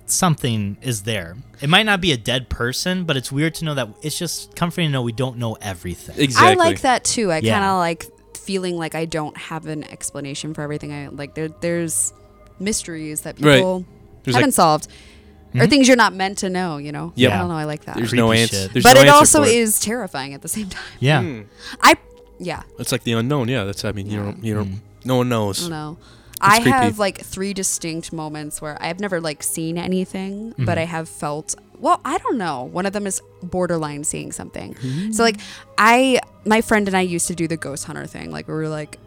Speaker 2: something is there. It might not be a dead person, but it's weird to know that it's just comforting to know we don't know everything.
Speaker 3: I like that too. I
Speaker 2: Yeah.
Speaker 3: kind of like feeling like I don't have an explanation for everything. I like there, there's mysteries that
Speaker 1: Right.
Speaker 3: people
Speaker 1: There's,
Speaker 3: haven't
Speaker 1: like-
Speaker 3: solved. Or
Speaker 2: Hmm?
Speaker 1: Mhm.
Speaker 3: things you're not meant to know, you know.
Speaker 1: Yep.
Speaker 3: I don't know. I like that.
Speaker 1: There's no Creepy answer- shit. there's
Speaker 3: but
Speaker 1: no
Speaker 3: it
Speaker 1: answer
Speaker 3: also
Speaker 1: for it.
Speaker 3: is terrifying at the same time.
Speaker 1: Yeah. Hmm.
Speaker 3: I yeah.
Speaker 1: It's like the unknown. Yeah, that's. I mean, you don't. You don't. No one
Speaker 3: I
Speaker 1: knows.
Speaker 3: don't know. I
Speaker 1: creepy.
Speaker 3: have like three distinct moments where I've never like seen anything, but
Speaker 1: Mhm.
Speaker 3: I have felt. Well, I don't know. One of them is borderline seeing something.
Speaker 1: Ooh.
Speaker 3: So like I, my friend and I used to do the ghost hunter thing. Like we were like.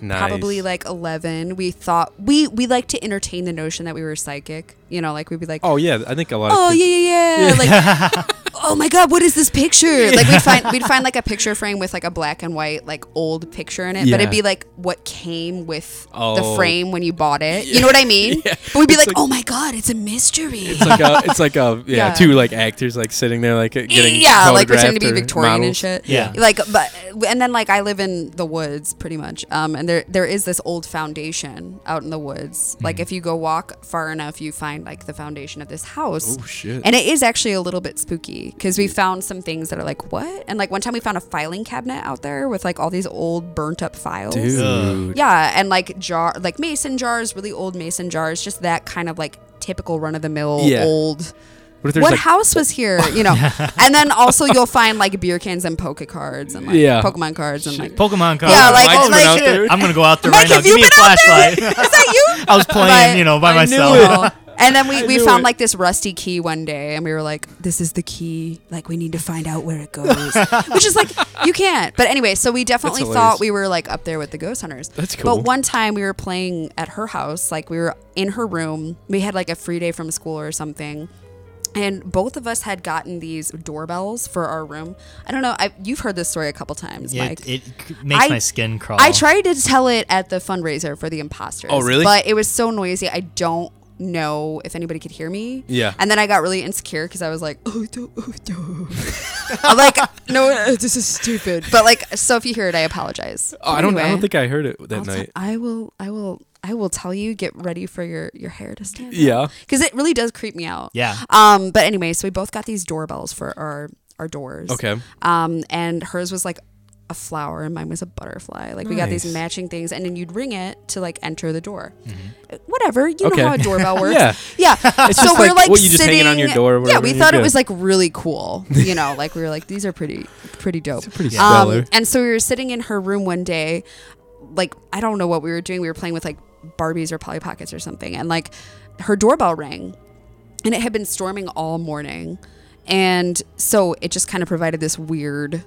Speaker 1: Nice.
Speaker 3: Probably like eleven. We thought we we like to entertain the notion that we were psychic. You know, like we'd be like,
Speaker 1: Oh yeah, I think a lot.
Speaker 3: oh
Speaker 1: of
Speaker 3: yeah
Speaker 1: kids-
Speaker 3: yeah yeah, like oh my god what is this picture like
Speaker 1: Yeah.
Speaker 3: we'd find we'd find like a picture frame with like a black and white like old picture in it but
Speaker 1: Yeah.
Speaker 3: it'd be like what came with
Speaker 1: Oh.
Speaker 3: the frame when you bought it
Speaker 1: Yeah.
Speaker 3: you know what i mean
Speaker 1: Yeah.
Speaker 3: but we'd be
Speaker 1: It's
Speaker 3: like,
Speaker 1: like-
Speaker 3: oh my god it's a mystery
Speaker 1: It's like a, it's like a yeah,
Speaker 3: Yeah.
Speaker 1: two like actors like sitting there like getting
Speaker 3: yeah like pretending to be
Speaker 1: photographed or
Speaker 3: victorian and
Speaker 1: models.
Speaker 3: shit like but and then like i live in the woods pretty much um and there there is this old foundation out in the woods
Speaker 1: Hmm.
Speaker 3: like if you go walk far enough you find like the foundation of this house
Speaker 1: Oh, shit.
Speaker 3: and it is actually a little bit spooky because we found some things that are like what and like one time we found a filing cabinet out there with like all these old burnt up files
Speaker 1: Dude.
Speaker 3: yeah and like jar like mason jars really old mason jars just that kind of like typical run-of-the-mill
Speaker 1: Yeah.
Speaker 3: old
Speaker 1: What if there's,
Speaker 3: what,
Speaker 1: like-
Speaker 3: house was here you know and then also you'll find like beer cans and poke cards and like
Speaker 2: Yeah.
Speaker 3: pokemon cards and like
Speaker 2: Pokemon cards.
Speaker 3: yeah like, oh, like
Speaker 2: I'm gonna go out there
Speaker 3: Mike,
Speaker 2: right now.
Speaker 3: have
Speaker 2: Give
Speaker 3: you
Speaker 2: me a
Speaker 3: been out there?
Speaker 2: flashlight.
Speaker 3: Is that you?
Speaker 2: I was playing, you know, by
Speaker 1: I knew
Speaker 2: myself.
Speaker 1: it.
Speaker 3: and then we,
Speaker 1: I
Speaker 3: we
Speaker 1: knew
Speaker 3: found
Speaker 1: it.
Speaker 3: like this rusty key one day and we were like this is the key like we need to find out where it goes which is like you can't but anyway so we definitely
Speaker 1: hilarious.
Speaker 3: thought we were like up there with the ghost hunters
Speaker 1: That's cool.
Speaker 3: but one time we were playing at her house like we were in her room we had like a free day from school or something and both of us had gotten these doorbells for our room. I don't know. I, you've heard this story a couple times,
Speaker 2: Yeah,
Speaker 3: Mike.
Speaker 2: it- it c- makes my skin crawl.
Speaker 3: I tried to tell it at the fundraiser for the imposters.
Speaker 1: Oh, really?
Speaker 3: But it was so noisy. I don't know if anybody could hear me.
Speaker 1: Yeah.
Speaker 3: And then I got really insecure because I was like, oh, do, oh, do. I'm like, no, uh, this is stupid. But like, so if you hear it, I apologize.
Speaker 1: Oh, I don't. I
Speaker 3: Anyway.
Speaker 1: don't think I heard it that night.
Speaker 3: I will. I will. I will tell you. Get ready for your your hair to stand.
Speaker 1: Yeah.
Speaker 3: because it really does creep me out.
Speaker 1: Yeah.
Speaker 3: Um. But anyway, so we both got these doorbells for our our doors.
Speaker 1: Okay.
Speaker 3: Um. And hers was like a flower, and mine was a butterfly. Like we got these
Speaker 1: Nice. Mm-hmm.
Speaker 3: matching things, and then you'd ring it to like enter the door. Uh, Whatever. You
Speaker 1: Okay.
Speaker 3: know how a doorbell works.
Speaker 1: Yeah.
Speaker 3: Yeah.
Speaker 1: It's
Speaker 3: so
Speaker 1: just
Speaker 3: we're
Speaker 1: like,
Speaker 3: like,
Speaker 1: what, you just hang it on your
Speaker 3: sitting-
Speaker 1: door or
Speaker 3: Yeah.
Speaker 1: whatever,
Speaker 3: We
Speaker 1: and
Speaker 3: thought
Speaker 1: you're
Speaker 3: it was
Speaker 1: good.
Speaker 3: like really cool. You know, like we were like these are pretty pretty dope.
Speaker 1: pretty stellar.
Speaker 3: um, and so we were sitting in her room one day, like I don't know what we were doing. We were playing with like Barbies or Polly Pockets or something, and like her doorbell rang, and it had been storming all morning, and so it just kind of provided this weird.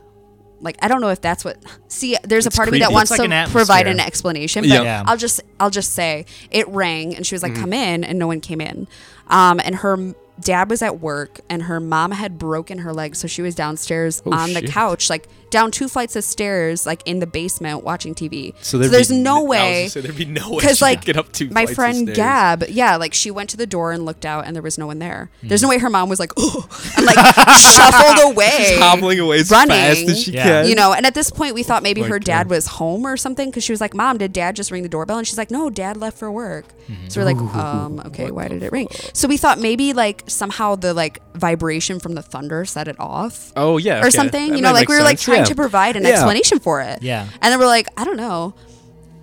Speaker 3: Like I don't know if that's what. See, there's
Speaker 2: It's
Speaker 3: a part of me that
Speaker 2: creepy.
Speaker 3: wants
Speaker 2: It's like
Speaker 3: to
Speaker 2: an
Speaker 3: provide
Speaker 2: atmosphere.
Speaker 3: an explanation, but
Speaker 2: Yeah. Yeah.
Speaker 3: I'll just I'll just say it rang, and she was like,
Speaker 2: Mhm.
Speaker 3: "Come in," and no one came in. Um, and her m- dad was at work, and her mom had broken her leg, so she was downstairs
Speaker 1: Oh,
Speaker 3: on the
Speaker 1: shit.
Speaker 3: couch, like down two flights of stairs, like in the basement watching TV.
Speaker 1: So
Speaker 3: So,
Speaker 1: there'd
Speaker 3: there's
Speaker 1: be- I
Speaker 3: no
Speaker 1: was
Speaker 3: way.
Speaker 1: gonna say there'd be no way she could
Speaker 3: like
Speaker 1: get up two
Speaker 3: my
Speaker 1: flights of
Speaker 3: friend
Speaker 1: stairs.
Speaker 3: Gab, yeah, like she went to the door and looked out, and there was no one there.
Speaker 1: Hmm.
Speaker 3: There's no way her mom was like, oh, and like shuffled away,
Speaker 1: She's hobbling away as fast
Speaker 3: running,
Speaker 1: as she Yeah. can. uh,
Speaker 3: You know, and at this point, we thought maybe
Speaker 1: my
Speaker 3: her dad was home or something because she was like, "Mom, did Dad just ring the doorbell?" And she's like, "No, Dad left for work."
Speaker 1: Mm-hmm.
Speaker 3: So we're like,
Speaker 1: Ooh.
Speaker 3: um, okay, why did it ring? So we thought maybe like somehow the like vibration from the thunder set it off.
Speaker 1: Oh, yeah,
Speaker 3: or
Speaker 1: okay.
Speaker 3: something.
Speaker 1: That
Speaker 3: you
Speaker 1: might
Speaker 3: know,
Speaker 1: make
Speaker 3: like we were like
Speaker 1: sense,
Speaker 3: trying
Speaker 1: yeah.
Speaker 3: to provide an
Speaker 1: Yeah.
Speaker 3: explanation for it.
Speaker 1: Yeah.
Speaker 3: and then we're like, I don't know.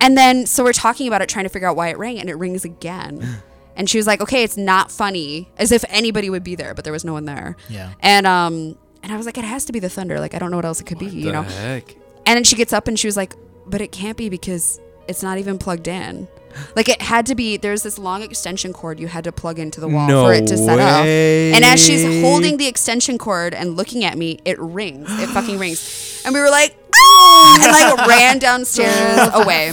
Speaker 3: And then so we're talking about it, trying to figure out why it rang, and it rings again. And she was like, "Okay, it's not funny," as if anybody would be there, but there was no one there.
Speaker 1: Yeah.
Speaker 3: And um, and I was like, "It has to be the thunder. Like I don't know what else it could be." you
Speaker 1: The
Speaker 3: know.
Speaker 1: heck?
Speaker 3: And then she gets up and she was like, "But it can't be because it's not even plugged in. Like it had to be. There's this long extension cord you had to plug into the wall
Speaker 1: No
Speaker 3: for it to set up. And as she's
Speaker 1: way.
Speaker 3: holding the extension cord and looking at me, it rings. It fucking rings. And we were like, "Ah!" and like ran downstairs away.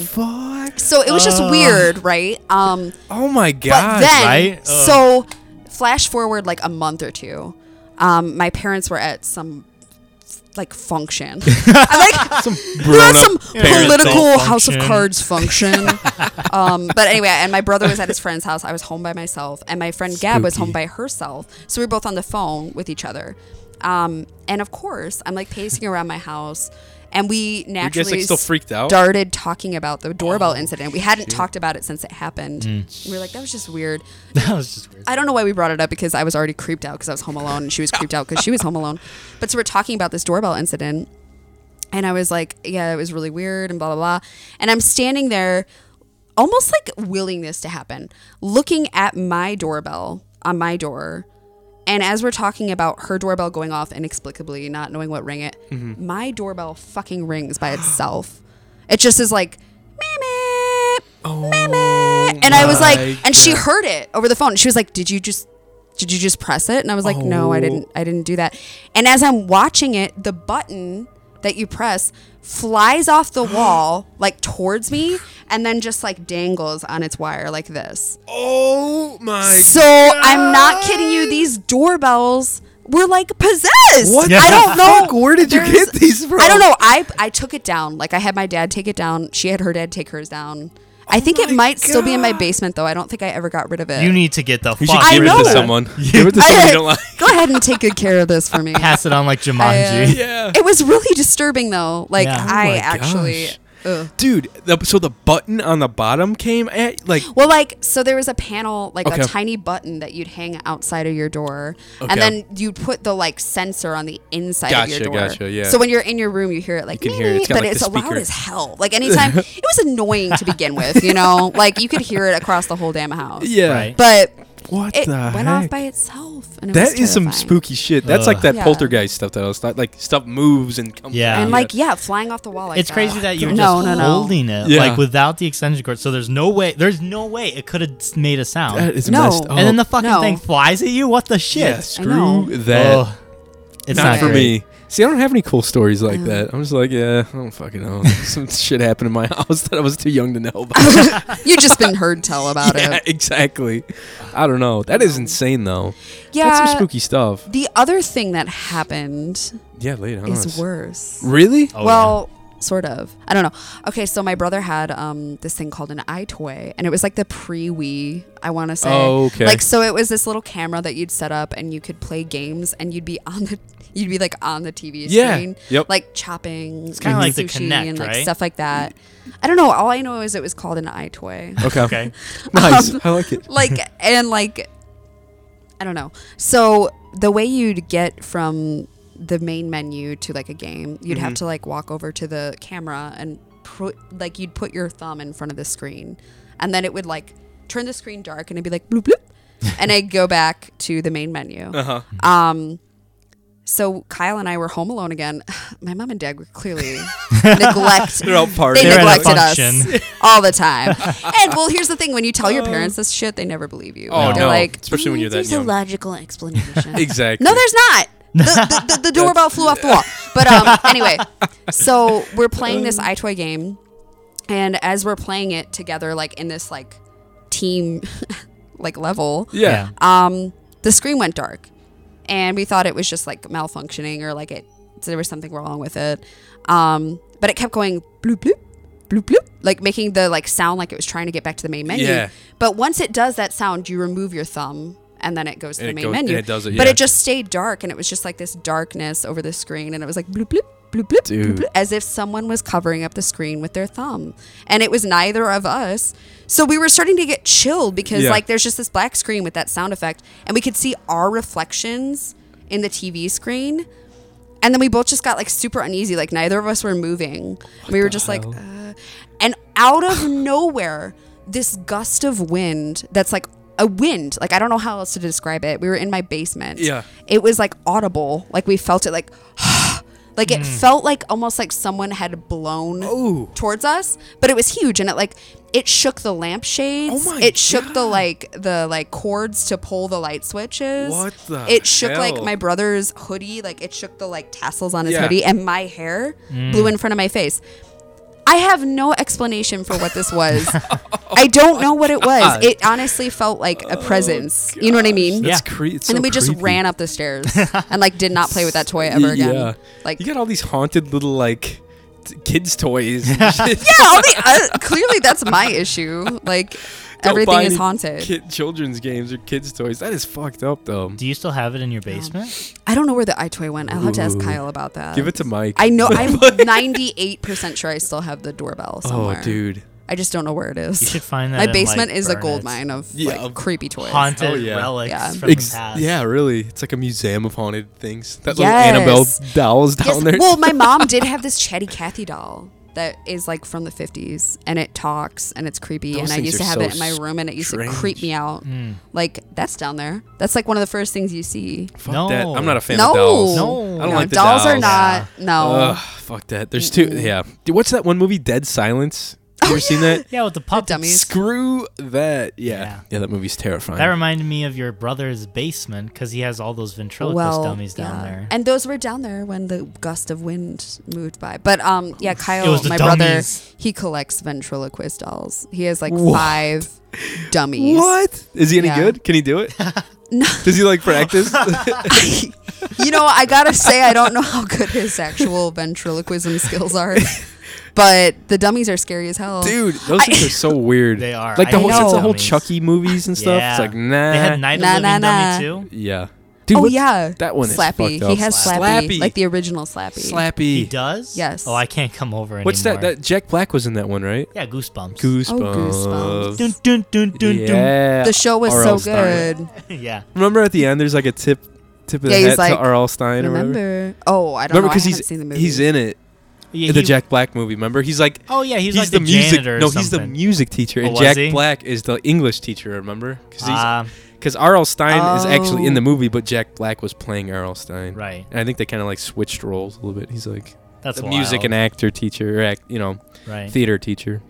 Speaker 3: So it was just
Speaker 1: Ugh.
Speaker 3: weird, right? Um.
Speaker 1: Oh my
Speaker 3: But
Speaker 1: god!
Speaker 3: then,
Speaker 1: right? Ugh.
Speaker 3: so flash forward like a month or two, um, my parents were at some like function. I'm like, some they're at
Speaker 1: grown-up
Speaker 3: some
Speaker 1: parents'
Speaker 3: political
Speaker 1: adult
Speaker 3: House of
Speaker 1: function.
Speaker 3: Cards function. um, but anyway, and my brother was at his friend's house. I was home by myself, and my friend Gab was home by herself. So we were both on the phone with each other. Um, and of course, I'm like pacing around my house. And we
Speaker 1: like,
Speaker 3: naturally
Speaker 1: still freaked out? Oh,
Speaker 3: started talking about the doorbell incident. We hadn't
Speaker 1: shit.
Speaker 3: talked about it since it happened.
Speaker 2: Mm.
Speaker 3: We were like, that was just weird.
Speaker 2: That was just weird.
Speaker 3: I don't know why we brought it up because I was already creeped out because I was home alone and she was creeped out because she was home alone. But so we're talking about this doorbell incident. And I was like, yeah, it was really weird and blah, blah, blah. And I'm standing there almost like willing this to happen, looking at my doorbell on my door. And as we're talking about her doorbell going off inexplicably, not knowing what rang it,
Speaker 1: Mhm.
Speaker 3: my doorbell fucking rings by itself. it just is like, meh, meh, meh, meh, I was like,
Speaker 1: my
Speaker 3: and she
Speaker 1: God.
Speaker 3: heard it over the phone. And she was like, "Did you just, did you just press it?" And I was like, "No, I
Speaker 1: Oh.
Speaker 3: didn't. I didn't do that." And as I'm watching it, the button that you press flies off the wall like towards me, and then just like dangles on its wire like this.
Speaker 1: Oh my!
Speaker 3: So I'm not kidding you. These doorbells were like possessed.
Speaker 1: What
Speaker 3: I
Speaker 1: the
Speaker 3: don't know.
Speaker 1: fuck? Where did you
Speaker 3: There's-
Speaker 1: get these from?
Speaker 3: I don't know. I I took it down. Like I had my dad take it down. She had her dad take hers down.
Speaker 1: Oh
Speaker 3: I think it might still be in my basement though. I don't think I ever got rid of it.
Speaker 2: You need to get the
Speaker 1: You should
Speaker 2: fuck
Speaker 1: give
Speaker 2: rid
Speaker 1: it
Speaker 2: of
Speaker 1: to
Speaker 2: that.
Speaker 1: someone. Give it to someone you don't like.
Speaker 3: Go ahead and take good care of this for me.
Speaker 2: Pass it on like
Speaker 3: I, uh,
Speaker 2: Jumanji.
Speaker 3: It was really disturbing though. Like
Speaker 1: Yeah. Oh
Speaker 3: I
Speaker 1: my
Speaker 3: actually.
Speaker 1: gosh.
Speaker 3: Ugh.
Speaker 1: dude. The, so the button on the bottom came at like
Speaker 3: Well, like, so there was a panel, like
Speaker 1: Okay.
Speaker 3: a tiny button that you'd hang outside of your door,
Speaker 1: Okay.
Speaker 3: and then you'd put the like sensor on the inside of
Speaker 1: Gotcha,
Speaker 3: your door.
Speaker 1: gotcha, yeah.
Speaker 3: So when you're in your room, you hear it like,
Speaker 1: can hear it. It's got,
Speaker 3: but
Speaker 1: like, the
Speaker 3: it's loud
Speaker 1: speaker.
Speaker 3: as hell. Like anytime, it was annoying to begin with, you know, like you could hear it across the whole damn house.
Speaker 1: Yeah. Right.
Speaker 3: but
Speaker 1: What
Speaker 3: it
Speaker 1: the
Speaker 3: went off
Speaker 1: heck?
Speaker 3: by itself. And it was
Speaker 1: that is some
Speaker 3: terrifying.
Speaker 1: spooky shit. That's like
Speaker 2: Ugh.
Speaker 1: that
Speaker 3: Yeah.
Speaker 1: poltergeist stuff that I was like, like stuff moves and comes.
Speaker 2: Yeah.
Speaker 3: And like, yeah, flying off the wall. Like
Speaker 2: it's crazy that you're
Speaker 3: Oh no,
Speaker 2: just
Speaker 3: no, no.
Speaker 2: holding it
Speaker 1: Yeah.
Speaker 2: like without the extension cord. So there's no way. There's no way it could have made a sound.
Speaker 1: That is oh.
Speaker 3: No.
Speaker 1: messed up.
Speaker 2: and then the fucking
Speaker 3: No.
Speaker 2: thing flies at you. What the shit?
Speaker 1: yeah,
Speaker 3: know.
Speaker 1: screw that.
Speaker 2: Ugh. it's not,
Speaker 1: for
Speaker 2: great.
Speaker 1: me. See, I don't have any cool stories like that. I'm just like, yeah, I don't fucking know. Some shit happened in my house that I was too young to know about.
Speaker 3: you just been heard tell about
Speaker 1: yeah,
Speaker 3: it.
Speaker 1: exactly. I don't know. That is insane, though. That's
Speaker 3: Yeah.
Speaker 1: some spooky stuff.
Speaker 3: The other thing that happened
Speaker 1: Yeah, later on.
Speaker 3: is worse.
Speaker 1: Really?
Speaker 2: Oh,
Speaker 3: well, sort of. I don't know. Okay, so my brother had um this thing called an iToy, and it was like the pre Wii. I want to say.
Speaker 1: Oh, okay.
Speaker 3: Like so, it was this little camera that you'd set up, and you could play games, and you'd be on the. You'd be like on the TV
Speaker 1: Yeah.
Speaker 3: screen,
Speaker 1: Yep.
Speaker 3: like chopping, it's
Speaker 2: kinda like the
Speaker 3: sushi
Speaker 2: Kinect,
Speaker 3: and like
Speaker 2: right?
Speaker 3: stuff like that. I don't know. All I know is it was called an iToy.
Speaker 1: Okay.
Speaker 2: Okay.
Speaker 1: Nice.
Speaker 3: Um,
Speaker 1: I like it.
Speaker 3: like and like I don't know. So the way you'd get from the main menu to like a game, you'd
Speaker 1: Mm-hmm.
Speaker 3: have to like walk over to the camera and put like you'd put your thumb in front of the screen, and then it would like turn the screen dark and it'd be like bloop bloop, and I'd go back to the main menu.
Speaker 1: Uh-huh.
Speaker 3: Um, so Kyle and I were home alone again. My mom and dad were clearly neglect.
Speaker 1: They're out partying.
Speaker 3: They
Speaker 2: They're at a
Speaker 3: neglected us
Speaker 2: function.
Speaker 3: all the time. And well, here's the thing: when you tell your parents this shit, they never believe you.
Speaker 1: Oh,
Speaker 3: They're
Speaker 1: no.
Speaker 3: like,
Speaker 1: Especially when
Speaker 3: "Mm,
Speaker 1: you're that
Speaker 3: There's a
Speaker 1: young."
Speaker 3: logical explanation.
Speaker 1: Exactly.
Speaker 3: No, there's not. The, the, the, the doorbell flew off the wall. But um, anyway, so we're playing this iToy game, and as we're playing it together, like in this like team like level,
Speaker 1: Yeah.
Speaker 3: um, the screen went dark, and we thought it was just like malfunctioning or like it there was something wrong with it. Um, but it kept going bloop bloop bloop bloop, like making the like sound like it was trying to get back to the main menu.
Speaker 1: Yeah.
Speaker 3: But once it does that sound, you remove your thumb. And then it goes
Speaker 1: And
Speaker 3: to the
Speaker 1: it
Speaker 3: main
Speaker 1: goes-
Speaker 3: menu.
Speaker 1: and it does it,
Speaker 3: But
Speaker 1: yeah.
Speaker 3: it just stayed dark, and it was just like this darkness over the screen, and it was like bloop bloop bloop bloop, bloop,
Speaker 1: Dude.
Speaker 3: bloop as if someone was covering up the screen with their thumb, and it was neither of us. So we were starting to get chilled because
Speaker 1: Yeah.
Speaker 3: like there's just this black screen with that sound effect, and we could see our reflections in the TV screen. And then we both just got like super uneasy. Like neither of us were moving. we were just like, uh. and out of nowhere, this gust of wind that's like a wind. Like I don't know how else to describe it. We were in my basement.
Speaker 1: Yeah.
Speaker 3: It was like audible. Like we felt it like, like it
Speaker 1: Hmm.
Speaker 3: felt like almost like someone had blown
Speaker 1: Oh.
Speaker 3: towards us, but it was huge and it like it shook the lampshades.
Speaker 1: Oh my
Speaker 3: it shook the like the like cords to pull the light switches.
Speaker 1: What the
Speaker 3: It shook like
Speaker 1: hell?
Speaker 3: my brother's hoodie, like it shook the like tassels on his
Speaker 1: Yeah.
Speaker 3: hoodie, and my hair blew in front of my face. I have no explanation for what this was. I don't know what it was.
Speaker 1: God. Oh,
Speaker 3: It honestly felt like a presence. you know what I mean?
Speaker 1: That's Yeah. cre- it's
Speaker 3: and
Speaker 1: so
Speaker 3: then we just
Speaker 1: creepy.
Speaker 3: ran up the stairs and like did not play with that toy ever again.
Speaker 1: Yeah.
Speaker 3: Like
Speaker 1: you got all these haunted little like t- kids toys. and shit.
Speaker 3: yeah, all the, uh, clearly that's my issue. Like
Speaker 1: Don't
Speaker 3: everything
Speaker 1: buy
Speaker 3: is
Speaker 1: any
Speaker 3: haunted.
Speaker 1: Kid, children's games or kids toys. That is fucked up though.
Speaker 2: Do you still have it in your basement?
Speaker 3: I don't know where the iToy went. I'll have to ask
Speaker 1: Ooh.
Speaker 3: Kyle about that.
Speaker 1: Give it to Mike.
Speaker 3: I know. I'm 98% sure I still have the doorbell somewhere.
Speaker 1: Oh, dude.
Speaker 3: I just don't know where it is.
Speaker 2: You should find that
Speaker 3: My
Speaker 2: and, like,
Speaker 3: basement is a
Speaker 2: burn
Speaker 3: gold
Speaker 2: it.
Speaker 3: mine of
Speaker 1: Yeah,
Speaker 3: like
Speaker 1: of
Speaker 3: creepy toys.
Speaker 2: Haunted
Speaker 1: Oh, yeah.
Speaker 2: relics
Speaker 3: Yeah.
Speaker 2: from
Speaker 1: Ex-
Speaker 2: the past.
Speaker 1: Yeah, really. It's like a museum of haunted things. That
Speaker 3: Yes.
Speaker 1: little Annabelle dolls down
Speaker 3: Yes,
Speaker 1: there.
Speaker 3: Well, my mom did have this chatty Cathy doll that is like from the 50s and it talks and it's creepy
Speaker 1: Those
Speaker 3: and I
Speaker 1: things
Speaker 3: used
Speaker 1: are
Speaker 3: to have
Speaker 1: so
Speaker 3: it in my room and it used to creep
Speaker 1: strange.
Speaker 3: me out.
Speaker 2: Hmm.
Speaker 3: Like that's down there. That's like one of the first things you see.
Speaker 1: Fuck
Speaker 2: No.
Speaker 1: that. I'm not a fan
Speaker 3: no.
Speaker 1: of dolls.
Speaker 2: No.
Speaker 1: I don't like the
Speaker 3: dolls,
Speaker 1: dolls
Speaker 3: are not. No.
Speaker 1: Ugh, fuck that. There's two. Yeah. Dude, what's that one movie? Dead Silence. You
Speaker 3: Oh,
Speaker 1: ever seen that?
Speaker 13: Yeah, with the puppets.
Speaker 1: Screw that. Yeah. yeah. that movie's terrifying.
Speaker 2: That reminded me of your brother's basement because he has all those ventriloquist
Speaker 3: well,
Speaker 2: dummies down
Speaker 3: yeah.
Speaker 2: there.
Speaker 3: And those were down there when the gust of wind moved by. But um, yeah, Kyle,
Speaker 2: It was the
Speaker 3: my
Speaker 2: dummies.
Speaker 3: brother, he collects ventriloquist dolls. He has like
Speaker 1: What?
Speaker 3: five dummies.
Speaker 1: What? Is he any
Speaker 3: Yeah.
Speaker 1: good? Can he do it? Does he like practice?
Speaker 3: You know, I gotta say, I don't know how good his actual ventriloquism skills are, but the dummies are scary as hell.
Speaker 1: Dude, those things are so weird.
Speaker 2: They are.
Speaker 1: Like the
Speaker 2: I
Speaker 1: whole, since the
Speaker 2: know.
Speaker 1: whole Chucky movies and stuff. It's
Speaker 2: Yeah.
Speaker 1: like nah.
Speaker 2: They had Night of
Speaker 3: Nah,
Speaker 2: Living
Speaker 3: nah, nah.
Speaker 2: Dummy too.
Speaker 1: Yeah.
Speaker 3: oh
Speaker 1: what-
Speaker 3: yeah,
Speaker 1: That one is
Speaker 3: Slappy.
Speaker 1: fucked up.
Speaker 3: He has Slappy,
Speaker 1: Slappy.
Speaker 3: like the original Slappy.
Speaker 1: Slappy.
Speaker 2: He does.
Speaker 3: Yes.
Speaker 2: Oh, I can't come over anymore.
Speaker 1: What's that? That Jack Black was in that one, right?
Speaker 2: Yeah, Goosebumps.
Speaker 1: Goosebumps.
Speaker 2: Oh, Goosebumps. Dun, dun, dun, dun, dun.
Speaker 1: Yeah.
Speaker 3: The show was
Speaker 1: R.L.
Speaker 3: so
Speaker 1: Stine.
Speaker 3: good.
Speaker 2: yeah.
Speaker 1: Remember at the end, there's like a tip, tip of the
Speaker 3: Yeah, he's
Speaker 1: head
Speaker 3: like,
Speaker 1: to R.L. Stein or whatever.
Speaker 3: remember- Oh, I don't know. I
Speaker 1: because
Speaker 3: haven't
Speaker 1: he's
Speaker 3: seen the
Speaker 1: he's
Speaker 3: movies.
Speaker 1: in it.
Speaker 2: Yeah,
Speaker 1: the
Speaker 2: he-
Speaker 1: Jack Black movie. Remember, he's like.
Speaker 2: Oh, yeah, he's like
Speaker 1: the,
Speaker 2: the
Speaker 1: music.
Speaker 2: janitor or
Speaker 1: No, he's the
Speaker 2: something.
Speaker 1: music teacher,
Speaker 2: Oh,
Speaker 1: and
Speaker 2: was
Speaker 1: Jack
Speaker 2: he?
Speaker 1: Black is the English teacher. Remember,
Speaker 2: Ah.
Speaker 1: because because R.L. Stein is actually in
Speaker 2: Oh.
Speaker 1: the movie, but Jack Black was playing R.L. Stein.
Speaker 2: Right.
Speaker 1: And I think they kind of like switched roles a little bit. He's like
Speaker 2: That's
Speaker 1: the music
Speaker 2: wild.
Speaker 1: and actor teacher, or act, you know,
Speaker 2: Right.
Speaker 1: theater teacher.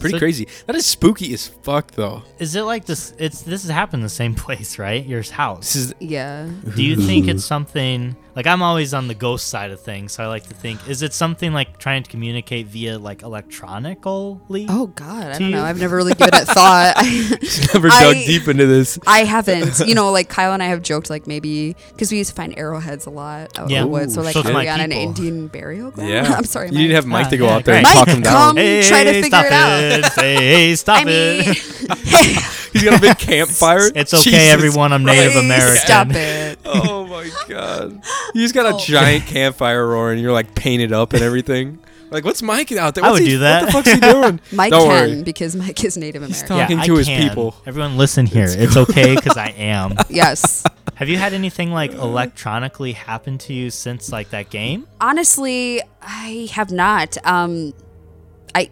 Speaker 1: Pretty
Speaker 2: So-
Speaker 1: crazy. That is spooky as fuck, though.
Speaker 2: Is it like this? It's this has happened in the same place, right? Your house.
Speaker 3: Yeah.
Speaker 2: Do you think it's something like I'm always on the ghost side of things, so I like to think: is it something like trying to communicate via like electronically?
Speaker 3: Oh God, I
Speaker 2: to
Speaker 3: don't
Speaker 2: you?
Speaker 3: know. I've never really given it thought. I,
Speaker 1: Never dug
Speaker 3: I-
Speaker 1: deep into this.
Speaker 3: I haven't. You know, like Kyle and I have joked, like maybe because we used to find arrowheads a lot out in
Speaker 2: Yeah.
Speaker 3: the woods. So
Speaker 2: Ooh,
Speaker 3: like,
Speaker 2: so
Speaker 3: are
Speaker 2: do my
Speaker 3: we on an
Speaker 2: people.
Speaker 3: Indian burial ground?
Speaker 1: Yeah.
Speaker 3: I'm sorry.
Speaker 1: You need to have Mike to go out there and
Speaker 3: Mike,
Speaker 1: talk him down.
Speaker 3: come try to
Speaker 2: Hey,
Speaker 3: figure
Speaker 2: stop
Speaker 3: it out.
Speaker 2: Hey, hey, stop
Speaker 3: I mean,
Speaker 2: it!
Speaker 1: He's got a big campfire.
Speaker 2: It's okay,
Speaker 1: Jesus
Speaker 2: everyone. I'm Native
Speaker 1: Christ.
Speaker 2: American.
Speaker 3: Stop it.
Speaker 1: Oh my god. You just
Speaker 3: Oh.
Speaker 1: got a giant campfire roaring. you're like painted up and everything. Like, what's Mike out there?
Speaker 2: I
Speaker 1: What's
Speaker 2: would
Speaker 1: he-
Speaker 2: do that.
Speaker 1: What the fuck's he doing?
Speaker 3: Mike
Speaker 1: Don't
Speaker 3: can
Speaker 1: worry.
Speaker 3: because Mike is Native American.
Speaker 1: talking
Speaker 2: I
Speaker 1: to his
Speaker 2: can.
Speaker 1: people.
Speaker 2: Everyone, listen here. It's okay because I am.
Speaker 3: Yes.
Speaker 2: Have you had anything like electronically happen to you since like that game?
Speaker 3: Honestly, I have not. Um, I.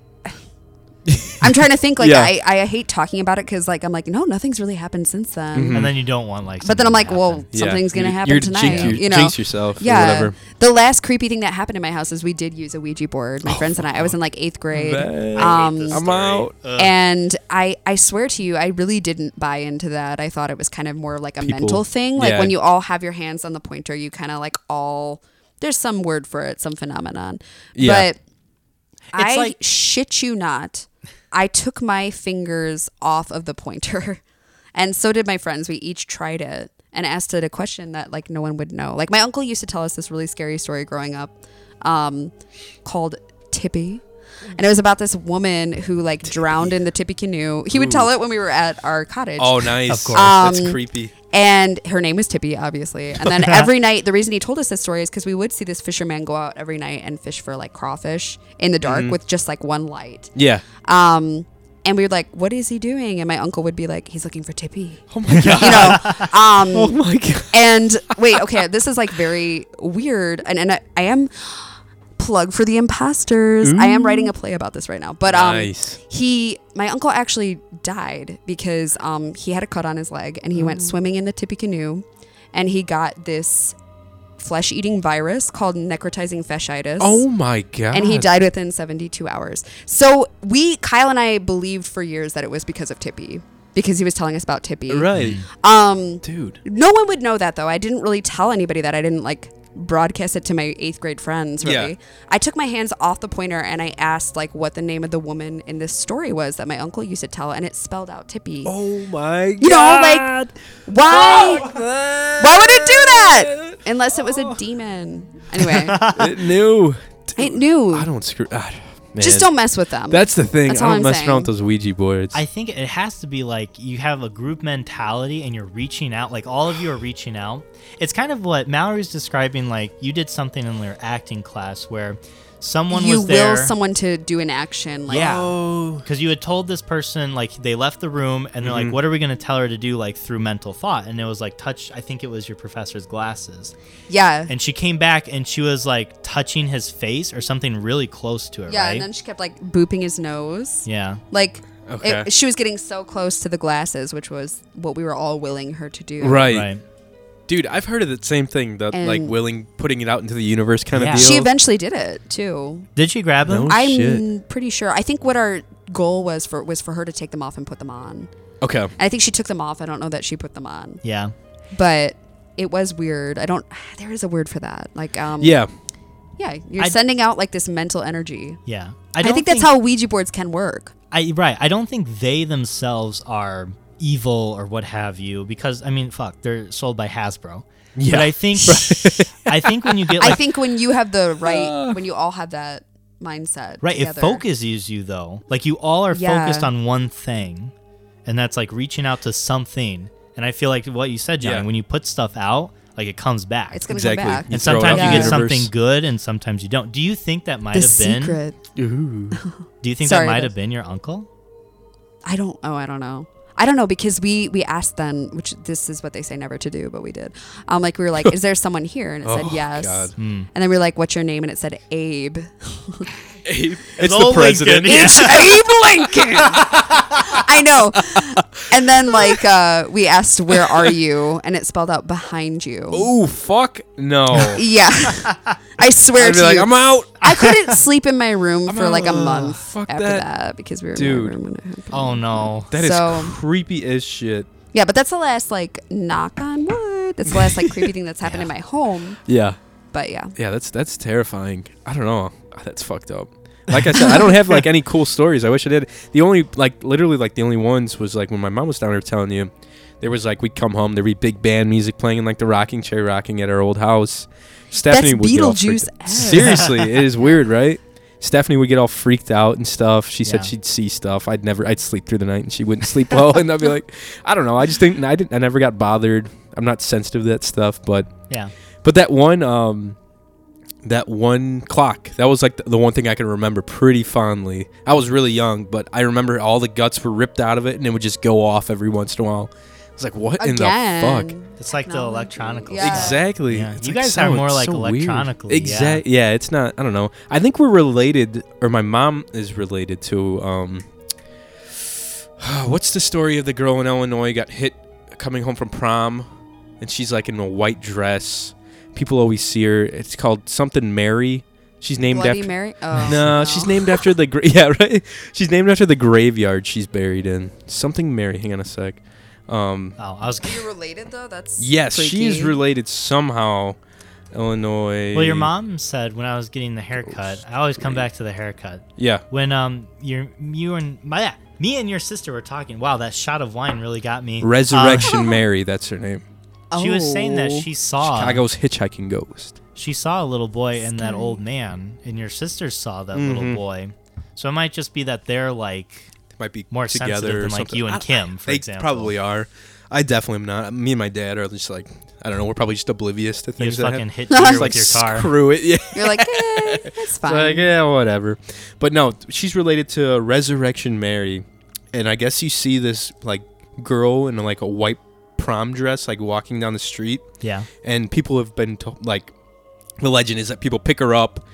Speaker 3: I'm trying to think. Like
Speaker 2: Yeah.
Speaker 3: I, I hate talking about it because like I'm like no, nothing's really happened since then.
Speaker 1: Mm-hmm.
Speaker 2: And then you don't want like.
Speaker 3: Mm. But then I'm
Speaker 2: something
Speaker 3: like,
Speaker 2: to
Speaker 3: well,
Speaker 2: happen.
Speaker 1: Yeah,
Speaker 3: something's gonna
Speaker 1: you're-
Speaker 3: happen
Speaker 1: you're
Speaker 3: tonight.
Speaker 1: jinx- you-
Speaker 3: you know,
Speaker 1: jinx yourself or
Speaker 3: Yeah.
Speaker 1: whatever.
Speaker 3: The last creepy thing that happened in my house is we did use a Ouija board.
Speaker 1: Oh,
Speaker 3: My friends and I. I was in like eighth grade.
Speaker 1: Man. I hate
Speaker 3: Um,
Speaker 1: this I'm story. out. Ugh.
Speaker 3: And I, I swear to you, I really didn't buy into that. I thought it was kind of more like a
Speaker 1: People-
Speaker 3: mental thing. Like
Speaker 1: yeah.
Speaker 3: when you all have your hands on the pointer, you kind of like all. There's some word for it, some phenomenon.
Speaker 1: Yeah.
Speaker 3: But I shit you not. I took my fingers off of the pointer, and so did my friends. We each tried it and asked it a question that like no one would know. Like my uncle used to tell us this really scary story growing up, um, called Tippy. And it was about this woman who like drowned in the Tippy canoe. He would
Speaker 1: Ooh.
Speaker 3: tell it when we were at our cottage.
Speaker 1: Oh, nice. Of course.
Speaker 3: Um,
Speaker 1: That's creepy.
Speaker 3: And her name was Tippy, obviously. And then every night, the reason he told us this story is because we would see this fisherman go out every night and fish for like crawfish in the dark
Speaker 1: Mhm.
Speaker 3: with just like one light.
Speaker 1: Yeah.
Speaker 3: Um, and we were like, "What is he doing?" And my uncle would be like, "He's looking for Tippy."
Speaker 1: Oh my god!
Speaker 3: You know. Um,
Speaker 1: Oh my god!
Speaker 3: And wait, okay, this is like very weird, and and I, I am plug for the imposters. I am writing a play about this right now, but um,
Speaker 1: Nice.
Speaker 3: he, my uncle actually died because um he had a cut on his leg, and he went
Speaker 1: Ooh.
Speaker 3: swimming in the Tippy canoe, and he got this flesh-eating virus called necrotizing fasciitis.
Speaker 1: Oh my god.
Speaker 3: And he died within 72 hours. So we, Kyle and I, believed for years that it was because of Tippy, because he was telling us about Tippy.
Speaker 1: Right.
Speaker 3: Um,
Speaker 1: Dude.
Speaker 3: No one would know that though. I didn't really tell anybody that. I didn't like broadcast it to my eighth grade friends.
Speaker 1: Yeah.
Speaker 3: Really. I took my hands off the pointer and I asked like what the name of the woman in this story was that my uncle used to tell, and it spelled out Tippy.
Speaker 1: Oh my
Speaker 3: You know, like why? Why would it do that? Unless it was a demon. Anyway,
Speaker 1: it knew.
Speaker 3: it knew.
Speaker 1: I don't screw. ah, man.
Speaker 3: Just don't mess with them.
Speaker 1: That's the thing.
Speaker 3: That's
Speaker 1: I
Speaker 3: all
Speaker 1: don't
Speaker 3: I'm
Speaker 1: mess
Speaker 3: saying.
Speaker 1: around with those Ouija boards.
Speaker 2: I think it has to be like you have a group mentality and you're reaching out, like all of you are reaching out. It's kind of what Mallory's describing, like you did something in your acting class where someone
Speaker 3: you
Speaker 2: was there.
Speaker 3: will someone to do an action. Like, oh,
Speaker 2: yeah,
Speaker 1: Oh.
Speaker 2: because you had told this person like they left the room and they're
Speaker 1: Mhm.
Speaker 2: like, "What are we going to tell her to do?" Like through mental thought, and it was like touch. I think it was your professor's glasses.
Speaker 3: Yeah.
Speaker 2: and she came back and she was like touching his face or something really close to it.
Speaker 3: yeah,
Speaker 2: right?
Speaker 3: and then she kept like booping his nose.
Speaker 2: Yeah.
Speaker 3: Like
Speaker 2: Okay.
Speaker 3: it, she was getting so close to the glasses, which was what we were all willing her to do.
Speaker 1: Right. Dude, I've heard of that same thing, the like
Speaker 3: And-
Speaker 1: willing putting it out into the universe kind of deal.
Speaker 3: She eventually did it too.
Speaker 2: Did she grab them?
Speaker 1: No
Speaker 3: I'm
Speaker 1: Oh, shit.
Speaker 3: pretty sure. I think what our goal was for was for her to take them off and put them on.
Speaker 1: Okay.
Speaker 3: And I think she took them off. I don't know that she put them on.
Speaker 2: Yeah.
Speaker 3: But it was weird. I don't. There is a word for that. Like um.
Speaker 1: Yeah.
Speaker 3: Yeah, you're
Speaker 2: I-
Speaker 3: sending out like this mental energy.
Speaker 2: Yeah. I
Speaker 3: I,
Speaker 2: don't
Speaker 3: think that's
Speaker 2: think-
Speaker 3: how Ouija boards can work.
Speaker 2: I right. I don't think they themselves are evil or what have you because I mean, fuck, they're sold by Hasbro.
Speaker 1: Yeah.
Speaker 2: But I think I think when you get
Speaker 3: I
Speaker 2: like
Speaker 3: think when you have the right, when you all have that mindset,
Speaker 2: right,
Speaker 3: together.
Speaker 2: it focuses you though. Like you all are
Speaker 3: Yeah.
Speaker 2: focused on one thing, and that's like reaching out to something. And I feel like what you said, John,
Speaker 1: Yeah.
Speaker 2: when you put stuff out, like it comes back.
Speaker 3: It's gonna come Exactly. back. You
Speaker 2: And
Speaker 1: throw it
Speaker 2: sometimes
Speaker 1: out
Speaker 2: you
Speaker 1: to
Speaker 2: get
Speaker 1: the universe.
Speaker 2: something good, and sometimes you don't. Do you think that might
Speaker 3: The
Speaker 2: have been?
Speaker 3: secret.
Speaker 1: Ooh.
Speaker 2: Do you think
Speaker 3: Sorry,
Speaker 2: that might
Speaker 3: but-
Speaker 2: have been your uncle?
Speaker 3: I don't. Oh, I don't know. I don't know because we we asked then, which this is what they say never to do, but we did. Um, like we were like, "Is there someone here?" And it said
Speaker 1: Oh,
Speaker 3: yes.
Speaker 1: God.
Speaker 2: Hmm.
Speaker 3: And then we were like, "What's your name?" And it said Abe.
Speaker 1: It's the president.
Speaker 3: It's Abe Lincoln. I know. And then like uh, we asked, "Where are you?" And it spelled out behind you.
Speaker 1: Ooh, fuck no.
Speaker 3: Yeah, I swear
Speaker 1: I'd be
Speaker 3: to
Speaker 1: like,
Speaker 3: you,
Speaker 1: "I'm out."
Speaker 3: I couldn't sleep in my room for like a
Speaker 1: out.
Speaker 3: month
Speaker 1: Fuck
Speaker 3: after
Speaker 1: that.
Speaker 3: that. because we were in my
Speaker 1: Dude.
Speaker 3: room. when it happened.
Speaker 2: Oh no.
Speaker 1: That is
Speaker 3: So-
Speaker 1: creepy as shit.
Speaker 3: Yeah, but that's the last like knock on wood. That's the last like creepy thing that's happened in my home.
Speaker 1: Yeah.
Speaker 3: But yeah.
Speaker 1: Yeah, that's that's terrifying. I don't know. Ah, That's fucked up. Like I said, I don't have like any cool stories. I wish I did. The only like literally like the only ones was like when my mom was down here telling you, there was like we'd come home, there'd be big band music playing in like the rocking chair rocking at our old house. Stephanie would get all freaked
Speaker 3: Beetlejuice
Speaker 1: out.
Speaker 3: esque.
Speaker 1: Seriously, it is weird, right? Stephanie would get all freaked out and stuff. She
Speaker 2: Yeah.
Speaker 1: said she'd see stuff. I'd never I'd sleep through the night and she wouldn't sleep well and I'd be like, I don't know. I just didn't I didn't I never got bothered. I'm not sensitive to that stuff, but
Speaker 2: Yeah.
Speaker 1: but that one, um, that one clock, that was like the, the one thing I can remember pretty fondly. I was really young, but I remember all the guts were ripped out of it, and it would just go off every once in a while. I was like, "What in the fuck?"
Speaker 3: Again.
Speaker 2: It's like the electronical.
Speaker 3: Yeah.
Speaker 2: stuff.
Speaker 1: Exactly.
Speaker 2: Yeah,
Speaker 1: It's
Speaker 2: You
Speaker 1: like
Speaker 2: guys are
Speaker 1: sound
Speaker 2: more like
Speaker 1: so weird.
Speaker 2: electronically.
Speaker 1: Exact- Yeah. It's not. I don't know. I think we're related, or my mom is related to. Um, what's the story of the girl in Illinois got hit coming home from prom, and she's like in a white dress. People always see her. It's called something Mary. She's named
Speaker 3: Bloody
Speaker 1: after.
Speaker 3: Mary? Oh,
Speaker 1: no,
Speaker 3: no.
Speaker 1: she's named after the gra- yeah right. She's named after the graveyard she's buried in. Something Mary. Hang on a sec. Um,
Speaker 2: Yeah. Oh, I was.
Speaker 3: You're related though? That's
Speaker 1: Yes, she is
Speaker 3: freaky.
Speaker 1: related somehow. Illinois.
Speaker 2: Well, your mom said when I was getting the haircut, I always come back to the haircut.
Speaker 1: Yeah.
Speaker 2: When um, you you and my yeah, me and your sister were talking. Wow, that shot of wine really got me. Um,
Speaker 1: Resurrection Mary, that's her name.
Speaker 2: She was saying that
Speaker 3: Oh.
Speaker 2: she saw
Speaker 1: Chicago's hitchhiking ghost.
Speaker 2: she saw a little boy and that old man, and your sister saw that little
Speaker 1: Mhm.
Speaker 2: boy. So it might just be that they're like
Speaker 1: might be
Speaker 2: more
Speaker 1: together
Speaker 2: sensitive
Speaker 1: or
Speaker 2: than like
Speaker 1: something.
Speaker 2: you
Speaker 1: I-
Speaker 2: and Kim, for
Speaker 1: they
Speaker 2: example.
Speaker 1: probably are. I definitely am not. Me and my dad are just like I don't know. We're probably just oblivious to things.
Speaker 2: just
Speaker 1: that happen.
Speaker 2: fucking hit deer
Speaker 1: Just
Speaker 2: with
Speaker 1: like
Speaker 2: your car.
Speaker 1: Screw it. Yeah.
Speaker 3: You're like, eh, it's
Speaker 1: It's like,
Speaker 3: fine.
Speaker 1: yeah, whatever. But no, she's related to Resurrection Mary, and I guess you see this like girl in like a white prom dress, like walking down the street.
Speaker 2: Yeah.
Speaker 1: And people have been to- like, the legend is that people pick her up,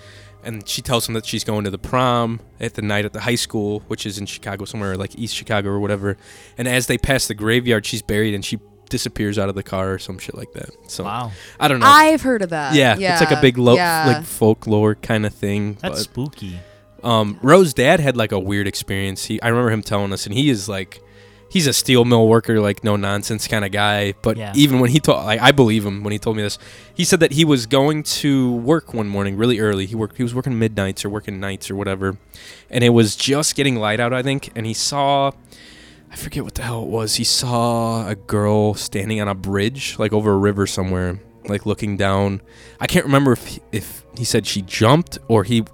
Speaker 1: and she tells them that she's going to the prom at the night at the high school, which is in Chicago somewhere, like East Chicago or whatever. And as they pass the graveyard, she's buried, and she disappears out of the car or some shit like that. So
Speaker 2: Wow.
Speaker 1: I don't know.
Speaker 3: I've heard of that.
Speaker 1: Yeah, it's like a big lo-
Speaker 3: yeah.
Speaker 1: like folklore kind of thing.
Speaker 2: That's
Speaker 1: but-
Speaker 2: spooky.
Speaker 1: um, Rose's dad had like a weird experience. He, I remember him telling us, and he is like, he's a steel mill worker, like no nonsense kind of guy. But
Speaker 2: Yeah.
Speaker 1: even when he told, like, I believe him when he told me this. He said that he was going to work one morning really early. He worked, he was working midnights or working nights or whatever, and it was just getting light out, I think. And he saw, I forget what the hell it was. He saw a girl standing on a bridge, like over a river somewhere. Like looking down, I can't remember if he, if he said she jumped or he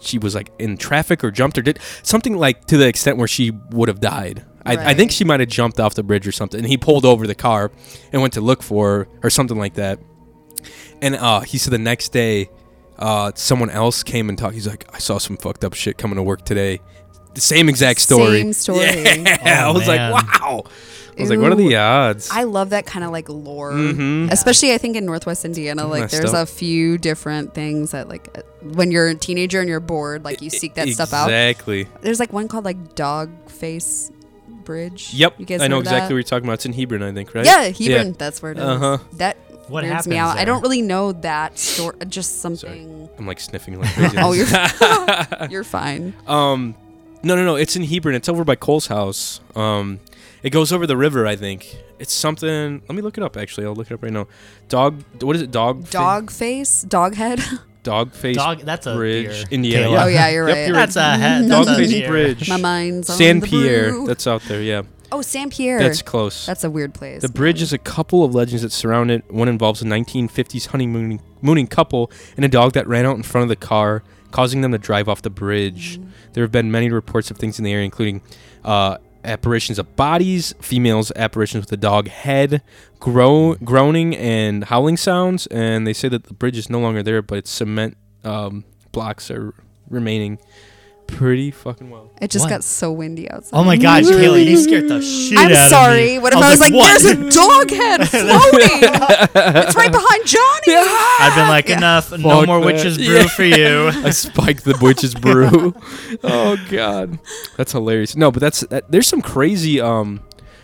Speaker 1: she was like in traffic or jumped or did something like to the extent where she would have died. I, I think
Speaker 3: Right.
Speaker 1: she might have jumped off the bridge or something. And he pulled over the car and went to look for her or something like that. And uh, he said the next day, uh, someone else came and talked. He's like, I saw some fucked up shit coming to work today. The same exact story.
Speaker 3: Same story.
Speaker 1: Yeah.
Speaker 2: Oh,
Speaker 1: I was
Speaker 2: man.
Speaker 1: like, wow. I was like, what are
Speaker 3: Ooh.
Speaker 1: the odds?
Speaker 3: I love that kind of like lore,
Speaker 1: Mhm. Yeah.
Speaker 3: especially I think in Northwest Indiana. Like,
Speaker 1: Messed
Speaker 3: there's
Speaker 1: up.
Speaker 3: a few different things that like uh, when you're a
Speaker 1: E-,
Speaker 3: teenager and you're bored, like you seek that stuff out.
Speaker 1: Exactly.
Speaker 3: There's like one called like dog face bridge.
Speaker 1: Yep.
Speaker 3: You guys
Speaker 1: I know
Speaker 3: remember
Speaker 1: exactly
Speaker 3: that?
Speaker 1: what you're talking about. It's in Hebron, I think, right?
Speaker 3: Yeah, Hebron. That's where it is.
Speaker 1: Uh huh.
Speaker 3: That
Speaker 1: What
Speaker 3: weirds
Speaker 1: happens
Speaker 3: me out. I
Speaker 1: there?
Speaker 3: don't really know that story. Just something.
Speaker 1: I'm like sniffing like crazy.
Speaker 3: Oh, you're- you're fine.
Speaker 1: Um, no, no, no. It's in Hebron. It's over by Cole's house. Um, it goes over the river. I think it's something. Let me look it up. Actually, I'll look it up right now. Dog. What is it? Dog. fa-
Speaker 3: Dog face, dog head.
Speaker 1: Dog face.
Speaker 2: Dog- that's a
Speaker 1: bridge.
Speaker 2: deer.
Speaker 1: Indiana.
Speaker 2: Caleb.
Speaker 3: Oh, yeah, you're
Speaker 1: Yep,
Speaker 3: right. That's a head-
Speaker 1: Dog
Speaker 3: that's a
Speaker 1: face
Speaker 3: deer.
Speaker 1: bridge.
Speaker 3: My mind's on
Speaker 1: San
Speaker 3: the
Speaker 1: Pierre.
Speaker 3: brew.
Speaker 1: That's out there. Yeah.
Speaker 3: Oh, San Pierre.
Speaker 1: That's close.
Speaker 3: That's a weird place.
Speaker 1: The bridge is a couple of legends that surround it. One involves a 1950s honeymooning mooning couple and a dog that ran out in front of the car, causing them to drive off the bridge. There have been many reports of things in the area, including uh, apparitions of bodies, females' apparitions with a dog head, grow- groaning and howling sounds, and they say that the bridge is no longer there, but its cement um, blocks are remaining pretty fucking well.
Speaker 3: It just
Speaker 1: What?
Speaker 3: got so windy outside.
Speaker 1: Oh my gosh, Kaylee, you scared the shit
Speaker 3: Mm-hmm. I'm
Speaker 1: out of me.
Speaker 3: sorry. What if I was, like, there's a dog head floating? it's right behind Johnny.
Speaker 2: I've been like,
Speaker 3: Yeah.
Speaker 2: enough, no
Speaker 1: Fuck
Speaker 2: more
Speaker 1: that.
Speaker 2: witches brew
Speaker 1: Yeah.
Speaker 2: for you.
Speaker 1: I spiked the witch's brew. oh god, that's hilarious. No, but that's that, there's some crazy um,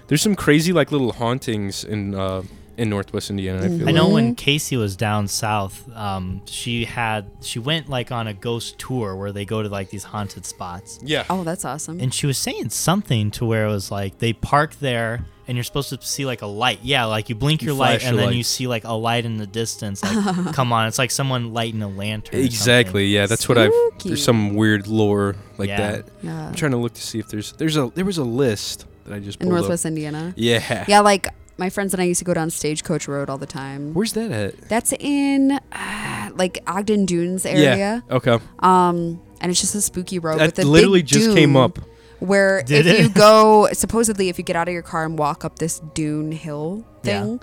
Speaker 1: there's some crazy like little hauntings in uh in Northwest Indiana. I,
Speaker 3: Mm.
Speaker 1: feel
Speaker 2: I know
Speaker 1: like.
Speaker 2: when Casey was down south, um, she had she went like on a ghost tour where they go to like these haunted spots.
Speaker 1: Yeah.
Speaker 3: Oh, that's awesome.
Speaker 2: And she was saying something to where it was like they park there and you're supposed to see like a light. Yeah, like you blink
Speaker 1: You
Speaker 2: your light
Speaker 1: flash your
Speaker 2: and then
Speaker 1: light.
Speaker 2: you see like a light in the distance. Like, come on, it's like someone lighting a lantern. or
Speaker 1: Exactly.
Speaker 2: something.
Speaker 1: Yeah, that's what I've. There's some weird lore like
Speaker 2: Yeah.
Speaker 1: that.
Speaker 3: Yeah.
Speaker 1: I'm trying to look to see if there's there's a there was a list that I just
Speaker 3: in
Speaker 1: pulled up.
Speaker 3: Northwest Indiana.
Speaker 1: Yeah.
Speaker 3: Yeah, like my friends and I used to go down Stagecoach Road all the time.
Speaker 1: Where's that at?
Speaker 3: That's in uh, like Ogden Dunes
Speaker 1: Yeah,
Speaker 3: area.
Speaker 1: okay.
Speaker 3: Um, and it's just a spooky road
Speaker 1: That
Speaker 3: with a
Speaker 1: literally
Speaker 3: big
Speaker 1: just
Speaker 3: dune
Speaker 1: came up.
Speaker 3: Where
Speaker 1: Did
Speaker 3: if
Speaker 1: it?
Speaker 3: you go, supposedly if you get out of your car and walk up this dune hill
Speaker 1: Yeah.
Speaker 3: thing,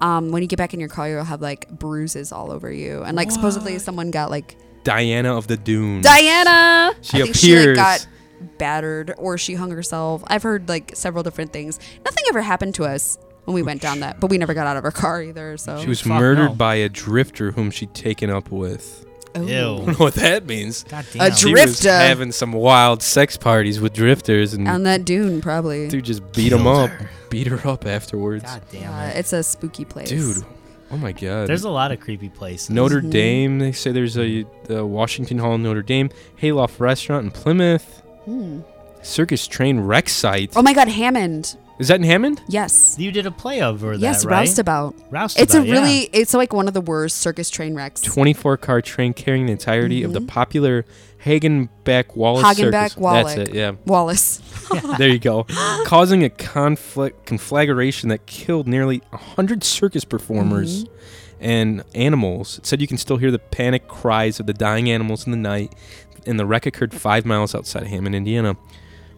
Speaker 3: um, when you get back in your car, you'll have like bruises all over you, and like supposedly someone got like
Speaker 1: Diana of the Dune.
Speaker 3: Diana.
Speaker 1: She
Speaker 3: I think She, like,
Speaker 1: appears.
Speaker 3: got battered or she hung herself. I've heard like several different things. Nothing ever happened to us when we went down that, but we never got out of our car either. So
Speaker 1: She was murdered by a drifter whom she'd taken up with.
Speaker 3: Ooh. Ew.
Speaker 1: I don't know what that means.
Speaker 3: God damn. A
Speaker 1: She was
Speaker 3: drifter.
Speaker 1: having some wild sex parties with drifters, and
Speaker 3: on that dune probably.
Speaker 1: dude just beat them up, beat her up afterwards. God
Speaker 2: damn
Speaker 3: Uh, it's a spooky place,
Speaker 1: dude! Oh my god.
Speaker 2: There's a lot of creepy places.
Speaker 1: Notre
Speaker 3: Mhm.
Speaker 1: Dame. They say there's a the Washington Hall in Notre Dame, Hayloft Restaurant in Plymouth,
Speaker 3: Hmm.
Speaker 1: Circus Train Wreck Site.
Speaker 3: Oh my God, Hammond.
Speaker 1: Is that in Hammond?
Speaker 3: Yes.
Speaker 2: You did a play over that,
Speaker 3: Yes,
Speaker 2: right?
Speaker 3: Roustabout.
Speaker 2: Roustabout.
Speaker 3: It's a
Speaker 2: yeah.
Speaker 3: really, it's like one of the worst circus train wrecks.
Speaker 1: 24 car train carrying the entirety of the popular Hagenbeck Wallace
Speaker 3: Hagenbeck
Speaker 1: Circus.
Speaker 3: Wallace.
Speaker 1: That's it, yeah.
Speaker 3: Wallace.
Speaker 1: there you go. Causing a conflict conflagration that killed nearly 100 circus performers
Speaker 2: Mm-hmm.
Speaker 1: and animals. It said you can still hear the panic cries of the dying animals in the night, and the wreck occurred five miles outside Hammond, Indiana.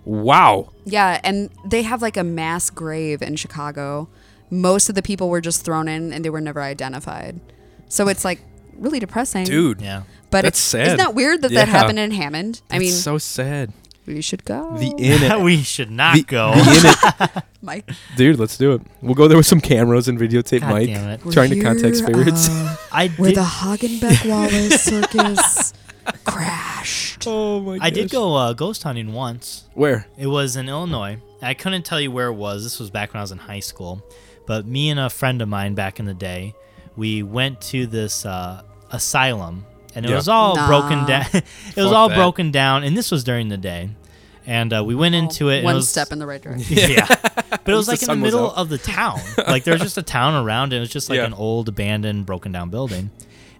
Speaker 1: Wow.
Speaker 2: Mm-hmm.
Speaker 3: Yeah, and they have like a mass grave in Chicago. Most of the people were just thrown in and they were never identified. So it's like really depressing.
Speaker 1: Dude. Yeah.
Speaker 3: But
Speaker 1: That's
Speaker 3: it's
Speaker 1: sad.
Speaker 3: Isn't that weird that
Speaker 1: Yeah.
Speaker 3: that happened in Hammond? I
Speaker 1: That's
Speaker 3: mean,
Speaker 1: so sad.
Speaker 3: we should go.
Speaker 1: The in it.
Speaker 2: We should not go.
Speaker 1: The in it.
Speaker 3: Mike.
Speaker 1: Dude, let's do it. We'll go there with some cameras and videotape
Speaker 2: God
Speaker 1: Mike
Speaker 2: damn it. We're
Speaker 1: trying to contact
Speaker 3: here,
Speaker 1: spirits.
Speaker 3: uh,
Speaker 2: I
Speaker 3: where
Speaker 2: did-
Speaker 3: the Hagenbeck Wallace Circus crashed.
Speaker 1: Oh my
Speaker 2: I did go uh, ghost hunting once.
Speaker 1: Where?
Speaker 2: It was in Illinois. I couldn't tell you where it was. This was back when I was in high school. But me and a friend of mine back in the day, we went to this uh, asylum, and it
Speaker 14: Yeah.
Speaker 2: was all
Speaker 14: Nah.
Speaker 2: broken down. it was
Speaker 14: Fuck
Speaker 2: all
Speaker 14: that.
Speaker 2: broken down, and this was during the day. And uh, we went into it. and it
Speaker 3: one
Speaker 2: was-
Speaker 3: step in the right direction.
Speaker 2: yeah, but it
Speaker 3: At
Speaker 2: was like
Speaker 3: least
Speaker 2: in
Speaker 3: the sun
Speaker 2: the
Speaker 3: was
Speaker 2: middle
Speaker 3: out.
Speaker 2: of the town. Like there was just a town around, and it was just like an old abandoned, broken down building.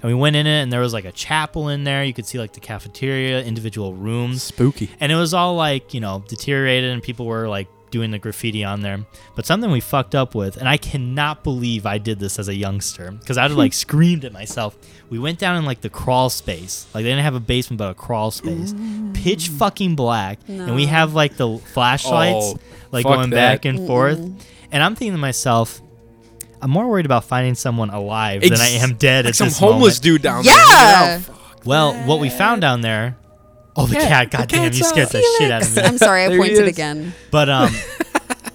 Speaker 2: And we went in it, and there was like a chapel in there. You could see like the cafeteria, individual rooms,
Speaker 1: spooky,
Speaker 2: and it was all like you know deteriorated, and people were like doing the graffiti on there. But something we fucked up with, and I cannot believe I did this as a youngster because I'd have like screamed at myself. We went down in like the crawl space. Like they didn't have a basement, but a crawl space, pitch fucking black, and we have like the flashlights,
Speaker 1: Oh,
Speaker 2: like
Speaker 1: fuck
Speaker 2: going
Speaker 1: that.
Speaker 2: back and forth.
Speaker 1: Mm-mm.
Speaker 2: And I'm thinking to myself. I'm more worried about finding someone alive than I
Speaker 1: Ex-
Speaker 2: am dead
Speaker 1: like
Speaker 2: at
Speaker 1: some
Speaker 2: this
Speaker 1: homeless
Speaker 2: moment.
Speaker 1: dude down
Speaker 3: there. Yeah. Yeah,
Speaker 2: Well, what we found down there. Oh, the
Speaker 3: Yeah,
Speaker 2: cat!
Speaker 3: the
Speaker 2: Goddamn, you
Speaker 3: cat's
Speaker 2: scared
Speaker 3: out.
Speaker 2: the shit out of me.
Speaker 3: I'm sorry, I There he pointed is. again.
Speaker 2: But um,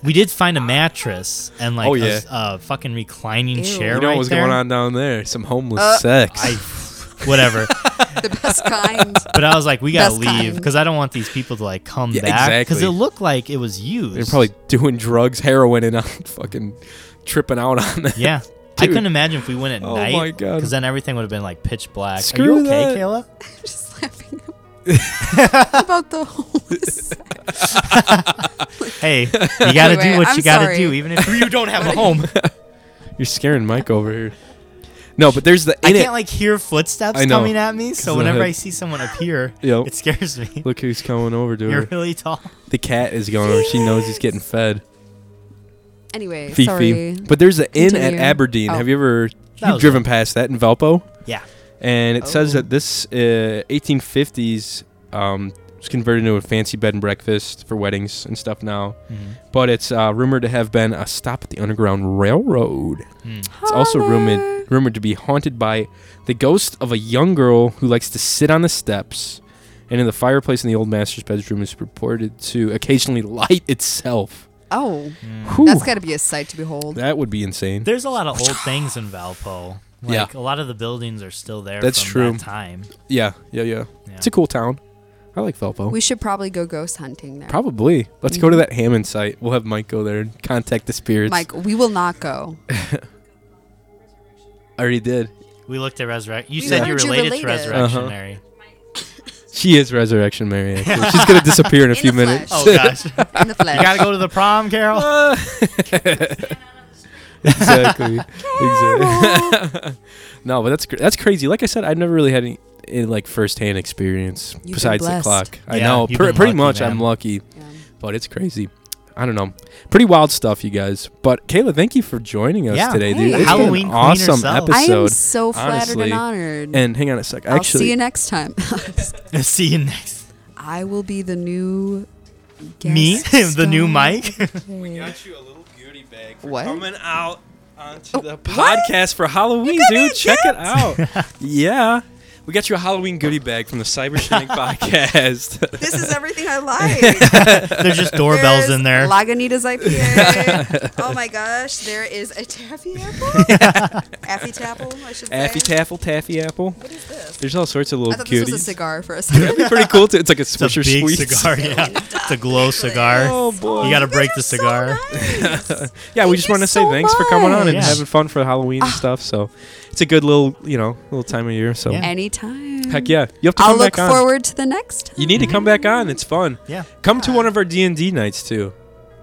Speaker 2: we did find a mattress and like
Speaker 1: Oh,
Speaker 2: a
Speaker 1: yeah.
Speaker 2: s- a, fucking reclining
Speaker 1: You
Speaker 2: chair.
Speaker 1: know
Speaker 2: right
Speaker 1: what was
Speaker 2: there.
Speaker 1: going on down there? Some homeless
Speaker 2: Uh,
Speaker 1: sex.
Speaker 2: I- whatever.
Speaker 3: the best kind.
Speaker 2: But I was like, we gotta
Speaker 3: Best
Speaker 2: leave
Speaker 3: kind.
Speaker 2: because I don't want these people to like come
Speaker 1: Yeah,
Speaker 2: back because
Speaker 1: exactly.
Speaker 2: it looked like it was used.
Speaker 1: They're probably doing drugs, heroin, and I'm fucking tripping out on that.
Speaker 2: yeah. I
Speaker 1: Dude.
Speaker 2: couldn't imagine if we went at
Speaker 1: Oh
Speaker 2: night.
Speaker 1: my God.
Speaker 2: Because then everything would have been like pitch black. Are
Speaker 1: Screw
Speaker 2: you okay,
Speaker 1: that.
Speaker 2: Kayla?
Speaker 3: I'm just laughing about the homeless.
Speaker 2: Hey, you gotta do what you gotta do, even if you don't have a home.
Speaker 1: You're scaring Mike over here. No, but there's the.
Speaker 2: I
Speaker 1: in it-
Speaker 2: can't like hear footsteps
Speaker 1: I know.
Speaker 2: coming at me, so
Speaker 1: 'Cause
Speaker 2: whenever
Speaker 1: the-
Speaker 2: I see someone appear,
Speaker 1: Yep.
Speaker 2: it scares me.
Speaker 1: Look who's coming over to
Speaker 2: You're
Speaker 1: her.
Speaker 2: really tall.
Speaker 1: The cat is going over. She knows he's getting fed.
Speaker 3: Anyway,
Speaker 1: Fifi.
Speaker 3: sorry.
Speaker 1: But there's an inn at
Speaker 3: Continue.
Speaker 1: Aberdeen.
Speaker 3: Oh.
Speaker 1: Have you ever
Speaker 3: That
Speaker 1: you've
Speaker 3: was
Speaker 1: driven past that in Valpo?
Speaker 2: Yeah.
Speaker 1: And it says that this uh, 1850s um, was converted into a fancy bed and breakfast for weddings and stuff now. But it's uh, rumored to have been a stop at the Underground Railroad. It's also rumored rumored to be haunted by the ghost of a young girl who likes to sit on the steps. And in the fireplace in the old master's bedroom is purported to occasionally light itself.
Speaker 3: Oh,
Speaker 1: Whew.
Speaker 3: that's got to be a sight to behold.
Speaker 1: That would be insane.
Speaker 2: There's a lot of old things in Valpo. Like a lot of the buildings are still there.
Speaker 1: That's
Speaker 2: from
Speaker 1: true.
Speaker 2: That time.
Speaker 1: Yeah, yeah, yeah,
Speaker 2: Yeah.
Speaker 1: It's a cool town. I like Valpo.
Speaker 3: We should probably go ghost hunting there.
Speaker 1: Probably. Let's go to
Speaker 3: Mhm.
Speaker 2: Mm-hmm.
Speaker 1: that Hammond site. We'll have Mike go there and contact the spirits.
Speaker 3: Mike, we will not go.
Speaker 1: I already did.
Speaker 2: We looked at resurrection. You
Speaker 3: We
Speaker 2: said
Speaker 3: heard
Speaker 2: you
Speaker 3: you
Speaker 2: related
Speaker 3: related.
Speaker 2: to Resurrection
Speaker 1: Uh-huh.
Speaker 2: Mary.
Speaker 1: She is Resurrection Mary. Actually. She's gonna disappear in a
Speaker 2: In
Speaker 1: few
Speaker 2: the
Speaker 1: minutes.
Speaker 2: flesh. Oh, gosh. In the flesh. You gotta go to the prom, Carol.
Speaker 1: exactly. exactly. no, but that's cr- that's crazy. Like I said, I've never really had any, any like firsthand experience
Speaker 15: been
Speaker 1: besides the
Speaker 15: blessed.
Speaker 1: clock. I
Speaker 15: Yeah,
Speaker 1: know.
Speaker 15: you've
Speaker 1: Pre-
Speaker 15: been
Speaker 1: pretty
Speaker 15: lucky,
Speaker 1: much,
Speaker 15: man.
Speaker 1: I'm lucky. But it's crazy. I don't know. Pretty wild stuff, you guys. But Kayla, thank you for joining us
Speaker 2: Yeah.
Speaker 1: today,
Speaker 2: Hey.
Speaker 1: dude. It's
Speaker 2: Halloween
Speaker 1: been an
Speaker 2: queen
Speaker 1: awesome
Speaker 2: herself.
Speaker 1: episode.
Speaker 2: I am
Speaker 3: so flattered and
Speaker 1: honestly.
Speaker 3: honored.
Speaker 1: And hang on a sec.
Speaker 3: I'll
Speaker 1: Actually,
Speaker 3: see you next time.
Speaker 2: see you next.
Speaker 3: I will be the new.
Speaker 2: Me?
Speaker 3: guest
Speaker 2: The new
Speaker 3: star.
Speaker 2: Mike?
Speaker 1: We got you a little beauty bag for
Speaker 3: What? Oh,
Speaker 1: coming out onto the podcast for Halloween, dude. Check it out. yeah. We got you a Halloween goodie bag from the Cyber Shank podcast.
Speaker 3: This is everything I like.
Speaker 2: There's just doorbells
Speaker 3: There's
Speaker 2: in there.
Speaker 3: Lagunitas IPA. oh my gosh, there is a taffy apple. Affy tapple, I should say.
Speaker 1: Affy Taffel, Taffy Apple. What is this? There's all sorts of
Speaker 3: I
Speaker 1: little
Speaker 3: thought
Speaker 1: cuties.
Speaker 3: this was a cigar for a
Speaker 1: That'd
Speaker 3: second.
Speaker 1: be pretty cool too. It's like a
Speaker 2: It's a
Speaker 1: Swisher
Speaker 2: big
Speaker 1: Sweet
Speaker 2: cigar. Yeah. It's a glow cigar.
Speaker 1: Oh, boy.
Speaker 2: You gotta break the cigar.
Speaker 1: yeah, we just want to say thanks for coming on and
Speaker 2: much.
Speaker 1: having fun for Halloween
Speaker 3: Ah.
Speaker 1: and stuff. So it's a good little, you know, little time of year. So
Speaker 3: Anytime.
Speaker 1: heck yeah, you have to
Speaker 3: I'll
Speaker 1: come
Speaker 3: look
Speaker 1: back on.
Speaker 3: forward to the next.
Speaker 1: You need to come back on. It's fun.
Speaker 2: Yeah.
Speaker 1: Come to one of our D and D nights too.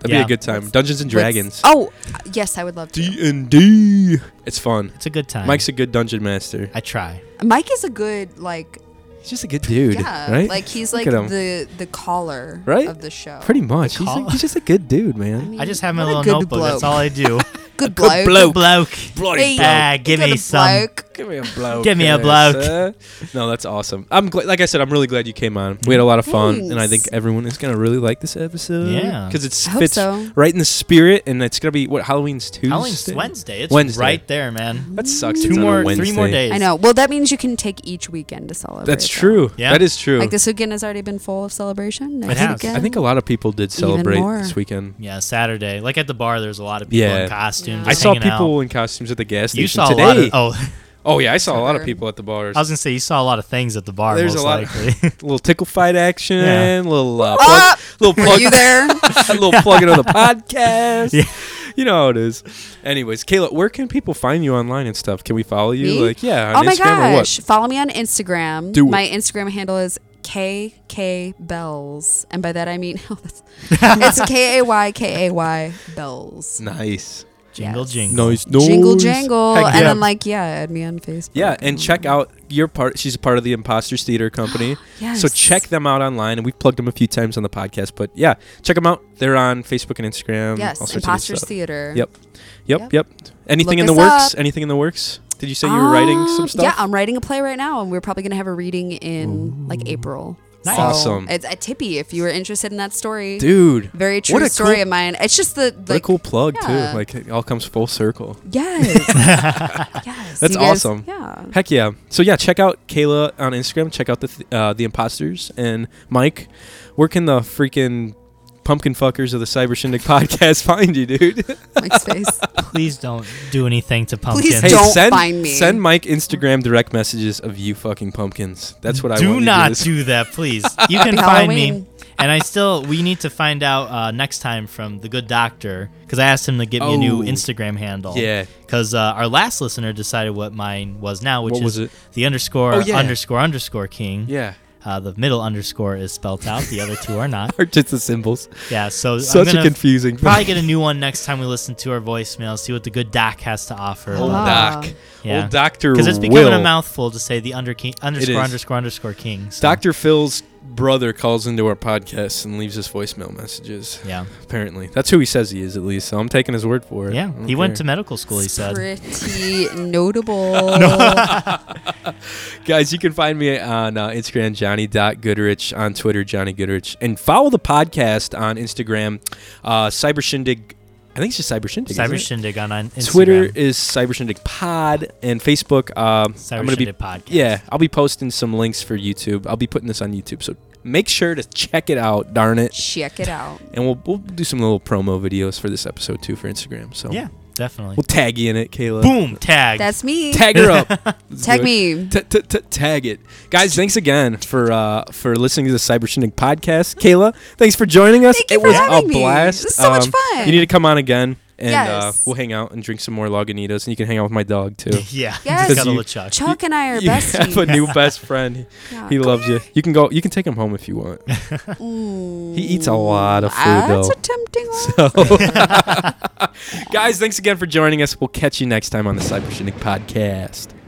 Speaker 1: That'd be
Speaker 2: Uh, Yeah.
Speaker 1: a good time. Dungeons and
Speaker 3: Let's-
Speaker 1: Dragons.
Speaker 3: Oh, yes, I would love to.
Speaker 1: D and D. It's fun.
Speaker 2: It's a good time.
Speaker 1: Mike's a good dungeon master.
Speaker 2: I try.
Speaker 3: Mike is a good like
Speaker 1: He's just a good dude.
Speaker 3: yeah,
Speaker 1: right?
Speaker 3: like he's
Speaker 1: Look
Speaker 3: like
Speaker 1: at him.
Speaker 3: the the caller
Speaker 1: right
Speaker 3: of the show.
Speaker 1: Pretty much. He's,
Speaker 2: call-
Speaker 1: a, he's just a good dude, man.
Speaker 2: I just have my
Speaker 3: What a
Speaker 2: little
Speaker 3: good
Speaker 2: notebook. That's
Speaker 3: bloke.
Speaker 2: all I do.
Speaker 3: good bloke.
Speaker 2: bloke. Bloke.
Speaker 1: Bloody
Speaker 3: Hey,
Speaker 2: Ah,
Speaker 1: bloke.
Speaker 2: give
Speaker 3: Good
Speaker 2: me some.
Speaker 3: bloke.
Speaker 1: Give me a bloke.
Speaker 2: Give me a
Speaker 1: Yes,
Speaker 2: bloke.
Speaker 1: uh. No, that's awesome. I'm gl- like I said, I'm really glad you came on. We had a lot of fun, and I think
Speaker 3: Thanks.
Speaker 1: everyone is gonna really like this episode.
Speaker 2: Yeah.
Speaker 1: because it's
Speaker 3: I hope
Speaker 1: fits
Speaker 3: so.
Speaker 1: right in the spirit, and it's gonna be what Halloween's Tuesday.
Speaker 2: Halloween's Wednesday. It's
Speaker 1: Wednesday.
Speaker 2: right there, man.
Speaker 1: That sucks.
Speaker 2: Two
Speaker 1: it's on a
Speaker 2: more, three
Speaker 1: Wednesday.
Speaker 2: more days.
Speaker 3: I know. Well, that means you can take each weekend to celebrate.
Speaker 1: That's
Speaker 3: though.
Speaker 1: true.
Speaker 2: Yeah.
Speaker 1: That is true.
Speaker 3: Like this weekend has already been full of celebration. Next
Speaker 2: has.
Speaker 3: Weekend,
Speaker 1: I think a lot of people did celebrate
Speaker 3: Um, more.
Speaker 1: this weekend.
Speaker 2: Yeah, Saturday. Like at the bar, there's a lot of people
Speaker 1: Yeah,
Speaker 2: in costumes.
Speaker 1: I saw
Speaker 2: hanging out.
Speaker 1: people in costumes at the gas station
Speaker 2: You saw
Speaker 1: today.
Speaker 2: a lot of oh,
Speaker 1: Oh yeah, I saw a lot of people at the bars.
Speaker 2: I was gonna say you saw a lot of things at the bar.
Speaker 1: There's
Speaker 2: most
Speaker 1: a lot,
Speaker 2: likely.
Speaker 1: of, little tickle fight action,
Speaker 2: Yeah.
Speaker 1: little uh,
Speaker 3: Ah!
Speaker 2: Whoop!
Speaker 1: plug, little
Speaker 2: Were
Speaker 1: plug,
Speaker 2: you there?
Speaker 1: little plug into the podcast.
Speaker 2: Yeah.
Speaker 1: You know how it is. Anyways, Kayla, where can people find you online and stuff? Can we follow you?
Speaker 3: Me?
Speaker 1: Like, yeah, on
Speaker 3: oh
Speaker 1: Instagram
Speaker 3: my
Speaker 1: or
Speaker 3: gosh!
Speaker 1: what?
Speaker 3: Follow me on Instagram.
Speaker 1: Do it.
Speaker 3: my Instagram handle is KK Bells, and by that I mean it's K A Y K A Y Bells.
Speaker 1: Nice.
Speaker 2: Jingle jingle.
Speaker 1: Nice noise.
Speaker 3: Jingle jangle,
Speaker 1: Heck
Speaker 3: and
Speaker 1: yeah.
Speaker 3: then like yeah, add me on Facebook.
Speaker 1: Yeah, and check out your part. She's a part of the Imposters Theater Company. So
Speaker 3: Yes.
Speaker 1: check them out online, and we've plugged them a few times on the podcast. But yeah, check them out. They're on Facebook and Instagram.
Speaker 3: Yes,
Speaker 1: all sorts of good
Speaker 3: Imposters
Speaker 1: stuff.
Speaker 3: Theater.
Speaker 1: Yep, yep, yep.
Speaker 3: Yep.
Speaker 1: Anything
Speaker 3: Look
Speaker 1: in the
Speaker 3: us
Speaker 1: works?
Speaker 3: up.
Speaker 1: Anything in the works? Did you say you were writing
Speaker 3: Um,
Speaker 1: some stuff?
Speaker 3: Yeah, I'm writing a play right now, and we're probably gonna have a reading in like April.
Speaker 1: Nice.
Speaker 3: So,
Speaker 1: Awesome.
Speaker 3: It's a tippy if you were interested in that story,
Speaker 1: Dude,
Speaker 3: Very
Speaker 1: what
Speaker 3: true
Speaker 1: a
Speaker 3: story
Speaker 1: cool-
Speaker 3: of mine. It's just the
Speaker 1: what a
Speaker 3: like,
Speaker 1: cool plug
Speaker 3: yeah.
Speaker 1: too! Like it all comes full circle.
Speaker 3: Yes. Yes.
Speaker 1: That's
Speaker 3: You guys-
Speaker 1: awesome.
Speaker 3: yeah.
Speaker 1: Heck yeah. So yeah, check out Kayla on Instagram. Check out the th- uh, the imposters and Mike. Where can the freaking pumpkin fuckers of the Cyber Shindig podcast find you, dude?
Speaker 3: Mike's face.
Speaker 2: Please don't do anything to pumpkin.
Speaker 1: Hey, send, Send Mike Instagram direct messages of you fucking pumpkins. That's what I
Speaker 2: do
Speaker 1: want you
Speaker 2: not
Speaker 1: to
Speaker 2: do that, please. You can
Speaker 1: Happy
Speaker 2: find me.
Speaker 1: Halloween.
Speaker 2: And I still, we need to find out uh, next time from the good doctor because I asked him to give me a new
Speaker 1: Oh,
Speaker 2: Instagram handle.
Speaker 1: yeah.
Speaker 2: Because uh, our last listener decided what mine was now, which
Speaker 1: What
Speaker 2: is
Speaker 1: was it?
Speaker 2: the underscore
Speaker 1: Oh, yeah.
Speaker 2: underscore underscore king.
Speaker 1: Yeah.
Speaker 2: Uh, the middle underscore is spelt out. The other two are not.
Speaker 1: Are just the symbols.
Speaker 2: Yeah. So I'm
Speaker 1: Such a
Speaker 2: gonna
Speaker 1: confusing-
Speaker 2: Probably get a new one next time we listen to our voicemail. See what the good doc has to offer.
Speaker 1: Old
Speaker 2: Uh,
Speaker 1: doc.
Speaker 2: Yeah.
Speaker 1: Old Dr.
Speaker 2: Because it's becoming a
Speaker 1: Will.
Speaker 2: mouthful to say the under king, underscore
Speaker 1: is.
Speaker 2: underscore underscore king. So
Speaker 1: Dr. Phil's brother calls into our podcast and leaves us voicemail messages.
Speaker 2: Yeah.
Speaker 1: Apparently. That's who he says he is, at least. So I'm taking his word for it.
Speaker 2: Yeah,
Speaker 1: I don't
Speaker 2: he went
Speaker 1: care.
Speaker 2: to medical school. He said.
Speaker 3: Pretty notable.
Speaker 1: Guys, you can find me on uh, Instagram, johnny.goodrich, on Twitter, Johnny Goodrich, and follow the podcast on Instagram, uh, Cyber Shindig. I think it's just Cyber Shindig. isn't
Speaker 2: Cyber
Speaker 1: it?
Speaker 2: Shindig on- on
Speaker 1: Twitter is Cyber Shindig Pod, and Facebook. Uh, I'm gonna be,
Speaker 2: Shindig Podcast.
Speaker 1: Yeah, I'll be posting some links for YouTube. I'll be putting this on YouTube, so make sure to check it out. Darn it.
Speaker 3: Check it out.
Speaker 1: And we'll, we'll do some little promo videos for this episode too for Instagram. So
Speaker 2: Yeah, definitely.
Speaker 1: We'll tag you in it, Kayla.
Speaker 2: Boom, tag.
Speaker 3: That's me.
Speaker 1: Tag her up. Let's
Speaker 3: Tag
Speaker 1: do it. T- t- t- tag it, guys. Thanks again for uh, for listening to the Cyber Shindig podcast, Kayla. Thanks for joining us. it
Speaker 3: for
Speaker 1: was a
Speaker 3: having me.
Speaker 1: blast. Um,
Speaker 3: This is so much fun.
Speaker 1: You need to come on again, and uh,
Speaker 3: Yes.
Speaker 1: we'll hang out and drink some more Lagunitas, and you can hang out with my dog too.
Speaker 2: Yeah,
Speaker 3: Yes.
Speaker 1: Because
Speaker 3: Cuddle
Speaker 1: you-
Speaker 3: with Chuck. Chuck and I are
Speaker 1: you
Speaker 3: besties.
Speaker 1: have a new best friend.
Speaker 3: Yeah.
Speaker 1: He loves you. You can go. You can take him home if you want. he eats a lot of food
Speaker 3: Ah,
Speaker 1: though.
Speaker 3: that's a tempting
Speaker 1: So, guys, thanks again for joining us. We'll catch you next time on the Cyber Shindig podcast.